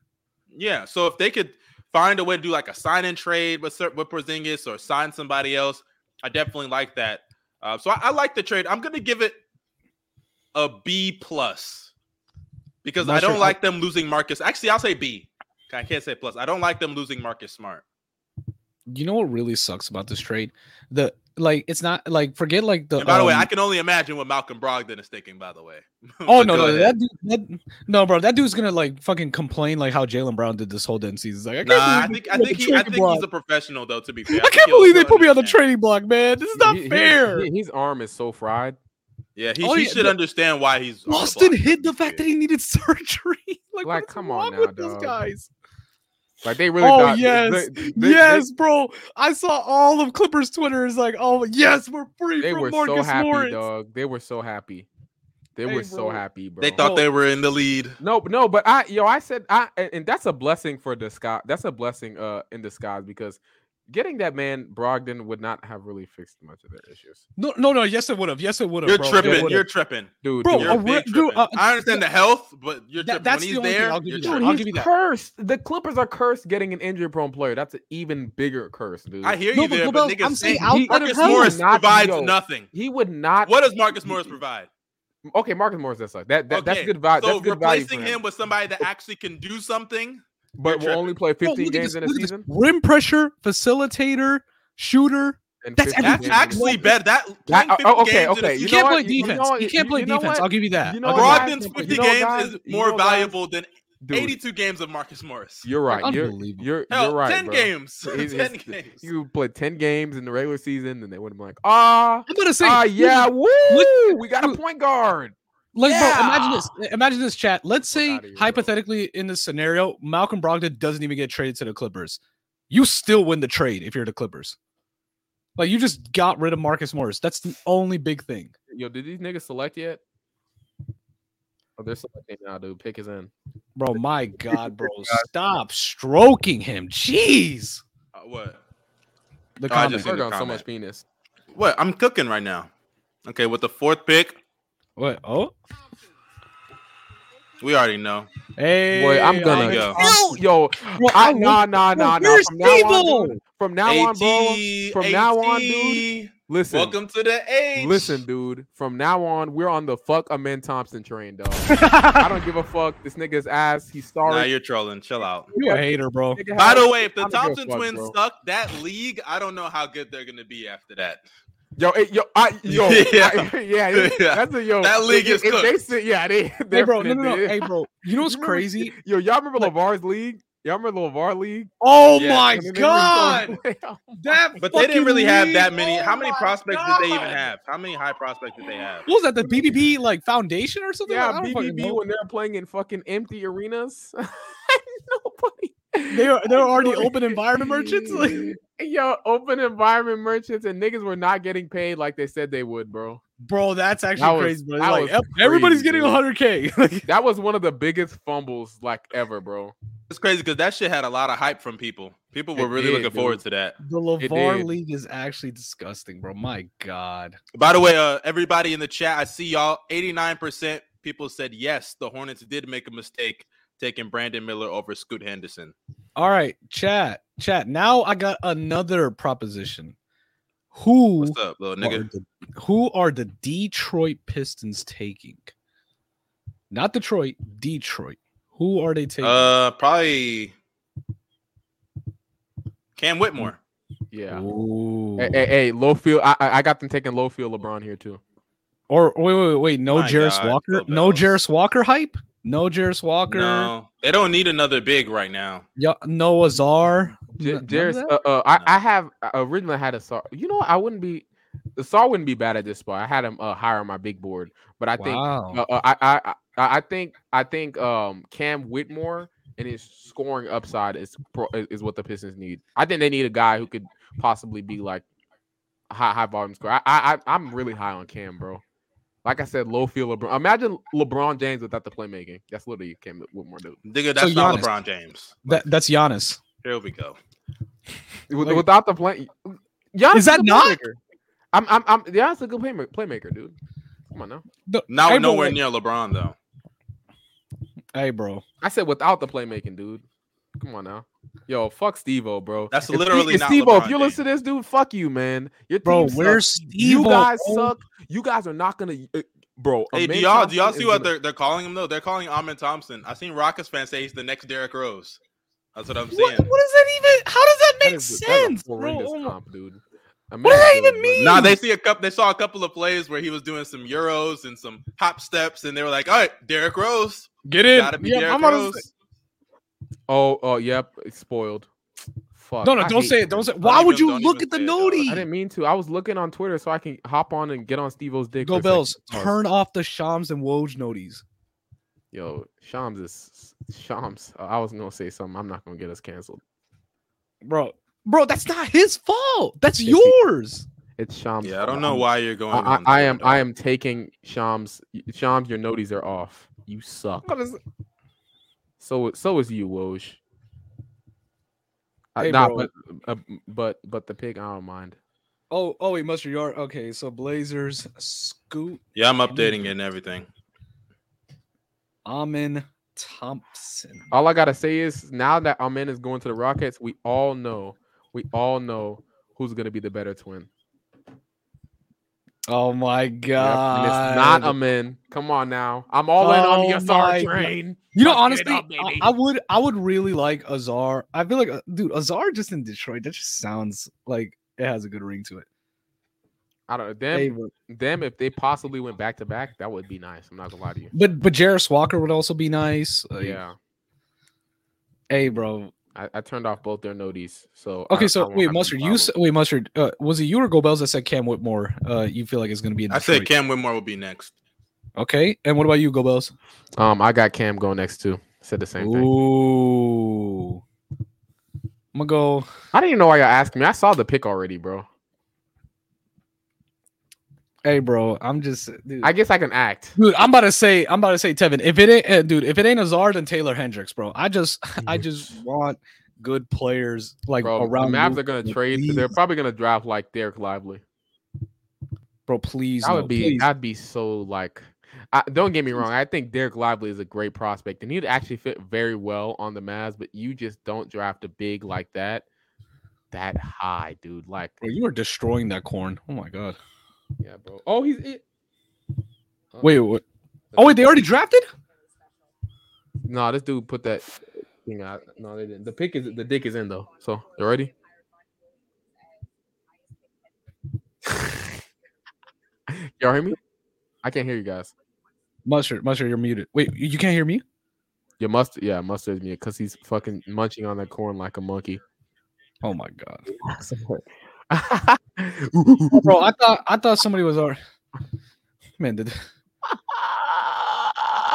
Speaker 3: Yeah. So if they could find a way to do like a sign in trade with Ser- with Porzingis or sign somebody else, I definitely like that. Uh, so I, I like the trade. I'm going to give it a B plus because
Speaker 1: Not
Speaker 3: I don't
Speaker 1: sure.
Speaker 3: like them losing Marcus. Actually, I'll say B. I can't say plus. I don't like them losing Marcus Smart.
Speaker 1: You know what really sucks about this trade? The like it's not like forget like the
Speaker 3: And by the way,
Speaker 1: um,
Speaker 3: I can only imagine what Malcolm Brogdon is thinking. By the way. [laughs]
Speaker 1: Oh
Speaker 3: But
Speaker 1: no,
Speaker 3: go
Speaker 1: no,
Speaker 3: ahead.
Speaker 1: that, dude, that no, bro, that dude's gonna like fucking complain like how Jalen Brown did this whole damn season. He's Like, I can't
Speaker 3: Nah, I
Speaker 1: believe,
Speaker 3: think I think he, I think he's a professional though. To be fair, I think
Speaker 1: can't
Speaker 3: he'll
Speaker 1: believe they
Speaker 3: still
Speaker 1: put me on the
Speaker 3: understand.
Speaker 1: trading block, man. This is not
Speaker 2: He- he-
Speaker 1: fair.
Speaker 2: he- his arm is so fried.
Speaker 3: Yeah, he,
Speaker 1: Oh,
Speaker 3: he
Speaker 1: yeah,
Speaker 3: should
Speaker 1: the-
Speaker 3: understand why he's on the
Speaker 1: Austin
Speaker 3: block.
Speaker 1: hid the fact that he needed [laughs] surgery. like,
Speaker 2: Like,
Speaker 1: what is
Speaker 2: come
Speaker 1: wrong
Speaker 2: on now,
Speaker 1: with these
Speaker 2: dog.
Speaker 1: guys?
Speaker 2: Like they really.
Speaker 1: Oh,
Speaker 2: thought, they-
Speaker 1: yes.
Speaker 2: they- they-
Speaker 1: yes, bro. I saw all of Clippers Twitter is like, oh yes, we're free
Speaker 2: They, they
Speaker 1: from
Speaker 2: were
Speaker 1: Marcus
Speaker 2: so happy,
Speaker 1: Morris.
Speaker 2: dog. They were so happy. They
Speaker 1: Hey,
Speaker 2: were so
Speaker 1: bro.
Speaker 2: happy, bro.
Speaker 3: They thought
Speaker 1: Oh.
Speaker 3: they were in the lead.
Speaker 2: No, b- no, but I, yo, I said, I, a- and that's a blessing for disguise. That's a blessing, uh, in disguise because getting that man Brogdon would not have really fixed much of their issues,
Speaker 1: No, no, no. Yes, it would have. Yes, it would have.
Speaker 3: You're
Speaker 1: bro. It
Speaker 3: tripping.
Speaker 1: would've.
Speaker 3: You're tripping.
Speaker 2: dude.
Speaker 1: Bro,
Speaker 2: dude,
Speaker 3: You're
Speaker 1: a re-
Speaker 3: big
Speaker 1: dude,
Speaker 3: tripping.
Speaker 1: uh,
Speaker 3: I understand the health, but you're
Speaker 1: That-
Speaker 3: tripping.
Speaker 1: that's
Speaker 3: when
Speaker 1: the
Speaker 3: he's
Speaker 1: only thing
Speaker 3: there,
Speaker 1: I'll give
Speaker 3: you're
Speaker 1: you that.
Speaker 2: dude,
Speaker 3: tripping.
Speaker 1: I'll
Speaker 2: he's
Speaker 1: give you that.
Speaker 2: cursed. The Clippers are cursed getting an injury-prone player. That's an even bigger curse, dude.
Speaker 3: I hear
Speaker 1: No,
Speaker 3: you
Speaker 1: but
Speaker 3: there,
Speaker 1: Gobert,
Speaker 3: but niggas
Speaker 1: I'm saying
Speaker 3: say
Speaker 1: outside of
Speaker 3: Marcus
Speaker 1: him,
Speaker 3: Morris
Speaker 2: not
Speaker 3: provides
Speaker 2: Yo.
Speaker 3: nothing.
Speaker 2: he would not.
Speaker 3: What does Marcus
Speaker 2: he-
Speaker 3: Morris
Speaker 2: he-
Speaker 3: provide?
Speaker 2: Okay, Marcus Morris does suck. That, that that's
Speaker 3: Okay,
Speaker 2: good value.
Speaker 3: So
Speaker 2: that's good value for
Speaker 3: replacing
Speaker 2: him.
Speaker 3: him with somebody that actually can do something.
Speaker 2: but will
Speaker 3: tripping.
Speaker 2: only play
Speaker 1: Bro,
Speaker 2: 15
Speaker 1: look at
Speaker 2: games
Speaker 1: this-
Speaker 2: in a
Speaker 1: look at this.
Speaker 2: season.
Speaker 1: Rim pressure, facilitator, shooter.
Speaker 2: and
Speaker 1: that's
Speaker 2: 15
Speaker 1: everything.
Speaker 3: That's
Speaker 2: games in a
Speaker 3: actually
Speaker 2: season.
Speaker 3: better. That
Speaker 2: That-
Speaker 3: playing
Speaker 2: oh, okay,
Speaker 3: 50 games in a
Speaker 1: You,
Speaker 2: okay, You
Speaker 3: season-
Speaker 2: know
Speaker 1: can't
Speaker 2: what?
Speaker 1: play
Speaker 2: You- you know
Speaker 1: defense. You,
Speaker 2: what?
Speaker 1: can't
Speaker 2: You-
Speaker 1: play
Speaker 2: you know
Speaker 1: defense.
Speaker 2: what?
Speaker 1: I'll give you that.
Speaker 2: You know
Speaker 1: I'll
Speaker 2: what?
Speaker 1: give
Speaker 3: Brogdon's
Speaker 1: you that.
Speaker 2: You
Speaker 3: 50
Speaker 2: know,
Speaker 3: games
Speaker 2: guys-
Speaker 3: is
Speaker 2: you
Speaker 3: more
Speaker 2: know, guys-
Speaker 3: valuable than
Speaker 2: Dude,
Speaker 3: 82 games of Marcus Morris.
Speaker 2: You're right. You're
Speaker 1: Unbelievable.
Speaker 2: you're
Speaker 3: Hell,
Speaker 2: you're right.
Speaker 3: 10
Speaker 2: bro.
Speaker 3: games. [laughs]
Speaker 2: It-
Speaker 3: 10
Speaker 2: it's-
Speaker 3: games.
Speaker 2: You play 10 games in the regular season, and they would have been like, ah,
Speaker 1: I'm gonna say,
Speaker 2: ah, yeah, woo,
Speaker 1: look-
Speaker 2: we got a
Speaker 1: dude,
Speaker 2: point guard.
Speaker 1: Like, bro, imagine
Speaker 2: Yeah.
Speaker 1: this. Imagine this chat. Let's
Speaker 2: Fuck
Speaker 1: say
Speaker 2: outta here, bro.
Speaker 1: hypothetically in this scenario, Malcolm Brogdon doesn't even get traded to the Clippers. You still win the trade if you're the Clippers. Like you just got rid of Marcus Morris. That's the only big thing.
Speaker 2: Yo, did these niggas select yet? Oh, they're selecting now, dude. Pick is in.
Speaker 1: Bro, my God, bro. Stop stroking him. Jeez.
Speaker 3: Uh, what?
Speaker 1: The
Speaker 3: Oh, I
Speaker 1: comment.
Speaker 3: just-
Speaker 2: They're
Speaker 3: the
Speaker 2: on so
Speaker 3: comment.
Speaker 2: much penis.
Speaker 3: What? I'm cooking right now. Okay, with the fourth pick,
Speaker 1: What? Oh,
Speaker 3: we already know.
Speaker 1: hey.
Speaker 2: Boy, I'm
Speaker 3: you
Speaker 2: gonna.
Speaker 3: go.
Speaker 2: I'm- Yo,
Speaker 1: Bro, I
Speaker 2: I,
Speaker 1: love-
Speaker 2: nah, nah,
Speaker 1: bro,
Speaker 2: nah, nah.
Speaker 1: where's
Speaker 2: From now on,
Speaker 1: Stable?
Speaker 2: dude, from now on, bro. from now on, dude, Listen,
Speaker 3: Welcome to the age.
Speaker 2: Listen, dude, from now on, we're on the fuck a man Thompson train, [laughs] dog. I don't give a fuck. This nigga's ass. He's
Speaker 3: Nah,
Speaker 2: sorry.
Speaker 3: you're trolling. Chill out.
Speaker 1: you a hater, bro.
Speaker 2: Nigga
Speaker 3: By
Speaker 2: had-
Speaker 3: the way, if the
Speaker 2: I don't give a
Speaker 3: Thompson
Speaker 2: fuck,
Speaker 3: twins
Speaker 2: bro.
Speaker 3: suck that league, I don't know how good they're gonna be after that.
Speaker 2: yo, it- yo, I,
Speaker 3: [laughs]
Speaker 2: yo,
Speaker 3: Yeah.
Speaker 2: I- [laughs] yeah, it-
Speaker 3: [laughs] Yeah.
Speaker 2: that's a yo.
Speaker 3: That league
Speaker 2: if-
Speaker 3: is
Speaker 2: if they
Speaker 3: cooked.
Speaker 2: sit, yeah, they.
Speaker 1: Hey,
Speaker 2: they're
Speaker 1: bro. No,
Speaker 2: finna
Speaker 1: no, no.
Speaker 2: do it.
Speaker 1: Hey, bro. You know what's
Speaker 2: You remember-
Speaker 1: crazy?
Speaker 2: Yo, y'all remember Lavar's league? Y'all remember Lavar league?
Speaker 1: Oh
Speaker 3: Yeah.
Speaker 1: my
Speaker 2: When they were
Speaker 1: God.
Speaker 2: going [laughs] playoff?
Speaker 1: That
Speaker 3: But they didn't
Speaker 1: fucking
Speaker 3: really have
Speaker 1: league.
Speaker 3: that many.
Speaker 1: Oh
Speaker 3: How many
Speaker 1: my
Speaker 3: prospects did they even
Speaker 1: God.
Speaker 3: have? How many high prospects did they have?
Speaker 1: What was that? The BBB like foundation or something?
Speaker 2: yeah,
Speaker 1: Like, I don't fucking
Speaker 2: BBB
Speaker 1: know.
Speaker 2: when they're playing in fucking empty arenas. [laughs] Nobody.
Speaker 1: They were they're already
Speaker 2: Nobody-
Speaker 1: open environment merchants. [laughs] Like,
Speaker 2: Yo, open environment merchants and niggas were not getting paid like they said they would, bro.
Speaker 1: bro, that's actually
Speaker 2: That was-
Speaker 1: crazy. Bro.
Speaker 2: that
Speaker 1: Like,
Speaker 2: was
Speaker 1: ev- everybody's
Speaker 2: crazy,
Speaker 1: getting
Speaker 2: dude.
Speaker 1: 100k. [laughs] Like,
Speaker 2: That was one of the biggest fumbles like ever, bro.
Speaker 3: It's crazy because that shit had a lot of hype from people. People were
Speaker 2: It
Speaker 3: really
Speaker 2: did,
Speaker 3: looking forward
Speaker 2: dude.
Speaker 3: to that.
Speaker 1: the
Speaker 2: It
Speaker 1: Levar
Speaker 2: did.
Speaker 1: league is actually disgusting, bro. My God.
Speaker 3: By the way, uh, everybody in the chat, I see y'all. 89% people said yes, the Hornets did make a mistake taking Brandon Miller over Scoot Henderson.
Speaker 1: All right, chat, chat. Now I got another proposition. Who
Speaker 3: What's up, little
Speaker 1: are
Speaker 3: nigga?
Speaker 1: the, who are the Detroit Pistons taking? Not Detroit, Detroit. Who are they taking?
Speaker 3: Uh, probably Cam Whitmore.
Speaker 2: Yeah.
Speaker 1: Ooh.
Speaker 2: Hey, hey, hey, low field. I, I I got them taking low field LeBron here too.
Speaker 1: Or wait, wait, wait, wait. No
Speaker 3: My
Speaker 1: Jarris
Speaker 3: God,
Speaker 1: Walker.
Speaker 3: Phil
Speaker 1: No
Speaker 3: Bellows.
Speaker 1: Jarris Walker hype. No Jarris Walker. No.
Speaker 3: No, they don't need another big right now.
Speaker 1: Yeah, Noah Czar.
Speaker 2: J-
Speaker 1: N- none of
Speaker 2: Jarris,
Speaker 1: that?
Speaker 2: uh, uh, I,
Speaker 3: No.
Speaker 2: I have I originally had a Sar. You know, what? I wouldn't be the Sar wouldn't be bad at this spot. I had him uh, higher on my big board, but I think
Speaker 1: Wow.
Speaker 2: uh, uh, I, I I I think I think um Cam Whitmore and his scoring upside is pro- is is what the Pistons need. I think they need a guy who could possibly be like a high high volume scorer. I I I- I'm really high on Cam, bro. Like I said, low field LeBron. Imagine LeBron James without the playmaking. That's literally Cam Whitmore, dude.
Speaker 3: Nigga, that's not
Speaker 1: Giannis.
Speaker 3: LeBron James.
Speaker 1: That, that's Giannis.
Speaker 3: Here we go.
Speaker 2: With-
Speaker 1: Like-
Speaker 2: without the play, Giannis
Speaker 1: Is
Speaker 2: a
Speaker 1: that
Speaker 2: good
Speaker 1: not?
Speaker 2: playmaker. I'm I'm I'm Giannis is a good playmaker, playmaker, dude. Come on now.
Speaker 1: No,
Speaker 3: Now
Speaker 1: hey, bro,
Speaker 3: nowhere
Speaker 1: wait.
Speaker 3: near LeBron though.
Speaker 1: Hey, bro.
Speaker 2: I said without the playmaking, dude. Come on now. Yo, fuck Steve-O, bro.
Speaker 3: That's
Speaker 2: If Ste-
Speaker 3: literally
Speaker 2: if
Speaker 3: not
Speaker 2: Steve-O,
Speaker 3: LeBron
Speaker 2: if you listen to this, dude, fuck you, man. Your
Speaker 1: Bro,
Speaker 2: team
Speaker 1: where's
Speaker 2: sucks.
Speaker 1: Steve?
Speaker 2: You guys suck. You guys are not gonna, uh, bro.
Speaker 3: Hey, do
Speaker 2: Amen
Speaker 3: y'all do y'all
Speaker 2: Thompson
Speaker 3: see
Speaker 2: is
Speaker 3: what
Speaker 2: gonna-
Speaker 3: they're, they're calling him though? They're calling Amin Thompson. I seen Rockets fans say he's the next Derrick Rose. That's what I'm
Speaker 1: What, what
Speaker 3: saying.
Speaker 1: is that even? How does that makes sense, bro.
Speaker 2: horrendous
Speaker 1: Oh my-
Speaker 2: comp, dude.
Speaker 1: What does that even mean?
Speaker 3: Nah, they see a couple. They saw a couple of plays where he was doing some euros and some hop steps, and they were like, "All right, Derrick Rose,
Speaker 1: Get
Speaker 3: gotta be
Speaker 1: Yeah,
Speaker 3: Derrick
Speaker 1: I'm gonna
Speaker 3: Rose."
Speaker 1: say-
Speaker 2: Oh, oh, yep. It's spoiled. Fuck.
Speaker 1: no, no,
Speaker 2: I
Speaker 1: don't
Speaker 2: hate
Speaker 1: say it.
Speaker 2: Twitter.
Speaker 1: Don't say. Why would
Speaker 3: even-
Speaker 1: you
Speaker 3: don't
Speaker 1: look
Speaker 3: even
Speaker 1: at the
Speaker 3: say it, dog. I
Speaker 1: nudie?
Speaker 2: I didn't mean to. I was looking on Twitter so I can hop on and get on Steve O's dick.
Speaker 1: Go
Speaker 2: for a
Speaker 1: Bells.
Speaker 2: second.
Speaker 1: Turn off the Shams and Woj noties.
Speaker 2: Yo, Shams is Shams. uh, I was gonna say something. I'm not gonna get us canceled.
Speaker 1: Bro. Bro, that's not his fault. That's
Speaker 2: Yes, he-
Speaker 1: yours.
Speaker 2: It's Shams.
Speaker 3: Yeah, I don't
Speaker 2: fault.
Speaker 3: know why you're going.
Speaker 2: I,
Speaker 3: on
Speaker 2: I, I
Speaker 3: Twitter,
Speaker 2: am.
Speaker 3: dog.
Speaker 2: I am taking Shams. Shams, your noties are off. You suck. So so is you, Woj. I-
Speaker 1: Hey,
Speaker 2: nah,
Speaker 1: bro.
Speaker 2: but uh, but but the pig. I don't mind.
Speaker 1: Oh, oh wait, Mustard Yard. Okay, so Blazers, Scoot,
Speaker 3: Yeah, I'm updating it and everything.
Speaker 1: Amin Thompson.
Speaker 2: All I gotta say is now that Amen is going to the Rockets, we all know, we all know who's gonna be the better twin.
Speaker 1: Oh my
Speaker 2: Yep,
Speaker 1: god.
Speaker 2: and it's not Amen. Come on now. I'm all in on the
Speaker 1: Oh
Speaker 2: Asar
Speaker 1: my God.
Speaker 2: train.
Speaker 1: You know,
Speaker 2: Fuck it
Speaker 1: honestly,
Speaker 2: up,
Speaker 1: I,
Speaker 2: baby.
Speaker 1: I would I would really like Azar. I feel like, uh, dude, Azar just in Detroit. That just sounds like it has a good ring to it.
Speaker 2: I don't know.
Speaker 1: They
Speaker 2: Them,
Speaker 1: would-
Speaker 2: them, if they possibly went back to back, that would be nice. I'm not gonna lie to you.
Speaker 1: but but Jarris Walker would also be nice. Like,
Speaker 2: yeah,
Speaker 1: Hey, bro.
Speaker 2: I, I turned off both their noties. So I-
Speaker 1: Okay, so
Speaker 2: I won't have
Speaker 1: wait,
Speaker 2: any
Speaker 1: mustard. You
Speaker 2: problem.
Speaker 1: s- wait, mustard. Uh, was it you or Gobels that said Cam Whitmore? Uh, you feel like it's gonna be? In
Speaker 3: I said
Speaker 1: Detroit?
Speaker 3: Cam Whitmore will be next.
Speaker 1: Okay, and what about you, Gobels?
Speaker 2: um, I got Cam going next too. Said the same thing.
Speaker 1: Ooh. I'm gonna go.
Speaker 2: I didn't even know why y'all asked me. I saw the pick already, bro.
Speaker 1: Hey, bro. I'm just. Dude.
Speaker 2: I guess I can act.
Speaker 1: Dude, I'm about to say, I'm about to say, Tevin. If it ain't, uh, dude, if it ain't Azar, then Taylor Hendricks, bro. I just, [laughs] I just want good players like
Speaker 2: Bro,
Speaker 1: around.
Speaker 2: the Mavs
Speaker 1: Luka,
Speaker 2: are gonna
Speaker 1: bro,
Speaker 2: trade.
Speaker 1: Please,
Speaker 2: They're probably gonna draft like Derek Lively.
Speaker 1: bro, please.
Speaker 2: That
Speaker 1: no,
Speaker 2: would be
Speaker 1: please.
Speaker 2: that'd be so like. I, don't get me wrong. I think Derek Lively is a great prospect, and he'd actually fit very well on the Mavs. But you just don't draft a big like that, that high, dude. Like,
Speaker 1: Bro, you are destroying that corn. Oh my god.
Speaker 2: yeah, bro. Oh, he's it. Uh,
Speaker 1: Wait, what? Oh wait, they already drafted.
Speaker 2: No, this dude put that thing out. No, they didn't. The pick is the dick is in though. So you [laughs] ready? Y'all hear me? I can't hear you guys.
Speaker 1: Mustard, mustard, you're muted. Wait, you you can't hear me?
Speaker 2: Your mustard, yeah, mustard is me because he's fucking munching on that corn like a
Speaker 1: [laughs]
Speaker 2: monkey. [laughs]
Speaker 1: Oh my god,
Speaker 2: Bro,
Speaker 1: bro. I thought, I thought somebody was already. Man,
Speaker 2: [laughs]
Speaker 1: did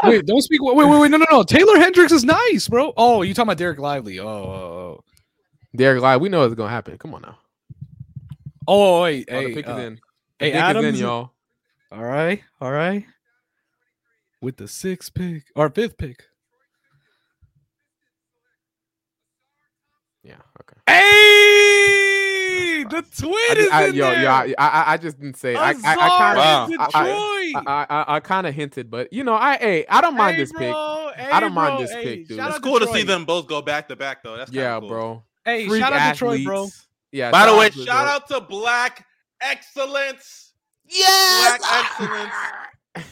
Speaker 1: wait? Don't speak. Wait, wait, wait. No, no, no. Taylor Hendricks is nice, bro. Oh, you talking about Derek Lively? Oh, oh,
Speaker 2: Derek Live, we know it's gonna happen. Come on now.
Speaker 1: oh. oh wait.
Speaker 2: Oh,
Speaker 1: hey,
Speaker 2: the pick
Speaker 1: uh,
Speaker 2: is in. The
Speaker 1: Hey,
Speaker 2: pick is in,
Speaker 1: Adams,
Speaker 2: y'all.
Speaker 1: All right, all right. With the sixth pick or fifth pick.
Speaker 2: Yeah, okay.
Speaker 1: Hey, the twin
Speaker 2: [laughs] I,
Speaker 1: is
Speaker 2: ju- I,
Speaker 1: in
Speaker 2: yo,
Speaker 1: there.
Speaker 2: yo, I, I, I just didn't say. I, I, I
Speaker 1: Azar
Speaker 2: kind of
Speaker 1: is in
Speaker 2: I- I-
Speaker 1: Detroit.
Speaker 2: I, I, I kind of hinted, but you know, I hey, I don't mind
Speaker 1: Hey,
Speaker 2: this pick.
Speaker 1: bro,
Speaker 2: I don't
Speaker 1: hey,
Speaker 2: mind
Speaker 1: bro,
Speaker 2: this
Speaker 1: hey,
Speaker 2: pick, dude.
Speaker 1: shout
Speaker 2: It's
Speaker 3: It's
Speaker 1: out
Speaker 3: cool to see
Speaker 1: Detroit.
Speaker 3: them both go back to back though. That's kinda
Speaker 2: Yeah,
Speaker 3: cool.
Speaker 2: bro.
Speaker 1: Hey,
Speaker 2: Freak
Speaker 1: shout out Detroit,
Speaker 2: athletes.
Speaker 1: bro.
Speaker 2: Yeah.
Speaker 3: By the
Speaker 2: shout
Speaker 3: way,
Speaker 2: out to
Speaker 3: shout out to Black Excellence. Yes, Black Excellence.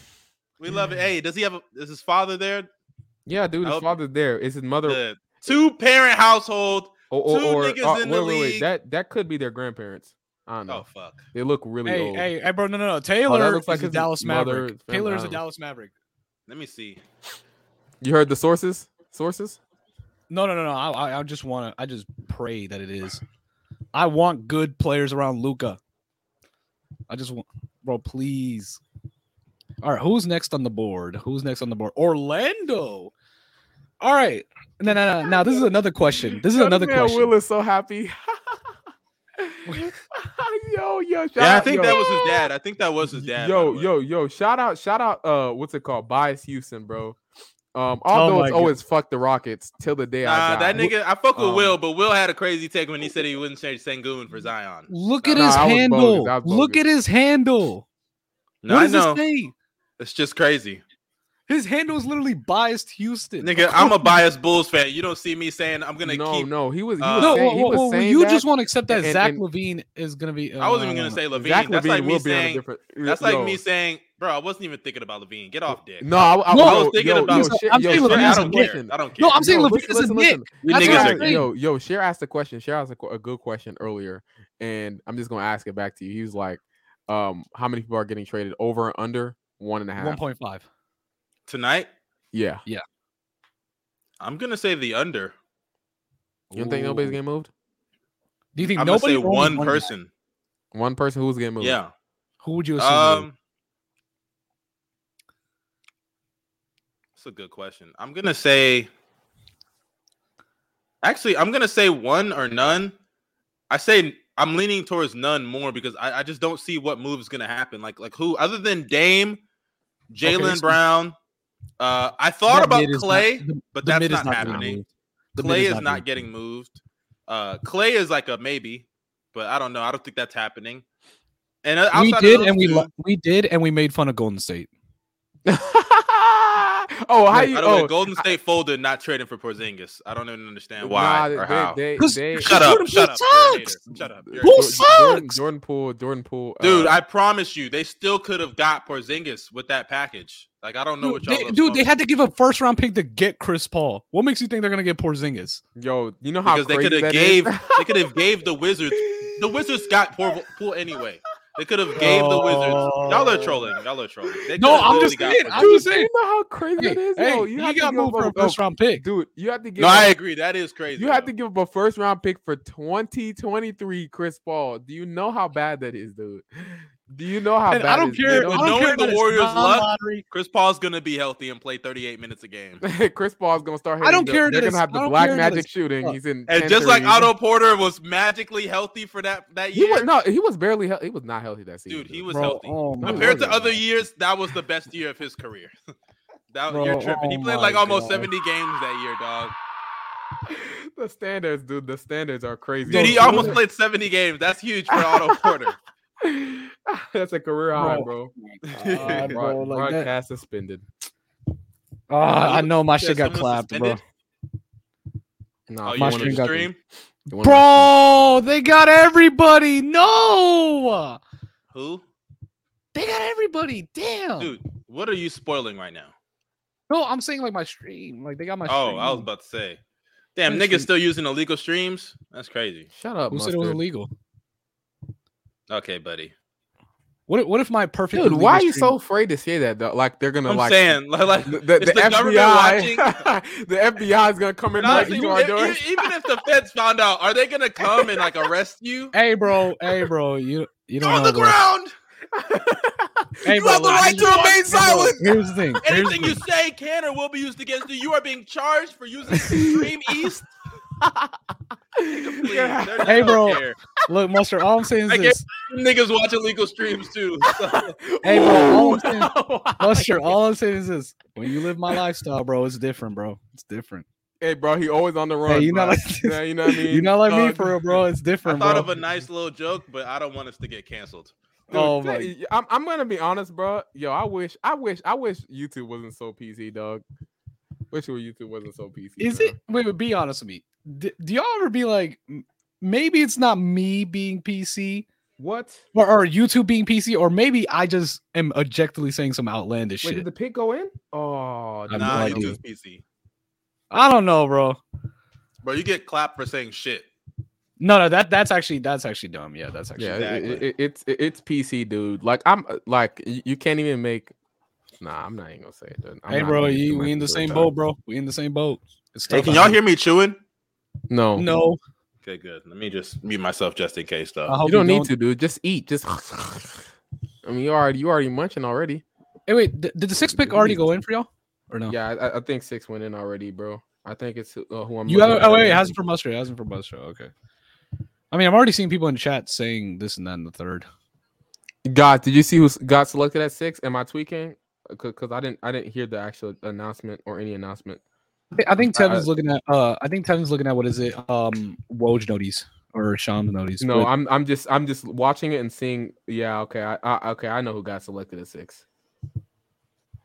Speaker 3: We love
Speaker 2: Mm.
Speaker 3: it. Hey, does he have? A, is his father there?
Speaker 2: Yeah, dude,
Speaker 3: I
Speaker 2: his
Speaker 3: hope-
Speaker 2: father's there. It's his mother.
Speaker 3: The two parent household.
Speaker 2: or, or,
Speaker 3: two
Speaker 2: or-
Speaker 3: niggas
Speaker 2: uh,
Speaker 3: in
Speaker 2: wait,
Speaker 3: the
Speaker 2: wait, wait.
Speaker 3: league.
Speaker 2: That that could be their grandparents. I don't know.
Speaker 3: Oh fuck.
Speaker 2: They look really
Speaker 1: Hey,
Speaker 2: old.
Speaker 1: hey, hey, bro, no, no, no. Taylor
Speaker 2: Oh, looks like
Speaker 1: is a
Speaker 2: his
Speaker 1: Dallas
Speaker 2: mother, Oh.
Speaker 1: Maverick.
Speaker 2: family,
Speaker 1: Taylor
Speaker 2: I
Speaker 1: is a
Speaker 2: don't know.
Speaker 1: Dallas Maverick.
Speaker 3: Let me see.
Speaker 2: You heard the sources? Sources?
Speaker 1: No, no, no, no. I, I- I just want to. I just pray that it is. I want good players around Luca. I just want, bro. Please. All right, who's next on the board? Who's next on the board? Orlando. All right. No, no, no. Now this is another question. This is
Speaker 2: Yo,
Speaker 1: another
Speaker 2: man,
Speaker 1: question.
Speaker 2: Will is so happy. [laughs] yo, yo, shout
Speaker 3: Yeah, I
Speaker 2: out-
Speaker 3: think
Speaker 2: yo.
Speaker 3: that was his dad. I think that was his dad. by
Speaker 2: Yo,
Speaker 3: the way.
Speaker 2: yo, yo! Shout out, shout out. Uh, what's it called? Bias Houston, bro. Um,
Speaker 1: Oh my
Speaker 2: although it's
Speaker 1: God.
Speaker 2: always fuck the Rockets till the day I
Speaker 3: Nah,
Speaker 2: die.
Speaker 3: that nigga. I fuck with
Speaker 2: Um,
Speaker 3: Will, but Will had a crazy take when he said he wouldn't trade Sangoon for Zion.
Speaker 1: Look at
Speaker 2: Nah,
Speaker 1: his
Speaker 2: I was bogus.
Speaker 1: handle.
Speaker 2: I was
Speaker 1: Look
Speaker 2: bogus.
Speaker 1: at his handle.
Speaker 3: No,
Speaker 1: what
Speaker 3: I
Speaker 1: does
Speaker 3: know.
Speaker 1: it say?
Speaker 3: It's just crazy.
Speaker 1: His handle is literally biased Houston.
Speaker 3: Nigga, I'm a biased Bulls fan. You don't see me saying I'm gonna
Speaker 2: no,
Speaker 3: keep.
Speaker 2: no, he was. He
Speaker 3: uh,
Speaker 2: was
Speaker 1: no,
Speaker 2: saying,
Speaker 1: well,
Speaker 2: he was
Speaker 1: well, well,
Speaker 2: saying
Speaker 1: you
Speaker 2: that.
Speaker 1: just want to accept that
Speaker 2: and-
Speaker 1: Zach
Speaker 2: and-
Speaker 1: Levine is gonna be.
Speaker 3: I wasn't
Speaker 1: uh,
Speaker 3: even gonna say Levine.
Speaker 2: Zach
Speaker 3: That's
Speaker 2: Levine
Speaker 3: like me
Speaker 2: will be on a
Speaker 3: saying.
Speaker 2: different.
Speaker 3: That's like
Speaker 2: yo.
Speaker 3: me saying, bro, I wasn't even thinking about Levine. Get off, dick.
Speaker 2: No, I, I,
Speaker 1: No,
Speaker 2: yo,
Speaker 1: I
Speaker 3: was thinking
Speaker 2: yo,
Speaker 3: about-
Speaker 2: yo,
Speaker 1: I'm
Speaker 2: shit,
Speaker 1: saying Levine
Speaker 2: yo, Shaq
Speaker 1: is
Speaker 3: I
Speaker 2: asked
Speaker 1: a
Speaker 2: a
Speaker 3: don't
Speaker 1: dick.
Speaker 2: question.
Speaker 3: care. I don't care.
Speaker 1: No, I'm saying
Speaker 2: Yo,
Speaker 1: Levine
Speaker 2: listen,
Speaker 1: is a
Speaker 2: listen,
Speaker 1: dick.
Speaker 2: listen.
Speaker 3: You
Speaker 1: That's
Speaker 3: niggas
Speaker 1: what
Speaker 3: are
Speaker 1: I'm
Speaker 3: great.
Speaker 1: saying.
Speaker 2: Yo, yo, Cher asked a question. Cher asked a, qu- a good question earlier, and I'm just gonna ask it back to you. He was like, um, "How many people are getting traded over and under one and a half?"
Speaker 1: One point five.
Speaker 3: Tonight,
Speaker 2: Yeah,
Speaker 3: I'm gonna say the under.
Speaker 2: you don't think nobody's getting moved?
Speaker 1: Do you think
Speaker 3: I'm gonna
Speaker 1: nobody?
Speaker 3: say
Speaker 1: or only
Speaker 3: one person.
Speaker 2: One person who's getting moved?
Speaker 3: Yeah.
Speaker 1: Who would you assume? it is?
Speaker 3: Um. That's a good question. I'm gonna say. Actually, I'm gonna say one or none. I say I'm leaning towards none more because I, I just don't see what move is gonna happen. Like like who other than Dame, Jalen
Speaker 1: so-
Speaker 3: Brown. Uh, I thought
Speaker 1: That
Speaker 3: about
Speaker 1: mid is not-
Speaker 3: Clay,
Speaker 1: the-
Speaker 3: but
Speaker 1: the
Speaker 3: that's
Speaker 1: mid is
Speaker 3: not,
Speaker 1: not getting
Speaker 3: happening.
Speaker 1: moved. The mid
Speaker 3: Clay
Speaker 1: is
Speaker 3: is
Speaker 1: not
Speaker 3: not
Speaker 1: moved.
Speaker 3: getting moved. Uh, Clay is like a maybe, but I don't know. I don't think that's happening. And uh,
Speaker 1: we
Speaker 3: outside of
Speaker 1: did,
Speaker 3: those
Speaker 1: and we
Speaker 3: two-
Speaker 1: lo- we did, and we made fun of Golden State.
Speaker 2: [laughs] oh, how
Speaker 3: Wait,
Speaker 2: you?
Speaker 3: by the way,
Speaker 2: oh,
Speaker 3: Golden State folded not trading for Porzingis. I don't even understand
Speaker 2: nah,
Speaker 3: why
Speaker 2: they-
Speaker 3: or how.
Speaker 2: They,
Speaker 1: Because-
Speaker 2: they,
Speaker 3: shut up!
Speaker 1: Jordan
Speaker 3: Shut up!
Speaker 1: Poole
Speaker 3: You're a hater.
Speaker 1: sucks.
Speaker 3: Shut up! You're a
Speaker 1: Who
Speaker 3: hater.
Speaker 2: Jordan- Jordan,
Speaker 1: sucks?
Speaker 2: Jordan Poole. Jordan Poole.
Speaker 3: Dude,
Speaker 2: uh,
Speaker 3: I promise you, they still could have got Porzingis with that package. Like I don't know what
Speaker 1: Dude,
Speaker 3: y'all.
Speaker 1: they,
Speaker 3: up
Speaker 1: dude, they
Speaker 3: smoking.
Speaker 1: had to give a first round pick to get Chris Paul. What makes you think they're gonna get Porzingis?
Speaker 2: yo, you know how
Speaker 3: because they
Speaker 2: crazy
Speaker 3: could have
Speaker 2: that [laughs]
Speaker 3: gave
Speaker 2: is?
Speaker 3: they could have gave the Wizards. The Wizards got poor pool anyway. They could have gave the Wizards. Y'all are trolling. Y'all are trolling. They
Speaker 1: No,
Speaker 3: coulda
Speaker 1: I'm
Speaker 3: literally
Speaker 1: just
Speaker 3: got
Speaker 1: saying,
Speaker 3: Porzingis.
Speaker 1: I'm just
Speaker 2: Dude,
Speaker 1: saying.
Speaker 2: You know how crazy
Speaker 1: Hey,
Speaker 2: it is.
Speaker 1: hey,
Speaker 2: yo,
Speaker 1: you
Speaker 2: you have to
Speaker 1: got
Speaker 2: give up
Speaker 1: moved for
Speaker 2: a-
Speaker 1: a first round pick.
Speaker 2: Dude, you have to give.
Speaker 3: no,
Speaker 2: up-
Speaker 3: I agree. That is crazy.
Speaker 2: You have
Speaker 3: though.
Speaker 2: to give up a first round pick for 2023 Chris Paul. Do you know how bad that is, dude? [laughs] Do you know how
Speaker 1: And
Speaker 2: bad
Speaker 1: I don't
Speaker 2: it is?
Speaker 1: care.
Speaker 2: They
Speaker 1: I
Speaker 3: But
Speaker 1: don't
Speaker 3: knowing
Speaker 1: care
Speaker 3: the
Speaker 1: that it's
Speaker 3: Warriors'
Speaker 1: not
Speaker 3: luck-
Speaker 1: lottery.
Speaker 3: Chris Paul's gonna be healthy and play 38 minutes
Speaker 2: [laughs]
Speaker 3: a game.
Speaker 2: Chris Paul's gonna start.
Speaker 1: I don't
Speaker 2: hitting the-
Speaker 1: care that
Speaker 2: They're gonna
Speaker 1: it's-
Speaker 2: have
Speaker 1: I
Speaker 2: the
Speaker 1: don't
Speaker 2: black
Speaker 1: care that
Speaker 2: magic
Speaker 1: it's-
Speaker 2: shooting.
Speaker 1: look.
Speaker 2: He's in
Speaker 3: And
Speaker 2: 10
Speaker 3: just like
Speaker 2: threes.
Speaker 3: Otto Porter was magically healthy for that that
Speaker 2: he
Speaker 3: year,
Speaker 2: was no, he was barely. He- he was not healthy that season.
Speaker 3: dude, he was
Speaker 1: Bro,
Speaker 3: healthy.
Speaker 1: oh my
Speaker 3: Compared to
Speaker 2: God.
Speaker 3: other years, that was the best year of his career. [laughs] that
Speaker 1: Bro,
Speaker 3: you're tripping. He
Speaker 1: oh
Speaker 3: played
Speaker 1: my
Speaker 3: like almost
Speaker 1: God.
Speaker 3: 70 games that year, dog.
Speaker 2: [laughs] the standards, dude. The standards are crazy.
Speaker 3: Dude, he
Speaker 1: Yo,
Speaker 3: almost played 70 games. That's huge for Otto
Speaker 1: [laughs]
Speaker 3: Porter.
Speaker 2: [laughs] That's a career high,
Speaker 1: Bro.
Speaker 2: bro.
Speaker 1: Oh God,
Speaker 2: Broad-
Speaker 1: bro, like that-
Speaker 2: broadcast suspended.
Speaker 1: Ah, I know my
Speaker 3: Yeah,
Speaker 1: shit got
Speaker 3: someone
Speaker 1: clapped, bro.
Speaker 3: suspended?
Speaker 2: No, you
Speaker 3: [laughs] Oh, you
Speaker 1: my
Speaker 2: wanna-
Speaker 3: want
Speaker 1: stream
Speaker 3: to
Speaker 1: got-
Speaker 3: stream?
Speaker 2: you wanna-
Speaker 1: Bro, they got everybody. No,
Speaker 3: Who?
Speaker 1: they got everybody. Damn.
Speaker 3: Dude, what are you spoiling right now?
Speaker 1: No, I'm saying like my stream. Like they got my.
Speaker 3: Oh,
Speaker 1: stream.
Speaker 3: I was about to say. Damn,
Speaker 1: My
Speaker 3: niggas
Speaker 1: stream.
Speaker 3: still using illegal streams? That's crazy.
Speaker 2: Shut up,
Speaker 1: Who said it was
Speaker 2: mustard.
Speaker 1: illegal?
Speaker 3: Okay, buddy.
Speaker 1: What? if- What if my perfect?
Speaker 2: Dude, why are
Speaker 1: illegal
Speaker 2: you
Speaker 1: stream-
Speaker 2: so afraid to say that? Though? Like they're gonna
Speaker 3: I'm
Speaker 2: like
Speaker 3: saying, [laughs] like, like
Speaker 2: the, the,
Speaker 3: it's
Speaker 2: the,
Speaker 3: the government
Speaker 2: FBI, [laughs] the FBI is gonna come in
Speaker 3: And
Speaker 2: right
Speaker 3: honestly,
Speaker 2: to our
Speaker 3: if-
Speaker 2: door.
Speaker 3: e- even if the feds found out, are they gonna come and like arrest you?
Speaker 1: Hey, bro. Hey, bro. You [laughs] you
Speaker 3: You're
Speaker 1: don't
Speaker 3: on
Speaker 1: know.
Speaker 3: the
Speaker 1: bro.
Speaker 3: ground.
Speaker 1: Hey,
Speaker 2: You
Speaker 1: bro,
Speaker 2: have the
Speaker 1: like,
Speaker 2: right to
Speaker 1: here's-
Speaker 2: remain
Speaker 1: hey, bro,
Speaker 2: silent.
Speaker 1: Here's the thing. here's
Speaker 3: [laughs]
Speaker 1: the
Speaker 3: Anything you say can or will be used against you. You are being charged for using Stream East.
Speaker 2: [laughs]
Speaker 3: Please,
Speaker 2: Yeah.
Speaker 3: they're not
Speaker 1: Hey, bro.
Speaker 3: here.
Speaker 1: [laughs] Look, Mustard, all I'm saying
Speaker 3: I
Speaker 1: is
Speaker 3: get- [laughs]
Speaker 1: this.
Speaker 3: Niggas watch illegal streams [laughs] too.
Speaker 1: [laughs] Hey, bro, all I'm saying-
Speaker 2: Whoa.
Speaker 1: Mustard, all I'm saying is this. When you live my lifestyle, bro, it's different, bro. It's different.
Speaker 2: [laughs] hey, bro, he always on the run.
Speaker 1: Hey, you
Speaker 2: bro.
Speaker 1: not like
Speaker 2: yeah, you know what I
Speaker 1: [laughs]
Speaker 2: mean.
Speaker 1: You not like me
Speaker 2: Dog.
Speaker 1: for real, bro. It's
Speaker 3: I
Speaker 1: different,
Speaker 3: thought of
Speaker 1: bro.
Speaker 3: a nice little joke, but I don't want us to get canceled.
Speaker 2: Dude,
Speaker 1: Oh
Speaker 2: say-
Speaker 1: my-
Speaker 2: I'm, I'm gonna be honest, bro. Yo, I wish, I wish, I wish YouTube wasn't so PC, dog. Wish your YouTube wasn't so PC.
Speaker 1: Is
Speaker 2: bro.
Speaker 1: it? Wait, wait. Be honest with me. D- do y'all ever be like, "M- maybe it's not me being PC
Speaker 2: what?
Speaker 1: or, or YouTube being PC, or maybe I just am objectively saying some outlandish
Speaker 2: Wait,
Speaker 1: shit.
Speaker 2: did the pig go in? Oh,
Speaker 1: have
Speaker 3: Nah,
Speaker 1: no
Speaker 2: dude.
Speaker 1: idea.
Speaker 3: YouTube's PC.
Speaker 1: I don't know, bro.
Speaker 3: Bro, you get clapped for saying shit.
Speaker 1: No, no, that that's actually that's actually dumb. Yeah, that's actually
Speaker 2: Yeah,
Speaker 1: dumb.
Speaker 2: it- it-
Speaker 3: Exactly.
Speaker 2: it- it's it- it's PC, dude. Like I'm uh, like y- you can't even make. Nah, I'm not even gonna say it. dude. I'm
Speaker 1: hey,
Speaker 2: not
Speaker 1: bro,
Speaker 2: gonna make
Speaker 1: you, we
Speaker 2: too much
Speaker 1: in the
Speaker 2: of it,
Speaker 1: same
Speaker 2: dog.
Speaker 1: boat, bro. We in the same boat. It's
Speaker 3: Hey,
Speaker 1: tough
Speaker 3: can
Speaker 1: out
Speaker 3: y'all
Speaker 1: here.
Speaker 3: hear me chewing?
Speaker 2: No, no.
Speaker 1: No,
Speaker 3: Okay, good. Let me just mute myself just in case,
Speaker 1: I
Speaker 3: though.
Speaker 1: hope
Speaker 2: You don't need to, dude. Just eat. Just. [laughs] I mean, you already you already munching already.
Speaker 1: Hey, wait, d- did the six pick
Speaker 2: You
Speaker 1: already
Speaker 2: need
Speaker 1: go in for y'all or no?
Speaker 2: Yeah, I- I, I think six went in already, bro. I think it's uh, who I'm.
Speaker 1: You
Speaker 2: looking
Speaker 1: haven't.
Speaker 2: at
Speaker 1: Oh
Speaker 2: right
Speaker 1: wait, it
Speaker 2: now.
Speaker 1: hasn't for mustard. It hasn't for mustard. Okay. I mean, I'm already seeing people in chat saying this and that and the third.
Speaker 2: God, did you see who got selected at six? Am I tweaking? Because I didn't I didn't hear the actual announcement or any announcement.
Speaker 1: I thi- I think
Speaker 2: I- I-
Speaker 1: Tevin's looking at. Uh, I think Tevin's looking at what is it? Um, Woj noties or Sean's noties.
Speaker 2: No,
Speaker 1: with-
Speaker 2: I'm I'm just I'm just watching it and seeing. Yeah, okay, I, I okay, I know who got selected at six.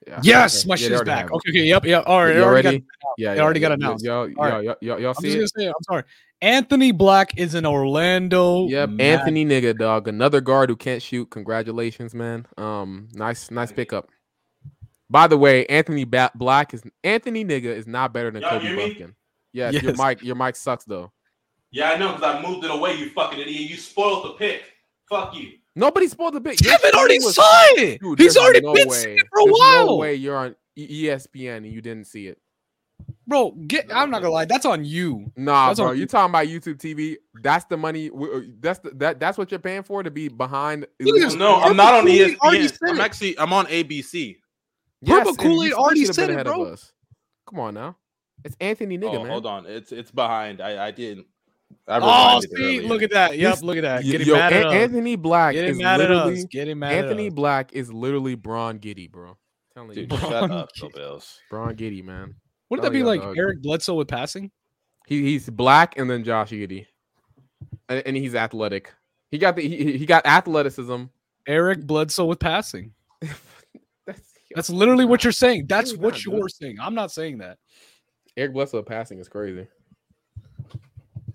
Speaker 2: Yeah.
Speaker 1: Yes, my
Speaker 2: Yeah, they
Speaker 1: shit's
Speaker 2: already
Speaker 1: back.
Speaker 2: have it.
Speaker 1: Okay, okay, yep, yep. All right,
Speaker 2: You
Speaker 1: it already got-
Speaker 2: ready? Yeah,
Speaker 1: It
Speaker 2: yeah,
Speaker 1: already got
Speaker 2: yeah,
Speaker 1: announced.
Speaker 2: Y'all, y'all,
Speaker 1: All
Speaker 2: y'all, y'all, y'all
Speaker 1: I'm
Speaker 2: see
Speaker 1: just gonna say,
Speaker 2: it?
Speaker 1: it, I'm sorry. Anthony Black is in Orlando.
Speaker 2: Yep,
Speaker 1: Ma-
Speaker 2: Anthony nigga dog, another guard who can't shoot. Congratulations, man. Um, nice, nice pickup. By the way, Anthony ba- Black is Anthony nigga is not better than
Speaker 3: Y'all
Speaker 2: Kobe
Speaker 3: hear me?
Speaker 2: Buffkin. Yes, your
Speaker 1: Yes.
Speaker 2: mic, your mic sucks though.
Speaker 3: Yeah, I know because I moved it away. You fucking idiot. You spoiled the pick. Fuck you.
Speaker 2: Nobody spoiled the bit. Your
Speaker 1: Kevin
Speaker 2: shooting
Speaker 1: already
Speaker 2: was-
Speaker 1: saw it.
Speaker 2: Dude,
Speaker 1: He's
Speaker 2: there's
Speaker 1: already
Speaker 2: no
Speaker 1: been
Speaker 2: way.
Speaker 1: seeing it for a
Speaker 2: There's
Speaker 1: while,
Speaker 2: No way you're on E- ESPN and you didn't see it.
Speaker 1: bro. Get. I'm not gonna lie. That's on you.
Speaker 2: Nah,
Speaker 1: That's
Speaker 2: bro,
Speaker 1: on E
Speaker 2: you
Speaker 1: you.
Speaker 2: talking about YouTube TV? That's the money. w- w- That's the, that. That's what you're paying for to be behind.
Speaker 1: Niggas-
Speaker 3: No, I'm not on E
Speaker 1: Kobe already
Speaker 3: ESPN.
Speaker 1: said
Speaker 3: I'm
Speaker 1: it.
Speaker 3: actually I'm on ABC.
Speaker 1: Purple
Speaker 2: and
Speaker 1: Kool-Aid
Speaker 2: you- you
Speaker 1: already
Speaker 2: should've been
Speaker 1: said it,
Speaker 2: ahead of
Speaker 1: bro.
Speaker 2: us. Come on now, it's Anthony nigga,
Speaker 3: oh,
Speaker 2: man.
Speaker 3: hold on, it's it's behind. I I didn't.
Speaker 1: Oh,
Speaker 3: I reminded
Speaker 1: see,
Speaker 3: earlier.
Speaker 1: look at that. Yep,
Speaker 2: This-
Speaker 1: look at that.
Speaker 2: Y-
Speaker 1: Getting
Speaker 2: yo,
Speaker 1: mad at
Speaker 2: An-
Speaker 1: us.
Speaker 2: Anthony Black
Speaker 1: Getting
Speaker 2: is
Speaker 1: mad at us.
Speaker 2: literally
Speaker 1: Getting mad
Speaker 2: Anthony
Speaker 1: at us.
Speaker 2: Black is literally Braun Giddy, bro. telling
Speaker 3: Dude,
Speaker 2: you,
Speaker 3: shut up, Bill Bills.
Speaker 2: Braun Giddy, man.
Speaker 1: Wouldn't that
Speaker 2: Oh,
Speaker 1: be
Speaker 2: yeah,
Speaker 1: like
Speaker 2: dog.
Speaker 1: Eric Bledsoe with passing?
Speaker 2: He he's black and then Josh Giddy, and, and he's athletic. He got the he, he got athleticism. [laughs]
Speaker 1: Eric Bledsoe with passing.
Speaker 2: That's,
Speaker 1: That's literally what you're saying. That's
Speaker 2: Really
Speaker 1: what
Speaker 2: not,
Speaker 1: you're saying. I'm not saying that.
Speaker 2: Eric Bledsoe passing is crazy.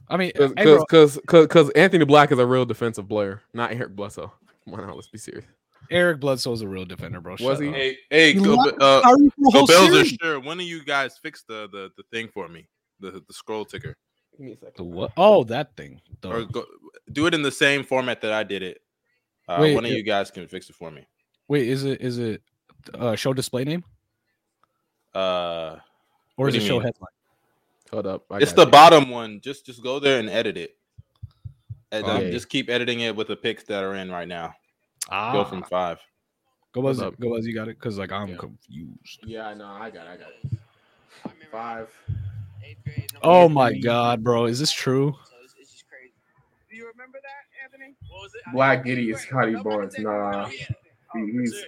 Speaker 1: I mean, hey, bro,
Speaker 2: Because because Anthony Black is a real defensive player, not Eric Bledsoe. Come on, now, let's be serious.
Speaker 1: Eric Bledsoe is a real defender, bro.
Speaker 2: Was
Speaker 1: Shut
Speaker 2: he?
Speaker 1: up.
Speaker 3: Hey, hey,
Speaker 1: You
Speaker 3: Go,
Speaker 1: lost
Speaker 3: uh,
Speaker 1: Sorry for the
Speaker 3: Go
Speaker 1: whole
Speaker 3: Bills are
Speaker 1: series.
Speaker 3: sure. When do you guys fix the the, the thing for me? The the scroll ticker
Speaker 2: Give me a second.
Speaker 1: The what? Oh, that thing. The-
Speaker 3: or go, do it in the same format that I did it. Uh,
Speaker 1: Wait,
Speaker 3: one of
Speaker 1: it-
Speaker 3: you guys can fix it for me.
Speaker 1: Wait, is it is it uh, show display name
Speaker 3: Uh,
Speaker 1: or
Speaker 3: What
Speaker 1: is
Speaker 3: do
Speaker 1: it
Speaker 3: you
Speaker 1: show
Speaker 3: mean?
Speaker 1: headline?
Speaker 2: Hold up. I
Speaker 3: it's
Speaker 2: got
Speaker 3: the
Speaker 2: you.
Speaker 3: bottom one. Just just go there and edit it, and um,
Speaker 2: Okay.
Speaker 3: just keep editing it with the picks that are in right now.
Speaker 1: Ah,
Speaker 3: Go from five.
Speaker 1: go buzz,
Speaker 2: up?
Speaker 1: go buzz. You got it because like I'm
Speaker 2: Yeah.
Speaker 1: confused.
Speaker 2: Yeah, I know. I got. It, I got it. Five.
Speaker 5: Eighth grade, number
Speaker 1: Oh
Speaker 5: eight.
Speaker 1: my god, bro, is this true?
Speaker 5: So it's, it's just crazy. Do you remember that, Anthony? What was it?
Speaker 2: Black Giddy is Scotty Barnes. Nah.
Speaker 5: Oh,
Speaker 2: He's,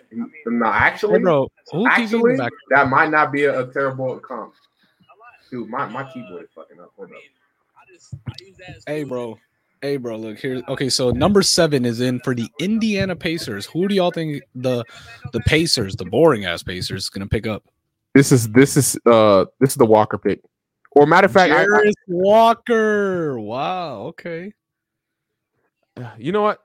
Speaker 2: nah,
Speaker 1: Hey,
Speaker 2: actually,
Speaker 1: bro, who keeps you in the
Speaker 2: actually,
Speaker 1: back?
Speaker 2: that might not be a, a terrible comp. Dude, my, my keyboard is fucking up. Hold up.
Speaker 1: Hey, bro. Hey, bro. Look here. Okay, so number seven is in for the Indiana Pacers. Who do y'all think the the Pacers, the boring ass Pacers, is gonna pick up?
Speaker 2: This is this is uh this is the Walker pick. Or matter of fact, I- I-
Speaker 1: Jarris Walker. Wow. Okay.
Speaker 2: uh, you know what?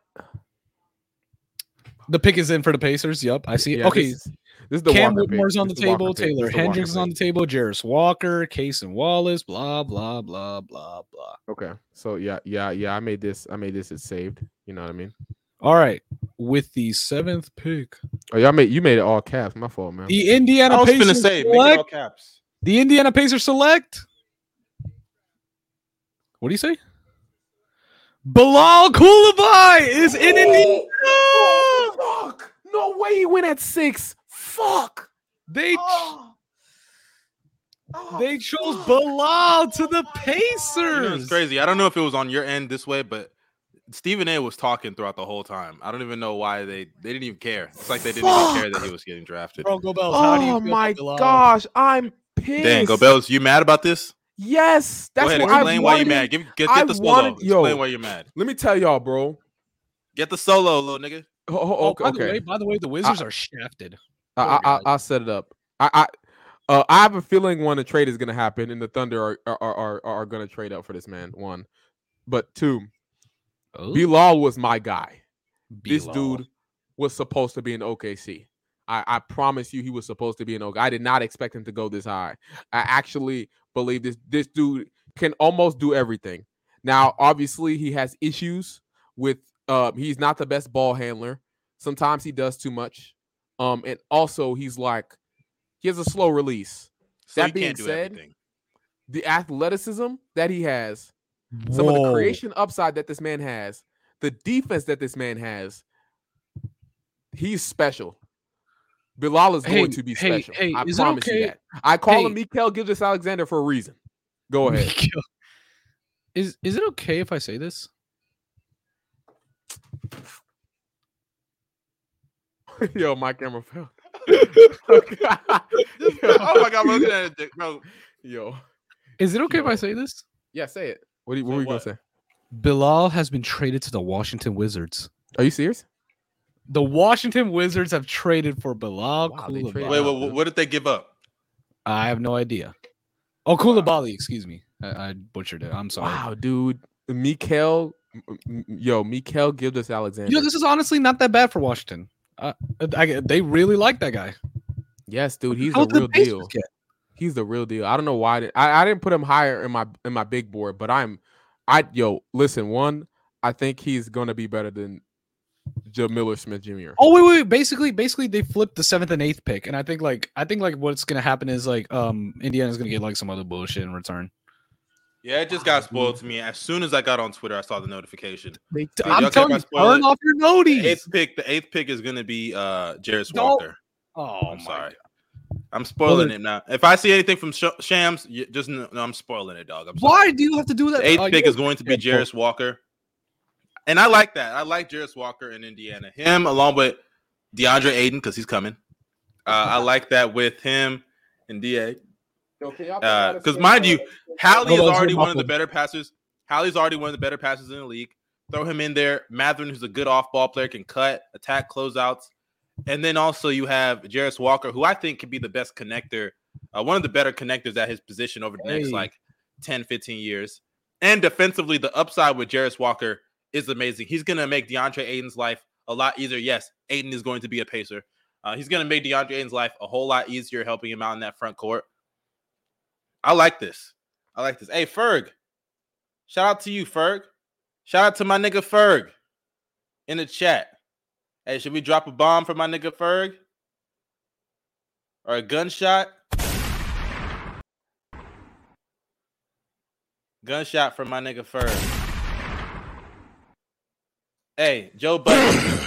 Speaker 1: The pick is in for the Pacers. Yep, I see. it.
Speaker 2: Yeah,
Speaker 1: okay,
Speaker 2: this, is- this is the
Speaker 1: Cam
Speaker 2: Walker pick.
Speaker 1: Whitmore's on the
Speaker 2: This is Walker
Speaker 1: table.
Speaker 2: pick.
Speaker 1: Taylor
Speaker 2: This is the Walker
Speaker 1: Hendricks is on the
Speaker 2: pick.
Speaker 1: table. Jarris Walker, Case and Wallace. Blah blah blah blah blah.
Speaker 2: Okay, so yeah, yeah, yeah. I made this. I made this. It's saved. You know what I mean?
Speaker 1: All right, with the seventh pick,
Speaker 2: Oh, y'all made you made it all caps. My fault, man.
Speaker 1: the Indiana
Speaker 3: I was gonna
Speaker 1: Pacers
Speaker 3: say, make it all
Speaker 1: select.
Speaker 3: caps.
Speaker 1: The Indiana Pacers select. What do you say? Bilal Coulibaly is in Indiana.
Speaker 2: Oh. fuck! No way he went at six. Fuck!
Speaker 1: They
Speaker 2: Oh.
Speaker 1: they chose Bilal to the
Speaker 3: You know,
Speaker 1: Pacers.
Speaker 3: it's crazy. I don't know if it was on your end this way, but Stephen A was talking throughout the whole time. I don't even know why they they didn't even care. It's like they didn't even care that he was getting drafted.
Speaker 1: Bro, go Bells. How do you
Speaker 2: Oh
Speaker 1: feel
Speaker 2: my
Speaker 1: about Bilal?
Speaker 2: gosh, I'm pissed.
Speaker 3: Dang, Gobels, you mad about this?
Speaker 2: Yes, that's
Speaker 3: Go ahead,
Speaker 2: what I
Speaker 3: explain why you
Speaker 2: wanted.
Speaker 3: mad. Give, get,
Speaker 2: I
Speaker 3: get the solo.
Speaker 2: wanted- yo.
Speaker 3: Explain why you're mad.
Speaker 2: Let me tell y'all, bro.
Speaker 3: Get the solo, little nigga.
Speaker 2: Oh, oh,
Speaker 1: Oh,
Speaker 2: okay,
Speaker 1: by the
Speaker 2: okay.
Speaker 1: way, by the way, the Wizards are shafted.
Speaker 2: I, I, I- I'll set it up. I, I, uh, I have a feeling one, a trade is going to happen, and the Thunder are are are, are, are going to trade up for this man. One, but two,
Speaker 1: Oh,
Speaker 2: Bilal was my guy. This
Speaker 1: Bilal.
Speaker 2: dude was supposed to be in OKC. I, I promise you, he was supposed to be in OKC. I did not expect him to go this high. I actually believe this this dude can almost do everything. Now, obviously, he has issues with. Uh, he's not the best ball handler. Sometimes he does too much. Um, and also he's like he has a slow release.
Speaker 3: So
Speaker 2: That
Speaker 3: you
Speaker 2: being
Speaker 3: can't do
Speaker 2: said,
Speaker 3: everything.
Speaker 2: The athleticism that he has some of the
Speaker 1: Whoa.
Speaker 2: creation upside that this man has, the defense that this man has, he's special. Bilal is
Speaker 1: Hey,
Speaker 2: going to be
Speaker 1: hey,
Speaker 2: special.
Speaker 1: hey,
Speaker 2: I
Speaker 1: is it
Speaker 2: promise you
Speaker 1: okay-
Speaker 2: that. I call him
Speaker 1: hey.
Speaker 2: Mikel Gilgis Alexander for a reason.
Speaker 1: [laughs]
Speaker 2: Go ahead. [laughs]
Speaker 1: Is is it okay if I say this?
Speaker 2: Yo, my camera fell. [laughs]
Speaker 3: oh my god, bro, look at that dick, bro.
Speaker 2: [laughs] Yo.
Speaker 1: Is it okay if I
Speaker 2: Yo.
Speaker 1: say this?
Speaker 2: Yeah, say it. What, do you, what
Speaker 3: Say
Speaker 2: were you going
Speaker 3: what?
Speaker 2: to say?
Speaker 1: Bilal has been traded to the Washington Wizards.
Speaker 2: Are you serious?
Speaker 1: The Washington Wizards have traded for Bilal
Speaker 2: Wow, they
Speaker 1: Coulibaly.
Speaker 2: traded-
Speaker 3: Wait,
Speaker 2: Wow,
Speaker 3: wait,
Speaker 2: dude.
Speaker 3: what did they give up?
Speaker 1: I have no idea. Oh, Koulibaly, excuse me. I, I butchered it. I'm sorry.
Speaker 2: Wow, dude. Mikael, m- m- yo, Mikael Gildas Alexander.
Speaker 1: You know, this is honestly not that bad for Washington. Uh, I, they really like that guy.
Speaker 2: yes, dude, he's
Speaker 1: How
Speaker 2: the
Speaker 1: did the
Speaker 2: real
Speaker 1: Pacers
Speaker 2: deal.
Speaker 1: get-
Speaker 2: He's the real deal. I don't know why I didn't, I, I didn't put him higher in my in my big board, but I'm I yo listen one. I think he's gonna be better than Joe Miller Smith Jr.
Speaker 1: Oh wait, wait, wait. Basically, basically they flipped the seventh and eighth pick, and I think like I think like what's gonna happen is like um Indiana's gonna get like some other bullshit in return.
Speaker 3: Yeah, it just got spoiled to me. As soon as I got on Twitter, I saw the notification.
Speaker 1: They,
Speaker 3: Dude, y'all
Speaker 1: I'm
Speaker 3: care
Speaker 1: telling you,
Speaker 3: about spoilers?
Speaker 1: turn off your
Speaker 3: The
Speaker 1: noties.
Speaker 3: eighth pick, the eighth pick is gonna be uh Jairus
Speaker 1: Don't-
Speaker 3: Walker.
Speaker 1: Oh
Speaker 3: I'm
Speaker 1: my
Speaker 3: sorry.
Speaker 1: God.
Speaker 3: I'm spoiling
Speaker 1: then-
Speaker 3: it now. If I see anything from Sh- Shams, you, just know no, I'm spoiling it, dog. I'm sorry.
Speaker 1: Why do you have to do that?
Speaker 3: The eighth
Speaker 1: Oh, you
Speaker 3: pick
Speaker 1: know-
Speaker 3: is going to be
Speaker 1: Yeah,
Speaker 3: Jairus Walker. And I like that. I like Jairus Walker in Indiana. Him along with DeAndre Aiden, because he's coming. Uh, I like that with him and DA. Uh, 'cause mind you, Hallie
Speaker 1: Hold
Speaker 3: is
Speaker 1: on,
Speaker 3: already
Speaker 1: hold
Speaker 3: one of the
Speaker 1: on.
Speaker 3: better passers. Hallie's already one of the better passers in the league. Throw him in there. Matherin, who's a good off ball player, can cut, attack closeouts. And then also you have Jairus Walker, who I think could be the best connector, uh, one of the better connectors at his position over the next
Speaker 1: Hey.
Speaker 3: like 10, 15 years. And defensively, the upside with Jairus Walker is amazing. He's going to make DeAndre Aiden's life a lot easier. Yes, Aiden is going to be a pacer. Uh, he's going to make DeAndre Aiden's life a whole lot easier helping him out in that front court. I like this. I like this. Hey, Ferg, shout out to you, Ferg. Shout out to my nigga Ferg in the chat. Hey, should we drop a bomb for my nigga Ferg? Or a gunshot? Gunshot for my nigga Ferg. Hey, Joe Budden.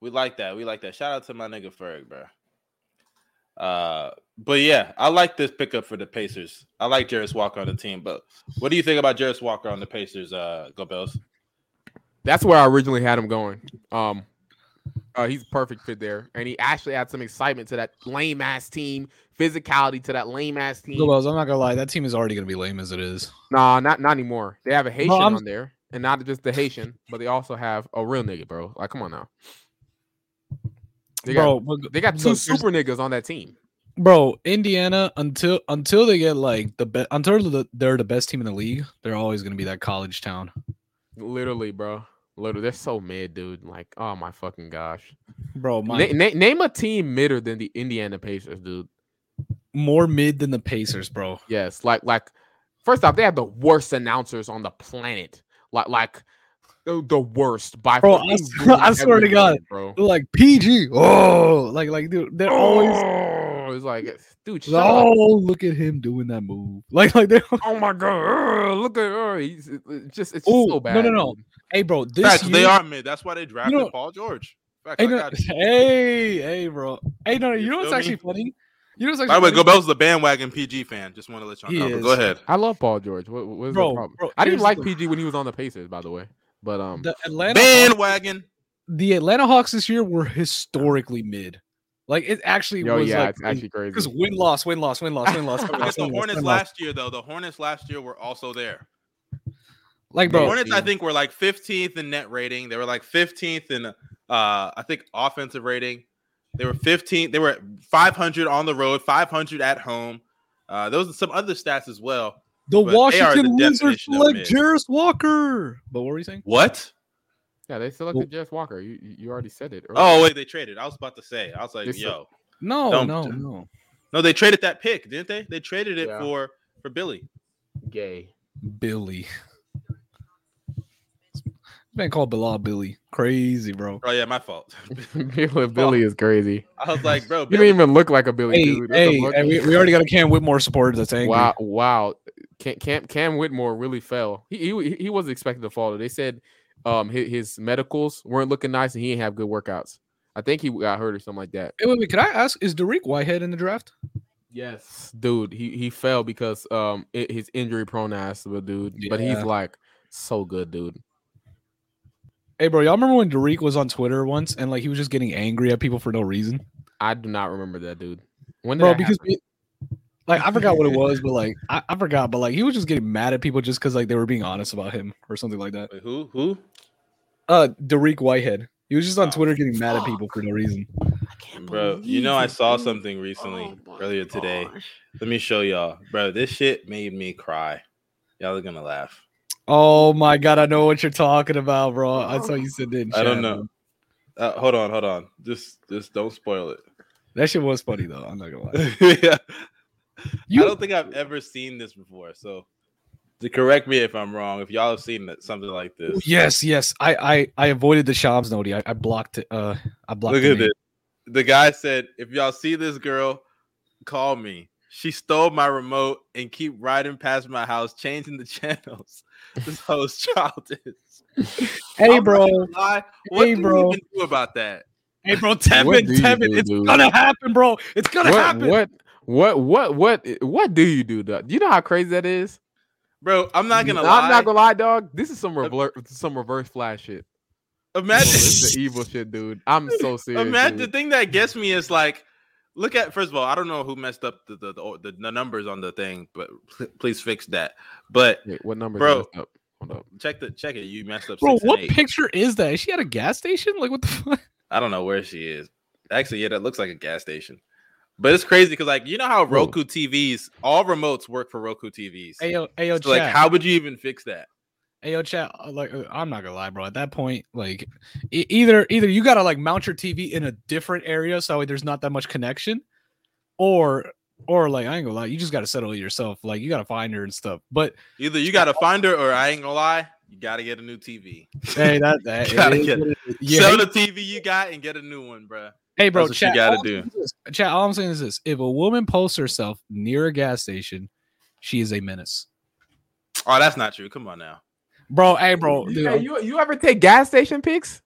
Speaker 3: we like that. We like that. Shout out to my nigga Ferg, bro. Uh, but yeah, I like this pickup for the Pacers. I like Jarris Walker on the team, but what do you think about Jarris Walker on the Pacers? Uh, go Bills.
Speaker 2: That's where I originally had him going. Um, uh, he's a perfect fit there, and he actually adds some excitement to that lame ass team, physicality to that lame ass team.
Speaker 1: Lil Wells, I'm not gonna lie, that team is already gonna be lame as it is.
Speaker 2: Nah, not not anymore. They have a Haitian
Speaker 1: I'm-
Speaker 2: on there, and not just the Haitian, but they also have a real nigga, bro. Like, come on now. They got,
Speaker 1: bro, but-
Speaker 2: they got two
Speaker 1: look, here's-
Speaker 2: super niggas on that team.
Speaker 1: bro. Indiana until until they get like the best until the, they're the best team in the league, they're always gonna be that college town.
Speaker 2: Literally, bro. Literally, they're so mid, dude. Like, oh my fucking gosh.
Speaker 1: Bro, my,
Speaker 2: Na- na- name a team midder than the Indiana Pacers, dude.
Speaker 1: more mid than the Pacers, bro.
Speaker 2: Yes, like like first off, they have the worst announcers on the planet. Like like the, the worst by
Speaker 1: Bro,
Speaker 2: far.
Speaker 1: I
Speaker 2: They
Speaker 1: s-
Speaker 2: ruin
Speaker 1: [laughs] I swear to
Speaker 2: everything,
Speaker 1: God.
Speaker 2: bro.
Speaker 1: They're like PG. Oh, like like dude, they're always
Speaker 2: Oh, it's like, dude, shut up.
Speaker 1: oh look at him doing that move. [laughs] Like like they're
Speaker 2: Oh my god! ugh, Look at her. He's it- it just it's
Speaker 1: Ooh,
Speaker 2: so
Speaker 1: no,
Speaker 2: bad.
Speaker 1: no, no.
Speaker 2: dude.
Speaker 1: hey bro, this
Speaker 3: Facts, they
Speaker 1: year-
Speaker 3: are mid. That's why they drafted
Speaker 1: know-
Speaker 3: Paul George. Facts,
Speaker 1: Hey,
Speaker 3: I
Speaker 1: no- [laughs]
Speaker 3: got you.
Speaker 1: hey, hey, bro. Hey, no, no, you,
Speaker 3: You
Speaker 1: know what's
Speaker 3: feel
Speaker 1: actually
Speaker 3: me?
Speaker 1: funny? You know what's
Speaker 3: By the
Speaker 1: actually
Speaker 3: way,
Speaker 1: funny?
Speaker 3: Gobel's is a bandwagon PG fan. Just want to let y'all
Speaker 1: He
Speaker 3: know. but
Speaker 1: is.
Speaker 3: Go ahead.
Speaker 2: I love Paul George. What, what is
Speaker 1: Bro,
Speaker 2: the problem?
Speaker 1: bro,
Speaker 2: I didn't
Speaker 1: here's
Speaker 2: like
Speaker 1: the-
Speaker 2: PG when he was on the Pacers, by the way. But um,
Speaker 1: The Atlanta Hawks,
Speaker 3: Bandwagon.
Speaker 1: the Atlanta Hawks this year were historically mid. Like it actually
Speaker 2: yo,
Speaker 1: was
Speaker 2: yeah,
Speaker 1: like
Speaker 2: it's actually crazy.
Speaker 1: because win loss, win loss, win loss, win loss. win
Speaker 3: Look at
Speaker 1: loss,
Speaker 3: The
Speaker 1: win loss,
Speaker 3: Hornets
Speaker 1: win loss.
Speaker 3: last year, though. The Hornets last year were also there.
Speaker 1: Like
Speaker 3: The
Speaker 1: bro,
Speaker 3: Hornets, I
Speaker 2: dude.
Speaker 3: think, were like 15th in net rating. They were like 15th in, uh, I think, offensive rating. They were 15th. They were 500 on the road, 500 at home. Uh, those are some other stats as well.
Speaker 1: the
Speaker 3: but they are
Speaker 1: Washington
Speaker 3: the
Speaker 1: Wizards
Speaker 3: definition of
Speaker 1: select
Speaker 3: mid.
Speaker 1: Jarris Walker. But what were you saying?
Speaker 3: What?
Speaker 2: yeah, they selected Jeff Walker. You you you already said it.
Speaker 3: Oh,
Speaker 2: [laughs] earlier.
Speaker 3: wait, they traded. I was about to say. I was like,
Speaker 2: They said-
Speaker 3: yo.
Speaker 1: No,
Speaker 3: Don't-
Speaker 1: no, no.
Speaker 3: No, they traded that pick, didn't they? They traded it
Speaker 2: Yeah.
Speaker 3: for for Billy.
Speaker 2: gay.
Speaker 1: Billy. This man called Bilal Billy. Crazy, bro.
Speaker 3: Oh yeah, my fault. [laughs]
Speaker 2: Billy, Billy is crazy.
Speaker 3: I was like, bro,
Speaker 2: You
Speaker 3: Billy,
Speaker 2: don't even look like a Billy
Speaker 1: Hey,
Speaker 2: dude. What the
Speaker 1: hey,
Speaker 2: fuck?
Speaker 1: hey, we,
Speaker 2: [laughs]
Speaker 1: we already got a Cam Whitmore supporter that's angry.
Speaker 2: Wow, wow. Cam, Cam Cam Whitmore really fell. He he he was expected to fall. They said um his, his medicals weren't looking nice and he didn't have good workouts. I think he got hurt or something like that.
Speaker 1: Hey, wait, wait, could I ask, is Derek Whitehead in the draft?
Speaker 2: Yes, dude. He he fell because um i- his injury prone ass of a dude, but he's
Speaker 1: Yeah.
Speaker 2: like so good, dude.
Speaker 1: Hey, bro, y'all remember when Derek was on Twitter once and like he was just getting angry at people for no reason,
Speaker 2: I do not remember that dude. When did
Speaker 1: bro?
Speaker 2: that
Speaker 1: Because
Speaker 2: happen?
Speaker 1: Like I forgot what it was, but like I, I forgot, but like he was just getting mad at people just because like they were being honest about him or something like that.
Speaker 3: Wait, who? Who?
Speaker 1: Uh, Derek Whitehead. He was just on
Speaker 3: Oh,
Speaker 1: Twitter getting mad at people for no reason.
Speaker 6: I can't
Speaker 3: Bro, you know I saw something
Speaker 5: Oh
Speaker 3: recently earlier today. Let me show y'all, bro. This shit made me cry. Y'all are gonna laugh.
Speaker 1: Oh my god, I know what you're talking about, bro. I saw you said that. in
Speaker 3: I don't
Speaker 1: chat,
Speaker 3: know.
Speaker 1: bro.
Speaker 3: Uh, hold on, hold on. Just, just don't spoil it.
Speaker 1: That shit was funny though. I'm not
Speaker 3: [laughs]
Speaker 1: gonna lie.
Speaker 3: yeah. I
Speaker 1: You
Speaker 3: don't think I've ever seen this before. So, to correct me if I'm wrong, if y'all have seen that, something like this,
Speaker 1: yes, yes. I I, I avoided the Shams Nodi. I, I blocked it. Uh, I blocked.
Speaker 3: look
Speaker 1: the
Speaker 3: at
Speaker 1: name.
Speaker 3: this. The guy said, "If y'all see this girl, call me. She stole my remote and keep riding past my house, changing the [laughs] channels. This hoe's childish."
Speaker 1: Hey,
Speaker 3: I'm
Speaker 1: bro.
Speaker 3: not gonna lie. What
Speaker 1: Hey,
Speaker 3: do
Speaker 1: bro.
Speaker 3: we even do about that?
Speaker 1: Hey, bro.
Speaker 2: What
Speaker 1: Tevin,
Speaker 2: do you
Speaker 1: Tevin,
Speaker 2: do,
Speaker 1: it's
Speaker 2: dude?
Speaker 1: gonna happen, bro. It's gonna
Speaker 2: What,
Speaker 1: happen.
Speaker 2: what what what what what do you do? Doug? You know how crazy that is.
Speaker 3: Bro, I'm not gonna
Speaker 2: I'm
Speaker 3: lie.
Speaker 2: not gonna lie, dog. This is some reverse some reverse flash shit.
Speaker 3: Imagine [laughs]
Speaker 2: This is the evil shit, dude. I'm so serious.
Speaker 3: Imagine the
Speaker 2: dude.
Speaker 3: thing that gets me is like, look at first of all, I don't know who messed up the the, the, the numbers on the thing, but pl- please fix that. But
Speaker 2: Wait, what number?
Speaker 3: Bro.
Speaker 2: Is this? up? Hold up.
Speaker 3: check the check it. You messed up.
Speaker 1: Bro,
Speaker 3: six and
Speaker 1: what
Speaker 3: eight.
Speaker 1: picture is that? Is she at a gas station? Like, what the [laughs] fuck?
Speaker 3: I don't know where she is. Actually, yeah, that looks like a gas station. But it's crazy because like you know how Roku TVs, all remotes work for Roku TVs.
Speaker 1: Ayo, ayo,
Speaker 3: So, like,
Speaker 1: chat.
Speaker 3: how would you even fix that?
Speaker 1: Hey, yo, chat. uh, Like, uh, I'm not gonna lie, bro. At that point, like, e- either either you gotta like mount your TV in a different area so that way there's not that much connection, or or like I ain't gonna lie, you just gotta settle it yourself. Like, you gotta find her and stuff. But
Speaker 3: Either
Speaker 2: [laughs]
Speaker 3: you gotta find her, or I ain't gonna lie, you gotta get a new TV.
Speaker 1: hey,
Speaker 3: [laughs]
Speaker 1: that, that it
Speaker 3: Gotta
Speaker 1: is
Speaker 3: get-
Speaker 1: what it is.
Speaker 3: [laughs]
Speaker 1: yeah.
Speaker 3: Sell
Speaker 1: hey-
Speaker 3: the TV you got and get a new one, bruh.
Speaker 1: Hey, bro,
Speaker 3: That's what you
Speaker 1: chat,
Speaker 3: gotta
Speaker 1: all I'm
Speaker 3: do.
Speaker 1: saying is this- Chat, all I'm saying is this: if a woman posts herself near a gas station, she is a menace,
Speaker 3: Oh, that's not true. Come on now.
Speaker 1: bro. Hey, bro,
Speaker 2: Hey,
Speaker 1: dude, I'm-
Speaker 2: you you ever take gas station pics?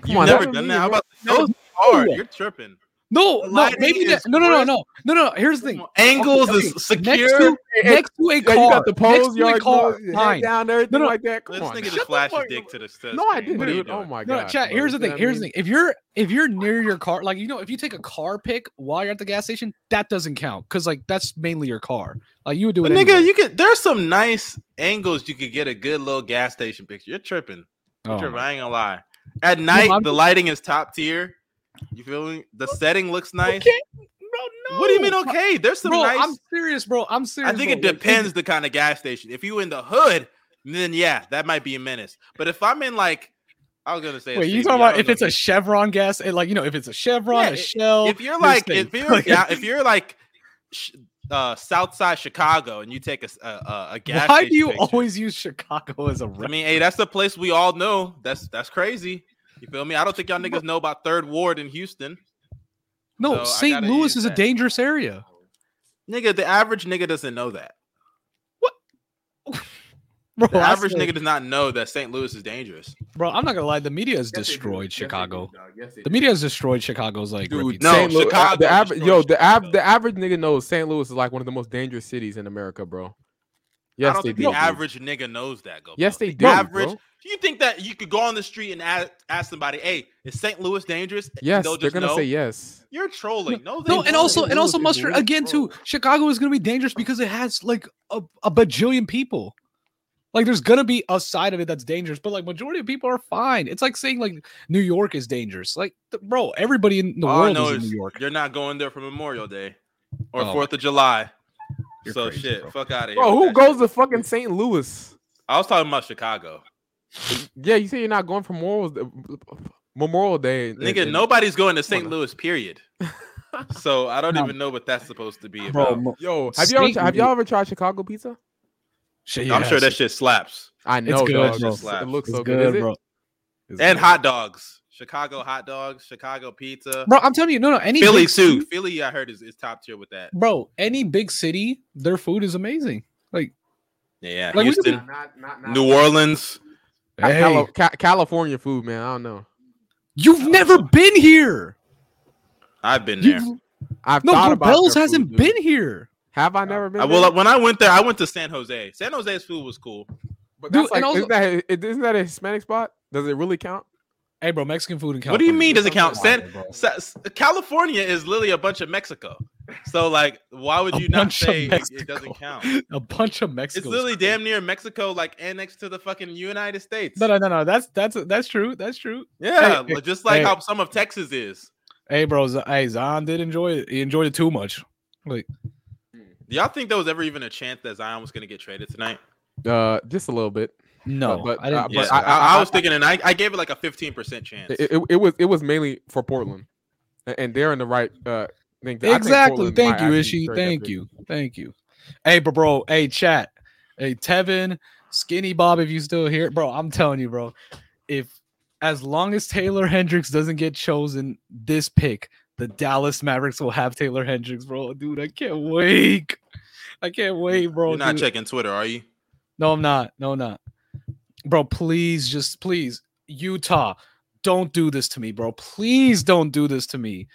Speaker 2: Come
Speaker 3: You've
Speaker 2: on,
Speaker 3: never
Speaker 2: that's
Speaker 3: done
Speaker 2: me,
Speaker 3: that. How
Speaker 2: bro.
Speaker 3: about those are hard? You're tripping.
Speaker 1: no, no,
Speaker 3: Lying
Speaker 1: maybe
Speaker 3: is
Speaker 1: that, no, no, no,
Speaker 3: worse.
Speaker 1: no, no, no. Here's the thing:
Speaker 2: Oh,
Speaker 3: Angles
Speaker 1: Okay,
Speaker 3: is
Speaker 1: next
Speaker 3: secure.
Speaker 1: to, next to a
Speaker 2: Yeah,
Speaker 1: car.
Speaker 2: you got the
Speaker 1: next
Speaker 2: pose,
Speaker 1: to a
Speaker 2: yard
Speaker 1: car. Fine.
Speaker 2: down, everything
Speaker 1: no.
Speaker 2: like that. Come
Speaker 3: This
Speaker 2: on,
Speaker 3: nigga
Speaker 2: now.
Speaker 3: just flashed his dick to the to the
Speaker 2: no, I
Speaker 3: screen.
Speaker 2: didn't,
Speaker 3: What are you
Speaker 2: dude.
Speaker 3: doing?
Speaker 2: Oh my
Speaker 1: No,
Speaker 2: god.
Speaker 1: chat.
Speaker 2: bro,
Speaker 1: Here's
Speaker 2: you
Speaker 1: the
Speaker 2: see
Speaker 1: thing.
Speaker 2: what I
Speaker 1: Here's
Speaker 2: mean?
Speaker 1: the thing. If you're if you're near your car, like you know, if you take a car pic while you're at the gas station, that doesn't count because like that's mainly your car. Like you would do it.
Speaker 3: But nigga,
Speaker 1: anyway.
Speaker 3: you could. There's some nice angles you could get a good little gas station picture. You're tripping. You're
Speaker 1: Oh,
Speaker 3: tripping.
Speaker 1: my-
Speaker 3: I ain't gonna lie. At night,
Speaker 1: I'm
Speaker 3: the lighting is top tier. You feel me? The setting looks nice.
Speaker 1: Okay. Bro, no.
Speaker 3: What do you mean? Okay, there's some
Speaker 1: bro?
Speaker 3: nice.
Speaker 1: I'm serious, bro. I'm serious.
Speaker 3: I think it
Speaker 1: bro. Like,
Speaker 3: depends the kind of gas station. If you in the hood, then yeah, that might be a menace. But if I'm in like, I was gonna say. a
Speaker 1: Wait, you
Speaker 3: city,
Speaker 1: talking
Speaker 3: I
Speaker 1: about
Speaker 3: don't
Speaker 1: if it's
Speaker 3: know.
Speaker 1: a Chevron gas? And like you know, if it's a Chevron,
Speaker 3: Yeah,
Speaker 1: a
Speaker 3: i-
Speaker 1: Shell.
Speaker 3: if you're
Speaker 1: this
Speaker 3: like
Speaker 1: thing. [laughs]
Speaker 3: if you're down, if you're like sh- uh south side chicago and you take a s- a, a- a gas
Speaker 1: why do
Speaker 3: station
Speaker 1: you
Speaker 3: picture,
Speaker 1: always use Chicago as a
Speaker 3: i
Speaker 1: reference?
Speaker 3: mean hey that's the place we all know that's that's crazy you feel me i don't think y'all niggas know about third ward in houston so
Speaker 1: No,
Speaker 3: I
Speaker 1: St.
Speaker 3: gotta
Speaker 1: Louis
Speaker 3: use
Speaker 1: is a
Speaker 3: that.
Speaker 1: dangerous area. [laughs]
Speaker 3: nigga the average nigga doesn't know that
Speaker 1: Bro,
Speaker 3: the
Speaker 1: I
Speaker 3: average
Speaker 1: swear.
Speaker 3: nigga does not know that st louis is dangerous
Speaker 1: Bro, I'm not gonna lie. The media has
Speaker 2: Yes, they do.
Speaker 1: destroyed
Speaker 2: Yes, they do,
Speaker 1: Chicago.
Speaker 2: dog. Yes, they
Speaker 1: The
Speaker 2: do.
Speaker 1: media has destroyed Chicago's like
Speaker 2: Dude,
Speaker 1: reputation.
Speaker 3: no,
Speaker 2: St. Louis,
Speaker 3: Chicago
Speaker 2: the average,
Speaker 3: destroys
Speaker 2: yo, the
Speaker 3: Chicago.
Speaker 2: av- the average nigga knows St. Louis is like one of the most dangerous cities in America, bro.
Speaker 3: i
Speaker 2: Yes,
Speaker 3: don't
Speaker 2: they
Speaker 3: think
Speaker 2: do.
Speaker 3: the
Speaker 2: dude.
Speaker 3: average nigga knows that go
Speaker 2: Yes,
Speaker 3: Bro.
Speaker 2: they
Speaker 3: The
Speaker 2: do.
Speaker 3: average
Speaker 2: bro.
Speaker 3: do you think that you could go on the street and ask, ask somebody hey is st louis dangerous And
Speaker 2: Yes,
Speaker 3: they'll
Speaker 2: they're
Speaker 3: just
Speaker 2: gonna
Speaker 3: know?
Speaker 2: say yes.
Speaker 3: you're trolling no, they
Speaker 1: No, and
Speaker 3: won't.
Speaker 1: also
Speaker 2: It
Speaker 1: and also
Speaker 2: will, it
Speaker 1: muster
Speaker 2: will,
Speaker 1: again too. Chicago is gonna be dangerous because it has like a, a bajillion people. Like there's gonna be a side of it that's dangerous, but like majority of people are fine. It's like saying like New York is dangerous. Like th- bro, everybody in the
Speaker 3: All I
Speaker 1: world
Speaker 3: know
Speaker 1: is in
Speaker 3: is
Speaker 1: New York.
Speaker 3: You're not going there for Memorial Day
Speaker 1: Oh
Speaker 3: or
Speaker 1: my
Speaker 3: Fourth of July.
Speaker 1: You're
Speaker 3: so
Speaker 1: crazy,
Speaker 3: shit,
Speaker 1: bro.
Speaker 3: fuck out of here.
Speaker 2: Bro,
Speaker 3: with
Speaker 2: who
Speaker 3: that
Speaker 2: goes
Speaker 3: shit.
Speaker 2: to fucking St. Louis?
Speaker 3: I was talking about Chicago.
Speaker 2: Yeah, you say you're not going for Memorial Memorial Day. and-
Speaker 3: Nigga,
Speaker 2: and-
Speaker 3: nobody's going to
Speaker 2: Come
Speaker 3: St.
Speaker 2: on.
Speaker 1: [laughs]
Speaker 3: Louis, period. so I don't
Speaker 1: No.
Speaker 3: even know what that's supposed to be
Speaker 1: Bro,
Speaker 3: about.
Speaker 1: mo-
Speaker 2: Yo, have y'all
Speaker 1: Satan,
Speaker 2: have
Speaker 1: dude.
Speaker 2: y'all ever tried Chicago pizza?
Speaker 1: shit,
Speaker 3: I'm sure
Speaker 1: yes.
Speaker 3: that shit slaps.
Speaker 2: I know,
Speaker 1: good,
Speaker 2: dog.
Speaker 1: bro.
Speaker 2: It's- It looks
Speaker 1: It's
Speaker 2: so good,
Speaker 1: good,
Speaker 2: Is it?
Speaker 1: bro. It's good.
Speaker 3: And hot dogs. Chicago hot dogs, Chicago pizza.
Speaker 1: Bro, I'm telling you, no, no, any
Speaker 3: Philly
Speaker 1: big
Speaker 3: too.
Speaker 1: city-
Speaker 3: Philly, I heard is, is top tier with that.
Speaker 1: bro. Any big city, their food is amazing. Like
Speaker 3: Yeah, yeah.
Speaker 1: Like, we could
Speaker 3: Houston, New Orleans.
Speaker 2: Ca-
Speaker 1: hey,
Speaker 2: Cali- Ca- California food, man. I don't know.
Speaker 1: you've never been here.
Speaker 3: I've been there.
Speaker 1: You've,
Speaker 2: I've
Speaker 1: no,
Speaker 2: thought
Speaker 1: Go
Speaker 2: about
Speaker 1: Bells
Speaker 2: their
Speaker 1: hasn't
Speaker 2: food, dude.
Speaker 1: been here.
Speaker 2: Have I never been?
Speaker 3: I, well,
Speaker 2: there?
Speaker 3: when I went there, I went to San Jose. San Jose's food was cool.
Speaker 2: But
Speaker 1: Dude,
Speaker 2: that's
Speaker 1: and
Speaker 2: like,
Speaker 1: also-
Speaker 2: isn't, that, i- isn't that a Hispanic spot? Does it really count?
Speaker 1: Hey, bro, Mexican food in California.
Speaker 3: What do you mean does it count? San,
Speaker 1: Bro.
Speaker 3: Sa- s- California is literally a bunch of Mexico. So like, why would
Speaker 1: A
Speaker 3: you not
Speaker 1: bunch of
Speaker 3: say it, it
Speaker 1: Mexico.
Speaker 3: doesn't
Speaker 1: [laughs]
Speaker 3: count?
Speaker 1: A bunch of
Speaker 3: It's
Speaker 1: Mexico.
Speaker 3: literally damn near Mexico, like annexed to the fucking United States.
Speaker 1: No, no, no, no. That's that's that's true. That's true.
Speaker 3: yeah,
Speaker 1: hey,
Speaker 3: like- just like
Speaker 1: hey.
Speaker 3: how some of Texas is.
Speaker 1: Hey, bro. Z- Hey, Zion did enjoy it. He enjoyed it too much.
Speaker 3: Do y'all think there was ever even a chance that Zion was going to get traded tonight?
Speaker 2: Uh, just a little bit.
Speaker 1: No,
Speaker 2: but,
Speaker 1: I didn't.
Speaker 2: uh,
Speaker 3: Yeah,
Speaker 2: but
Speaker 3: I, I- I
Speaker 2: I-
Speaker 3: was thinking, and I, I gave it like a fifteen percent chance.
Speaker 2: It, it, it was it was mainly for Portland, A- and they're in the right uh thing. I think
Speaker 1: exactly.
Speaker 2: Portland
Speaker 1: Thank
Speaker 2: might
Speaker 1: you,
Speaker 2: actually
Speaker 1: Ishi.
Speaker 2: trade that
Speaker 1: Thank
Speaker 2: pick.
Speaker 1: you. Thank you. Hey, bro, bro. Hey, chat. Hey, Tevin, Skinny Bob, if you still here, bro. I'm telling you, bro. If as long as Taylor Hendricks doesn't get chosen this pick, the Dallas Mavericks will have Taylor Hendricks, bro. Dude, I can't wait. I can't wait, bro.
Speaker 3: You're not
Speaker 1: dude.
Speaker 3: checking Twitter, are you?
Speaker 1: No, I'm not. No, I'm not. Bro, please, just please, Utah, don't do this to me, bro. Please don't do this to me.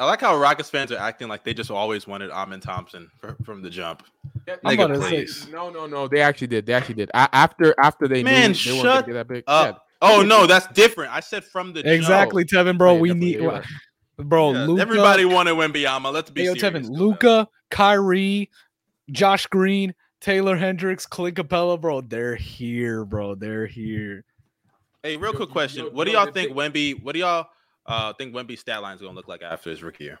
Speaker 3: I like how Rockets fans are acting like they just always wanted Amon Thompson fr- from the jump.
Speaker 1: I'm
Speaker 3: Nigga,
Speaker 1: about to say-
Speaker 3: please.
Speaker 2: No, no, no. They actually did. They actually did. A- after after they
Speaker 3: Man,
Speaker 2: knew they weren't
Speaker 3: shut
Speaker 2: gonna get that big.
Speaker 3: up. Oh no, that's different. I said from the jump.
Speaker 1: Exactly, Tevin,
Speaker 2: Yeah,
Speaker 1: bro.
Speaker 2: Oh, yeah,
Speaker 1: we
Speaker 2: definitely,
Speaker 1: need,
Speaker 2: you're right.
Speaker 1: bro.
Speaker 3: Yeah,
Speaker 1: Luca,
Speaker 3: Everybody wanted Wembyama. Let's be
Speaker 1: hey, yo, Tevin,
Speaker 3: serious. about that.
Speaker 1: Luca, Kyrie, Josh Green, Taylor Hendricks, Clint Capella, bro. They're here, bro. They're here.
Speaker 3: Hey, real
Speaker 2: Yo,
Speaker 3: quick
Speaker 2: yo,
Speaker 3: question.
Speaker 2: yo,
Speaker 3: what do
Speaker 2: yo,
Speaker 3: y'all
Speaker 2: this
Speaker 3: think
Speaker 2: thing-
Speaker 3: Wemby? What do y'all uh, think Wemby's stat line is going to look like after his rookie year?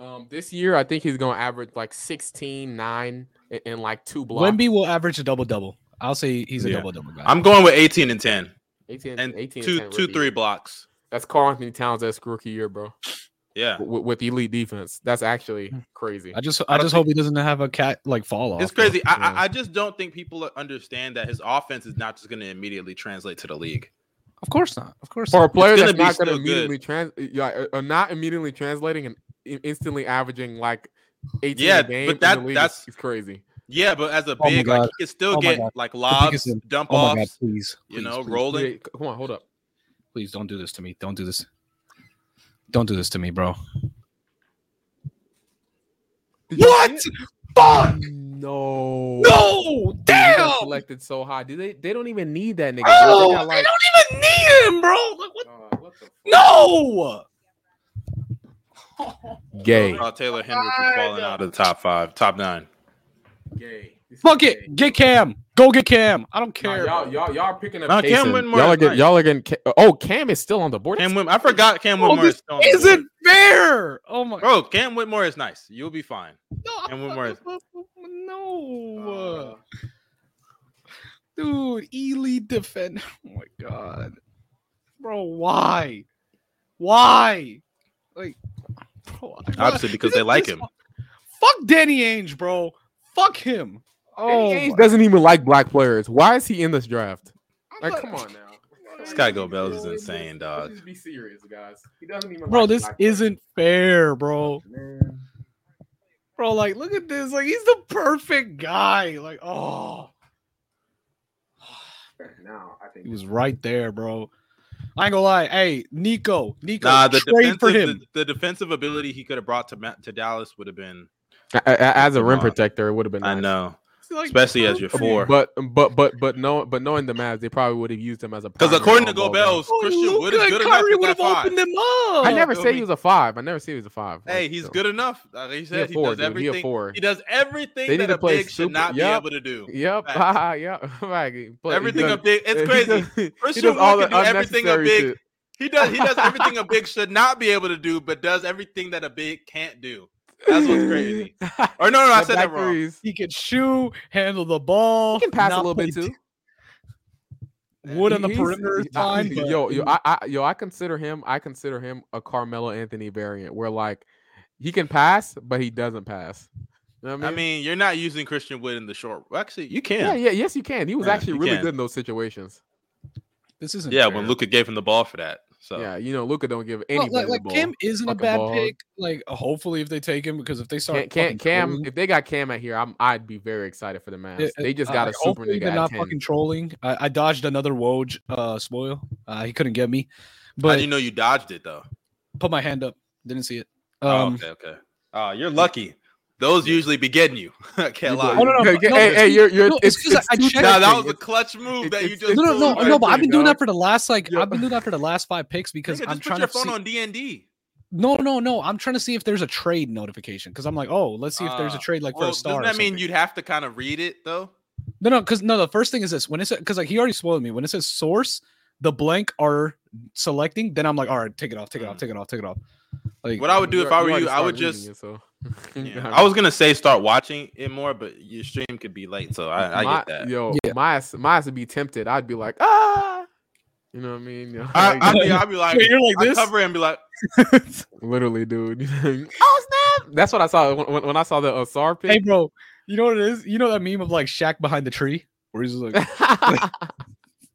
Speaker 2: Um, this year I think he's gonna average like 16, 9, and, and like two blocks.
Speaker 1: Wemby will average a double double. I'll say he's a
Speaker 3: Yeah.
Speaker 1: double double guy.
Speaker 3: I'm going with 18 and 10
Speaker 2: 18,
Speaker 3: and
Speaker 2: 18,
Speaker 3: two
Speaker 2: 10
Speaker 3: two
Speaker 2: rookie
Speaker 3: three
Speaker 2: year.
Speaker 3: blocks.
Speaker 2: That's Carl Anthony Towns. That's rookie year, bro.
Speaker 3: Yeah.
Speaker 2: With, with elite defense, that's actually crazy.
Speaker 1: I just,
Speaker 3: Hmm. I
Speaker 1: I
Speaker 3: don't
Speaker 1: just hope he doesn't have a cat like fall off.
Speaker 3: It's crazy. I,
Speaker 2: Yeah.
Speaker 3: I I just don't think people understand that his offense is not just going to immediately translate to the league.
Speaker 1: Of course not. Of course.
Speaker 2: for
Speaker 1: Not.
Speaker 2: a player
Speaker 3: gonna
Speaker 2: that's not
Speaker 3: be
Speaker 2: going to
Speaker 3: still good.
Speaker 2: immediately trans, yeah, uh, uh, not immediately translating and i- instantly averaging like eighteen
Speaker 3: Yeah,
Speaker 2: a game.
Speaker 3: but
Speaker 2: in the
Speaker 3: that-
Speaker 2: league is-
Speaker 3: that's-
Speaker 2: is crazy.
Speaker 3: Yeah, but as a
Speaker 1: my
Speaker 3: big, like
Speaker 1: God.
Speaker 3: he can still
Speaker 1: Oh my
Speaker 3: get
Speaker 1: God.
Speaker 3: like
Speaker 1: biggest
Speaker 3: lobs,
Speaker 1: im-
Speaker 3: dump
Speaker 1: Oh my god,
Speaker 3: offs,
Speaker 1: please.
Speaker 3: you
Speaker 1: please,
Speaker 3: know,
Speaker 1: please,
Speaker 3: rolling.
Speaker 2: Yeah, c- come on, hold up.
Speaker 1: please don't do this to me. Don't do this. Don't do this to me, bro.
Speaker 2: Did you see
Speaker 1: What?
Speaker 2: it?
Speaker 1: Fuck!
Speaker 2: No.
Speaker 1: No!
Speaker 2: Dude, he got
Speaker 1: Damn!
Speaker 2: Selected so high. Do they? They don't even need that nigga. bro.
Speaker 1: Oh,
Speaker 2: They
Speaker 1: I
Speaker 2: got, like-
Speaker 1: don't even need him, bro. Like, what?
Speaker 2: Uh, what the fuck?
Speaker 1: No!
Speaker 2: Gay.
Speaker 3: Oh, Taylor Hendricks is falling out of the top five, top nine.
Speaker 2: Gay. This is
Speaker 1: Fuck
Speaker 2: gay.
Speaker 1: it. Get Cam. Go get Cam. I don't
Speaker 2: Nah,
Speaker 1: care.
Speaker 2: y'all, y'all, y'all are picking up.
Speaker 3: Nah, Cam
Speaker 2: Kaysen.
Speaker 3: Whitmore
Speaker 2: y'all are
Speaker 3: is
Speaker 2: getting.
Speaker 3: nice.
Speaker 2: Y'all are getting. Ca- Oh, Cam is still on the board.
Speaker 3: Cam Whitmore, I forgot Cam
Speaker 1: Oh,
Speaker 3: Whitmore
Speaker 1: this
Speaker 3: is still on the board.
Speaker 1: Isn't fair. Oh my
Speaker 3: Bro, Cam Whitmore is nice. You'll be fine.
Speaker 1: No,
Speaker 3: and one more. Uh.
Speaker 1: No. Dude, elite defend. [laughs] Oh my god. Bro, why? Why? Like, bro, I-
Speaker 3: Obviously, because they like
Speaker 1: This-
Speaker 3: him.
Speaker 1: Fuck Danny Ainge, bro. Fuck him. Oh,
Speaker 2: Danny Ainge
Speaker 1: my-
Speaker 2: doesn't even like black players. Why is he in this draft?
Speaker 1: I'm
Speaker 2: Like,
Speaker 1: not-
Speaker 2: come on now.
Speaker 3: This guy Gobert is insane, dog.
Speaker 2: Let's just be serious, guys. He doesn't even.
Speaker 1: Bro,
Speaker 2: like
Speaker 1: this
Speaker 2: black players.
Speaker 1: isn't fair, bro.
Speaker 2: Man.
Speaker 1: Bro, like, look at this. Like, he's the perfect guy. Like, oh. [sighs]
Speaker 2: Now I think
Speaker 1: He was right there, bro. I ain't gonna lie. Hey, Nico, Nico,
Speaker 3: Nah, the
Speaker 1: trade
Speaker 3: defensive,
Speaker 1: for him.
Speaker 3: The, the defensive ability he could have brought to Ma- to Dallas would have been.
Speaker 2: A- a- as a rim
Speaker 3: Come on.
Speaker 2: protector, it would have been.
Speaker 3: I
Speaker 2: nice.
Speaker 3: know,
Speaker 1: It's like,
Speaker 3: especially as
Speaker 1: bro,
Speaker 3: your
Speaker 1: come
Speaker 3: four.
Speaker 2: but but but but no, but knowing the Mavs, they probably would have used him as a.
Speaker 3: Because
Speaker 2: primary
Speaker 3: according to
Speaker 2: on-ball guy.
Speaker 3: Gobel's,
Speaker 1: on,
Speaker 3: Christian Wood is
Speaker 1: Luka
Speaker 3: good
Speaker 1: and
Speaker 3: enough.
Speaker 1: Kyrie
Speaker 3: to
Speaker 1: would have
Speaker 3: top five.
Speaker 1: opened them up.
Speaker 2: I never
Speaker 3: feel
Speaker 2: said
Speaker 3: me?
Speaker 2: he was a five. I never said he was a five.
Speaker 3: Hey,
Speaker 2: Like,
Speaker 3: he's
Speaker 2: so-
Speaker 3: good enough. Like he
Speaker 2: He a
Speaker 3: said, he,
Speaker 2: four,
Speaker 3: does
Speaker 2: dude. He a
Speaker 3: everything.
Speaker 2: four.
Speaker 3: He does everything
Speaker 2: They need
Speaker 3: that
Speaker 2: to
Speaker 3: a
Speaker 2: play
Speaker 3: big should
Speaker 2: super- [laughs]
Speaker 3: not
Speaker 2: Yup.
Speaker 3: be able to do.
Speaker 2: Yep.
Speaker 3: Facts.
Speaker 2: haha, Yep. [laughs] Like, he play- he
Speaker 3: Everything
Speaker 2: does-
Speaker 3: a big.
Speaker 2: [laughs]
Speaker 3: It's
Speaker 2: he
Speaker 3: crazy.
Speaker 2: does- he
Speaker 3: Christian
Speaker 2: does
Speaker 3: Wood
Speaker 2: all
Speaker 3: can
Speaker 2: the
Speaker 3: do everything a
Speaker 2: unnecessary
Speaker 3: big-
Speaker 2: shit.
Speaker 3: He does. He
Speaker 2: [laughs]
Speaker 3: does everything a big should not be able to do, but does everything that a big can't do. That's what's
Speaker 2: [laughs]
Speaker 3: crazy. Or no, no, I
Speaker 2: The
Speaker 3: said that
Speaker 2: back
Speaker 3: wrong.
Speaker 2: threes.
Speaker 1: He can shoot, handle the ball,
Speaker 2: He can pass a
Speaker 1: not
Speaker 2: little bit
Speaker 1: play
Speaker 2: too.
Speaker 1: Wood on the
Speaker 2: He's-
Speaker 1: perimeter is
Speaker 2: I-
Speaker 1: fine, but-
Speaker 2: yo, yo, I, I, yo, I consider him. I consider him a Carmelo Anthony variant, where like he can pass, but he doesn't pass. You know what I
Speaker 3: I
Speaker 2: mean,
Speaker 3: mean, you're not using Christian Wood in the short. well, Actually, you can.
Speaker 2: yeah,
Speaker 3: Yeah,
Speaker 2: yeah, yes, you can. He was
Speaker 3: Yeah,
Speaker 2: actually
Speaker 3: you
Speaker 2: really
Speaker 3: can.
Speaker 2: good in those situations.
Speaker 1: This isn't
Speaker 3: when
Speaker 1: fair.
Speaker 3: Luca gave him the ball for that. So
Speaker 2: Yeah, you know, Luca don't give
Speaker 1: Well,
Speaker 2: anybody
Speaker 1: like, like
Speaker 2: the ball.
Speaker 1: Cam isn't a
Speaker 2: Fucking
Speaker 1: bad
Speaker 2: ball.
Speaker 1: pick. Like, hopefully, if they take him, because if they
Speaker 2: Cam,
Speaker 1: start
Speaker 2: Cam,
Speaker 1: fucking
Speaker 2: Cam
Speaker 1: trolling-
Speaker 2: if they got Cam out here, I'm, I'd be very excited for the Mavs.
Speaker 1: Yeah,
Speaker 2: they just
Speaker 1: uh,
Speaker 2: got
Speaker 1: like,
Speaker 2: a super
Speaker 1: hopefully
Speaker 2: nigga
Speaker 1: they're
Speaker 2: at
Speaker 1: not
Speaker 2: 10.
Speaker 1: fucking trolling. I, I dodged another Woj uh, spoil. Uh, he couldn't get me,
Speaker 3: how
Speaker 1: but
Speaker 3: do you know you dodged it though?
Speaker 1: put my hand up. Didn't see it.
Speaker 3: oh,
Speaker 1: Um,
Speaker 3: okay, okay. Oh, you're lucky. Those usually be getting you. [laughs] I can't
Speaker 2: You
Speaker 3: lie.
Speaker 2: go-
Speaker 1: Oh, no, no,
Speaker 2: Hey,
Speaker 1: but-
Speaker 2: hey,
Speaker 1: no,
Speaker 2: hey,
Speaker 1: it's-
Speaker 2: you're, you're,
Speaker 1: no, it's
Speaker 2: it's,
Speaker 1: 'cause I-
Speaker 2: it's,
Speaker 1: I
Speaker 2: two
Speaker 1: checked
Speaker 3: Nah,
Speaker 1: it.
Speaker 3: that
Speaker 2: tactics.
Speaker 3: was a clutch move that you
Speaker 2: it's-
Speaker 3: just. [laughs]
Speaker 2: it's-
Speaker 1: No, no,
Speaker 3: pulled
Speaker 1: no,
Speaker 3: right
Speaker 1: no. But I've
Speaker 2: there,
Speaker 1: been doing
Speaker 2: dog.
Speaker 1: that for the last like
Speaker 2: Yeah.
Speaker 1: I've been doing that for the last five picks because
Speaker 3: Nigga,
Speaker 1: I'm
Speaker 3: just put
Speaker 1: trying
Speaker 3: your
Speaker 1: to
Speaker 3: phone
Speaker 1: see.
Speaker 3: on D and D.
Speaker 1: No, no, no. I'm trying to see if there's a trade notification because I'm like, oh, let's see if there's a
Speaker 3: Ah,
Speaker 1: trade like for
Speaker 3: well,
Speaker 1: a star.
Speaker 3: doesn't
Speaker 1: or
Speaker 3: that mean
Speaker 1: something.
Speaker 3: you'd have to kind of read it though?
Speaker 1: No, no, because no. The first thing is this: when it's because like he already spoiled me. When it says source, the blank are selecting. Then I'm like, all right, take it off, take it off, take it off, take it off. Like
Speaker 3: What I would do
Speaker 2: You
Speaker 3: if
Speaker 2: al-
Speaker 3: I were
Speaker 2: already
Speaker 3: you, I would
Speaker 2: started
Speaker 3: just.
Speaker 2: reading it, so. [laughs]
Speaker 3: yeah. I was gonna say start watching it more, but your stream could be late, so I, I
Speaker 2: my,
Speaker 3: get that.
Speaker 2: Yo,
Speaker 1: Yeah.
Speaker 2: my ass, my ass would be tempted. I'd be like, ah, you know what I mean? Like,
Speaker 3: I, I'd, be, I'd be like,
Speaker 1: Wait, [laughs] you're like
Speaker 3: I
Speaker 1: this?
Speaker 3: cover it and be like,
Speaker 2: literally, dude. [laughs] oh snap! That's what I saw when- when, when I saw the uh, SAR
Speaker 1: hey,
Speaker 2: pic.
Speaker 1: bro, you know what it is? You know that meme of like Shaq behind the tree, where he's just [laughs] like,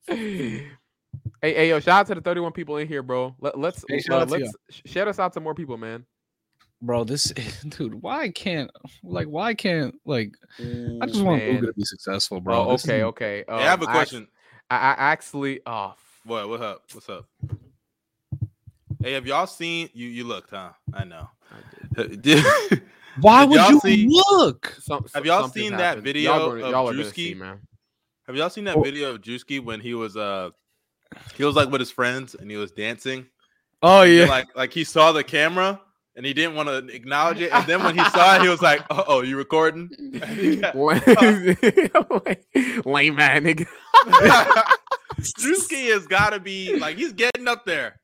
Speaker 2: hey, [laughs] hey, yo! Shout out to the thirty-one people in here, bro. Let, let's
Speaker 1: Hey, shout
Speaker 2: uh,
Speaker 1: out to ya.
Speaker 2: let's sh- shout us out to more people, man.
Speaker 1: bro, this dude, why can't like why can't like I just
Speaker 3: Mm,
Speaker 2: Ooh,
Speaker 1: want
Speaker 2: man.
Speaker 1: Luka to be successful, bro.
Speaker 2: Oh,
Speaker 1: This is-
Speaker 2: okay, okay.
Speaker 3: hey, I have a
Speaker 2: Um,
Speaker 3: question.
Speaker 2: I, I actually, oh, f-
Speaker 3: What? What up? What's up? Hey, have y'all seen? You you looked, huh? I know. Did-
Speaker 1: Why
Speaker 3: Did
Speaker 1: would
Speaker 3: y'all
Speaker 1: you
Speaker 3: see-
Speaker 1: look?
Speaker 2: some,
Speaker 3: Have y'all
Speaker 2: something
Speaker 3: seen that
Speaker 2: happened.
Speaker 3: video
Speaker 2: Y'all, gonna-
Speaker 3: of
Speaker 2: y'all are gonna
Speaker 3: Drewski?
Speaker 2: see,
Speaker 3: [laughs]
Speaker 2: man.
Speaker 3: [laughs]
Speaker 2: [laughs]
Speaker 3: have y'all seen that
Speaker 1: Oh.
Speaker 3: video of Drewski when he was uh he was like with his friends and he was dancing?
Speaker 1: Oh
Speaker 3: And
Speaker 1: yeah,
Speaker 3: Like like he saw the camera and he didn't want to acknowledge it. And then when he saw it, he was like, "Uh oh, you recording?" [laughs] Yeah.
Speaker 2: Lame [laughs] man, nigga.
Speaker 3: Drewski has got to be like he's getting up there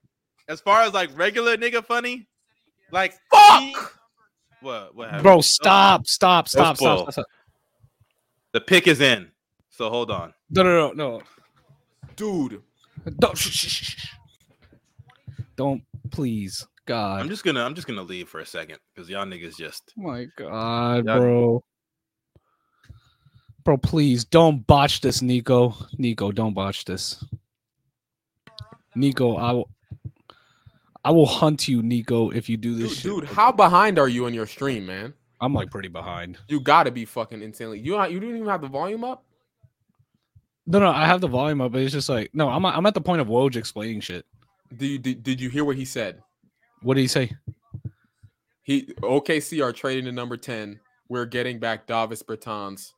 Speaker 3: as far as like regular nigga funny. Like he- what? What happened?
Speaker 1: bro, stop, stop, stop,
Speaker 3: spoil.
Speaker 1: stop, stop, stop.
Speaker 3: The pick is in. So hold on.
Speaker 1: No, no, no,
Speaker 2: Dude,
Speaker 1: no. Don't, shh, shh, shh, shh. Don't please, God.
Speaker 3: I'm just gonna I'm just gonna leave for a second because y'all niggas just
Speaker 1: Oh my god,
Speaker 3: Yeah.
Speaker 1: bro. Bro, please don't botch this, Nico. Nico, don't botch this. Nico, I will I will hunt you, Nico, if you do this
Speaker 2: dude,
Speaker 1: shit.
Speaker 2: dude, how behind are you on your stream, man?
Speaker 1: I'm like pretty behind.
Speaker 2: You gotta be fucking insanely. You not, you didn't even have the volume up.
Speaker 1: No, no, I have the volume up, but it's just like no, I'm I'm at the point of Woj explaining shit.
Speaker 2: Did you did, did you hear what he said?
Speaker 1: What did he say?
Speaker 2: He OKC are trading to number ten. We're getting back Davis Bertans,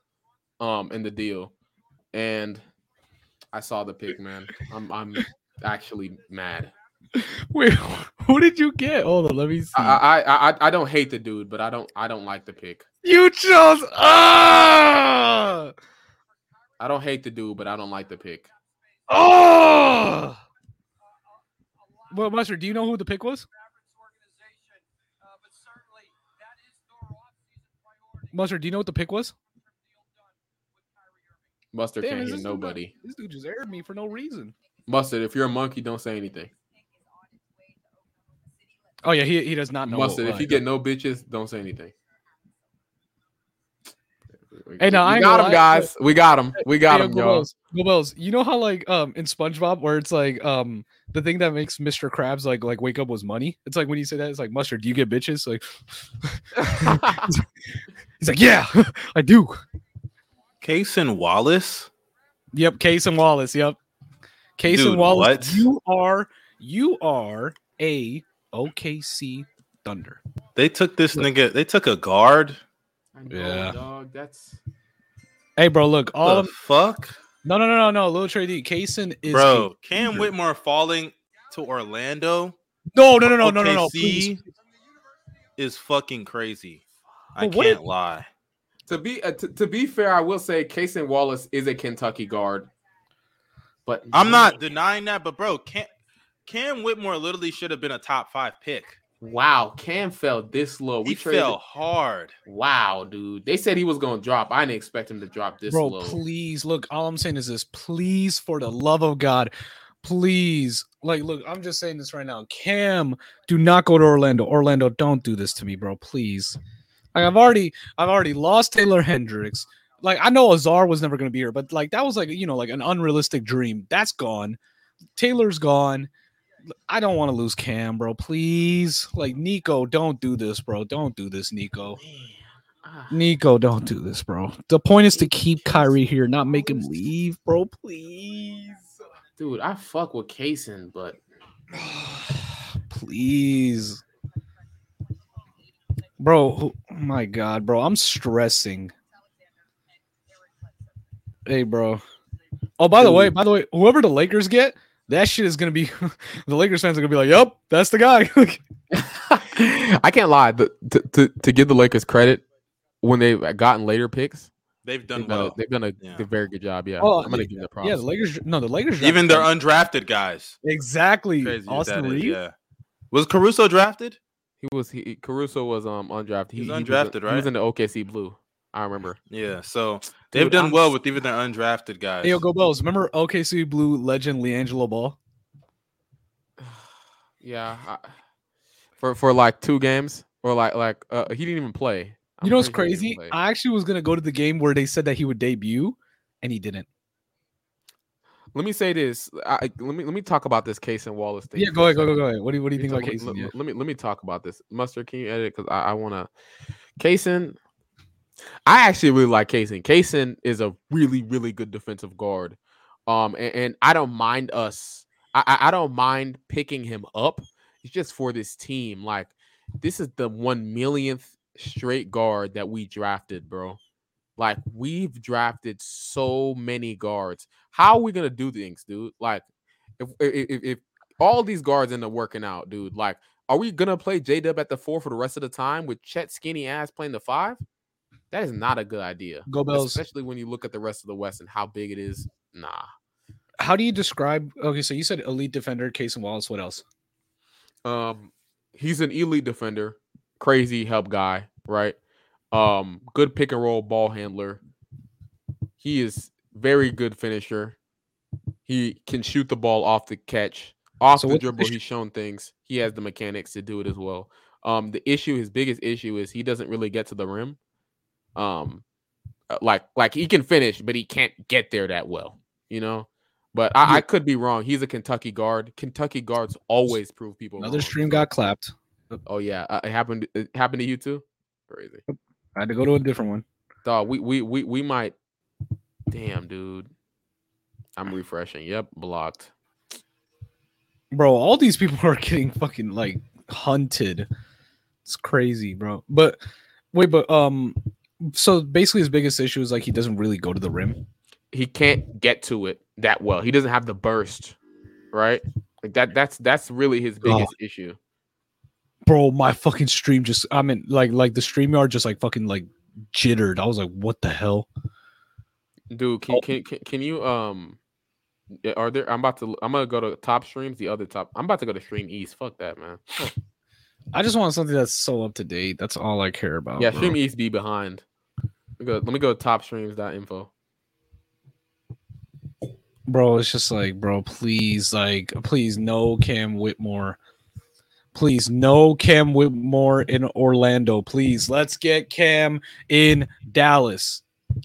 Speaker 2: um, in the deal, and I saw the pick, man. I'm I'm actually mad.
Speaker 1: Wait, who did you get? Hold on, let me see.
Speaker 2: I I I, I- I don't hate the dude, but I don't I don't like the pick.
Speaker 1: you chose ah!
Speaker 2: I don't hate the dude, but I don't like the pick.
Speaker 1: Oh! Well, Mustard, do you know who the pick was? Mustard, do you know what the pick was?
Speaker 2: Mustard
Speaker 1: Damn,
Speaker 2: can't
Speaker 1: is
Speaker 2: hear
Speaker 1: this dude
Speaker 2: nobody.
Speaker 1: This dude just aired me for no reason.
Speaker 2: Mustard, if you're a monkey, don't say anything.
Speaker 1: Oh yeah, he, he does not know.
Speaker 2: Mustard, if you
Speaker 1: like-
Speaker 2: get no bitches, don't say anything.
Speaker 1: Hey, no,
Speaker 2: we
Speaker 1: I ain't
Speaker 2: got
Speaker 1: gonna
Speaker 2: him,
Speaker 1: lie.
Speaker 2: guys. We got him. We got
Speaker 1: Hey,
Speaker 2: him,
Speaker 1: Uncle
Speaker 2: y'all. [laughs]
Speaker 1: Wells, Uncle Wells, you know how like um in SpongeBob where it's like um the thing that makes Mr. Krabs like like wake up was money. It's like when you say that, it's like Mustard, do you get bitches? Like he's like, yeah, [laughs] I do.
Speaker 3: Case and Wallace.
Speaker 1: Yep, Case and Wallace. Yep, Case
Speaker 3: Dude,
Speaker 1: and Wallace.
Speaker 3: what?
Speaker 1: You are you are a OKC Thunder.
Speaker 3: They took this nigga. They took a guard.
Speaker 2: I know,
Speaker 1: Yeah.
Speaker 2: dog. That's
Speaker 1: Hey, bro, look, all
Speaker 3: What
Speaker 1: of,
Speaker 3: the fuck,
Speaker 1: no, no, no, no, no, Lil Trey D. Kaysen Um, is
Speaker 3: bro? Cam
Speaker 1: Dude.
Speaker 3: Whitmore falling to Orlando.
Speaker 1: a- no, no, no, no, no, no, no.
Speaker 3: OKC
Speaker 1: please.
Speaker 3: is fucking crazy. I
Speaker 1: But what if-
Speaker 3: can't lie.
Speaker 2: to be uh, to, to be fair. I will say, Casey Wallace is a Kentucky guard, but
Speaker 3: I'm not denying that, but bro, Cam Cam Whitmore literally should have been a top five pick.
Speaker 2: Wow, Cam fell this low. We
Speaker 3: he
Speaker 2: traded.
Speaker 3: fell hard.
Speaker 2: Wow, dude. They said he was gonna drop. I didn't expect him to drop this
Speaker 1: Bro,
Speaker 2: low.
Speaker 1: please look. All I'm saying is this: please, for the love of God, please. Like, look, I'm just saying this right now. Cam, do not go to Orlando. Orlando, don't do this to me, bro. Please. Like, I've already, I've already lost Taylor Hendricks. Like, I know Azar was never going to be here, but like that was like you know like an unrealistic dream. That's gone. Taylor's gone. I don't want to lose Cam, bro. Please, like Nico, don't do this, bro. Don't do this, Nico.
Speaker 2: Ah.
Speaker 1: Nico, don't do this, bro. The point is to keep Kyrie here, not make him leave, bro. Please. [sighs]
Speaker 2: Dude, I fuck with Kaysen, but
Speaker 1: Please. Bro, who- my God, bro. I'm stressing. Hey, bro. Oh, by the way, by the way, [laughs] whoever the Lakers get, that shit is going to be, the Lakers fans are going to be like, yep, that's the guy. [laughs]
Speaker 2: [laughs] I can't lie. The, to, to to give the Lakers credit, when they've gotten later picks,
Speaker 3: They've done
Speaker 2: they've done, a,
Speaker 3: well.
Speaker 2: they've done a,
Speaker 3: Yeah.
Speaker 2: a very good job. Yeah,
Speaker 1: Oh,
Speaker 2: I'm gonna
Speaker 1: yeah,
Speaker 2: give them props.
Speaker 1: Yeah, the Lakers. No, the Lakers.
Speaker 3: Even their
Speaker 1: their
Speaker 3: undrafted guys.
Speaker 1: exactly
Speaker 3: Crazy as that
Speaker 1: Austin
Speaker 3: is,
Speaker 1: Reeves.
Speaker 3: yeah. Was Caruso drafted?
Speaker 2: He was he Caruso was um undrafted. He,
Speaker 3: He's
Speaker 2: he was in-
Speaker 3: undrafted,
Speaker 2: He
Speaker 3: right?
Speaker 2: was in the OKC Blue. I
Speaker 3: [sighs]
Speaker 2: remember.
Speaker 3: Yeah. So they've
Speaker 2: Dude,
Speaker 3: done
Speaker 2: I'm
Speaker 3: well
Speaker 2: s-
Speaker 3: with even their undrafted guys.
Speaker 1: Hey, yo, go Bells. Remember OKC Blue legend LiAngelo Ball?
Speaker 2: Yeah, I, for for like two games or like like uh, he didn't even play. I'm
Speaker 1: You know what's
Speaker 2: pretty sure he
Speaker 1: crazy?
Speaker 2: didn't play.
Speaker 1: I actually was gonna go to the game where they said that he would debut, and he didn't.
Speaker 2: let me say this. I, I- let me let me talk about this case in Wallace. thing
Speaker 1: Yeah,
Speaker 2: for
Speaker 1: go
Speaker 2: a
Speaker 1: ahead, go
Speaker 2: second.
Speaker 1: go go ahead. What do you what do you think
Speaker 2: Let
Speaker 1: about
Speaker 2: me talk-
Speaker 1: Casey?
Speaker 2: let- Let, me let me talk about this. Mustard, can you edit? Because I, I want to. Kaysen, I actually really like Kaysen. Kaysen is a really really good defensive guard. Um, and, and I don't mind us. I, I I don't mind picking him up. It's just for this team. Like this is the one millionth straight guard that we drafted, bro. Like we've drafted so many guards. How are we gonna do things, dude? Like if if, if- if all these guards end up working out, dude. Like, are we gonna play J Dub at the four for the rest of the time with Chet skinny ass playing the five? That is not a good idea.
Speaker 1: Go Bells.
Speaker 2: Especially when you look at the rest of the West and how big it is. Nah.
Speaker 1: How do you describe? Okay, so you said elite defender, Casey Wallace. What else?
Speaker 2: Um, he's an elite defender, crazy help guy, right? Um, good pick and roll ball handler. He is very good finisher. He can shoot the ball off the catch, off
Speaker 1: So
Speaker 2: the
Speaker 1: what's the
Speaker 2: dribble.
Speaker 1: issue?
Speaker 2: He's shown things. He has the mechanics to do it as well. Um, the issue, his biggest issue, is he doesn't really get to the rim. Um, uh, like like he can finish, but he can't get there that well. You know. But I,
Speaker 1: Yeah.
Speaker 2: I could be wrong. He's a Kentucky guard. Kentucky guards always prove people.
Speaker 1: Another
Speaker 2: wrong,
Speaker 1: stream
Speaker 2: so-
Speaker 1: got clapped.
Speaker 2: Oh yeah, uh, it happened. It happened to you too. Crazy.
Speaker 1: I had to go to a different one.
Speaker 2: Dog, we we we we might. Damn, dude. I'm refreshing. Yep, blocked.
Speaker 1: Bro, all these people [laughs] are getting fucking like hunted. It's crazy, bro. But wait, but um, so basically his biggest issue is like he doesn't really go to the rim.
Speaker 2: He can't get to it that well. He doesn't have the burst, right? Like that. That's that's really his biggest issue.
Speaker 1: Bro, my fucking stream just I mean like like the stream yard just like fucking like jittered. I was like, what the hell?
Speaker 2: Dude, can,
Speaker 1: Oh.
Speaker 2: can can can you um? yeah, Are there? I'm about to. I'm gonna go to top streams. The other top. I'm about to go to stream east. Fuck that, man.
Speaker 1: I just want something that's so up to date. That's all I care about.
Speaker 2: yeah,
Speaker 1: Oh, bro.
Speaker 2: stream east be behind. Let me go. Let me go to topstreams.info.
Speaker 1: bro it's just like bro please like please no cam whitmore please no cam whitmore in orlando please let's get cam in dallas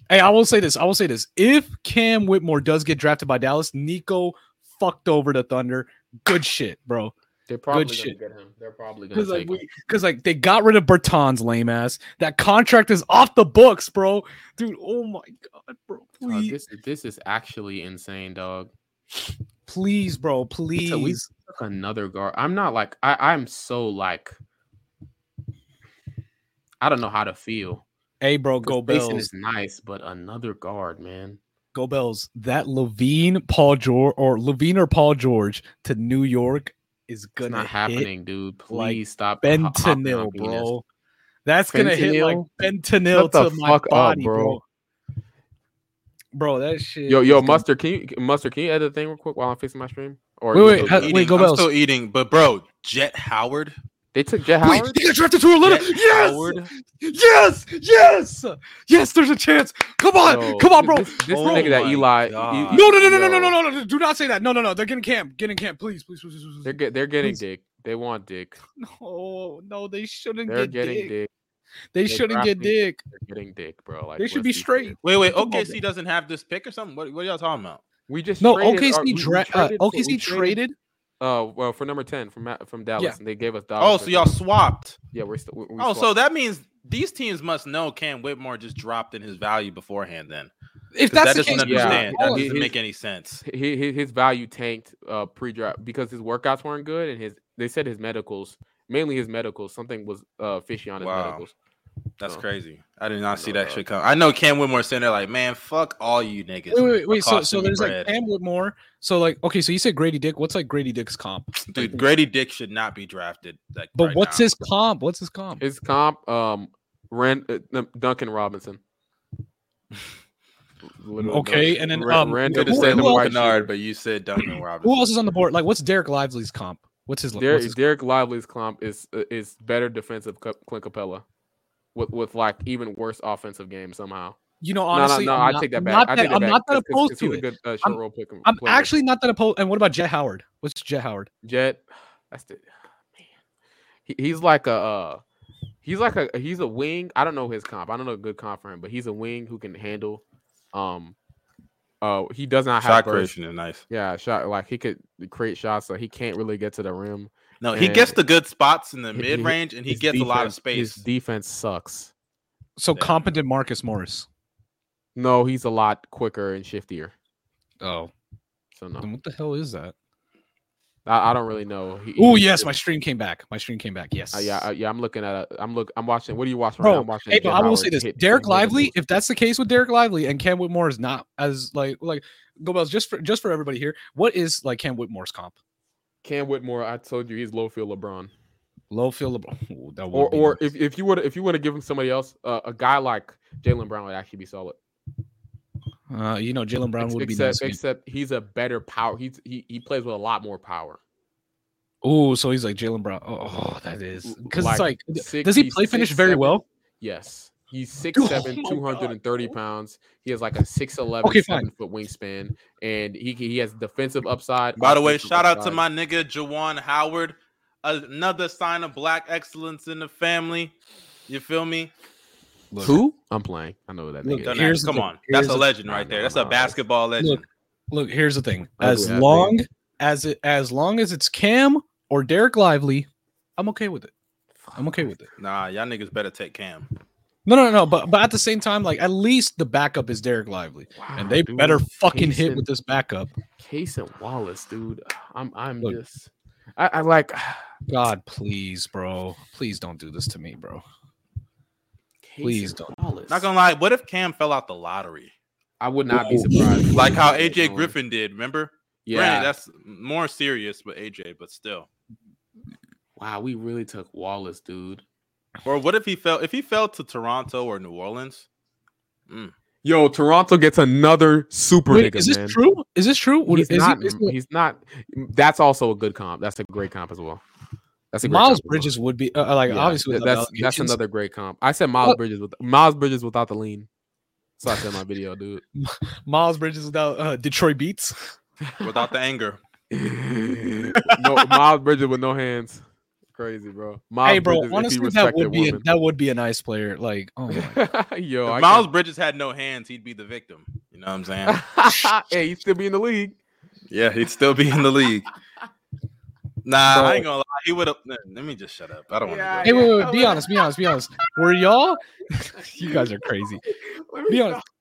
Speaker 1: hey i will say this i will say this if cam whitmore does get drafted by dallas nico fucked over the thunder good shit bro
Speaker 2: They're probably gonna
Speaker 1: shit.
Speaker 2: get him. They're probably gonna
Speaker 1: because
Speaker 2: take
Speaker 1: like
Speaker 2: him.
Speaker 1: we because like they got rid of Bertans lame ass that contract is off the books bro dude oh my god bro
Speaker 2: Uh,
Speaker 1: please
Speaker 2: this this is actually insane, dog.
Speaker 1: please bro please
Speaker 2: So we took another guard. I'm not like I, I'm so like I don't know how to feel.
Speaker 1: hey bro go
Speaker 2: Because
Speaker 1: Bills.
Speaker 2: Mason is nice, but another guard, man.
Speaker 1: Go Bells. That Levine, Paul George, or Levine or Paul George to New York is
Speaker 2: It's
Speaker 1: gonna
Speaker 2: not
Speaker 1: happening.
Speaker 2: happening, dude.
Speaker 1: like
Speaker 2: Please stop. ho-
Speaker 1: Hit
Speaker 2: hopping on
Speaker 1: fentanyl,
Speaker 2: penis.
Speaker 1: bro. That's gonna hit like
Speaker 2: Fentanyl?
Speaker 1: fentanyl
Speaker 2: Shut the
Speaker 1: to my
Speaker 2: fuck up,
Speaker 1: body,
Speaker 2: bro.
Speaker 1: bro. Bro, that shit.
Speaker 2: Yo, yo,
Speaker 1: is gonna-
Speaker 2: mustard. Can you mustard? Can you edit the thing real quick while I'm fixing my stream? Or
Speaker 1: Wait,
Speaker 2: you
Speaker 1: wait,
Speaker 2: good?
Speaker 1: ha-
Speaker 3: Still
Speaker 1: wait,
Speaker 3: eating-
Speaker 1: go
Speaker 3: I'm
Speaker 1: Bells.
Speaker 3: still eating, but bro, Jet Howard.
Speaker 2: they took Jet
Speaker 1: Wait,
Speaker 2: Howard.
Speaker 1: he got drafted to Orlando.
Speaker 3: Jet
Speaker 1: yes,
Speaker 3: Howard.
Speaker 1: yes, yes, yes. There's a chance. Come on,
Speaker 2: Yo,
Speaker 1: come on,
Speaker 2: thi-
Speaker 1: bro.
Speaker 2: This, this
Speaker 3: Oh
Speaker 2: nigga that
Speaker 3: my
Speaker 2: Eli. e-
Speaker 3: God.
Speaker 1: No, no, no, no, no, no,
Speaker 2: yo.
Speaker 1: no, no, no. Do not say that. No, no, no. They're getting camp. Getting camp. Please, please, please, please.
Speaker 2: They're
Speaker 1: please.
Speaker 2: get, they're getting
Speaker 1: Please.
Speaker 2: dick. They want dick.
Speaker 1: No, no, they shouldn't
Speaker 2: They're
Speaker 1: get
Speaker 2: getting
Speaker 1: dick.
Speaker 2: dick.
Speaker 1: They
Speaker 2: They're
Speaker 1: shouldn't get
Speaker 2: drafting-
Speaker 1: dick.
Speaker 2: They're getting dick, bro. Like
Speaker 1: They should
Speaker 2: let's
Speaker 1: be
Speaker 2: fair.
Speaker 1: straight.
Speaker 3: Wait, wait.
Speaker 1: Come on,
Speaker 3: OKC
Speaker 1: man.
Speaker 3: doesn't have this pick or something. What, what are y'all talking about?
Speaker 2: We just
Speaker 1: No,
Speaker 2: traded our- we-
Speaker 1: OKC
Speaker 2: we
Speaker 1: dra- uh,
Speaker 2: traded for- we
Speaker 1: OKC traded.
Speaker 2: Uh, well, for number ten from Ma- from Dallas, and they gave us
Speaker 3: Oh,
Speaker 2: Dallas.
Speaker 3: so y'all swapped.
Speaker 2: Yeah, we're still. We, we
Speaker 3: Oh, so
Speaker 2: swapped.
Speaker 3: that means these teams must know Cam Whitmore just dropped in his value beforehand. Then
Speaker 1: If
Speaker 3: 'Cause that
Speaker 1: that's the case,
Speaker 3: doesn't
Speaker 2: yeah.
Speaker 3: understand. That
Speaker 2: Yeah.
Speaker 3: doesn't make any sense.
Speaker 2: He- he- his value tanked uh pre-draft because his workouts weren't good, and his they said his medicals, mainly his medicals, something was uh fishy on his
Speaker 3: Wow.
Speaker 2: medicals.
Speaker 3: That's
Speaker 2: So-
Speaker 3: crazy. I did not see
Speaker 2: No,
Speaker 3: that
Speaker 2: no.
Speaker 3: shit come. I know Cam Whitmore saying there like, man, fuck all you niggas.
Speaker 1: Wait, wait, wait. So,
Speaker 3: Cost
Speaker 1: so
Speaker 3: me
Speaker 1: there's like
Speaker 3: bread.
Speaker 1: Cam Whitmore. So like, okay, so you said Grady Dick. What's like Grady Dick's comp?
Speaker 3: Dude, Grady Dick should not be drafted. Like,
Speaker 1: But
Speaker 3: right
Speaker 1: what's
Speaker 3: now.
Speaker 1: his comp? What's his comp?
Speaker 2: His comp, um, Ren, uh, no, Duncan Robinson. Literally
Speaker 1: Okay,
Speaker 2: Duncan-
Speaker 1: and then,
Speaker 2: Ren-
Speaker 1: um,
Speaker 2: Randall
Speaker 3: Good to
Speaker 1: Who-
Speaker 3: say
Speaker 2: said
Speaker 1: who
Speaker 2: the
Speaker 1: else-
Speaker 2: white
Speaker 3: Kennard, but you said Duncan Robinson.
Speaker 1: Who else is on the board? Like, what's Derek Lively's comp? What's his? what's
Speaker 2: Derek,
Speaker 1: his-
Speaker 2: Derek Lively's comp is uh, is better defensive co- Clint Capella, with with like even worse offensive game somehow.
Speaker 1: you know, honestly,
Speaker 2: no, no, no
Speaker 1: I'm
Speaker 2: I
Speaker 1: not-
Speaker 2: take that
Speaker 1: I'm
Speaker 2: back.
Speaker 1: not
Speaker 2: I
Speaker 1: that-
Speaker 2: take that
Speaker 1: I'm
Speaker 2: back.
Speaker 1: not that
Speaker 2: 'cause- 'cause- 'cause
Speaker 1: opposed to
Speaker 2: he's a
Speaker 1: it.
Speaker 2: good uh, short
Speaker 1: I'm-
Speaker 2: role pick.
Speaker 1: I'm
Speaker 2: player.
Speaker 1: actually not that opposed. And what about Jet Howard? What's Jet Howard?
Speaker 2: Jet. That's the man. He, he's like a uh, he's like a he's a wing. I don't know his comp. I don't know a good comp for him, but he's a wing who can handle. Um, uh, he does not have
Speaker 3: Shot
Speaker 2: burst.
Speaker 3: creation is nice.
Speaker 2: Yeah, shot like he could create shots, so he can't really get to the rim.
Speaker 3: No, he
Speaker 2: And-
Speaker 3: gets the good spots in the
Speaker 2: He- he-
Speaker 3: mid range, and he
Speaker 2: His
Speaker 3: gets a lot of
Speaker 2: defense-
Speaker 3: space.
Speaker 2: His defense sucks.
Speaker 1: So
Speaker 3: Yeah.
Speaker 1: competent Marcus Morris.
Speaker 2: No, he's a lot quicker and shiftier.
Speaker 1: Oh,
Speaker 2: So no,
Speaker 1: then what the hell is that?
Speaker 2: I, I don't really know. He-
Speaker 1: Oh
Speaker 2: he's
Speaker 1: yes,
Speaker 2: just-
Speaker 1: my stream came back. My stream came back. Yes.
Speaker 2: Uh, yeah, uh, yeah. I'm looking at. A, I'm look. I'm watching. What are you watching? right
Speaker 1: Bro,
Speaker 2: now? I'm watching.
Speaker 1: Hey, but
Speaker 2: Jim
Speaker 1: I will
Speaker 2: Howard
Speaker 1: say this:
Speaker 2: hit-
Speaker 1: Derek
Speaker 2: hit
Speaker 1: Lively.
Speaker 2: moves.
Speaker 1: If that's the case with Derek Lively and Cam Whitmore is not as like like go Bells, just for just for everybody here, what is like Cam Whitmore's comp?
Speaker 2: Cam Whitmore, I told you he's low field LeBron.
Speaker 1: Low field, LeBron. Ooh, that would
Speaker 2: Or
Speaker 1: be
Speaker 2: or
Speaker 1: nice.
Speaker 2: if, if you were to, if you were to give him somebody else, uh, a guy like Jalen Brown would actually be solid.
Speaker 1: uh, you know Jalen Brown
Speaker 2: Ex-
Speaker 1: would be
Speaker 2: except
Speaker 1: nice.
Speaker 2: except he's a better power. He's he, he plays with a lot more power.
Speaker 1: Oh, so he's like Jalen Brown. Oh, that is because
Speaker 2: Like,
Speaker 1: it's like does he play
Speaker 2: 66,
Speaker 1: finish very
Speaker 2: 70.
Speaker 1: well?
Speaker 2: Yes.
Speaker 1: [laughs]
Speaker 2: He's 6'7,
Speaker 1: Oh my
Speaker 2: 230 pounds. He has like a 6'11,
Speaker 1: Okay, fine.
Speaker 2: 7 foot wingspan. And he he has defensive upside.
Speaker 3: By the way,
Speaker 2: offensive
Speaker 3: shout out to
Speaker 2: upside.
Speaker 3: my nigga Jawan Howard. Another sign of black excellence in the family. You feel me?
Speaker 1: Look,
Speaker 2: who? I'm playing. I know who that
Speaker 1: Look,
Speaker 2: nigga.
Speaker 3: Don't
Speaker 2: is.
Speaker 1: Here's
Speaker 3: act-
Speaker 1: the
Speaker 3: come
Speaker 1: thing,
Speaker 3: on.
Speaker 1: here's
Speaker 3: That's a
Speaker 1: the-
Speaker 3: legend
Speaker 2: I
Speaker 3: right
Speaker 2: know,
Speaker 3: there.
Speaker 2: I
Speaker 3: That's
Speaker 2: know,
Speaker 3: a
Speaker 2: I know.
Speaker 3: basketball legend.
Speaker 1: Look, here's the thing:
Speaker 2: Ugly
Speaker 1: as
Speaker 2: ass nigga.
Speaker 1: long as it as long as it's Cam or Derek Lively, I'm okay with it. I'm okay with it.
Speaker 3: Nah, y'all niggas better take Cam.
Speaker 1: No, no, no. But but at the same time, like at least the backup is Derek Lively, and
Speaker 2: Wow,
Speaker 1: they
Speaker 2: dude.
Speaker 1: better fucking hit
Speaker 2: Jason-
Speaker 1: with this backup.
Speaker 2: Case and Wallace, dude. I'm I'm
Speaker 1: Look.
Speaker 2: just I, I like [sighs]
Speaker 1: God, please, bro, please don't do this to me, bro.
Speaker 2: Case
Speaker 1: Please
Speaker 2: and
Speaker 1: don't.
Speaker 2: Wallace.
Speaker 3: Not gonna lie, what if Cam fell out the lottery?
Speaker 2: I would not be
Speaker 1: Whoa.
Speaker 2: surprised.
Speaker 3: Like how
Speaker 2: If he
Speaker 3: AJ
Speaker 2: was
Speaker 3: Griffin did, remember?
Speaker 2: going.
Speaker 3: Granted,
Speaker 2: Yeah.
Speaker 3: that's more serious, but AJ, but still.
Speaker 2: wow, we really took Wallace, dude.
Speaker 3: Or what if he fell if he fell to Toronto or New Orleans?
Speaker 2: Yo, Toronto gets another super
Speaker 1: Wait,
Speaker 2: nigga,
Speaker 1: is this
Speaker 2: man.
Speaker 1: true? Is this true? Would-
Speaker 2: he's,
Speaker 1: is he-
Speaker 2: not,
Speaker 1: is he-
Speaker 2: he's not. That's also a good comp. That's a great comp as well. That's a great
Speaker 1: Miles
Speaker 2: comp as well.
Speaker 1: Bridges would be uh, like
Speaker 2: Yeah,
Speaker 1: obviously.
Speaker 2: th-
Speaker 1: without
Speaker 2: that's
Speaker 1: the
Speaker 2: that's
Speaker 1: allegations.
Speaker 2: another great comp. I said Miles
Speaker 1: What?
Speaker 2: Bridges with Miles Bridges without the lean. So I said in my video, dude.
Speaker 1: [laughs] Miles Bridges without uh, Detroit beats.
Speaker 3: Without the anger.
Speaker 2: [laughs] no, Miles Bridges with no hands. Crazy, bro. Miles
Speaker 1: hey, bro,
Speaker 2: Bridges, if he
Speaker 1: honestly, that would
Speaker 2: respected
Speaker 1: be a,
Speaker 2: [laughs] women.
Speaker 1: that would be a nice player. Like, oh my
Speaker 2: Yo,
Speaker 3: if
Speaker 2: I
Speaker 3: Miles Bridges had no hands, he'd be the victim. You know what I'm saying?
Speaker 2: can't-
Speaker 3: [laughs]
Speaker 2: hey, he still be in the league.
Speaker 3: Yeah, he'd still be in the league. Nah,
Speaker 1: Bro.
Speaker 3: I ain't gonna lie. He would have. Let me just shut up. I don't
Speaker 2: Yeah,
Speaker 3: want
Speaker 1: Hey,
Speaker 3: to.
Speaker 1: wait, wait, wait, be honest, be honest, be honest. Were y'all? [laughs] you guys are crazy. Be honest.
Speaker 3: [laughs]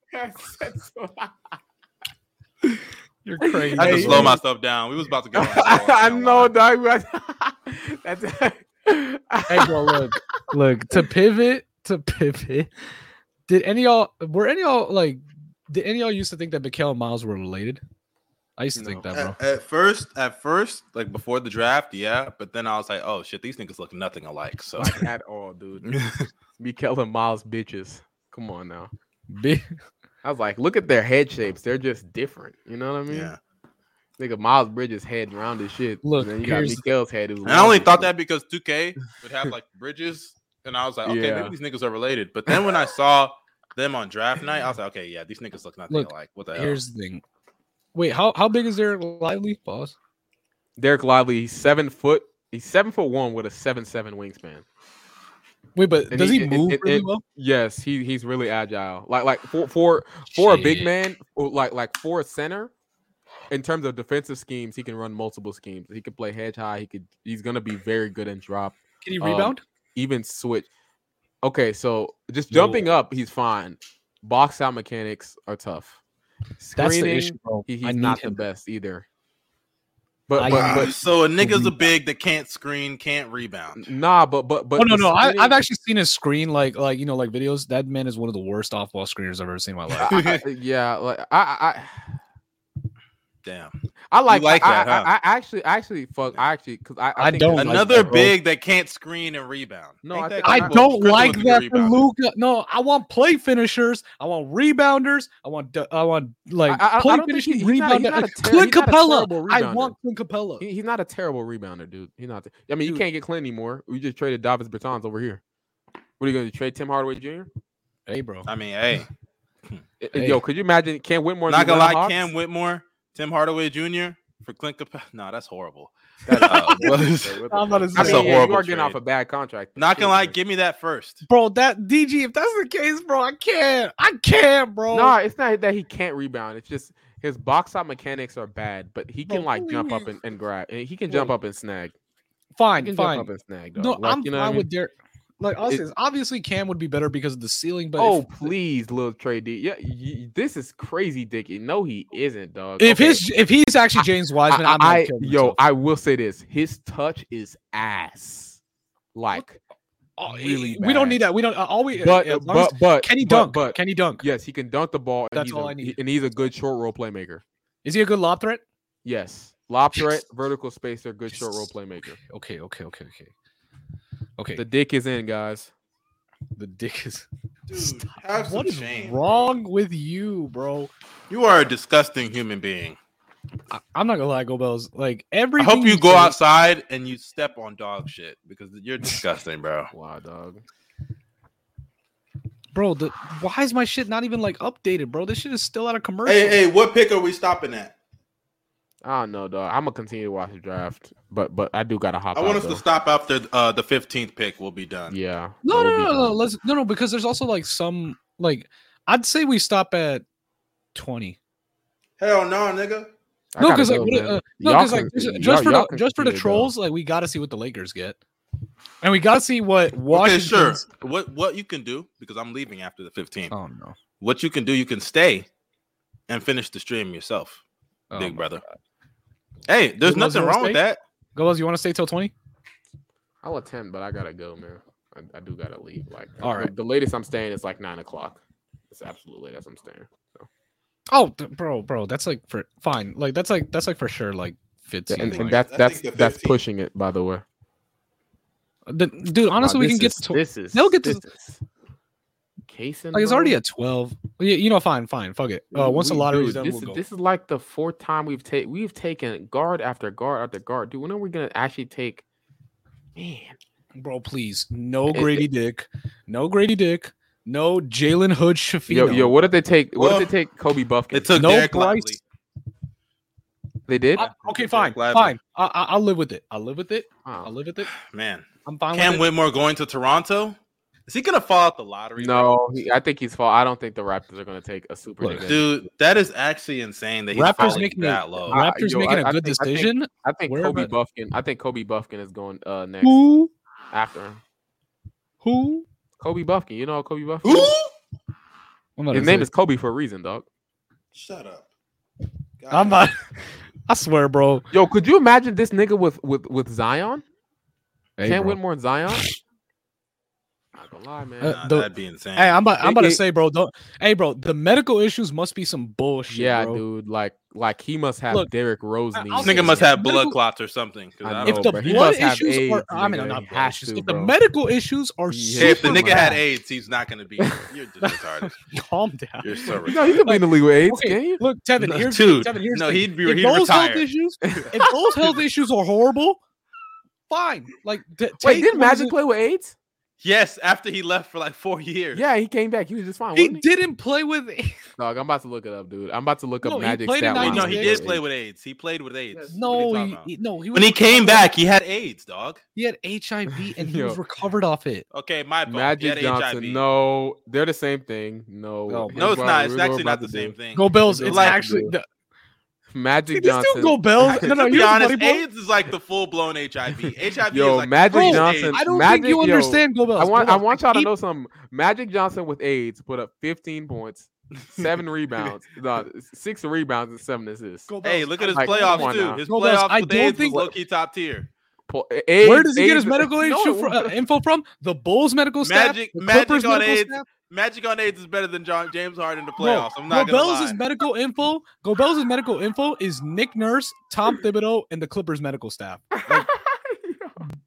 Speaker 1: You're crazy.
Speaker 3: I had
Speaker 2: [laughs]
Speaker 3: to
Speaker 2: Hey,
Speaker 3: slow
Speaker 2: hey.
Speaker 3: myself down. We was about
Speaker 2: [laughs]
Speaker 3: to go. on.
Speaker 2: [laughs] I know, dog. but-
Speaker 3: [laughs]
Speaker 2: That's
Speaker 1: Hey, bro, look, look. To pivot, to pivot. Did any y'all? Were any y'all like? Did any y'all used to think that Mikael and Miles were related? I used to think that, bro.
Speaker 3: At, at first, at first, like before the draft, yeah. But then I was like, oh shit, these niggas look nothing alike. So [laughs]
Speaker 2: like at all, dude. Mikel and Miles bitches. Come on now. [laughs]
Speaker 1: Bi-
Speaker 2: I was like, look at their head shapes. They're just different. You know what I mean?
Speaker 3: yeah.
Speaker 2: Nigga, Miles Bridges' head round as shit.
Speaker 1: Look,
Speaker 2: and then you got
Speaker 1: here's-
Speaker 2: Mikel's head. who's
Speaker 3: And I only
Speaker 2: long as
Speaker 3: thought
Speaker 2: shit.
Speaker 3: that because 2K would have like bridges, and I was like, okay,
Speaker 2: Yeah.
Speaker 3: maybe these niggas are related. But then when I saw them on draft night, I was like, okay, yeah, these niggas look nothing
Speaker 1: Look,
Speaker 3: alike. What the hell?
Speaker 1: Here's the thing. Wait, how how big is their lively? Pause.
Speaker 2: Derek Lively, he's seven foot. He's seven foot one with a seven seven wingspan.
Speaker 1: Wait, but
Speaker 2: And
Speaker 1: does
Speaker 2: he-
Speaker 1: he,
Speaker 2: and-
Speaker 1: move
Speaker 2: and-
Speaker 1: really
Speaker 2: and-
Speaker 1: well?
Speaker 2: Yes, he he's really agile. Like like for for for a big
Speaker 1: Shit.
Speaker 2: man, or like like for a center, in terms of defensive schemes, he can run multiple schemes. He can play hedge high. He could. He's gonna be very good in drop,
Speaker 1: Can he
Speaker 2: um,
Speaker 1: rebound?
Speaker 2: even switch. Okay, so just
Speaker 1: No.
Speaker 2: jumping up, he's fine. Box out mechanics are tough. Screening,
Speaker 1: That's the issue, bro.
Speaker 2: he- he's
Speaker 1: I need
Speaker 2: not the
Speaker 1: him.
Speaker 2: best either. But,
Speaker 1: I-
Speaker 2: but,
Speaker 3: Wow.
Speaker 2: but
Speaker 3: so a nigga's
Speaker 1: Mm-hmm.
Speaker 3: a big that can't screen, can't [laughs] rebound.
Speaker 2: nah, but but but
Speaker 1: oh no,
Speaker 2: the
Speaker 1: no, I,
Speaker 2: screening-
Speaker 1: I've actually seen his screen, like like you know, like videos. That man is one of the worst off ball screeners I've ever seen in my life.
Speaker 2: I- I- uh, yeah, like I I I-
Speaker 3: Damn.
Speaker 2: I like,
Speaker 3: like
Speaker 2: I,
Speaker 3: that,
Speaker 2: I-
Speaker 3: huh?
Speaker 2: I, I actually I actually fuck I actually because I,
Speaker 1: I
Speaker 2: think
Speaker 1: don't
Speaker 2: it's-
Speaker 1: like
Speaker 3: Another
Speaker 1: that, bro.
Speaker 3: big that can't screen and rebound.
Speaker 2: No,
Speaker 3: Ain't
Speaker 2: I
Speaker 3: that
Speaker 2: think-
Speaker 3: cool?
Speaker 1: I
Speaker 2: Well,
Speaker 1: don't
Speaker 3: Crystal
Speaker 1: like
Speaker 3: is a good
Speaker 1: that for
Speaker 3: rebounder.
Speaker 1: Luca. No, I want play finishers. I want rebounders. I want du- I want like
Speaker 2: I- I- I
Speaker 1: play
Speaker 2: don't think
Speaker 1: finishing
Speaker 2: he- he's not- he's
Speaker 1: rebounder.
Speaker 2: not a
Speaker 1: Uh,
Speaker 2: ter-
Speaker 1: Clint
Speaker 2: he's not a
Speaker 1: Capella.
Speaker 2: terrible
Speaker 1: I
Speaker 2: rebounder.
Speaker 1: want Clint Capella.
Speaker 2: He, he's not a terrible rebounder, dude. He's not. I mean, you
Speaker 1: Dude.
Speaker 2: can't get Clint anymore. We just traded Davis Bertans over here. What are you going to trade Tim Hardaway Jr.?
Speaker 1: Hey, bro.
Speaker 3: I mean, [laughs] hey,
Speaker 2: I- I-
Speaker 1: Hey.
Speaker 2: eh, Yo, could you imagine Cam Whitmore?
Speaker 3: not
Speaker 2: Not
Speaker 3: gonna
Speaker 2: going
Speaker 3: lie, Cam Whitmore, Tim Hardaway Jr. for Clint Capella. [laughs] Nah, that's horrible.
Speaker 2: [laughs]
Speaker 3: That, uh, [laughs] was-
Speaker 1: I'm not
Speaker 2: I
Speaker 1: as-
Speaker 3: That's a
Speaker 2: mean, yeah, you
Speaker 3: horrible
Speaker 2: are getting off
Speaker 3: trade.
Speaker 2: a bad contract.
Speaker 3: not gonna lie,
Speaker 2: like
Speaker 3: give me that first.
Speaker 1: Bro, that DG, if that's the case, bro, I can't. I can't, bro.
Speaker 2: No, it's not that he can't rebound. It's just his box out mechanics are bad, but he
Speaker 1: Bro,
Speaker 2: can like
Speaker 1: who
Speaker 2: jump up
Speaker 1: is-
Speaker 2: and, and grab. and He can jump up and snag. He
Speaker 1: fine,
Speaker 2: can
Speaker 1: fine.
Speaker 2: jump up and snag. Though.
Speaker 1: No,
Speaker 2: Like,
Speaker 1: I'm
Speaker 2: you know what I
Speaker 1: fine
Speaker 2: mean?
Speaker 1: with Derek. Like I'll say
Speaker 2: It-
Speaker 1: this, obviously Cam would be better because of the ceiling, but
Speaker 2: oh
Speaker 1: if,
Speaker 2: please, little Trey D. Yeah, y- this is crazy, Dickie. No, he isn't, dog.
Speaker 1: if
Speaker 2: Okay.
Speaker 1: his if he's actually James Wiseman, I,
Speaker 2: I,
Speaker 1: am
Speaker 2: I-
Speaker 1: might kill
Speaker 2: yo,
Speaker 1: myself.
Speaker 2: I will say this: his touch is ass. Like,
Speaker 1: Oh,
Speaker 2: really
Speaker 1: we don't
Speaker 2: bad.
Speaker 1: need that. We don't. uh, All we
Speaker 2: but
Speaker 1: as long as-
Speaker 2: but but
Speaker 1: can he
Speaker 2: but-
Speaker 1: dunk?
Speaker 2: But,
Speaker 1: can he dunk?
Speaker 2: yes, he can dunk the ball. And
Speaker 1: That's
Speaker 2: he's
Speaker 1: all
Speaker 2: a-
Speaker 1: I need.
Speaker 2: he- And he's a good short role playmaker.
Speaker 1: Is he a good lob threat?
Speaker 2: Yes, lob
Speaker 1: Yes.
Speaker 2: threat, vertical spacer, good short role
Speaker 1: Yes.
Speaker 2: playmaker.
Speaker 1: Okay, okay, okay, okay. Okay,
Speaker 2: The
Speaker 1: the,
Speaker 2: dick is in, guys.
Speaker 1: dick [laughs] is.
Speaker 3: Dude, have some
Speaker 1: What is
Speaker 3: shame.
Speaker 1: wrong with you, bro?
Speaker 3: You are a disgusting human being.
Speaker 1: I, I'm not gonna lie, Go Bells. Like
Speaker 3: I
Speaker 1: every.
Speaker 3: hope you go outside and you step on dog shit because you're disgusting, bro.
Speaker 2: Wow, dog.
Speaker 1: bro. The, why is my shit not even like updated, bro? This shit is still out of commercial.
Speaker 3: [laughs] Hey, hey, what pick are we stopping at?
Speaker 2: I don't know, dog. I'm gonna continue to watch the draft, but but I do gotta hop.
Speaker 3: I want
Speaker 2: out,
Speaker 3: us
Speaker 2: though.
Speaker 3: to stop after uh, the 15th pick. We'll be done.
Speaker 2: Yeah.
Speaker 1: No,
Speaker 2: that
Speaker 1: no,
Speaker 2: would be
Speaker 1: no, no.
Speaker 2: fun.
Speaker 1: Let's no, no, because there's also like some like I'd say we stop at twenty.
Speaker 3: Hell no, nigga.
Speaker 2: I
Speaker 1: No,
Speaker 2: gotta
Speaker 1: because like,
Speaker 2: go,
Speaker 1: what-
Speaker 2: man.
Speaker 1: uh, no,
Speaker 2: Y'all
Speaker 1: 'cause, like
Speaker 2: can-
Speaker 1: just,
Speaker 2: y'all-
Speaker 1: just for
Speaker 2: y'all
Speaker 1: the
Speaker 2: can
Speaker 1: just for the
Speaker 2: continue, though.
Speaker 1: trolls, like we got to see what the Lakers get, and we got to see what
Speaker 3: Okay,
Speaker 1: Washington.
Speaker 3: sure. What what you can do because I'm leaving after the 15th.
Speaker 1: Oh no,
Speaker 3: What you can do, you can stay and finish the stream yourself,
Speaker 1: oh,
Speaker 3: big
Speaker 1: my
Speaker 3: brother.
Speaker 1: God.
Speaker 3: Hey, there's
Speaker 1: Who knows
Speaker 3: nothing
Speaker 1: the
Speaker 3: wrong with that.
Speaker 1: Golos, you want to stay till twenty?
Speaker 2: I'll attend, but I gotta go, man. I, I do gotta leave. Like,
Speaker 1: All
Speaker 2: the-
Speaker 1: right.
Speaker 2: The latest I'm staying is like nine o'clock. It's absolutely that's I'm staying. So.
Speaker 1: Oh, th- bro, bro, that's like for fine. Like that's like that's like for sure. Like fits.
Speaker 2: And,
Speaker 3: like-
Speaker 2: and that's
Speaker 3: I
Speaker 2: that's
Speaker 3: think the
Speaker 2: that's
Speaker 3: 15
Speaker 2: pushing it, by the way.
Speaker 1: The- uh, dude, honestly,
Speaker 2: Wow,
Speaker 1: we can
Speaker 2: this
Speaker 1: get
Speaker 2: is-
Speaker 1: to tw-
Speaker 2: this is
Speaker 1: they'll get to-
Speaker 2: case.
Speaker 1: like it's already at twelve. Yeah, you know, fine, fine, fuck it. Uh, once the lottery's done,
Speaker 2: this,
Speaker 1: we'll go.
Speaker 2: this is like the fourth time we've taken we've taken guard after guard after guard. Dude, when are we gonna actually take? Man,
Speaker 1: Bro, please, no
Speaker 2: It- it-
Speaker 1: Grady Dick, no Grady Dick, no Jalen Hood
Speaker 2: yo,
Speaker 1: Shafino.
Speaker 2: yo, what did they take? What
Speaker 3: Well,
Speaker 2: did they take? Kobe Buffkin.
Speaker 3: It took
Speaker 1: No
Speaker 3: Derek
Speaker 1: Bryce.
Speaker 3: Lively.
Speaker 2: they did.
Speaker 1: I- okay,
Speaker 3: Derek
Speaker 1: fine,
Speaker 3: Lively.
Speaker 1: fine. I, I, I'll live with it. I'll live with it.
Speaker 2: Wow.
Speaker 1: I'll live with it.
Speaker 3: Man,
Speaker 1: I'm fine
Speaker 3: Cam
Speaker 1: with it.
Speaker 3: Whitmore going to Toronto. Is he gonna fall out the lottery?
Speaker 2: No, he, I think he's fall. I don't think the Raptors are going to take a super.
Speaker 1: Look,
Speaker 2: nigga.
Speaker 3: dude, that is actually insane that he's
Speaker 1: Raptors
Speaker 3: falling
Speaker 1: making
Speaker 3: that
Speaker 1: it-
Speaker 3: low.
Speaker 2: I-
Speaker 1: Raptors
Speaker 2: yo,
Speaker 1: making a
Speaker 2: I- I
Speaker 1: good
Speaker 2: think- I think-
Speaker 1: decision.
Speaker 2: I think
Speaker 1: where
Speaker 2: Kobe
Speaker 1: about-
Speaker 2: Buffkin. I think Kobe Buffkin is going uh next
Speaker 1: Who?
Speaker 2: after him.
Speaker 1: Who?
Speaker 2: Kobe Buffkin. You know Kobe Buffkin.
Speaker 3: Ooh,
Speaker 2: is?
Speaker 1: I'm not
Speaker 2: His
Speaker 1: gonna
Speaker 2: name
Speaker 1: say
Speaker 2: is Kobe for a reason, dog.
Speaker 3: shut up.
Speaker 1: it. I'm
Speaker 3: [laughs]
Speaker 1: not. [laughs] I swear, bro.
Speaker 2: Yo, could you imagine this nigga with with with Zion?
Speaker 1: Hey,
Speaker 2: Can't
Speaker 1: bro.
Speaker 2: win more than Zion. [sighs] Not gonna lie, man.
Speaker 1: Uh,
Speaker 3: Nah,
Speaker 1: the-
Speaker 3: that'd be insane.
Speaker 1: Hey, I'm about, I'm about to
Speaker 2: Big-
Speaker 1: say, bro. Don't. Hey, bro. The medical issues must be some bullshit.
Speaker 2: yeah,
Speaker 1: bro.
Speaker 2: dude. Like like he must have
Speaker 1: Look,
Speaker 2: Derrick Rose
Speaker 1: I-
Speaker 2: knees.
Speaker 1: I'll
Speaker 3: this nigga
Speaker 1: say
Speaker 2: man.
Speaker 3: must have blood
Speaker 1: Medical-
Speaker 3: clots or something. 'cause
Speaker 2: I
Speaker 3: I
Speaker 2: know,
Speaker 3: don't
Speaker 1: If
Speaker 3: know.
Speaker 1: the
Speaker 2: bro. He
Speaker 1: blood
Speaker 2: must have
Speaker 1: issues are,
Speaker 2: AIDS,
Speaker 1: I mean,
Speaker 2: nigga.
Speaker 1: not
Speaker 2: He
Speaker 1: blood
Speaker 2: has
Speaker 1: issues.
Speaker 2: to,
Speaker 1: If the
Speaker 2: bro.
Speaker 1: medical issues are
Speaker 2: He
Speaker 1: super
Speaker 2: has
Speaker 3: Shit, if the nigga had
Speaker 1: bad,
Speaker 3: AIDS, he's not gonna be. here. You're
Speaker 1: [laughs]
Speaker 3: just retarded.
Speaker 1: calm down.
Speaker 3: You're so
Speaker 2: No,
Speaker 3: retarded.
Speaker 2: you could be in the league with AIDS,
Speaker 1: Okay,
Speaker 2: can you?
Speaker 1: Look, Tevin.
Speaker 3: No,
Speaker 1: here's
Speaker 3: dude,
Speaker 1: Tevin, here's
Speaker 3: no,
Speaker 1: the thing.
Speaker 3: he'd be-
Speaker 1: if
Speaker 3: he'd
Speaker 1: those
Speaker 3: retire.
Speaker 1: health
Speaker 2: [laughs]
Speaker 1: issues. If those health issues are horrible, fine. Like, t-
Speaker 2: Wait,
Speaker 1: take
Speaker 2: didn't
Speaker 1: what is
Speaker 2: Magic
Speaker 1: it-
Speaker 2: play with AIDS?
Speaker 3: Yes, after he left for like four years.
Speaker 2: Yeah, he came back. He was just fine.
Speaker 1: He
Speaker 2: wasn't he?
Speaker 1: didn't play with.
Speaker 2: Dog, I'm about to look it up, dude. I'm about to look
Speaker 1: No,
Speaker 2: up
Speaker 1: he
Speaker 2: Magic
Speaker 1: played in
Speaker 2: stat
Speaker 3: Wait,
Speaker 2: line.
Speaker 1: Wow.
Speaker 3: no, he did
Speaker 1: 96.
Speaker 3: play with AIDS. He played with AIDS.
Speaker 1: No,
Speaker 3: What are you
Speaker 1: he,
Speaker 3: talking
Speaker 1: he- no. He was
Speaker 3: about? when he came
Speaker 1: recovered-
Speaker 3: back, he had AIDS, dog.
Speaker 1: he had HIV and
Speaker 3: [laughs]
Speaker 1: he
Speaker 2: Yo.
Speaker 1: was recovered off it.
Speaker 3: Okay, my fault. he had
Speaker 2: Magic
Speaker 3: HIV.
Speaker 2: Johnson. No, they're the same thing. No,
Speaker 1: No,
Speaker 2: here's
Speaker 3: no, it's
Speaker 2: what
Speaker 3: not.
Speaker 2: I- here's
Speaker 3: It's
Speaker 2: what we're
Speaker 3: actually
Speaker 2: about
Speaker 3: not
Speaker 2: to
Speaker 3: the same
Speaker 2: do.
Speaker 3: thing.
Speaker 1: Go Bills.
Speaker 2: Here's
Speaker 1: It's
Speaker 2: what I'm
Speaker 1: actually
Speaker 2: about to do. Magic
Speaker 1: Dude, these two
Speaker 2: Johnson.
Speaker 1: go Bills.
Speaker 3: [laughs]
Speaker 1: No, no,
Speaker 3: to
Speaker 1: you're
Speaker 3: be honest,
Speaker 1: funny, bro.
Speaker 3: AIDS is like the full blown HIV.
Speaker 2: [laughs]
Speaker 3: HIV
Speaker 2: Yo,
Speaker 3: is like
Speaker 2: Magic
Speaker 3: full
Speaker 2: Johnson-
Speaker 3: AIDS.
Speaker 1: I don't
Speaker 2: Magic,
Speaker 1: think you
Speaker 2: yo,
Speaker 1: understand Go Bills.
Speaker 2: I want
Speaker 1: Go
Speaker 2: I
Speaker 1: Bills.
Speaker 2: want y'all to
Speaker 1: keep-
Speaker 2: know something. Magic Johnson with AIDS put up 15 points,
Speaker 1: [laughs]
Speaker 2: seven rebounds, no, six rebounds and seven assists.
Speaker 1: Go
Speaker 3: Hey, look at his
Speaker 2: Like, come
Speaker 3: playoffs
Speaker 2: on
Speaker 3: too.
Speaker 2: now.
Speaker 3: His
Speaker 1: Go Bells.
Speaker 3: playoffs
Speaker 1: I
Speaker 3: with
Speaker 1: don't
Speaker 3: A's was
Speaker 1: think-
Speaker 3: low key top tier.
Speaker 2: Po-
Speaker 1: Where
Speaker 2: A's-
Speaker 1: does he get his
Speaker 2: A's-
Speaker 1: medical age
Speaker 2: No,
Speaker 1: shoot fro- uh, info from? The Bulls medical staff,
Speaker 3: Magic-
Speaker 1: the
Speaker 3: Magic
Speaker 1: Clippers
Speaker 3: on
Speaker 1: medical
Speaker 3: AIDS.
Speaker 1: staff.
Speaker 3: Magic on AIDS is better than John James Harden in the
Speaker 1: Bro,
Speaker 3: playoffs. I'm not gonna
Speaker 1: Gobel's'
Speaker 3: lie.
Speaker 1: medical info. Gobel's medical info is Nick Nurse,
Speaker 3: [laughs]
Speaker 1: Tom Thibodeau, and the Clippers medical staff. Like,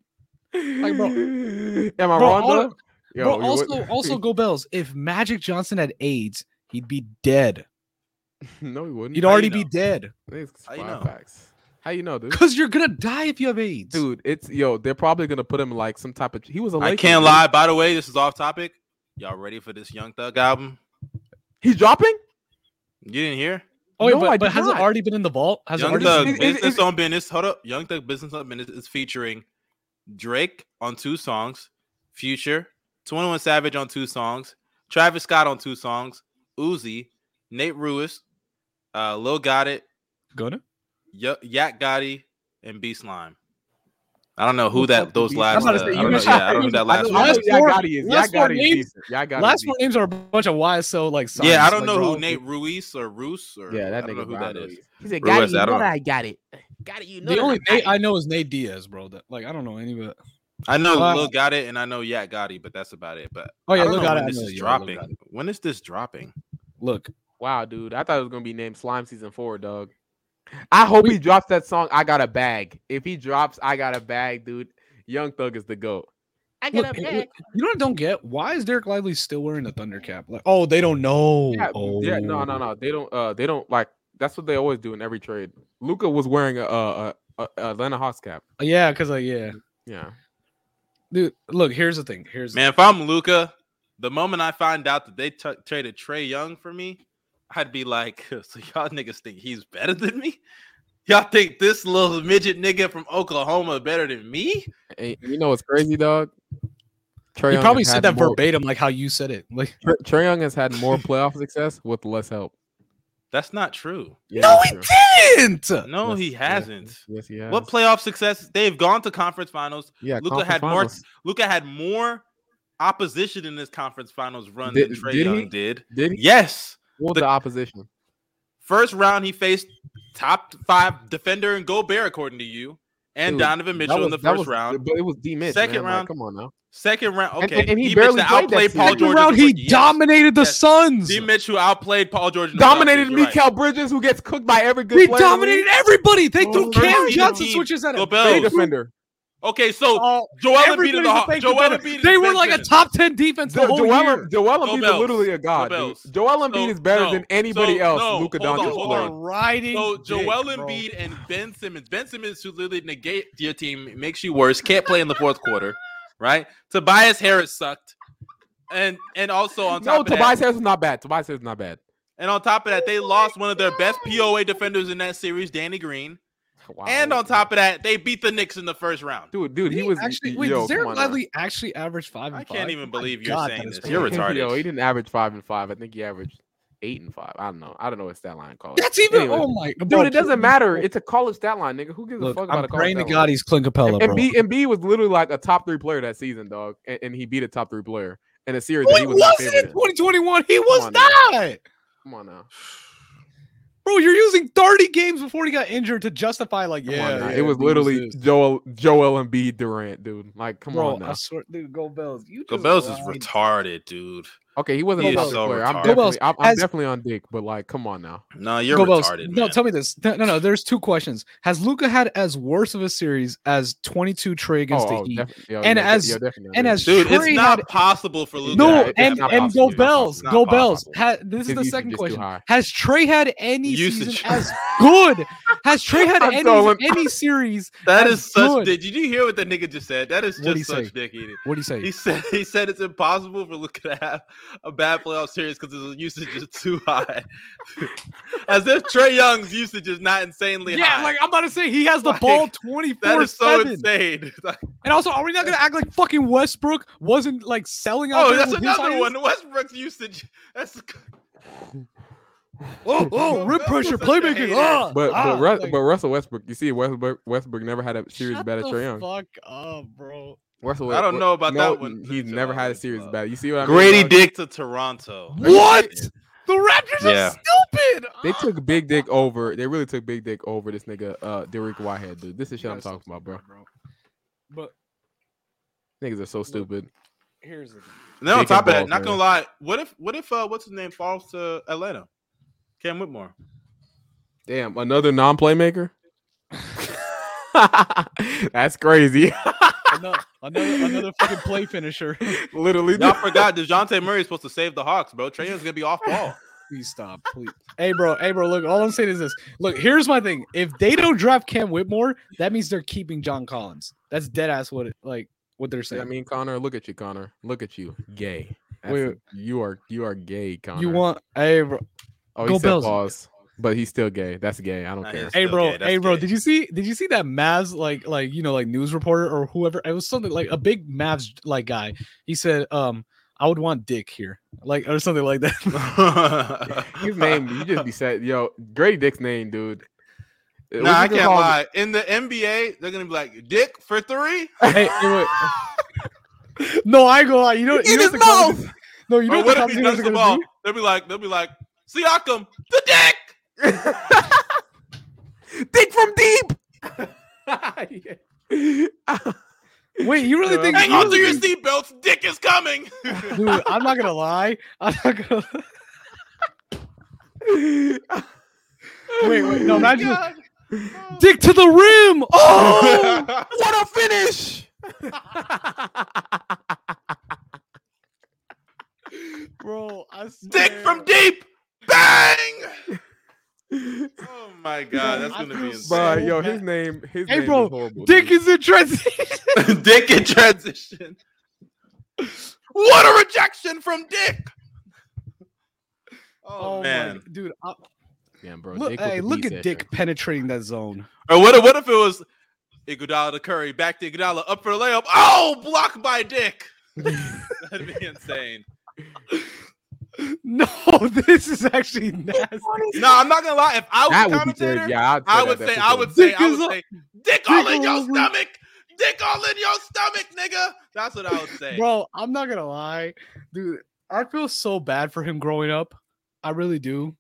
Speaker 1: bro-
Speaker 2: Am I
Speaker 1: Bro,
Speaker 2: wrong?
Speaker 1: all-
Speaker 2: though? Yo,
Speaker 1: Bro,
Speaker 2: you
Speaker 1: also,
Speaker 2: would-
Speaker 3: [laughs]
Speaker 1: also Gobel's. If Magic Johnson had AIDS, he'd be dead.
Speaker 2: [laughs] no, he wouldn't.
Speaker 1: He'd
Speaker 3: How you
Speaker 1: already be
Speaker 3: know?
Speaker 1: dead.
Speaker 2: It's
Speaker 3: How you
Speaker 2: five
Speaker 3: know?
Speaker 2: facts. How you know,
Speaker 1: [laughs]
Speaker 2: dude?
Speaker 1: Because you're gonna die if you have AIDS.
Speaker 2: Dude, it's yo. They're probably gonna put him in, like some type of. He was a.
Speaker 3: I
Speaker 2: Laker,
Speaker 3: can't
Speaker 2: dude.
Speaker 3: lie. By the way, this is off topic. Y'all ready for this Young Thug album?
Speaker 2: He's dropping.
Speaker 3: You didn't hear?
Speaker 1: Oh, wait,
Speaker 2: No,
Speaker 1: but,
Speaker 2: I
Speaker 1: but
Speaker 2: did
Speaker 1: has
Speaker 2: not.
Speaker 1: it already been in the vault? Has it
Speaker 3: Young
Speaker 1: already
Speaker 3: Thug
Speaker 1: been in
Speaker 2: it-
Speaker 1: the vault?
Speaker 2: it-
Speaker 3: Business on Business. Hold up. Young Thug Business on Business is featuring Drake on two songs, Future, 21 Savage on two songs, Travis Scott on two songs, Uzi, Nate Ruiz, uh, Lil Goddard,
Speaker 1: Gonna?
Speaker 3: y- Yak Gotti, and B Slime. I don't know who
Speaker 2: Who the fuck
Speaker 3: that
Speaker 2: is
Speaker 3: those
Speaker 2: B
Speaker 3: last. Uh,
Speaker 1: Slime? I was about to say,
Speaker 3: I
Speaker 1: you
Speaker 3: don't know,
Speaker 1: mentioned- [laughs]
Speaker 3: yeah, I don't know who that
Speaker 2: I
Speaker 3: last.
Speaker 2: know-
Speaker 1: one
Speaker 2: I know
Speaker 1: is-
Speaker 3: one
Speaker 2: who
Speaker 3: is.
Speaker 1: four-
Speaker 2: Yagati is.
Speaker 1: last four
Speaker 2: Yagati is
Speaker 1: names-
Speaker 2: decent. Yagati is
Speaker 1: Last four
Speaker 2: decent.
Speaker 1: names are a bunch of YSO like signs.
Speaker 3: Yeah, I don't
Speaker 1: like,
Speaker 3: know
Speaker 1: bro,
Speaker 3: who Nate Ruiz or Roos or
Speaker 2: Yeah, that
Speaker 3: I don't know
Speaker 2: nigga.
Speaker 3: who that is.
Speaker 2: He said,
Speaker 3: Ruiz, "Gotti, you I don't know know.
Speaker 2: I got it. Got it. You
Speaker 1: The only Nate I know is Nate Diaz, bro. That, like I don't know any of it.
Speaker 3: I know
Speaker 1: Uh,
Speaker 3: Lil got it, and I know Yak Gotti, but that's about it. But
Speaker 1: Oh yeah,
Speaker 3: I don't
Speaker 1: look
Speaker 3: know
Speaker 1: at
Speaker 3: when
Speaker 1: it. I
Speaker 3: this
Speaker 1: know,
Speaker 3: is
Speaker 1: yeah, Lil
Speaker 3: dropping.
Speaker 1: Gotti.
Speaker 3: When is this dropping?
Speaker 1: Look,
Speaker 2: Wow, dude. I thought it was gonna be named Slime Season Four, dog. I hope he drops that song. I got a bag. If he drops, I got a bag, dude. Young Thug is the goat. I
Speaker 1: look, look, you know what I don't get? Why is Derek Lively still wearing the Thunder cap? Like, oh, they don't know.
Speaker 2: Yeah,
Speaker 1: oh.
Speaker 2: yeah, no, no, no. They don't. Uh, they don't like. That's what they always do in every trade. Luca was wearing a uh a, a Atlanta Hawks cap.
Speaker 1: Oh. Yeah, because like, yeah,
Speaker 2: Yeah.
Speaker 1: dude. Look, here's the thing. Here's
Speaker 3: Man, if I'm Luca, the moment I find out that they t- traded Trey Young for me, I'd be like, [laughs] so y'all niggas think he's better than me? Y'all think this little midget nigga from Oklahoma better than me?
Speaker 2: And you know what's crazy, dog? Trae
Speaker 1: you
Speaker 2: Young
Speaker 1: probably
Speaker 2: has
Speaker 1: said
Speaker 2: had
Speaker 1: that
Speaker 2: more-
Speaker 1: verbatim, like how you said it. Like,
Speaker 2: [laughs] Tra- Trae Young has had more playoff success with less help.
Speaker 3: That's not true.
Speaker 1: no,
Speaker 2: it's
Speaker 1: he
Speaker 2: true.
Speaker 1: didn't.
Speaker 3: No,
Speaker 2: Yes,
Speaker 3: he
Speaker 2: yes,
Speaker 3: hasn't.
Speaker 2: Yes, he has.
Speaker 3: What playoff success? They've gone to conference finals.
Speaker 2: yeah,
Speaker 3: Luka
Speaker 2: conference
Speaker 3: had more-
Speaker 2: finals.
Speaker 3: Luca had more opposition in this conference finals run
Speaker 2: Did-
Speaker 3: than Trey
Speaker 2: did he?
Speaker 3: Young did.
Speaker 2: Did he?
Speaker 3: Yes.
Speaker 2: What
Speaker 3: the-
Speaker 2: the, opposition?
Speaker 3: First round, he faced top five defender and Gobert, according to you, and
Speaker 2: Dude,
Speaker 3: Donovan Mitchell
Speaker 2: That
Speaker 3: in the
Speaker 2: was- that
Speaker 3: first
Speaker 2: was-
Speaker 3: round.
Speaker 2: but it was D. Mitch.
Speaker 3: Second
Speaker 2: man. Like,
Speaker 3: round-
Speaker 2: come on now.
Speaker 3: Second round,
Speaker 2: And-
Speaker 3: okay.
Speaker 2: and- and he
Speaker 3: D.
Speaker 2: barely
Speaker 3: Mitch that
Speaker 2: played that
Speaker 3: outplayed
Speaker 2: season.
Speaker 3: Paul
Speaker 2: Second
Speaker 3: George.
Speaker 1: round,
Speaker 3: in the
Speaker 1: he
Speaker 3: rookie, yes.
Speaker 1: dominated the
Speaker 3: Yes.
Speaker 1: Suns.
Speaker 3: D. Mitch, who outplayed Paul George, in the
Speaker 2: Dominated
Speaker 3: playoffs, you're right.
Speaker 2: Mikael Bridges, who gets cooked by every good
Speaker 1: We
Speaker 2: player. in the
Speaker 1: dominated
Speaker 2: league.
Speaker 1: everybody. They threw
Speaker 2: Oh,
Speaker 1: Cam
Speaker 2: Mercy.
Speaker 1: Johnson switches at
Speaker 3: Go
Speaker 1: a
Speaker 3: Bells.
Speaker 2: Great
Speaker 1: fake
Speaker 2: defender.
Speaker 3: Okay,
Speaker 2: Oh,
Speaker 3: so
Speaker 1: ball.
Speaker 3: Joel Embiid
Speaker 1: Everybody's
Speaker 3: and the
Speaker 1: a
Speaker 3: Haw-
Speaker 1: fake
Speaker 3: Joel
Speaker 1: defender.
Speaker 3: Embiid and
Speaker 1: They were
Speaker 3: Ben
Speaker 1: like a
Speaker 3: Simmons.
Speaker 1: top ten defense the
Speaker 2: Jo-
Speaker 1: whole
Speaker 2: Joel,
Speaker 1: year.
Speaker 2: Joel
Speaker 3: Go
Speaker 2: Embiid
Speaker 3: Bells.
Speaker 2: is literally a god.
Speaker 3: Go
Speaker 2: dude.
Speaker 3: Bells.
Speaker 2: Joel Embiid
Speaker 3: So-
Speaker 2: is better
Speaker 3: no.
Speaker 2: than anybody
Speaker 3: So,
Speaker 2: else.
Speaker 3: no,
Speaker 2: Luka
Speaker 3: hold on,
Speaker 2: Doncic
Speaker 3: hold
Speaker 2: played.
Speaker 3: on.
Speaker 1: riding.
Speaker 3: So Joel
Speaker 1: dick, bro.
Speaker 3: Embiid and Ben Simmons. Ben Simmons, who literally negate your team, makes you worse. Can't play in the fourth quarter, right? Tobias Harris sucked, and and also on top
Speaker 2: No,
Speaker 3: of
Speaker 2: Tobias
Speaker 3: that,
Speaker 2: Harris is not bad. Tobias Harris is not bad.
Speaker 3: and on top of that, they lost one of their best POA defenders in that series, Danny Green.
Speaker 2: Wow.
Speaker 3: And on top of that, they beat the Knicks in the first round.
Speaker 2: dude, dude, he,
Speaker 1: He
Speaker 2: was
Speaker 1: actually.
Speaker 2: yo,
Speaker 1: Wait,
Speaker 2: come
Speaker 1: does Derek
Speaker 2: on now.
Speaker 1: Lively actually average five? And
Speaker 3: I
Speaker 1: five?
Speaker 3: can't even believe you're
Speaker 1: God,
Speaker 3: saying
Speaker 1: that is
Speaker 3: this. You're
Speaker 1: crazy.
Speaker 3: retarded.
Speaker 2: Yo, he didn't average five and five. I think he averaged eight and five. I don't know. I don't know what stat line called.
Speaker 1: That's even.
Speaker 2: Anyway.
Speaker 1: Oh my,
Speaker 2: Dude,
Speaker 1: bro,
Speaker 2: it doesn't
Speaker 1: please,
Speaker 2: matter.
Speaker 1: bro.
Speaker 2: It's a college stat line, nigga. Who gives
Speaker 1: Look,
Speaker 2: a fuck about
Speaker 1: I'm
Speaker 2: a college
Speaker 1: praying to
Speaker 2: stat
Speaker 1: God
Speaker 2: line?
Speaker 1: he's Clint Capella,
Speaker 2: And
Speaker 1: bro.
Speaker 2: B and B was literally like a top three player that season, dog. And, and he beat a top three player in a series that he was not favored in.
Speaker 1: 2021. He
Speaker 2: was on now.
Speaker 1: not.
Speaker 2: Come on now.
Speaker 1: Bro, you're using 30 games before he got injured to justify like
Speaker 2: Come
Speaker 1: yeah,
Speaker 2: on now.
Speaker 1: yeah,
Speaker 2: it was
Speaker 1: he
Speaker 2: literally
Speaker 1: this.
Speaker 2: Joel Joel and B Durant, dude. Like, come
Speaker 1: Bro,
Speaker 2: on now.
Speaker 1: I swear, dude, go Bells. You just
Speaker 3: Gobels is
Speaker 1: lied.
Speaker 3: retarded, dude.
Speaker 2: Okay, he wasn't
Speaker 1: Go
Speaker 2: a top
Speaker 1: Bells.
Speaker 2: three player. I'm
Speaker 3: Go
Speaker 1: Bells.
Speaker 2: definitely, I'm, I'm
Speaker 1: As-
Speaker 2: definitely on dick, but like, come on now.
Speaker 3: No, you're
Speaker 1: Go Bells.
Speaker 3: retarded.
Speaker 1: No,
Speaker 3: man.
Speaker 1: tell me this. No, no, no, there's two questions. Has Luca had as worse of a series as 22 Trey against E?
Speaker 2: Oh,
Speaker 1: the Heat?
Speaker 2: defi- yo,
Speaker 1: And
Speaker 2: yo, de-
Speaker 1: as-
Speaker 2: yo, definitely on
Speaker 1: and
Speaker 2: dick.
Speaker 1: as
Speaker 3: dude,
Speaker 1: Trey
Speaker 3: it's not
Speaker 1: had-
Speaker 3: possible for Luca.
Speaker 1: no,
Speaker 2: Yeah, it's
Speaker 1: and
Speaker 2: not
Speaker 1: and
Speaker 2: possible.
Speaker 1: go
Speaker 2: It's not
Speaker 1: Bells,
Speaker 3: possible.
Speaker 1: go
Speaker 3: It's not
Speaker 1: Bells.
Speaker 3: possible.
Speaker 1: Ha- this is
Speaker 2: His
Speaker 1: the
Speaker 2: usage
Speaker 1: second
Speaker 2: is too
Speaker 1: question.
Speaker 2: high.
Speaker 1: Has Trey had any
Speaker 3: Usage.
Speaker 1: season as good? Has Trey had
Speaker 2: I'm
Speaker 1: any
Speaker 2: going-
Speaker 1: any series?
Speaker 3: That
Speaker 1: That's
Speaker 3: is such.
Speaker 1: good.
Speaker 3: Did, did you hear what that nigga just said? That is
Speaker 1: What'd he
Speaker 3: just such
Speaker 1: say?
Speaker 3: dick eating.
Speaker 1: What do you say?
Speaker 3: He said he said it's impossible for Luca to have a bad playoff series because his usage is too high. [laughs] As if Trey Young's usage is not insanely
Speaker 1: Yeah,
Speaker 3: high.
Speaker 1: like I'm about to say, he has the
Speaker 3: Like,
Speaker 1: ball
Speaker 3: that
Speaker 1: 24
Speaker 3: is so
Speaker 1: 7.
Speaker 3: insane. [laughs] Like,
Speaker 1: And also, are we not going to act like fucking Westbrook wasn't like selling out?
Speaker 3: oh,
Speaker 1: there
Speaker 3: that's
Speaker 1: with his
Speaker 3: another
Speaker 1: ideas?
Speaker 3: one. Westbrook's usage. [laughs] That's
Speaker 1: Oh, oh, rip
Speaker 3: Westbrook's
Speaker 1: pressure,
Speaker 3: such a
Speaker 1: playmaking.
Speaker 3: hater.
Speaker 1: Ah,
Speaker 2: But
Speaker 1: ah,
Speaker 2: but, Rus-
Speaker 1: like,
Speaker 2: but Russell Westbrook, you see Westbrook Westbrook never had a series
Speaker 1: shut
Speaker 2: better than
Speaker 1: the
Speaker 2: Trae Young.
Speaker 1: Fuck up, bro.
Speaker 2: Russell,
Speaker 3: I don't
Speaker 2: West-
Speaker 3: know about
Speaker 2: no,
Speaker 3: that one.
Speaker 1: Ah.
Speaker 2: He's never had a series better. You see what I mean?
Speaker 3: Grady
Speaker 2: dog?
Speaker 3: Dick to Toronto.
Speaker 1: What? The Raptors are
Speaker 6: Yeah.
Speaker 1: stupid.
Speaker 2: They
Speaker 1: [gasps]
Speaker 2: took Big Dick over. They really took Big Dick over this nigga, uh, Derek Whitehead, dude. This is shit I'm
Speaker 1: Yes.
Speaker 2: talking about, bro.
Speaker 1: But
Speaker 2: Niggas are so stupid.
Speaker 1: here's the thing.
Speaker 3: And then on
Speaker 2: Big
Speaker 3: top of that,
Speaker 2: balls,
Speaker 3: not gonna
Speaker 2: man.
Speaker 3: lie, what if what if uh what's his name falls to Atlanta? Cam Whitmore.
Speaker 2: Damn, another non playmaker. [laughs] That's crazy. [laughs]
Speaker 1: Another, another, another fucking play finisher. [laughs]
Speaker 2: Literally, [laughs]
Speaker 3: Y'all forgot Dejounte Murray is supposed to save the Hawks, bro. Trey Young's gonna be off [laughs] ball.
Speaker 1: Please stop. Please. hey, bro. Hey, bro. Look, all I'm saying is this. Look, here's my thing. If they don't draft Cam Whitmore, that means they're keeping John Collins. That's dead ass what it, like what they're
Speaker 2: See what
Speaker 1: saying.
Speaker 2: I mean, Connor, look at you, Connor. Look at you, gay. That's
Speaker 1: Wait.
Speaker 2: it. you are you are gay, Connor.
Speaker 1: you want hey bro.
Speaker 2: Oh,
Speaker 1: go
Speaker 2: he said
Speaker 1: Bills.
Speaker 2: pause, but he's still gay. That's gay. I don't
Speaker 3: Nah,
Speaker 2: care.
Speaker 3: he's-
Speaker 1: Hey
Speaker 3: Still
Speaker 1: bro,
Speaker 3: gay, that's
Speaker 1: hey bro,
Speaker 3: gay.
Speaker 1: did you see did you see that Mavs like like you know like news reporter or whoever it was something like a big Mavs like guy. He said, um, I would want dick here. Like or something like that. [laughs]
Speaker 2: His [laughs] name, you just be sad. Yo, Grady Dick's name, dude. Uh,
Speaker 3: Nah, I
Speaker 2: what you
Speaker 3: can't
Speaker 2: call him?
Speaker 3: lie. In the NBA, they're gonna be like, "Dick for three?
Speaker 1: hey, hey, wait. [laughs] No, I go out. You know, you know what the commentators- No, you know
Speaker 3: Or
Speaker 1: what
Speaker 3: what
Speaker 1: the
Speaker 3: if he
Speaker 1: commentators
Speaker 3: dunks
Speaker 1: are
Speaker 3: the
Speaker 1: gonna
Speaker 3: ball?
Speaker 1: do?
Speaker 3: They'll be like, they'll be like, Siakam, the dick.
Speaker 2: Dick from deep.
Speaker 3: [laughs]
Speaker 1: [laughs] Wait, you really think?
Speaker 3: Hang
Speaker 1: you
Speaker 3: on to your
Speaker 1: really think-
Speaker 3: seatbelts. Dick is
Speaker 2: [laughs]
Speaker 3: coming.
Speaker 1: dude? I'm not gonna lie. I'm not gonna. [laughs] Wait, wait, no, not just
Speaker 3: God.
Speaker 1: dick to the [laughs] rim. Oh,
Speaker 2: what a finish!
Speaker 1: [laughs] bro, I swear.
Speaker 3: dick from deep. Bang. Oh my god, that's
Speaker 1: I
Speaker 2: [laughs]
Speaker 3: gonna
Speaker 1: feel
Speaker 3: be
Speaker 2: Bro,
Speaker 1: bad.
Speaker 3: insane.
Speaker 2: yo, his name, his
Speaker 1: Hey,
Speaker 2: name
Speaker 1: bro,
Speaker 2: is horrible.
Speaker 1: Dick
Speaker 2: dude.
Speaker 1: is in [laughs] transition.
Speaker 3: [laughs] dick in transition. What a rejection from Dick. Oh,
Speaker 1: my
Speaker 3: man.
Speaker 1: g- dude. I,
Speaker 2: Damn, bro.
Speaker 1: look,
Speaker 2: Dick with
Speaker 1: hey,
Speaker 2: the
Speaker 1: look
Speaker 2: D
Speaker 1: at
Speaker 2: section.
Speaker 1: Dick penetrating that zone.
Speaker 3: Or what if, what if it was Iguodala to Curry, back to Iguodala, up for the layup. Oh, blocked by Dick. [laughs] That'd be insane.
Speaker 1: [laughs] No, this is [laughs] actually nasty.
Speaker 3: No, I'm not gonna lie. If I
Speaker 2: That
Speaker 3: was a
Speaker 2: would be
Speaker 3: commentator,
Speaker 2: good. Yeah, I'd
Speaker 3: I would
Speaker 2: that
Speaker 3: say,
Speaker 2: for
Speaker 3: I
Speaker 2: sure.
Speaker 3: would say,
Speaker 1: Dick
Speaker 3: I
Speaker 1: is
Speaker 3: would
Speaker 1: a-
Speaker 3: say, Dick all
Speaker 1: Dick
Speaker 3: in your
Speaker 1: all over-
Speaker 3: stomach. Dick all in your stomach, nigga. That's what I would say.
Speaker 1: Bro, I'm not gonna lie, dude. I feel so bad for him growing up. I really do.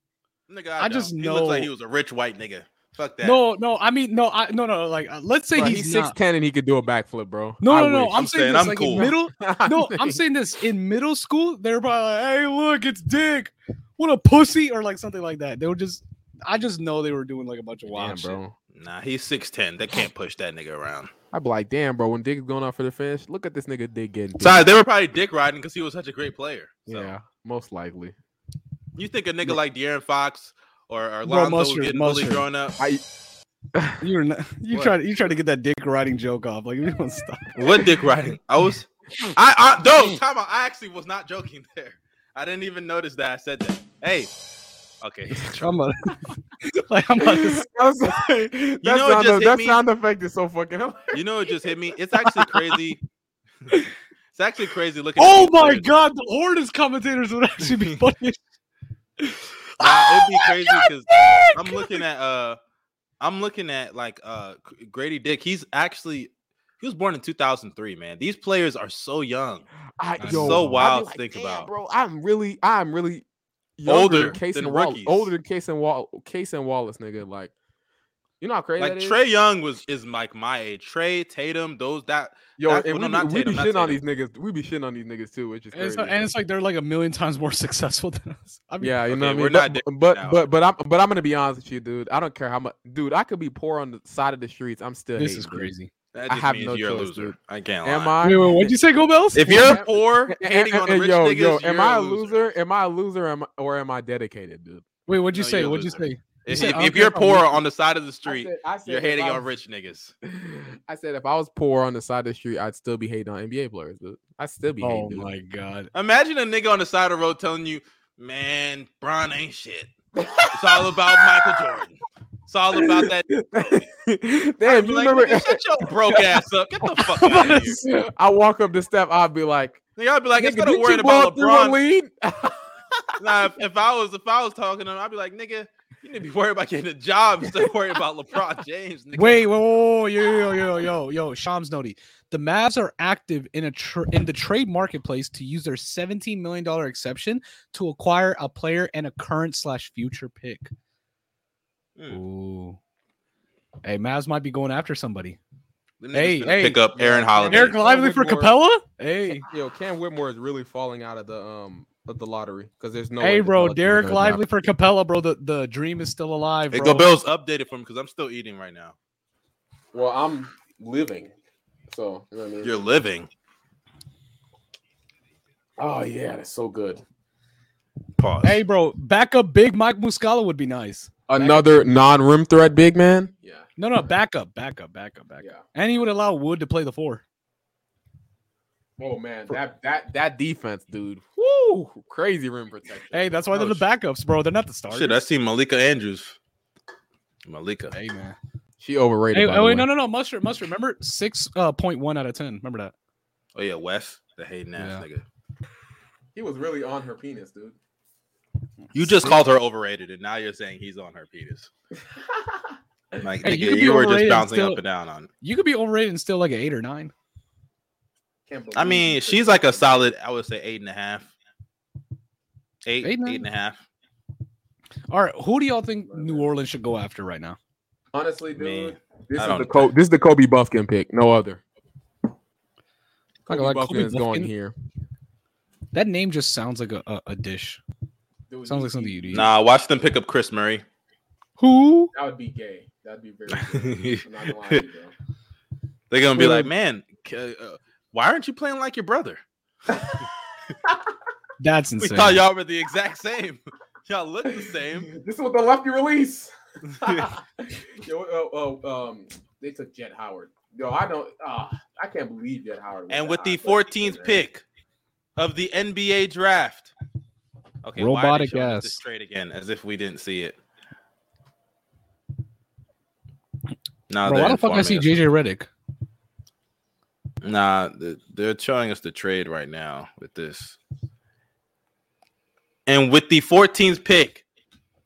Speaker 3: nigga,
Speaker 1: I
Speaker 3: I,
Speaker 1: just
Speaker 3: just he looks like
Speaker 1: know-
Speaker 3: he was a rich white nigga. Fuck that.
Speaker 1: No, no, I mean, no, I no, no. Like, uh, let's say
Speaker 2: Bro,
Speaker 1: he's,
Speaker 2: he's
Speaker 1: not.
Speaker 2: six ten and he could do a backflip, bro.
Speaker 1: No,
Speaker 2: I
Speaker 1: no, no.
Speaker 2: wish.
Speaker 1: I'm, saying,
Speaker 3: saying
Speaker 1: this,
Speaker 3: I'm
Speaker 1: like
Speaker 3: cool.
Speaker 1: in middle.
Speaker 2: [laughs]
Speaker 1: No, I'm saying this in middle school. They're probably like, "Hey, look, it's Dick. What a pussy," or like something like that. They were just. I just know they were doing like a bunch of
Speaker 2: damn,
Speaker 1: wild shit.
Speaker 2: bro.
Speaker 3: Nah, he's six ten. They can't push that nigga around.
Speaker 2: I'd be like, damn, bro. When Dick is going out for the finish, look at this nigga Dick getting.
Speaker 1: [laughs]
Speaker 3: Sorry,
Speaker 2: dick.
Speaker 3: they were probably dick riding because he was such a great player. So
Speaker 2: yeah, most likely.
Speaker 3: you think a nigga like De'Aaron Fox or,
Speaker 1: Bro,
Speaker 3: or Lonzo was
Speaker 1: Mustard,
Speaker 3: getting
Speaker 1: Mustard.
Speaker 3: bullied growing up?
Speaker 2: I
Speaker 1: You were not. [laughs] You
Speaker 3: What?
Speaker 1: tried. You tried to get that dick riding joke off. Like [laughs] you don't stop.
Speaker 3: What dick riding? I was I I
Speaker 1: [laughs]
Speaker 3: no time out. I actually was not joking there. I didn't even notice that I said that. Hey. Okay.
Speaker 1: I'm about like [laughs] I'm
Speaker 2: [laughs]
Speaker 1: about to [laughs]
Speaker 2: I'm sorry. That
Speaker 3: know, it
Speaker 2: sound,
Speaker 3: just hit
Speaker 2: that
Speaker 3: me-
Speaker 2: sound effect is so fucking.
Speaker 3: You know it just hit me. It's
Speaker 2: [laughs]
Speaker 3: actually crazy. it's actually crazy looking. at
Speaker 1: Oh
Speaker 3: these
Speaker 1: my
Speaker 3: players.
Speaker 1: god, the Hornets commentators would actually be funny.
Speaker 2: [laughs]
Speaker 3: Nah, it'd be
Speaker 1: Oh my
Speaker 3: crazy
Speaker 1: God,
Speaker 3: because I'm looking at uh I'm looking at like uh G- Grady Dick. He's actually he was born in 2003, man. These players are so young.
Speaker 2: I,
Speaker 1: That's
Speaker 2: yo,
Speaker 1: so
Speaker 2: I'd be
Speaker 3: wild to
Speaker 2: like,
Speaker 3: think
Speaker 2: "Damn,
Speaker 3: about."
Speaker 2: bro. I'm really, I'm really younger
Speaker 3: Older
Speaker 2: Case
Speaker 3: than
Speaker 2: and Wall-
Speaker 3: rookies.
Speaker 2: older than Case and Wall, Case and Wallace, nigga. Like, you know how crazy
Speaker 3: Like
Speaker 2: that is?
Speaker 3: Trey Young was is like my age. Trey Tatum, those that
Speaker 2: Yo,
Speaker 3: that's
Speaker 2: and
Speaker 3: what
Speaker 2: we,
Speaker 3: I'm
Speaker 2: be-
Speaker 3: not
Speaker 2: we
Speaker 3: saying,
Speaker 2: be
Speaker 3: I'm not
Speaker 2: shitting on
Speaker 3: saying.
Speaker 2: these niggas. We be shitting on these niggas too, which is
Speaker 1: And
Speaker 2: crazy.
Speaker 1: it's, like they're like a million times more [laughs] successful than us. I mean,
Speaker 2: yeah, you know
Speaker 3: Okay,
Speaker 2: what I mean.
Speaker 3: we're
Speaker 2: but, but
Speaker 3: not now.
Speaker 2: but but I'm but I'm gonna be honest with you, dude. I don't care how much, dude. I could be poor on the side of the streets. I'm still.
Speaker 1: this
Speaker 2: hating,
Speaker 1: is
Speaker 2: dude.
Speaker 1: crazy.
Speaker 3: that
Speaker 2: I
Speaker 3: just
Speaker 2: have
Speaker 3: means
Speaker 2: no
Speaker 3: you're a
Speaker 2: choice,
Speaker 3: loser.
Speaker 2: dude.
Speaker 3: I can't lie.
Speaker 2: Am I?
Speaker 3: [laughs]
Speaker 1: Wait, wait, what'd you say, Gobels?
Speaker 3: If
Speaker 2: Well,
Speaker 3: you're
Speaker 2: yeah. [laughs]
Speaker 3: poor, [laughs]
Speaker 2: A-
Speaker 3: hating
Speaker 2: a-
Speaker 3: on the
Speaker 2: a-
Speaker 3: rich
Speaker 2: yo,
Speaker 3: niggas,
Speaker 2: yo,
Speaker 3: you're
Speaker 2: am I a
Speaker 3: loser.
Speaker 2: loser? Am I a loser? Am I, or am I dedicated, dude?
Speaker 1: Wait, what'd you
Speaker 3: No,
Speaker 1: say?
Speaker 3: you're a
Speaker 1: What'd you
Speaker 3: loser.
Speaker 1: say?
Speaker 3: If,
Speaker 1: said,
Speaker 3: if-
Speaker 1: "I don't
Speaker 3: if you're
Speaker 1: care about
Speaker 3: poor
Speaker 1: rich
Speaker 3: on the side of the street,
Speaker 2: I
Speaker 3: you're
Speaker 2: if
Speaker 3: hating
Speaker 2: I
Speaker 3: on
Speaker 2: was-
Speaker 3: rich niggas.
Speaker 2: [laughs] I said if I was poor on the side of the street, I'd still be hating on NBA players, dude. I'd still be
Speaker 1: Oh
Speaker 2: hating. dude.
Speaker 1: my god.
Speaker 3: Imagine a nigga on the side of the road telling you, "Man, Bron ain't shit. It's all about Michael Jordan. It's all about that."
Speaker 2: [laughs] Damn,
Speaker 3: Be
Speaker 2: you
Speaker 3: like,
Speaker 2: remember?
Speaker 3: "Nigga, shut your broke ass up. Get the
Speaker 1: [laughs]
Speaker 3: fuck out of here.
Speaker 2: [laughs] I walk up the step, I'd be like,
Speaker 3: Nigga, I'd be like,
Speaker 2: "Nigga,
Speaker 3: instead of
Speaker 2: did you
Speaker 3: worrying
Speaker 2: blow
Speaker 3: about
Speaker 2: [laughs] a three-one
Speaker 3: LeBron,
Speaker 2: lead?"
Speaker 3: nah, if, if I was if I was talking to him, I'd be like, "Nigga, You need to be worried about getting a job instead of worrying
Speaker 1: [laughs]
Speaker 3: about LeBron James. nigga.
Speaker 1: Wait, whoa, whoa, whoa, yo, yo, yo, yo, yo, Shams Nodi. The Mavs are active in a tr in the trade marketplace to use their seventeen million dollar exception to acquire a player and a current slash future pick.
Speaker 3: Hmm.
Speaker 1: Ooh, hey, Mavs might be going after somebody.
Speaker 3: Them niggas
Speaker 1: Hey,
Speaker 3: finna
Speaker 1: hey.
Speaker 3: pick up Aaron Holiday.
Speaker 1: Eric Lively for
Speaker 2: Whitmore.
Speaker 1: Capella. Hey,
Speaker 2: Yo, Cam Whitmore is really falling out of the um of the lottery because there's no. way
Speaker 1: hey,
Speaker 2: the
Speaker 1: bro,
Speaker 2: Pelicans are
Speaker 1: Derek
Speaker 2: gonna draft
Speaker 1: Lively for Capella, bro. The the dream is still alive,
Speaker 3: Hey,
Speaker 1: bro.
Speaker 3: go Bills updated for me because I'm still eating right now.
Speaker 2: Well, I'm living. So you know what I mean?
Speaker 3: You're living.
Speaker 2: oh yeah, that's so good.
Speaker 3: Pause.
Speaker 1: Hey, bro, backup big Mike Muscala would be nice.
Speaker 2: Another non-rim threat big man. Yeah,
Speaker 1: No, no, backup, backup, backup, backup.
Speaker 2: yeah.
Speaker 1: And he would allow Wood to play the four.
Speaker 2: Oh man, that that that defense, dude. Woo, crazy rim protection.
Speaker 1: Hey, that's why they're
Speaker 3: Oh,
Speaker 1: the
Speaker 3: sh-
Speaker 1: backups, bro. They're not the starters.
Speaker 3: Shit, I see Malika Andrews. Malika.
Speaker 1: Hey, man.
Speaker 2: she overrated.
Speaker 1: Hey,
Speaker 2: by
Speaker 1: oh,
Speaker 2: the way.
Speaker 1: wait, no, no, no. Mustard, mustard. Remember six uh, point one out of ten. Remember that.
Speaker 3: Oh yeah, Wes, the hating ass nigga.
Speaker 2: He was really on her penis, dude.
Speaker 3: You just called her overrated, and now you're saying he's on her penis. Like
Speaker 1: Hey,
Speaker 3: nigga,
Speaker 1: you
Speaker 3: you,
Speaker 1: could be
Speaker 3: were just
Speaker 1: overrated and
Speaker 3: bouncing
Speaker 1: still-
Speaker 3: up and down on. it.
Speaker 1: You could be overrated and still like an eight or nine.
Speaker 2: Can't believe
Speaker 3: I
Speaker 2: you
Speaker 3: mean,
Speaker 1: Mm-hmm.
Speaker 2: took
Speaker 3: she's
Speaker 2: that
Speaker 3: like a
Speaker 2: from-
Speaker 3: solid. I would say eight and a half.
Speaker 1: Eight,
Speaker 3: Eight, eight,
Speaker 1: nine?
Speaker 3: eight and a half.
Speaker 1: All right, who do y'all think New Orleans should go after right now?
Speaker 2: Honestly,
Speaker 3: Man,
Speaker 2: dude, this
Speaker 3: I
Speaker 2: is
Speaker 3: don't
Speaker 2: the
Speaker 3: know.
Speaker 2: Kobe, this is the Kobe Buffkin pick, no other.
Speaker 1: Like,
Speaker 2: Kobe
Speaker 1: like,
Speaker 2: Buffkin
Speaker 1: Kobe
Speaker 2: is going
Speaker 1: Buffkin?
Speaker 2: here.
Speaker 1: That name just sounds like a, a, a dish.
Speaker 2: Dude,
Speaker 1: Sounds
Speaker 2: he-
Speaker 1: like something you'd eat.
Speaker 3: Nah, watch them pick up Chris Murray.
Speaker 1: Who?
Speaker 2: That would be gay. That'd be very.
Speaker 3: [laughs] They're
Speaker 2: bro.
Speaker 3: gonna be
Speaker 1: Wait,
Speaker 3: like,
Speaker 1: wait.
Speaker 3: man, c- uh, why aren't you playing like your brother?
Speaker 1: That's
Speaker 3: We
Speaker 1: insane.
Speaker 3: thought y'all were the exact same. [laughs] y'all look [laughs] the same.
Speaker 1: [laughs]
Speaker 3: [laughs]
Speaker 2: [laughs] This is what the lefty release. [laughs] Yo, oh, oh, um, they took Jet Howard. Yo, I don't. Uh, I can't believe Jet Howard. went
Speaker 3: And
Speaker 2: that
Speaker 3: with
Speaker 2: high.
Speaker 3: the
Speaker 2: That's crazy,
Speaker 3: 14th
Speaker 2: man.
Speaker 3: pick of the NBA draft. Okay, why are they
Speaker 1: Robotic
Speaker 3: showing us
Speaker 1: ass.
Speaker 3: This trade again, as if we didn't see it. Nah,
Speaker 1: Bro,
Speaker 3: they're
Speaker 1: why the fuck I
Speaker 3: informing
Speaker 1: see
Speaker 3: us.
Speaker 1: JJ Reddick?
Speaker 3: Nah, th- they're showing us the trade right now with this. And with the 14th pick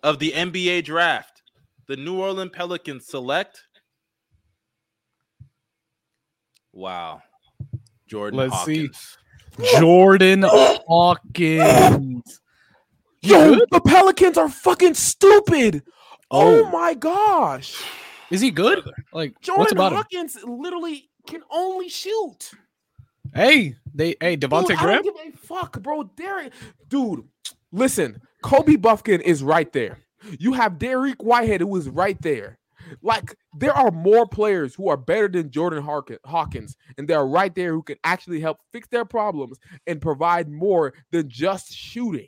Speaker 3: of the NBA draft, the New Orleans Pelicans select. Wow. Jordan
Speaker 1: Let's see.
Speaker 3: Hawkins.
Speaker 1: Jordan Hawkins.
Speaker 2: Yo, the Pelicans are fucking stupid. Oh,
Speaker 1: Oh,
Speaker 2: my gosh,
Speaker 1: is he good? Like, what's
Speaker 2: Jordan
Speaker 1: about him?
Speaker 2: Hawkins literally can only shoot.
Speaker 1: Hey, they hey Devonte
Speaker 2: dude, I
Speaker 1: Graham.
Speaker 2: don't give a fuck, bro. Derek, dude, listen, Kobe Buffkin is right there. You have Derek Whitehead who is right there. Like there are more players who are better than Jordan Harkin- Hawkins, and they're right there who can actually help fix their problems and provide more than just shooting.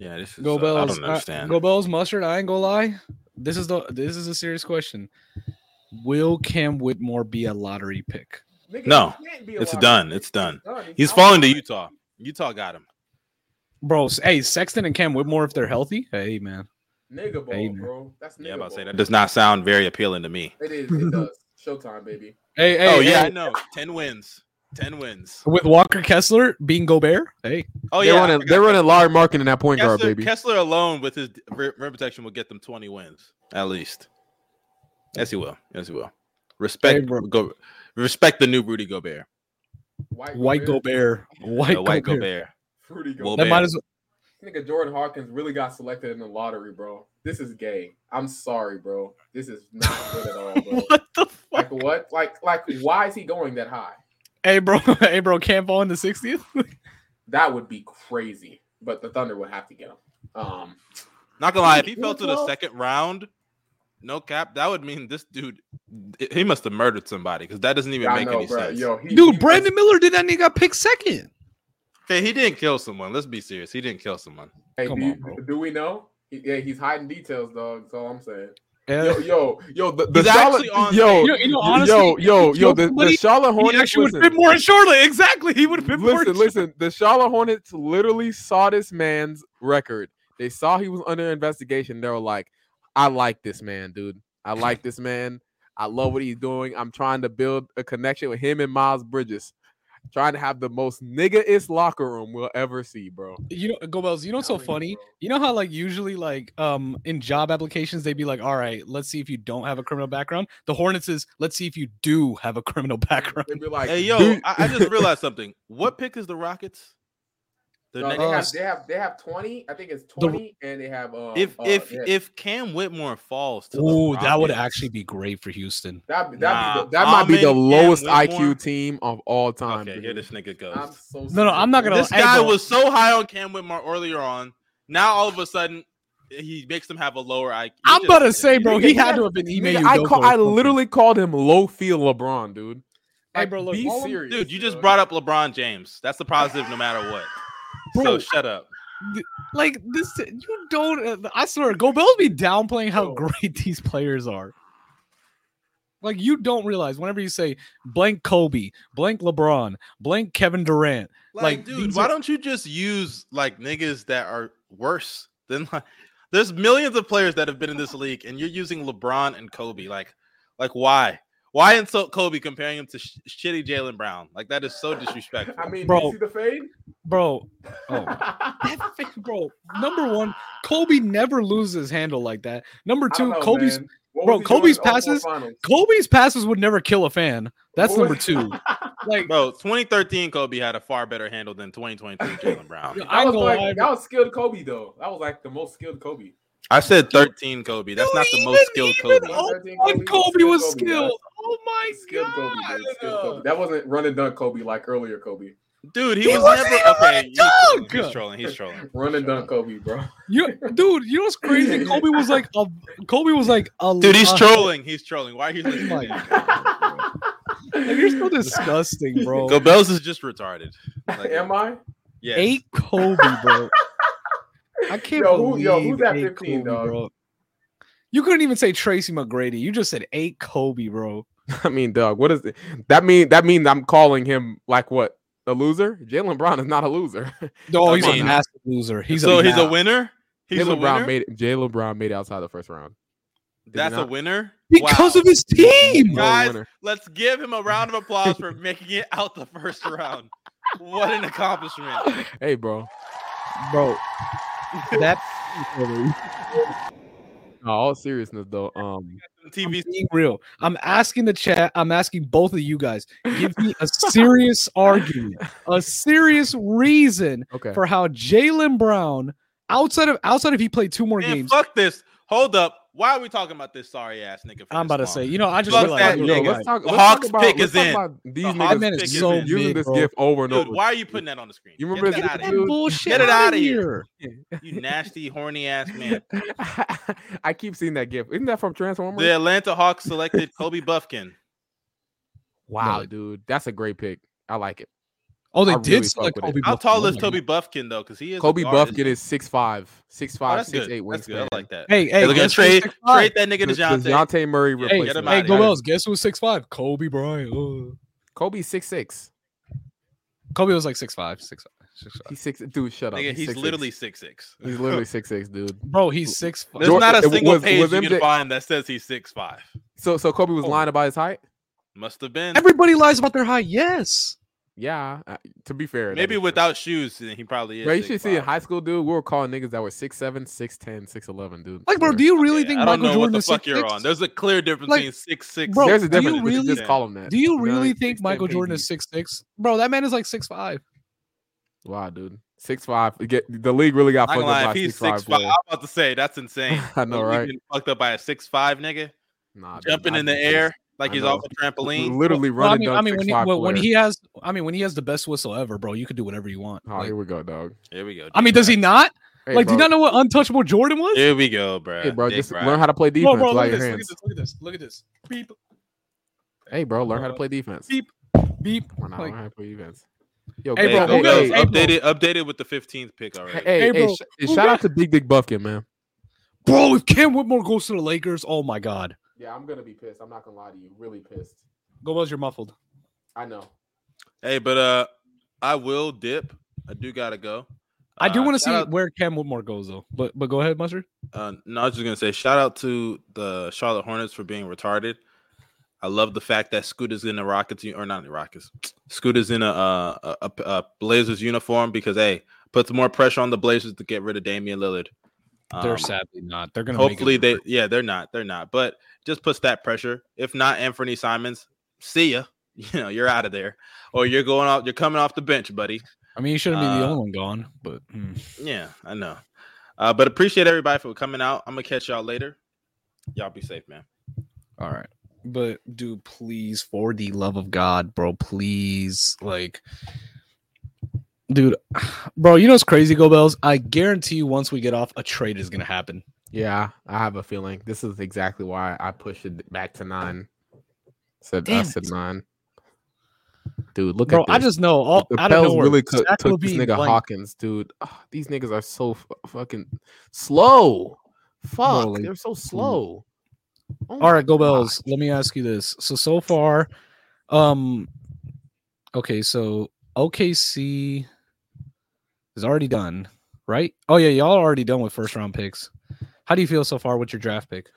Speaker 3: Yeah, this is.
Speaker 1: Go
Speaker 3: uh, I
Speaker 1: Bells.
Speaker 3: don't
Speaker 1: uh,
Speaker 3: understand.
Speaker 1: go Bells mustard. I ain't gonna lie. This is the this is a serious question. Will Cam Whitmore be a lottery pick?
Speaker 2: Nigga,
Speaker 3: No,
Speaker 2: he can't be a
Speaker 3: it's
Speaker 2: lottery.
Speaker 3: done. It's done.
Speaker 2: done. He's
Speaker 3: He's
Speaker 2: out.
Speaker 3: falling to Utah. Utah got him.
Speaker 1: Bro, s- hey, Sexton and Cam Whitmore, if they're healthy, hey man.
Speaker 2: Nigga ball,
Speaker 1: Hey, man.
Speaker 2: bro. That's nigga
Speaker 3: Yeah, I'm about to say
Speaker 2: ball.
Speaker 3: that does not sound very appealing to me.
Speaker 2: It is. It does. Showtime, baby.
Speaker 1: Hey, hey,
Speaker 3: oh yeah,
Speaker 1: hey,
Speaker 3: I know. Ten wins. Ten wins.
Speaker 1: with Walker Kessler being Gobert, hey,
Speaker 3: Oh yeah, I forgot Kessler.
Speaker 2: marketing that point
Speaker 3: Kessler, Kessler alone with his d- rim rim protection will get them twenty wins at least. Yes, he will. Yes, he will.
Speaker 1: Hey,
Speaker 3: Respect
Speaker 1: bro.
Speaker 3: go. Respect the new Rudy Gobert.
Speaker 1: White Gobert, White,
Speaker 3: The white
Speaker 1: Gobert.
Speaker 3: Gobert.
Speaker 2: Fruity
Speaker 3: Well,
Speaker 1: That
Speaker 3: Gobert.
Speaker 1: might as well.
Speaker 2: Nigga, Jordan Hawkins really got selected in the lottery, bro. This is gay. I'm sorry, bro. This is not good at all,
Speaker 3: [laughs]
Speaker 2: bro.
Speaker 1: [laughs] What the fuck?
Speaker 2: like what? Like like why is he going that high?
Speaker 1: Hey, bro, [laughs] hey, bro, Cam fall in the 60th.
Speaker 2: That would be crazy. But the Thunder would have to get him. Um,
Speaker 3: Not gonna lie, if he
Speaker 2: Who
Speaker 3: fell to the
Speaker 2: fell?
Speaker 3: second round, no cap, that would mean this dude he must have murdered somebody because that doesn't even
Speaker 2: I
Speaker 3: make
Speaker 2: know,
Speaker 3: any
Speaker 2: bro.
Speaker 3: sense.
Speaker 2: Yo, he, he
Speaker 1: [laughs] Dude,
Speaker 2: was-
Speaker 1: Brandon Miller did that and he got picked second.
Speaker 3: Okay, he didn't kill someone. Let's be serious. He didn't kill someone.
Speaker 2: Hey,
Speaker 1: Come
Speaker 2: do,
Speaker 1: on,
Speaker 2: you-
Speaker 1: bro.
Speaker 2: do we know? He- yeah, he's hiding details, dog. That's all I'm [laughs] saying.
Speaker 1: Yeah.
Speaker 2: Yo, yo, yo. The, the
Speaker 3: He's
Speaker 2: Charlotte,
Speaker 3: actually on-
Speaker 2: yo,
Speaker 1: You know- you know, honestly,
Speaker 2: yo, yo,
Speaker 1: if he
Speaker 2: yo.
Speaker 1: killed
Speaker 2: The,
Speaker 1: somebody,
Speaker 2: the Charlotte Hornets.
Speaker 1: he actually would
Speaker 2: listen.
Speaker 1: have been more in Charlotte. Exactly. He would have been more.
Speaker 2: listen,
Speaker 1: in
Speaker 2: listen. The Charlotte Hornets literally saw this man's record. They saw he was under investigation. They were like, "I like this man, dude. I like this man. I love what he's doing. I'm trying to build a connection with him and Miles Bridges." trying to have the most nigga-ist locker room we'll ever see, bro.
Speaker 1: You know, Gobels, you know what's so
Speaker 2: Telling you,
Speaker 1: funny?
Speaker 2: bro.
Speaker 1: You know how like usually like um in job applications they'd be like, all right, let's see if you don't have a criminal background. The Hornets is let's see if you do have a criminal [laughs] background.
Speaker 2: They'd be like,
Speaker 3: Hey, yo,
Speaker 2: dude- [laughs]
Speaker 3: I, I
Speaker 1: [laughs]
Speaker 3: just realized something. What pick is the Rockets? The
Speaker 2: No,
Speaker 3: next
Speaker 2: they,
Speaker 1: uh,
Speaker 2: have, they have they have twenty. I think it's twenty, and they have uh,
Speaker 3: if
Speaker 2: uh,
Speaker 3: if
Speaker 2: they have-
Speaker 3: if Cam Whitmore falls to the
Speaker 1: Ooh, that would
Speaker 3: Rockets,
Speaker 1: actually be great for Houston.
Speaker 2: that that,
Speaker 3: Nah,
Speaker 2: that might be the
Speaker 3: Ahmed and
Speaker 2: lowest
Speaker 3: Whitmore.
Speaker 2: IQ team of all time.
Speaker 3: Okay,
Speaker 2: dude.
Speaker 3: here this nigga goes.
Speaker 2: I'm so
Speaker 1: No, no, I'm not gonna-
Speaker 3: this
Speaker 1: hey,
Speaker 3: guy
Speaker 1: bro.
Speaker 3: was so high on Cam Whitmore earlier on. Now all of a sudden, he makes them have a lower IQ. He
Speaker 1: I'm
Speaker 3: just-
Speaker 1: about to say, bro, he
Speaker 2: Nigga,
Speaker 1: had
Speaker 2: yeah,
Speaker 1: to have been email
Speaker 2: Nigga, I call, I literally called him low field LeBron, dude.
Speaker 1: Hey, bro, look,
Speaker 2: be
Speaker 1: all I'm-
Speaker 2: serious,
Speaker 3: Dude, you just
Speaker 2: bro.
Speaker 3: brought up LeBron James. That's the positive, no matter what.
Speaker 1: Bro.
Speaker 3: So shut up.
Speaker 1: like this. You don't. I swear, Gobels be downplaying how
Speaker 2: Yo.
Speaker 1: great [laughs] these players are. Like you don't realize whenever you say blank Kobe, blank LeBron, blank Kevin Durant,
Speaker 3: Like,
Speaker 1: Like,
Speaker 3: dude,
Speaker 1: these
Speaker 3: why
Speaker 1: are-
Speaker 3: don't you just use like niggas that are worse than like there's millions of players that have been in this league and you're using LeBron and Kobe. Like, like why? Why insult Kobe comparing him to sh- shitty Jalen Brown? Like that is so disrespectful.
Speaker 2: I mean,
Speaker 1: Bro.
Speaker 2: you see the fade?
Speaker 1: bro.
Speaker 2: [laughs]
Speaker 1: Oh. [laughs] That thing, bro. Number one, Kobe never loses his handle like that. Number
Speaker 2: I
Speaker 1: two,
Speaker 2: don't know,
Speaker 1: Kobe's
Speaker 2: man. What
Speaker 1: bro,
Speaker 2: was he doing
Speaker 1: Kobe's
Speaker 2: in 04
Speaker 1: passes-
Speaker 2: finals?
Speaker 1: Kobe's passes would never kill a fan. That's
Speaker 2: What
Speaker 1: number
Speaker 2: was- [laughs]
Speaker 1: two. Like
Speaker 3: Bro, 2013 Kobe had a far better handle than [laughs] 2023 Jalen Brown.
Speaker 1: yo,
Speaker 2: That
Speaker 1: I
Speaker 2: was
Speaker 1: ain't gonna
Speaker 2: like
Speaker 1: lie,
Speaker 2: that was skilled Kobe though. That was like the most skilled Kobe.
Speaker 3: I said 13 Kobe. That's
Speaker 1: Dude,
Speaker 3: not the
Speaker 1: even-
Speaker 3: most skilled
Speaker 1: even
Speaker 3: Kobe.
Speaker 1: Oh,
Speaker 2: That
Speaker 1: bro,
Speaker 2: team
Speaker 1: Kobe was skilled.
Speaker 2: Kobe,
Speaker 1: Oh my
Speaker 2: bro. Skilled Kobe,
Speaker 1: god.
Speaker 2: dude. Skilled Kobe. That wasn't run and dunk Kobe like earlier Kobe.
Speaker 3: Dude, he,
Speaker 1: He
Speaker 3: was
Speaker 1: wasn't
Speaker 3: never
Speaker 1: even
Speaker 3: okay.
Speaker 1: running
Speaker 3: He's trolling.
Speaker 1: dunk.
Speaker 3: He's trolling. He's trolling.
Speaker 2: Run and
Speaker 3: He's trolling.
Speaker 2: dunk Kobe, bro.
Speaker 1: You, dude, you know what's
Speaker 2: [laughs]
Speaker 1: crazy? Kobe was like a Kobe was like a
Speaker 3: [laughs] Dude, he's
Speaker 1: a-
Speaker 3: trolling. He's trolling. Why are you listening?
Speaker 2: [laughs]
Speaker 1: Like,
Speaker 3: Like,
Speaker 1: like, you're so disgusting, bro.
Speaker 3: Gobels is just retarded. Like,
Speaker 2: Am I?
Speaker 3: yes.
Speaker 1: Eight Kobe, bro. I can't
Speaker 2: Yo, who-
Speaker 1: believe
Speaker 2: yo, who's at
Speaker 1: eight
Speaker 2: 15,
Speaker 1: Kobe,
Speaker 2: dog?
Speaker 1: bro. You couldn't even say Tracy McGrady. You just said eight Kobe, bro.
Speaker 2: [laughs] I mean, Doug, what is it? that mean? That means I'm calling him like what? A loser? Jalen Brown is not a loser. [laughs]
Speaker 1: No,
Speaker 3: I
Speaker 1: he's
Speaker 3: mean-
Speaker 1: a massive loser. He's
Speaker 3: so
Speaker 1: a
Speaker 3: he's a
Speaker 1: winner.
Speaker 3: winner. He's a
Speaker 2: Jalen Brown
Speaker 3: winner.
Speaker 2: made Jalen Brown made it outside the first round. Did he
Speaker 3: That's a
Speaker 2: not?
Speaker 3: winner
Speaker 1: because
Speaker 3: Wow.
Speaker 1: of his team.
Speaker 2: No
Speaker 3: Guys,
Speaker 2: winner.
Speaker 3: Let's give him a round of applause
Speaker 1: [laughs]
Speaker 3: for making it out the first round. What
Speaker 1: [laughs]
Speaker 3: an accomplishment!
Speaker 2: Hey, bro.
Speaker 1: bro. [laughs] That
Speaker 2: No, all seriousness though. Um,
Speaker 3: TV.
Speaker 1: being real, I'm asking the chat. I'm asking both of you guys. Give me a [laughs] serious argument, a serious reason
Speaker 2: okay.
Speaker 1: for how Jalen Brown, outside of outside if he played two more
Speaker 3: Man,
Speaker 1: games,
Speaker 3: fuck this. Hold up. Why are we talking about this sorry ass nigga? for
Speaker 1: I'm
Speaker 3: this
Speaker 1: about to
Speaker 3: long?
Speaker 1: say. You know, I just
Speaker 3: Fuck
Speaker 1: realized.
Speaker 3: that
Speaker 2: yo,
Speaker 3: nigga.
Speaker 2: let's talk,
Speaker 3: The
Speaker 2: let's
Speaker 3: Hawks
Speaker 2: talk about,
Speaker 3: pick
Speaker 2: let's
Speaker 3: is
Speaker 2: talk
Speaker 3: in.
Speaker 2: about these
Speaker 3: The Hawks
Speaker 2: niggas
Speaker 1: Man
Speaker 3: pick
Speaker 1: is
Speaker 3: is
Speaker 1: so
Speaker 3: in.
Speaker 1: mid,
Speaker 2: using this
Speaker 1: bro.
Speaker 2: gift over and
Speaker 3: Dude,
Speaker 2: over.
Speaker 3: why are you putting that on the screen?
Speaker 2: You
Speaker 3: Get
Speaker 2: remember his
Speaker 3: that
Speaker 1: Get
Speaker 3: outta
Speaker 1: that
Speaker 3: here.
Speaker 2: dude.
Speaker 1: bullshit
Speaker 3: Get it
Speaker 1: out
Speaker 3: outta
Speaker 1: of
Speaker 3: here.
Speaker 1: here.
Speaker 3: You nasty,
Speaker 1: [laughs]
Speaker 3: horny ass man.
Speaker 2: [laughs] I keep seeing that gift. Isn't that from Transformers?
Speaker 3: The Atlanta Hawks selected
Speaker 1: [laughs]
Speaker 3: Kobe Buffkin.
Speaker 2: Wow,
Speaker 1: No.
Speaker 2: dude, that's a great pick. I like it.
Speaker 1: Oh, they
Speaker 2: I
Speaker 1: did
Speaker 2: really
Speaker 1: select
Speaker 2: fuck with
Speaker 1: Kobe.
Speaker 2: it.
Speaker 3: How
Speaker 1: Buffkin.
Speaker 3: tall is
Speaker 1: Okay.
Speaker 3: Kobe Buffkin though? Because he is a
Speaker 2: Kobe
Speaker 3: guard,
Speaker 2: Buffkin is 6'5", 6'5",
Speaker 3: Oh, that's good.
Speaker 2: 6'8"
Speaker 3: That's good.
Speaker 2: wingspan.
Speaker 3: I like that.
Speaker 1: Hey, hey,
Speaker 3: They're gonna
Speaker 1: guess who's
Speaker 3: trade
Speaker 1: 6'5"?
Speaker 3: trade that nigga to
Speaker 2: Does- does
Speaker 3: Dejounte.
Speaker 2: Dejounte Murray
Speaker 3: Yeah,
Speaker 2: replacement.
Speaker 3: get him
Speaker 1: Hey,
Speaker 3: outta here.
Speaker 1: Goels, guess who was six five? Kobe Bryant. Oh.
Speaker 2: Kobe's six six.
Speaker 1: Kobe was like six five, six five, six five.
Speaker 2: He's six. Dude, shut up.
Speaker 3: Nigga, he's
Speaker 2: 6'6".
Speaker 3: literally six six. [laughs]
Speaker 2: He's literally six six, dude.
Speaker 1: Bro, he's six.
Speaker 3: There's
Speaker 2: Jordan-
Speaker 3: not a
Speaker 2: it
Speaker 3: single
Speaker 2: was-
Speaker 3: page
Speaker 2: was
Speaker 3: you
Speaker 2: MJ
Speaker 3: can find that says he's six five.
Speaker 2: So, so Kobe was
Speaker 1: Oh.
Speaker 2: lying about his height.
Speaker 3: Must have been.
Speaker 1: Everybody lies about their height. Yes.
Speaker 2: Yeah. uh, to be fair, that is
Speaker 3: Maybe
Speaker 2: true.
Speaker 3: without shoes, then he probably is.
Speaker 2: Bro, you should see in
Speaker 3: 6'5".
Speaker 2: high school, dude. We were calling niggas that were 6'7", 6'10", 6'11", dude.
Speaker 1: Like, bro,
Speaker 2: Swear.
Speaker 1: do you really
Speaker 3: Yeah,
Speaker 1: think
Speaker 3: I don't
Speaker 1: Michael
Speaker 3: know what
Speaker 1: Jordan
Speaker 3: the
Speaker 1: is
Speaker 3: fuck
Speaker 1: six
Speaker 3: you're on. There's a clear difference
Speaker 1: Like,
Speaker 3: between six six.
Speaker 1: bro,
Speaker 2: There's a
Speaker 1: do you
Speaker 2: difference. but
Speaker 1: really-
Speaker 2: just call him that.
Speaker 1: Do you
Speaker 2: know,
Speaker 1: really
Speaker 2: he's
Speaker 1: think
Speaker 2: 6'10",
Speaker 1: Michael Jordan
Speaker 2: KD.
Speaker 1: is six six? Bro, that man is like six five.
Speaker 2: Wow, dude. Six five. Get the league really got
Speaker 3: I'm
Speaker 2: fucked
Speaker 3: not
Speaker 2: up
Speaker 3: gonna lie,
Speaker 2: by
Speaker 3: if he's
Speaker 2: six
Speaker 3: six
Speaker 2: five.
Speaker 3: five, I'm about to say that's insane.
Speaker 2: [laughs] I know,
Speaker 3: We've
Speaker 2: right?
Speaker 3: been Fucked up by a six five nigga
Speaker 2: Nah, dude,
Speaker 3: jumping
Speaker 2: I'd
Speaker 3: in
Speaker 2: be
Speaker 3: the
Speaker 2: pissed.
Speaker 3: air like
Speaker 2: I
Speaker 3: he's
Speaker 2: know.
Speaker 3: off a trampoline.
Speaker 2: Literally
Speaker 1: Well, I
Speaker 2: running.
Speaker 1: mean, I mean, when he, well, when
Speaker 2: he.
Speaker 1: he has, I mean, when he has the best whistle ever, bro, you could do whatever you want.
Speaker 2: Oh,
Speaker 1: Like,
Speaker 2: here we go, dog.
Speaker 3: Here we go.
Speaker 1: I mean, does he not?
Speaker 2: Hey,
Speaker 1: like, do
Speaker 2: bro.
Speaker 1: you not know what untouchable Jordan was?
Speaker 3: Here we go, bro.
Speaker 2: Hey, bro, just learn how to play defense.
Speaker 1: Bro, bro,
Speaker 2: without
Speaker 1: look
Speaker 2: your
Speaker 1: at, this, look at
Speaker 2: hands.
Speaker 1: this, look at this, look at this. Beep,
Speaker 2: Hey, bro, learn how to
Speaker 1: Bro.
Speaker 2: play defense.
Speaker 1: Beep. beep.
Speaker 2: Why not?
Speaker 1: Like-
Speaker 2: learn how to play defense. Yo,
Speaker 1: Hey, bro,
Speaker 2: Big Doug,
Speaker 1: who
Speaker 2: hey,
Speaker 1: goes- hey, bro.
Speaker 3: updated, updated with the 15th pick already.
Speaker 2: Hey, hey,
Speaker 1: Hey, bro,
Speaker 2: sh-
Speaker 1: who
Speaker 2: shout
Speaker 1: got-
Speaker 2: out to Big Dick Buffkin, man.
Speaker 1: Bro, if Cam Whitmore goes to the Lakers, oh my God,
Speaker 2: Yeah, I'm gonna be pissed. I'm not gonna lie to you. Really pissed.
Speaker 1: Gomez, you're muffled.
Speaker 2: I know.
Speaker 3: Hey, but uh, I will dip. I do gotta go.
Speaker 1: I do
Speaker 3: Uh,
Speaker 1: want to
Speaker 3: shout
Speaker 1: see
Speaker 3: out-
Speaker 1: where Cam Whitmore goes though. But but go ahead, Mustard.
Speaker 3: Uh, no, I was just gonna say shout out to the Charlotte Hornets for being retarded. I love the fact that Scooter's in the Rockets u- or not in the Rockets. Scooter's in a, uh, a, a, a Blazers uniform because hey, puts more pressure on the Blazers to get rid of Damian Lillard.
Speaker 1: They're
Speaker 3: Um,
Speaker 1: sadly not. They're gonna make it
Speaker 3: Hopefully they
Speaker 1: work.
Speaker 3: yeah, they're not. They're not. But just puts that pressure. If not Anthony Simons, see ya. [laughs] You know, you're out of there. Or you're going off you're coming off the bench, buddy.
Speaker 1: I mean, you shouldn't be the
Speaker 3: uh,
Speaker 1: only one gone, but mm.
Speaker 3: Yeah, I know. Uh, but appreciate everybody for coming out. I'm gonna catch y'all later. Y'all be safe, man.
Speaker 1: All right. But dude, please, for the love of God, bro, please, like, dude, [sighs] bro, you know what's crazy, Go Bells? I guarantee you, once we get off, a trade is gonna happen.
Speaker 2: Yeah, I have a feeling this is exactly why I pushed it back to nine. Said I
Speaker 1: Damn
Speaker 2: said
Speaker 1: it.
Speaker 2: nine. Dude, look
Speaker 1: bro,
Speaker 2: at this.
Speaker 1: I just know all
Speaker 2: the
Speaker 1: out of
Speaker 2: Pels
Speaker 1: Oh, nowhere.
Speaker 2: really co-
Speaker 1: Zach
Speaker 2: took this
Speaker 1: Levine
Speaker 2: nigga
Speaker 1: blank.
Speaker 2: Hawkins, dude. Ah, these niggas are so f- fucking slow. Fuck,
Speaker 1: like,
Speaker 2: they're so slow. Oh
Speaker 1: All
Speaker 2: my
Speaker 1: right, Go
Speaker 2: God.
Speaker 1: Bells. Let me ask you this. So so far, um, okay, so OKC is already done, right? Oh yeah, y'all are already done with first round picks. How do you feel so far with your draft pick?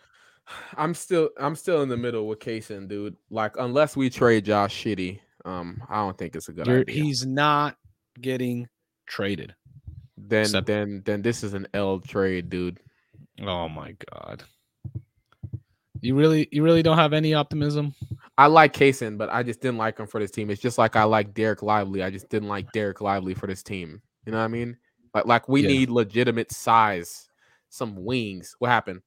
Speaker 2: I'm still I'm still in the middle with Kaysen, dude. Like unless we trade Josh Shitty, um, I don't think it's a good
Speaker 1: You're-
Speaker 2: idea.
Speaker 1: he's not getting traded.
Speaker 2: Then
Speaker 1: Sep-
Speaker 2: then then this is an L trade, dude.
Speaker 1: Oh my god. You really you really don't have any optimism?
Speaker 2: I like Kaysen, but I just didn't like him for this team. It's just like I like Derek Lively. I just didn't like Derek Lively for this team. You know what I mean? Like like we
Speaker 1: Yeah.
Speaker 2: need legitimate size, some wings. What happened?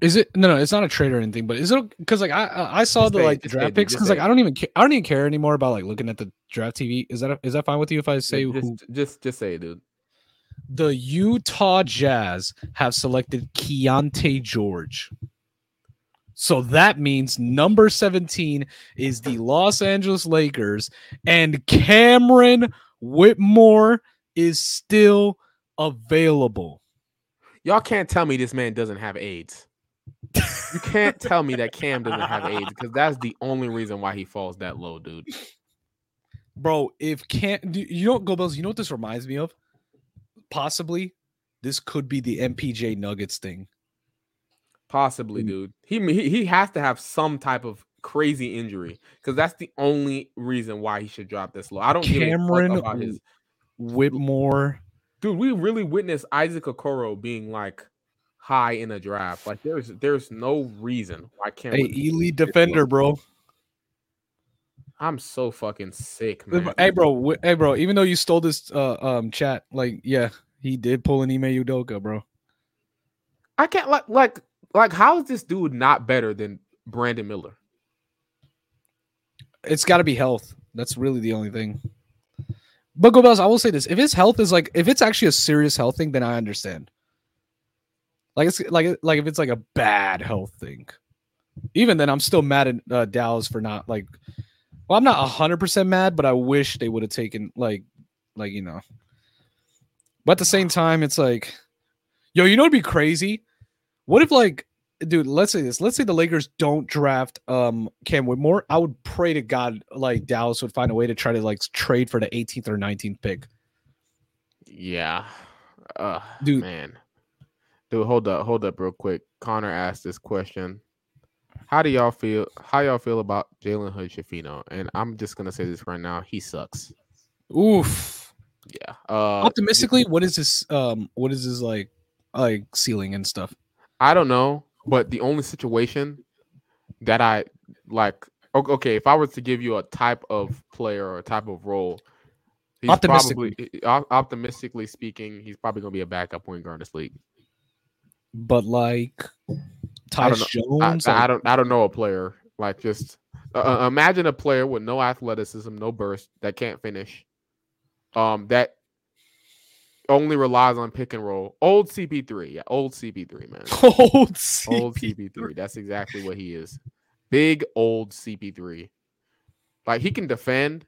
Speaker 1: Is it no no, it's not a trade or anything, but is it because like I- I I saw
Speaker 2: Just
Speaker 1: the
Speaker 2: say it,
Speaker 1: like the
Speaker 2: just say
Speaker 1: draft
Speaker 2: it, dude,
Speaker 1: picks
Speaker 2: just
Speaker 1: because
Speaker 2: say
Speaker 1: like
Speaker 2: it.
Speaker 1: I don't even care I don't even care anymore about like looking at the draft TV. Is that is that fine with you if I say
Speaker 2: Yeah, just,
Speaker 1: who
Speaker 2: just just say it, dude.
Speaker 1: the Utah Jazz have selected Keontae George. So that means number 17 is the Los Angeles Lakers, and Cameron Whitmore is still available.
Speaker 2: Y'all can't tell me this man doesn't have AIDS. You can't tell me that Cam doesn't have AIDS because that's the only reason why he falls that low, dude.
Speaker 1: Bro, if can't do- you don't go Bills, you know what this reminds me of? Possibly this could be the MPJ Nuggets thing.
Speaker 2: Possibly,
Speaker 1: Mm.
Speaker 2: dude. He he, he has to have some type of crazy injury because that's the only reason why he should drop this low. I don't Cameron
Speaker 1: Cameron
Speaker 2: give a fuck about his
Speaker 1: Whitmore.
Speaker 2: dude. We really witnessed Isaac Okoro being like high in a draft. Like there's there's no reason why Cam.
Speaker 1: A
Speaker 2: Whitmore-
Speaker 1: elite defender, bro.
Speaker 2: I'm so fucking sick,
Speaker 1: Hey,
Speaker 2: man.
Speaker 1: bro- Hey, bro. wh- Hey, bro. Even though you stole this uh, um chat, like, yeah, he did pull an Ime Udoka, bro.
Speaker 2: I can't like like like how is this dude not better than Brandon Miller?
Speaker 1: It's got to be health. That's really the only thing. But Go Bells, I will say this: if his health is like, if it's actually a serious health thing, then I understand. Like it's like like if it's like a bad health thing, even then I'm still mad at uh, Dallas for not like. Well, I'm not hundred percent mad, but I wish they would have taken like, like you know. But at the same time, it's like, yo, you know, it'd be crazy. What if like, dude? Let's say this. Let's say the Lakers don't draft um Cam Whitmore. I would pray to God like Dallas would find a way to try to like trade for the 18th or 19th pick.
Speaker 2: Yeah. Uh
Speaker 1: Dude.
Speaker 2: man. Dude, hold up, hold up real quick. Connor asked this question. How do y'all feel how y'all feel about Jalen Hood Shafino? And I'm just gonna say this right now, he sucks.
Speaker 1: Oof.
Speaker 2: Yeah. Uh
Speaker 1: Optimistically, what is this? Um, what is his like, like ceiling and stuff?
Speaker 2: I don't know, but the only situation that I like o- okay, if I was to give you a type of player or a type of role, he's
Speaker 1: Optimistically.
Speaker 2: probably o- optimistically speaking, he's probably gonna be a backup point guard in this league.
Speaker 1: But like,
Speaker 2: I don't
Speaker 1: Tyus
Speaker 2: I,
Speaker 1: Jones.
Speaker 2: I
Speaker 1: like-
Speaker 2: don't I don't know a player like just uh, uh, imagine a player with no athleticism, no burst that can't finish, um that only relies on pick and roll. Old CP3, yeah, old CP3 man,
Speaker 1: [laughs] Old [laughs]
Speaker 2: old
Speaker 1: CP.
Speaker 2: CP3. That's exactly what he is. Big old CP3. Like he can defend,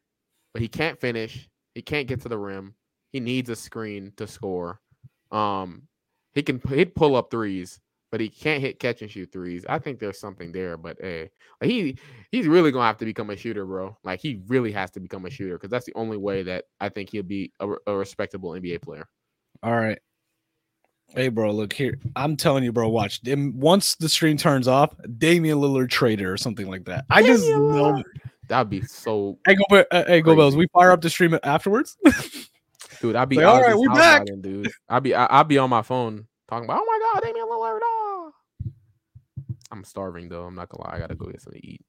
Speaker 2: but he can't finish. He can't get to the rim. He needs a screen to score. Um, he can he'd pull up threes, but he can't hit catch and shoot threes. I think there's something there, but hey, like, he he's really gonna have to become a shooter, bro. Like he really has to become a shooter because that's the only way that I think he'll be a, a respectable NBA player.
Speaker 1: All right. Hey, bro, look here. I'm telling you, bro, watch. Them- Once the stream turns off, Damian Lillard trader or something like that. I just
Speaker 2: Damian
Speaker 1: love
Speaker 2: Lillard. That'd be so,
Speaker 1: Hey, Go, uh, hey, Go
Speaker 2: Crazy.
Speaker 1: Bells, we fire up the stream afterwards. [laughs]
Speaker 2: dude. I'd be
Speaker 1: Like,
Speaker 2: out
Speaker 1: all
Speaker 2: of
Speaker 1: right,
Speaker 2: this
Speaker 1: we
Speaker 2: house
Speaker 1: back.
Speaker 2: by then, dude. I'd be, I, I'd be on my phone talking about, oh my god, Damian Lillard. ah." I'm starving though. I'm not gonna lie. I gotta go get something to eat.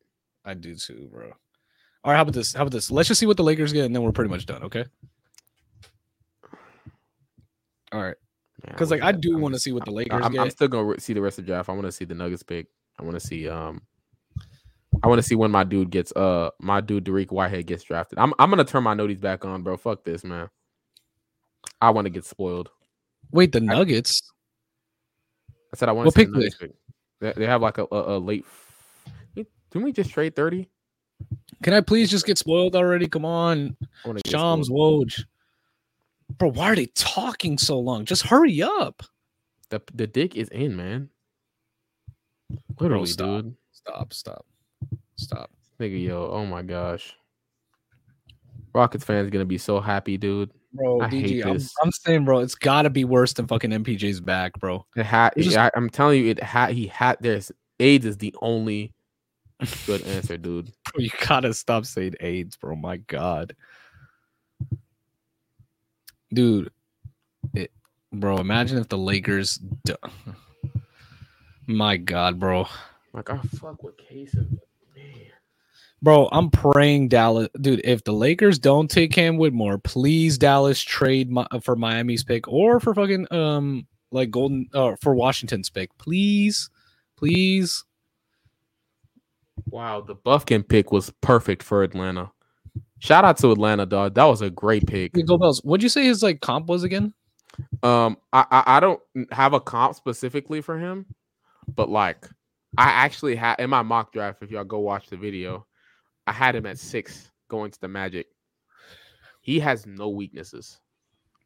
Speaker 1: I do too, bro. All right, how about this? How about this? Let's just see what the Lakers get, and then we're pretty much done, okay? All right,
Speaker 2: Man,
Speaker 1: because like
Speaker 2: wish
Speaker 1: I
Speaker 2: had-
Speaker 1: do
Speaker 2: I'm
Speaker 1: want to see what the Lakers
Speaker 2: I'm,
Speaker 1: get.
Speaker 2: I'm still gonna re- see the rest of the draft. I want to see the Nuggets pick. I want to see um, I want to see when my dude gets uh, my dude Derek Whitehead gets drafted. I'm I'm gonna turn my noties back on, bro. Fuck this, man. I want to get spoiled.
Speaker 1: Wait, the Nuggets?
Speaker 2: I said I want
Speaker 1: What
Speaker 2: to see
Speaker 1: pick do
Speaker 2: the
Speaker 1: they-
Speaker 2: Nuggets pick. They, they have like a, a, a late. Didn't we just trade thirty?
Speaker 1: Can I please just get spoiled already? Come on,
Speaker 2: I wanna get
Speaker 1: Shams,
Speaker 2: spoiled.
Speaker 1: Woj. Bro, why are they talking so long? Just hurry up.
Speaker 2: the the dick is in, man.
Speaker 1: Bro,
Speaker 2: Literally,
Speaker 1: stop.
Speaker 2: dude.
Speaker 1: Stop, stop, stop.
Speaker 2: Nigga, yo, oh my gosh. Rockets fans gonna be so happy, dude.
Speaker 1: Bro,
Speaker 2: I hate
Speaker 1: DG, I'm,
Speaker 2: this.
Speaker 1: I'm saying, bro, it's gotta be worse than fucking MPJ's back, bro.
Speaker 2: It had.
Speaker 1: It's just-
Speaker 2: I, I'm telling you, it had. He had. There's AIDS is the only
Speaker 1: [laughs]
Speaker 2: good answer, dude.
Speaker 1: Bro, you gotta stop saying AIDS, bro. My God, dude, it, bro. Imagine if the Lakers. d- [laughs] My God, bro,
Speaker 2: Like I fuck with Kaysen.
Speaker 1: bro. I'm praying Dallas, dude. If the Lakers don't take Cam Whitmore, please Dallas trade my, for Miami's pick or for fucking um like Golden uh, for Washington's pick, please, please.
Speaker 2: Wow, the Buffkin pick was perfect for Atlanta. Shout out to Atlanta, dog. That was a great pick.
Speaker 1: Go Bells. What'd you say his like comp was again?
Speaker 2: Um, I, I I don't have a comp specifically for him, but like I actually had in my mock draft. If y'all go watch the video, I had him at six going to the Magic. He has no weaknesses.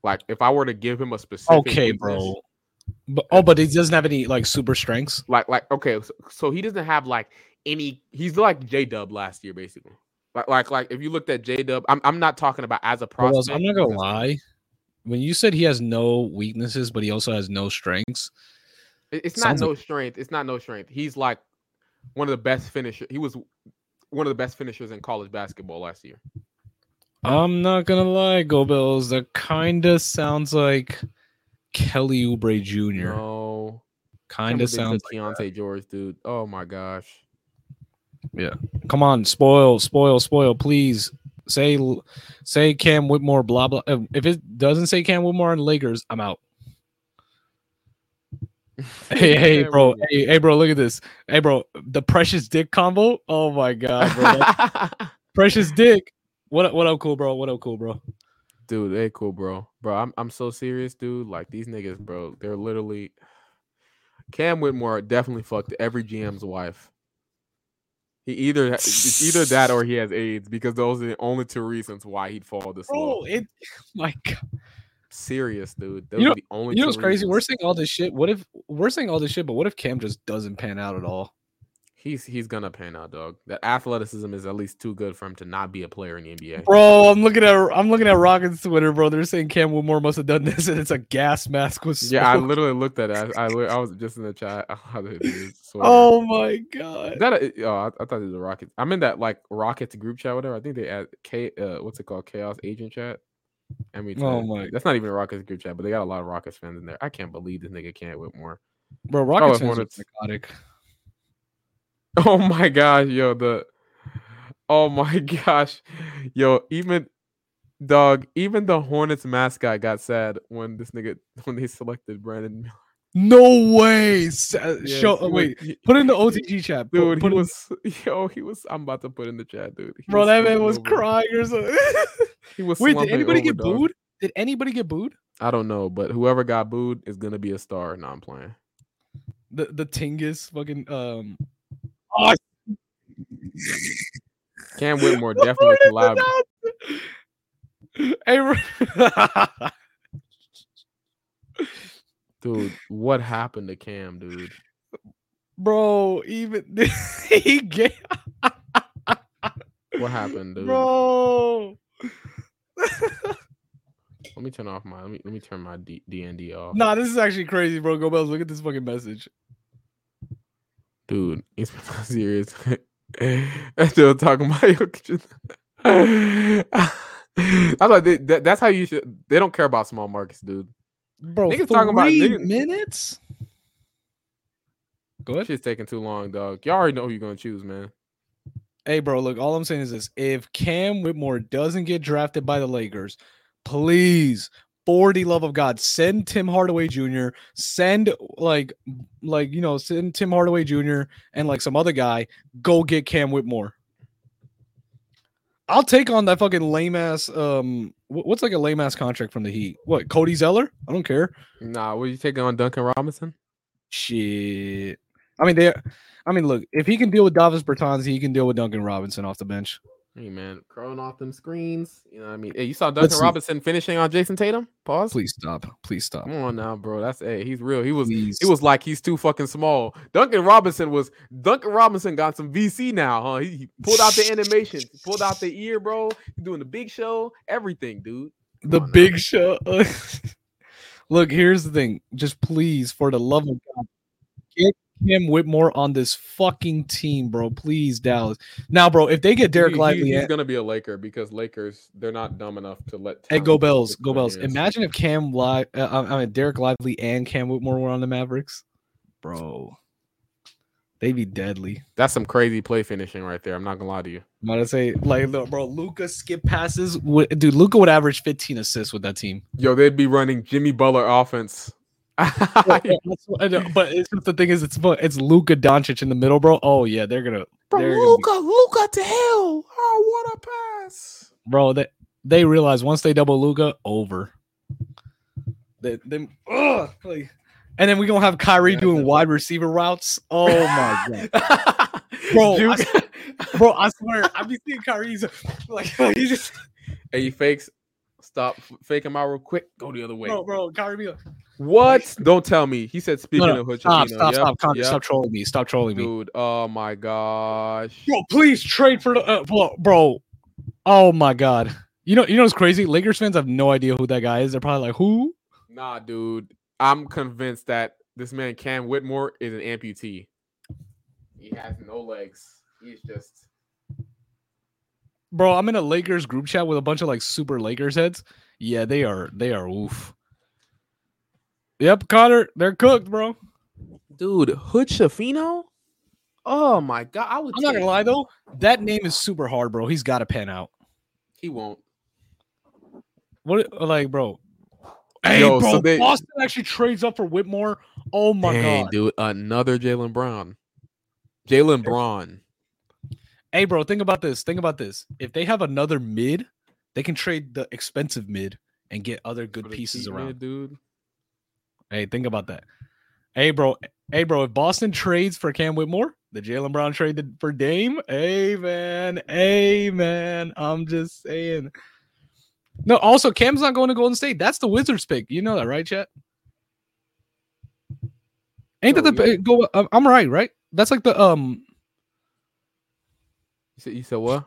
Speaker 2: Like if I were to give him a specific,
Speaker 1: Okay,
Speaker 2: weakness-
Speaker 1: bro. But, oh, but he doesn't have any like super strengths.
Speaker 2: Like like okay, so, so he doesn't have like any. He's like J Dub last year, basically. Like like like if you looked at J Dub, I'm I'm not talking about as a
Speaker 1: Well,
Speaker 2: prospect.
Speaker 1: I'm not gonna
Speaker 2: because-
Speaker 1: lie. When you said he has no weaknesses, but he also has no strengths,
Speaker 2: It- It's not
Speaker 1: Sounds like-
Speaker 2: no strength. It's not no strength. He's like one of the best finisher. He was one of the best finishers in college basketball last year.
Speaker 1: I'm not gonna lie, Go Bills. That kinda sounds like Kelly Oubre Jr.
Speaker 2: No,
Speaker 1: kinda
Speaker 2: can't believe they took
Speaker 1: sounds.
Speaker 2: Keontae George, dude. Oh my gosh.
Speaker 1: Come on, spoil, spoil, spoil, please. Say, say Cam Whitmore. Blah blah. If- If it doesn't say Cam Whitmore on Lakers, I'm
Speaker 2: [laughs]
Speaker 1: out. [laughs] Hey, hey,
Speaker 2: Cam
Speaker 1: bro.
Speaker 2: Whitmore.
Speaker 1: Hey, hey, bro. Look at this. Hey, bro. The precious dick combo. Oh my god, bro. That- [laughs] precious dick. What up- what up, cool, bro? What up, cool, bro?
Speaker 2: dude, hey, cool, bro. Bro, I'm I'm so serious, dude. Like these niggas, bro. They're literally. Cam Whitmore definitely fucked every GM's wife. He either it's either that or he has AIDS because those are the only two reasons why he'd fall this
Speaker 1: Bro,
Speaker 2: low.
Speaker 1: it [laughs] my god.
Speaker 2: Serious, dude. Those
Speaker 1: You know-
Speaker 2: are the only.
Speaker 1: You know
Speaker 2: two
Speaker 1: what's crazy?
Speaker 2: reasons.
Speaker 1: We're saying all this shit. What if we're saying all this shit, but what if Cam just doesn't pan out at all?
Speaker 2: He's he's gonna pan out, dog. That athleticism is at least too good for him to not be a player in the NBA.
Speaker 1: Bro, I'm looking at I'm looking at Rockets Twitter, bro. They're saying Cam Wilmore must have done this, [laughs] and it's a gas mask with
Speaker 2: Yeah, I
Speaker 1: smoke.
Speaker 2: literally looked at it. I, I, li- I was just in the chat. [laughs] I did, dude, swear.
Speaker 1: [laughs] oh my god.
Speaker 2: Is that a, oh, I, I thought it was a Rockets. I'm in that like Rockets group chat, whatever. I think they add K. Uh, what's it called? Chaos Agent Chat. I mean,
Speaker 1: Oh my-
Speaker 2: that's not even a Rockets group chat, but they got a lot of Rockets fans in there. I can't believe this nigga can't whip more.
Speaker 1: Bro, Rockets
Speaker 2: if
Speaker 1: fans
Speaker 2: one
Speaker 1: are
Speaker 2: of-
Speaker 1: psychotic.
Speaker 2: [laughs] Oh my gosh, yo, the oh my [laughs] gosh, yo, even dog, even the Hornets mascot got sad when this nigga [laughs] when they selected Brandon. Miller.
Speaker 1: No way. Sa-
Speaker 2: Yes,
Speaker 1: Show
Speaker 2: he
Speaker 1: oh,
Speaker 2: was-
Speaker 1: wait.
Speaker 2: he-
Speaker 1: Put in the OTG chat. Put-
Speaker 2: [laughs] dude, he
Speaker 1: put in-
Speaker 2: was [laughs] yo, he was. I'm about to put in the chat, dude. He
Speaker 1: bro, that man
Speaker 2: slumping
Speaker 1: was
Speaker 2: over.
Speaker 1: crying or something. [laughs]
Speaker 2: He was
Speaker 1: wait, did
Speaker 2: slumping
Speaker 1: anybody
Speaker 2: over,
Speaker 1: get
Speaker 2: dog.
Speaker 1: booed? Did anybody get booed?
Speaker 2: I don't know, but whoever got booed is gonna be a star. No, I'm playing.
Speaker 1: The the Tingus fucking
Speaker 2: [laughs]
Speaker 1: um [laughs]
Speaker 2: Cam Whitmore definitely
Speaker 1: Lord,
Speaker 2: collabed.
Speaker 1: it's announced. Hey, Ro-
Speaker 2: Dude, what happened to Cam, dude?
Speaker 1: bro, even [laughs] he gave [laughs]
Speaker 2: What happened, dude?
Speaker 1: bro.
Speaker 2: Let me turn off my. Let me let me turn my D, DND off.
Speaker 1: [laughs] Nah, this is actually crazy, bro. Go Bells, look at this fucking message.
Speaker 2: Dude, he's been serious. [laughs] I'm still talking about Jokic. [laughs] I thought they, that, that's how you should. They don't care about small markets, dude.
Speaker 1: Bro,
Speaker 2: Niggas talking about-
Speaker 1: three
Speaker 2: niggas-
Speaker 1: minutes? Go
Speaker 2: That
Speaker 1: ahead.
Speaker 2: shit's taking too long, dog. Y'all already know who you're gonna choose, man.
Speaker 1: Hey, bro, look, all I'm saying is this. If Cam Whitmore doesn't get drafted by the Lakers, please, for the love of God, send Tim Hardaway Jr., send like, like, you know, send Tim Hardaway Jr. and like some other guy, go get Cam Whitmore. I'll take on that fucking lame ass. Um, wh- what's like a lame ass contract from the Heat? What, Cody Zeller? I don't care.
Speaker 2: Nah, what are you taking on Duncan Robinson?
Speaker 1: Shit. I mean, they. I mean, look, if he can deal with Davis Bertans, he can deal with Duncan Robinson off the bench.
Speaker 2: Hey man, crawling off them screens. You know what I mean? Hey, you saw Duncan
Speaker 1: Let's see.
Speaker 2: Robinson finishing on Jason Tatum? Pause.
Speaker 1: Please stop. Please stop.
Speaker 2: Come on now, bro. That's hey, he's real. He was
Speaker 1: Please.
Speaker 2: It was like he's too fucking small. Duncan Robinson was Duncan Robinson got some VC now, huh? He, he pulled out
Speaker 1: [laughs]
Speaker 2: the animations, he pulled out the ear, bro. He's doing the big show, everything, dude.
Speaker 1: the
Speaker 2: on now.
Speaker 1: big show. [laughs] Look, here's the thing. Just please, for the love of God, get Kim Whitmore on this fucking team, bro. Please, Dallas. Now, bro, if they get Derek
Speaker 2: He- he-
Speaker 1: Lively
Speaker 2: he's
Speaker 1: and,
Speaker 2: gonna be a Laker because Lakers they're not dumb enough to let.
Speaker 1: and
Speaker 2: talent
Speaker 1: Go Bells,
Speaker 2: sit
Speaker 1: Go
Speaker 2: for
Speaker 1: Bells.
Speaker 2: years.
Speaker 1: Imagine if Cam Live, uh, I I mean Derek Lively and Cam Whitmore were on the Mavericks, bro. They'd be deadly.
Speaker 2: that's some crazy play finishing right there. I'm not gonna lie to you.
Speaker 1: I'm about to say, like, look, bro, Luca skip passes. Would, dude, Luca would average 15 assists with that team.
Speaker 2: Yo, they'd be running Jimmy Butler offense. [laughs]
Speaker 1: Yeah, yeah, that's what I know, but it's just the thing is it's fu- it's Luka Doncic in the middle, bro. Oh yeah, they're gonna they're gonna be-
Speaker 2: Luca to Hill. Oh, what a pass!
Speaker 1: bro. They they realize once they double Luka, over. They, they, ugh, like- and then we gonna have Kyrie
Speaker 2: Yeah,
Speaker 1: doing
Speaker 2: that's-
Speaker 1: wide receiver routes. Oh my god, [laughs]
Speaker 2: [laughs]
Speaker 1: Bro, I
Speaker 2: Duke-
Speaker 1: bro! I swear, I be seeing Kyrie's like [laughs] he just
Speaker 2: Hey, you fakes, stop f- fake him out real quick. Go the other way.
Speaker 1: bro, bro. Kyrie be like,
Speaker 2: What? Don't tell me. He said, speaking
Speaker 1: no,
Speaker 2: of Hood
Speaker 1: stop,
Speaker 2: Chipino,
Speaker 1: stop,
Speaker 2: yep,
Speaker 1: stop, Con-
Speaker 2: yep,
Speaker 1: stop trolling me, stop trolling me.
Speaker 2: Dude, oh my gosh.
Speaker 1: Bro, please trade for the uh, bro, bro. Oh my god. You know, you know what's crazy? Lakers fans have no idea who that guy is. They're probably like, who?
Speaker 2: Nah, dude. I'm convinced that this man, Cam Whitmore, is an amputee. He has no legs. He's just.
Speaker 1: Bro, I'm in a Lakers group chat with a bunch of like super Lakers heads. Yeah, they are they are oof. Yep, Connor, they're cooked, bro.
Speaker 2: Dude, Hood Shafino? Oh my god. I would
Speaker 1: I'm not
Speaker 2: take-
Speaker 1: gonna lie though. That name is super hard, bro. He's gotta pan out.
Speaker 2: He won't.
Speaker 1: What like, bro? Hey,
Speaker 2: Yo,
Speaker 1: bro,
Speaker 2: so they-
Speaker 1: Boston actually trades up for Whitmore. Oh my
Speaker 2: Dang,
Speaker 1: god.
Speaker 2: dude. Another Jalen Brown. Jalen Braun.
Speaker 1: Hey, bro, think about this. Think about this. If they have another mid, they can trade the expensive mid and get other
Speaker 2: For
Speaker 1: good
Speaker 2: the
Speaker 1: pieces
Speaker 2: cheap
Speaker 1: around.
Speaker 2: mid, dude.
Speaker 1: Hey, think about that. Hey, bro. Hey, bro. If Boston trades for Cam Whitmore, the Jalen Brown traded for Dame. Hey, man. Hey, man. I'm just saying. No, also, Cam's not going to Golden State. That's the Wizards pick. You know that, right, Chet? Ain't
Speaker 2: No,
Speaker 1: that the
Speaker 2: Oh, yeah.
Speaker 1: go? I'm- I'm right, right? That's like the um,
Speaker 2: You said, you said what?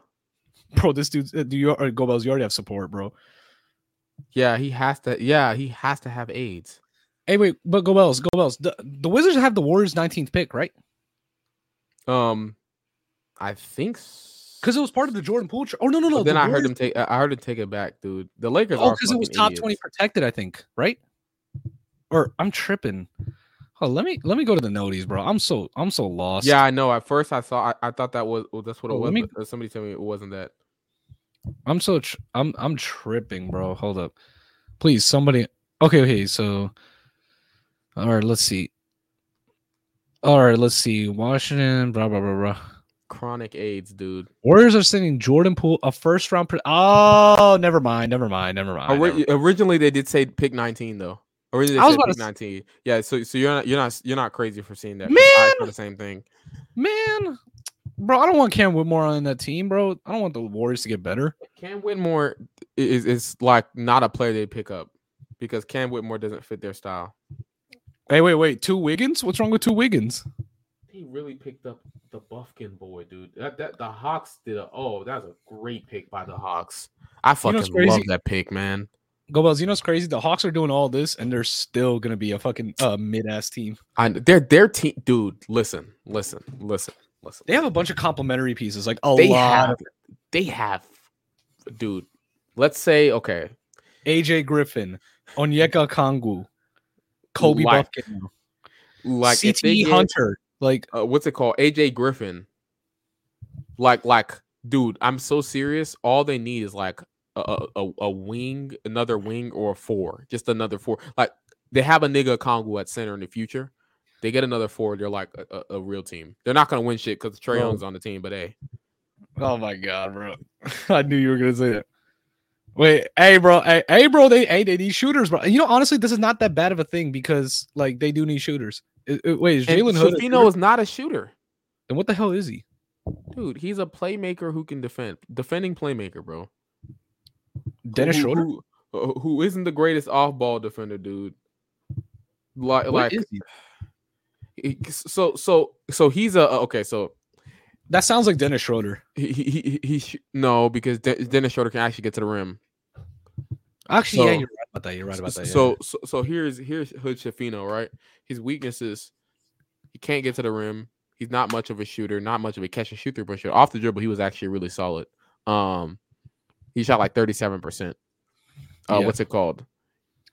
Speaker 1: bro. This dude's uh, do you or Gobels? You already have support, bro.
Speaker 2: Yeah, he has to. Yeah, he has to have AIDS.
Speaker 1: Hey, wait, but go Bells, go Bells. The, the Wizards have the Warriors' 19th pick, right?
Speaker 2: Um, I think
Speaker 1: Because it was part of the Jordan Poole. Tra- oh no, no, no.
Speaker 2: But then
Speaker 1: the
Speaker 2: I heard
Speaker 1: Warriors-
Speaker 2: him take. I heard him take it back, dude. The Lakers.
Speaker 1: Oh,
Speaker 2: are
Speaker 1: because it was
Speaker 2: fucking
Speaker 1: top
Speaker 2: idiots.
Speaker 1: 20 protected, I think, right? Or I'm tripping. Oh, let me let me go to the noties, bro. I'm so I'm so lost.
Speaker 2: Yeah, I know. At first, I saw. I, I thought that was. Well, that's what it
Speaker 1: Oh, let
Speaker 2: was.
Speaker 1: me-
Speaker 2: but uh, Somebody told me it wasn't that.
Speaker 1: I'm so tr- I'm I'm tripping, bro. Hold up, please, somebody. Okay, okay. So, all right, let's see. All right, let's see. Washington, blah blah blah blah.
Speaker 2: Chronic AIDS, dude.
Speaker 1: Warriors are sending Jordan Poole a first round. Pre- oh, never mind, never mind, never mind.
Speaker 2: Ori-
Speaker 1: never mind.
Speaker 2: originally, they did say pick nineteen though. Originally, they
Speaker 1: I was
Speaker 2: said
Speaker 1: about
Speaker 2: pick
Speaker 1: to s-
Speaker 2: nineteen. Yeah. So, so you're not. You're not. You're not crazy for seeing that. 'cause
Speaker 1: Man!
Speaker 2: I saw the same thing.
Speaker 1: Man, bro, I don't want Cam Whitmore on that team, bro. I don't want the Warriors to get better.
Speaker 2: Cam Whitmore is is like not a player they pick up because Cam Whitmore doesn't fit their style.
Speaker 1: Hey, wait, wait. Two Wiggins? What's wrong with two Wiggins?
Speaker 2: He really picked up the Buffkin boy, dude. That, that the Hawks did. A, oh, that was a great pick by the Hawks.
Speaker 1: You
Speaker 2: I
Speaker 1: know
Speaker 2: fucking
Speaker 1: what's
Speaker 2: love
Speaker 1: crazy?
Speaker 2: that pick, man.
Speaker 1: Go Bells, you know what's crazy? The Hawks are doing all this, and they're still gonna be a fucking uh, mid-ass team.
Speaker 2: I their their team, dude. Listen, listen, listen, listen.
Speaker 1: They have a bunch of complementary pieces, like a
Speaker 2: they
Speaker 1: lot.
Speaker 2: have they have, dude. Let's say okay,
Speaker 1: AJ Griffin, Onyeka Kongwu, Kobe
Speaker 2: Like-
Speaker 1: Buffkin,
Speaker 2: like if they
Speaker 1: CT
Speaker 2: get-
Speaker 1: E Hunter. Like
Speaker 2: uh, what's it called? AJ Griffin. Like, like, dude, I'm so serious. All they need is like a, a- a, a wing, another wing, or a four, just another four. Like they have a nigga Kongu at center in the future. They get another four. They're like a, a, a real team. They're not gonna win shit because Trey
Speaker 1: Bro.
Speaker 2: Young's on the team. But hey,
Speaker 1: Oh my god, bro! [laughs] I knew you were gonna say that. Wait, hey, bro, hey, hey, bro, they, hey, they need shooters, bro. You know, honestly, this is not that bad of a thing because, like, they do need shooters. It- it- wait, is
Speaker 2: and
Speaker 1: Jalen Hood? a
Speaker 2: Shafino
Speaker 1: shooter?
Speaker 2: is not a shooter,
Speaker 1: Then what the hell is he?
Speaker 2: dude. He's a playmaker who can defend, defending playmaker, bro.
Speaker 1: Dennis
Speaker 2: who,
Speaker 1: Schroeder?
Speaker 2: who- uh, who isn't the greatest off-ball defender, dude. Like,
Speaker 1: What
Speaker 2: like
Speaker 1: is he?
Speaker 2: he- so so so he's a okay so
Speaker 1: That sounds like Dennis Schroeder.
Speaker 2: he he, he, he sh- no because De- Dennis Schroeder can actually get to the rim.
Speaker 1: Actually, yeah,
Speaker 2: So-
Speaker 1: you're right about that. You're right about that. yeah.
Speaker 2: So so so here's here's Hood Shafino, right? His weaknesses: he can't get to the rim. He's not much of a shooter, not much of a catch and shoot three point shooter. Off the dribble, he was actually really solid. Um, he shot like thirty seven percent. Uh,
Speaker 1: Yeah.
Speaker 2: what's it called?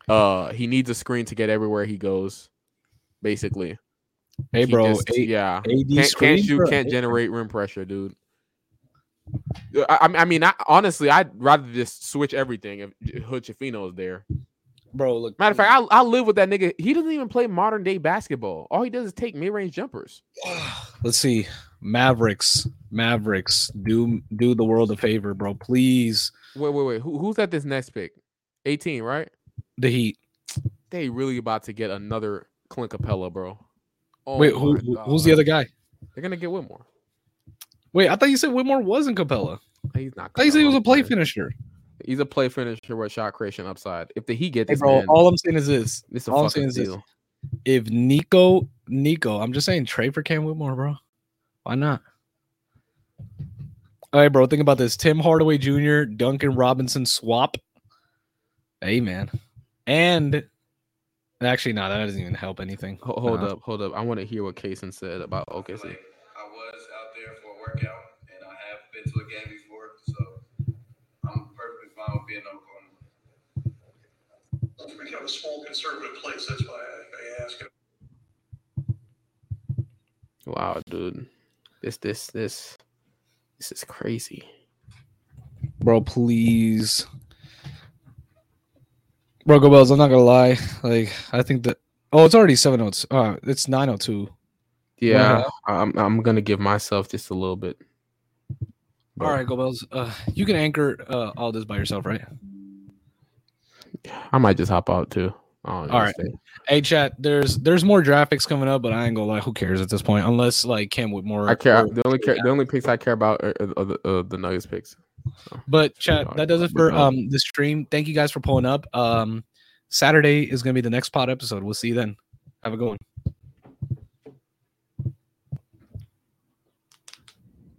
Speaker 2: Uh, he needs a screen to get everywhere he goes. Basically,
Speaker 1: hey,
Speaker 2: He
Speaker 1: bro,
Speaker 2: just-
Speaker 1: A-
Speaker 2: yeah,
Speaker 1: AD
Speaker 2: can't,
Speaker 1: screen,
Speaker 2: can't shoot,
Speaker 1: bro.
Speaker 2: can't generate rim pressure, dude. Yeah, I, I- I mean, I, honestly, I'd rather just switch everything if Hood Chafino is there.
Speaker 1: bro. Look,
Speaker 2: Matter of fact, I, I live with that nigga. He doesn't even play modern day basketball. All he does is take mid range jumpers.
Speaker 1: [sighs] let's see. Mavericks, Mavericks, do do the world a favor, bro. Please,
Speaker 2: Wait, wait, wait. Who, who's at this next pick? 18, right?
Speaker 1: the Heat.
Speaker 2: They really about to get another Clint Capella, bro. Oh
Speaker 1: Wait, who,
Speaker 2: my
Speaker 1: who- who's the
Speaker 2: God.
Speaker 1: other guy?
Speaker 2: They're gonna get Whitmore.
Speaker 1: Wait, I thought you said Whitmore wasn't Capella.
Speaker 2: He's not.
Speaker 1: I thought you said he was
Speaker 2: Capella,
Speaker 1: a play
Speaker 2: man.
Speaker 1: finisher.
Speaker 2: He's a play finisher with shot creation upside. If the Heat get
Speaker 1: Hey,
Speaker 2: this
Speaker 1: bro,
Speaker 2: man,
Speaker 1: all I'm saying is this:
Speaker 2: it's a
Speaker 1: all I'm saying
Speaker 2: fucking
Speaker 1: is this.
Speaker 2: steal.
Speaker 1: if Nico, Nico, I'm just saying trade for Cam Whitmore, bro. Why not? All right, bro. Think about this: Tim Hardaway Jr., Duncan Robinson swap. Hey, man, and actually, no, that doesn't even help anything.
Speaker 2: Ho- Hold
Speaker 1: Nah.
Speaker 2: up, hold up. I want to hear what Kaysen said about OKC.
Speaker 6: Like, I was out there for a workout, and I have been to a game before, so I'm perfectly fine with being on corner.
Speaker 7: We have a small conservative place, that's why I, I ask.
Speaker 2: Wow, dude. This this this this is crazy.
Speaker 1: bro. Please, bro. Go Bells. I'm not gonna lie. Like, I think that. Oh, it's already seven notes. Uh, it's nine oh two.
Speaker 2: Yeah, I'm I'm gonna give myself just a little bit. But-
Speaker 1: All right, Go Bells. Uh, you can anchor uh, all this by yourself, right?
Speaker 2: I might just hop out too. I don't know,
Speaker 1: All right.
Speaker 2: stay.
Speaker 1: Hey chat, there's there's more draft picks coming up, but I ain't gonna lie, who cares at this point? Unless like Cam Whitmore.
Speaker 2: I care.
Speaker 1: or-
Speaker 2: The only care, the only picks I care about are, are the uh, the Nuggets picks.
Speaker 1: But chat, that does it for um the stream. Thank you guys for pulling up. Um Saturday is gonna be the next pod episode. We'll see you then. Have a good one.